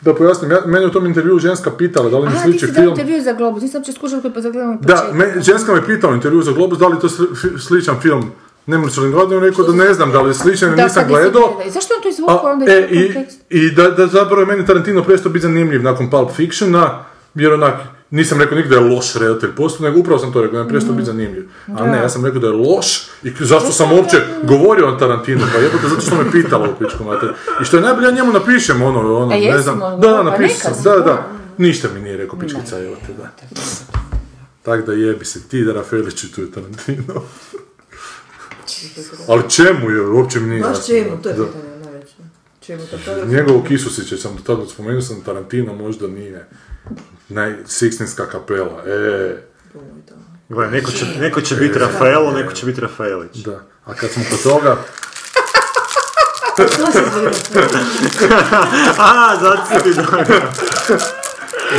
Speaker 1: da pojasnim, ja, mene u tom intervju ženska pitala da li mi
Speaker 2: Aha, ti
Speaker 1: sliči
Speaker 2: si dao
Speaker 1: film.
Speaker 2: intervju za Globus, nisam uopće skužila koji pa zagledam na
Speaker 1: Da,
Speaker 2: početku.
Speaker 1: me, ženska me pitala u intervju za Globus da li je to sli- fi- sličan film. Ne moram se gledati, rekao da ne znam da li je sličan, jer
Speaker 2: Da,
Speaker 1: nisam
Speaker 2: sad nisi
Speaker 1: gledao.
Speaker 2: gledala. I zašto je on to izvukao
Speaker 1: A,
Speaker 2: onda
Speaker 1: e,
Speaker 2: iz
Speaker 1: i,
Speaker 2: tog konteksta?
Speaker 1: I da, da zapravo je meni Tarantino prestao biti zanimljiv nakon Pulp Fictiona, jer onak, nisam rekao nikada da je loš redatelj posto, nego upravo sam to rekao, da je prestao biti zanimljiv. A ne, ja sam rekao da je loš i k- zašto sam uopće govorio o Tarantinu, pa jebote, zato što me pitala u pičku mater. I što je najbolje, ja njemu napišem ono, ono,
Speaker 2: E,
Speaker 1: ne
Speaker 2: jesi
Speaker 1: znam.
Speaker 2: mu
Speaker 1: Da, da,
Speaker 2: odgovorio? Pa
Speaker 1: napisao
Speaker 2: neka
Speaker 1: sam,
Speaker 2: si,
Speaker 1: da,
Speaker 2: da.
Speaker 1: da. Ništa mi nije rekao pičkica, evo te, da. Tak da jebi se ti da Rafaeliću tu je Tarantino. Ali čemu je, uopće mi nije
Speaker 4: Baš
Speaker 1: jasno,
Speaker 4: čemu, to je
Speaker 1: da.
Speaker 4: pitanje najveće. Čemu to to je?
Speaker 1: Njegovu kisusiće sam do tada spomenuo sam Tarantino, možda nije. Naj, Sixtinska kapela, e,
Speaker 3: Gle, neko će, neko će biti Rafaelo, neko će biti Rafaelić.
Speaker 1: da. A kad smo kod toga,
Speaker 4: To se zove.
Speaker 3: A, zato si ti dobro.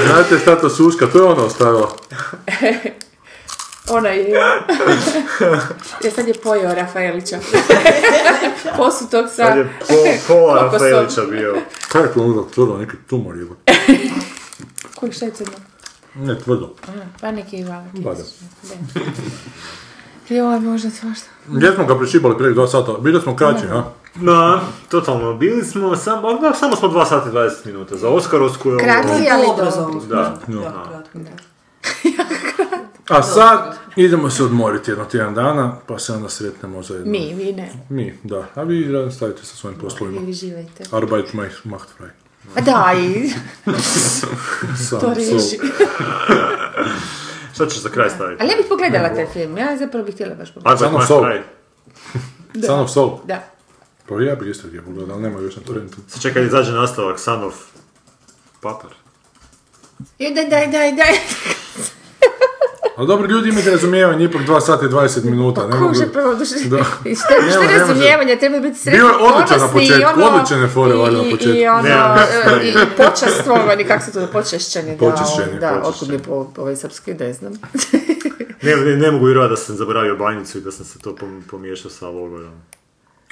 Speaker 1: znate šta to suška, to je ono ona ostavila.
Speaker 2: Ona je... ja sad je pojeo Rafaelića. Posu tog sa...
Speaker 3: Sad je po- pola
Speaker 2: Koliko sam-
Speaker 3: Rafaelića bio.
Speaker 1: Kaj je to onda tvrdo, neki tumor je.
Speaker 2: Koji šta je crno?
Speaker 1: Ne, tvrdo.
Speaker 2: Pa neki valak.
Speaker 1: Pa da.
Speaker 2: Joj, možda svašta.
Speaker 1: Gdje smo ga prešibali prije dva sata, bili smo kraći, a?
Speaker 3: No, totalno, bili smo, sam, ali da, samo smo 2 sata i 20 minuta, za Oskarovsku je ovo...
Speaker 2: Kratki, ali
Speaker 4: Obraza
Speaker 2: dobri.
Speaker 3: Da,
Speaker 4: Jako kratko.
Speaker 1: A sad idemo se odmoriti jedno tjedan dana, pa se onda sretnemo za jedno.
Speaker 2: Mi, vi ne.
Speaker 1: Mi, da. A vi stavite sa svojim poslovima.
Speaker 2: Vi uživajte.
Speaker 1: Arbeit macht- macht frei.
Speaker 2: Ma daj,
Speaker 1: Sam,
Speaker 2: to
Speaker 1: so.
Speaker 2: reži.
Speaker 3: šta ćeš za kraj staviti?
Speaker 2: Ali ja bih pogledala taj film, ja zapravo bih htjela baš pogledati.
Speaker 3: Arbeit
Speaker 1: Samo
Speaker 3: macht
Speaker 1: sol.
Speaker 3: frei.
Speaker 1: Son of Soul.
Speaker 2: Da.
Speaker 1: Pa ja bi isto gdje pogledao, ali nema još na torrentu.
Speaker 3: Sad čekaj, izađe nastavak, Sanov... Papar.
Speaker 2: Joj, daj, daj, daj, daj.
Speaker 1: Ali dobro, ljudi imate razumijevanje, ipak 2 sata i 20
Speaker 2: Pa
Speaker 1: minuta. ne mogu-
Speaker 2: Kuže, pravo duše.
Speaker 1: Da.
Speaker 2: I šta,
Speaker 1: Ne
Speaker 2: šta
Speaker 1: može, ne može.
Speaker 2: razumijevanja, treba biti sretni,
Speaker 1: Bio je odličan na
Speaker 2: ponosni i
Speaker 1: početku,
Speaker 2: ono-
Speaker 1: odličan je fore valjda na
Speaker 2: i- i- I
Speaker 1: početku.
Speaker 2: ono,
Speaker 3: Ne,
Speaker 2: e, i, i počastvovani, kako se to zove, počešćeni.
Speaker 1: Počašćeni,
Speaker 2: Da, da
Speaker 1: počašćeni.
Speaker 2: otkud mi je po, po ovaj srpski, ne znam.
Speaker 3: Ne, ne, ne mogu vjerovati da sam zaboravio banjicu i da sam se to pom- pomiješao sa logorom.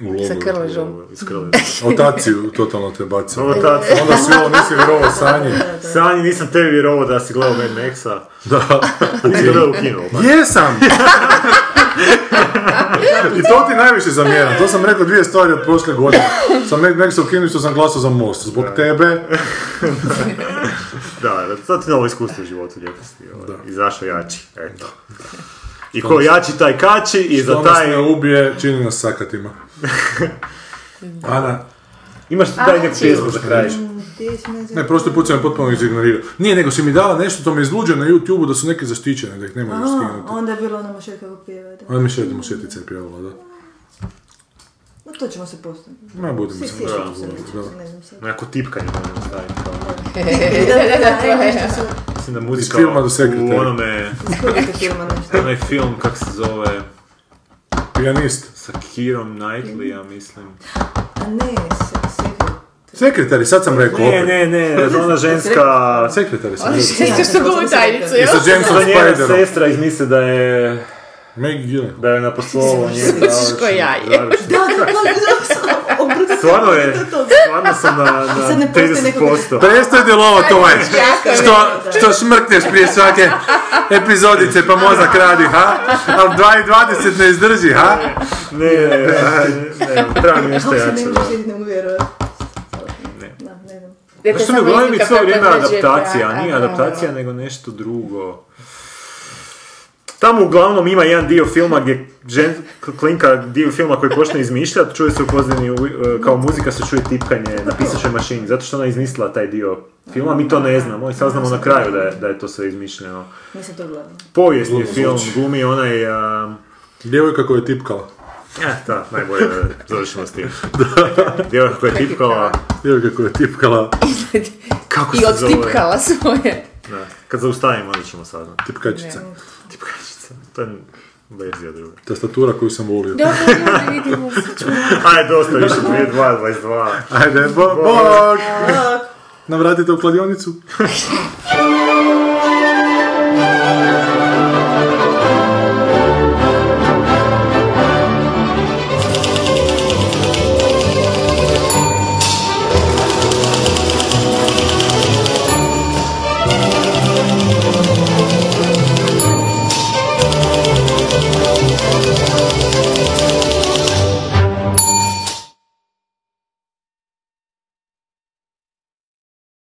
Speaker 1: U logoru.
Speaker 2: Sa krležom.
Speaker 3: Iskreno.
Speaker 1: Otaciju totalno te bacio.
Speaker 3: Ovo tad,
Speaker 1: Onda si ovo nisi vjerovao sanji.
Speaker 3: Sanji, nisam tebi vjerovao da si gledao Mad Maxa.
Speaker 1: Da.
Speaker 3: Nisi ga gledao u kinu. pa.
Speaker 1: Jesam! I to ti najviše zamjeram. To sam rekao dvije stvari od prošle godine. Sam nek, nek se ukinuo što sam glasao za most. Zbog tebe.
Speaker 3: Da, da, sad ti novo iskustvo u životu, lijepo si. ovaj, Izašao jači, eto. I ko jači taj kači i za
Speaker 1: Što nas ne
Speaker 3: taj...
Speaker 1: ubije, čini nas sakatima. Ana,
Speaker 3: Imaš ti daj neku pjesmu za kraj.
Speaker 1: Ne, prosto put sam je potpuno izignorirao. Nije, nego si mi dala nešto, to me izluđuje na YouTube-u da su neke zaštićene, da ih ne mogu
Speaker 4: A,
Speaker 1: skinuti.
Speaker 4: onda je bilo ono mašetka kako pjeva, da.
Speaker 1: Ona mi še jednom osjetica je pjevala, da.
Speaker 4: No to ćemo se postaviti.
Speaker 1: Ma, budemo
Speaker 4: Svi
Speaker 1: se
Speaker 4: sjećamo
Speaker 1: možda
Speaker 4: se
Speaker 1: govoriti,
Speaker 4: nečega,
Speaker 1: da.
Speaker 4: ne znam sad.
Speaker 3: Nekako tipkanje moram staviti. kao.
Speaker 4: Da, da, da, evo nešto su...
Speaker 3: Mislim da muzika
Speaker 1: Iz filma do sekretara.
Speaker 3: u onome,
Speaker 4: Iz koliko filma nešto.
Speaker 3: onaj film kak se zove,
Speaker 1: Pijanist.
Speaker 3: sa Kirom Knightley, ja mislim.
Speaker 4: A ne, se, se,
Speaker 1: Sekretari, sad sam rekao
Speaker 3: Ne,
Speaker 1: opet.
Speaker 3: ne, ne, ona ženska...
Speaker 1: Sekretari sam rekao.
Speaker 2: Sjećaš se gulu tajnicu,
Speaker 1: I
Speaker 2: jel?
Speaker 1: sa Jamesom
Speaker 3: Za njena
Speaker 1: Spiderom.
Speaker 3: sestra izmisli da je...
Speaker 1: Maggie Gyllenhaal.
Speaker 3: Da je na poslovu nje
Speaker 2: ko jaje.
Speaker 4: Da, da, da, da, da, obrnuto.
Speaker 3: Stvarno je, stvarno sam na,
Speaker 4: Sad
Speaker 3: na
Speaker 4: ne postoji neko-
Speaker 3: 30%.
Speaker 1: Prestoj djelovat ovaj, što, što šmrkneš prije svake epizodice pa mozak radi, ha? Ali 2.20 ne izdrži, ha?
Speaker 3: Ne, ne, ne, ne, ne, treba mi nešto
Speaker 4: Kako se
Speaker 3: jače.
Speaker 4: ne
Speaker 3: da.
Speaker 4: može sjediti, ne uvjerujem.
Speaker 3: Ne.
Speaker 4: Da, ne znam.
Speaker 3: Znaš što mi uglavnom je cijelo vrijeme adaptacija, nije adaptacija nego nešto drugo. Tamo uglavnom ima jedan dio filma gdje žen, klinka dio filma koji počne izmišljati, čuje se u pozadini, u- kao muzika se čuje tipkanje na pisaćoj mašini, zato što ona je izmislila taj dio filma, mi to ne znamo i saznamo na kraju da je, da je to sve izmišljeno.
Speaker 4: Nisam to gledala.
Speaker 3: Povijesni film, glumi onaj... a,
Speaker 1: Djevojka koja je tipkala.
Speaker 3: Ja, da, najbolje da završimo s tim. Djevojka koja je tipkala,
Speaker 1: Djevojka koja je tipkala,
Speaker 3: kako
Speaker 2: I
Speaker 3: se zove?
Speaker 2: odtipkala svoje.
Speaker 3: Da, kad zaustavimo, onda ćemo saznati.
Speaker 1: tipkačica.
Speaker 3: Tipkačica. To je verzija druga.
Speaker 1: Tastatura koju sam volio.
Speaker 2: Dobro, ljudi, vidimo se.
Speaker 3: Ajde, dosta više, 22, 22.
Speaker 1: А Ajde, bo, bok! Nam vratite u kladionicu.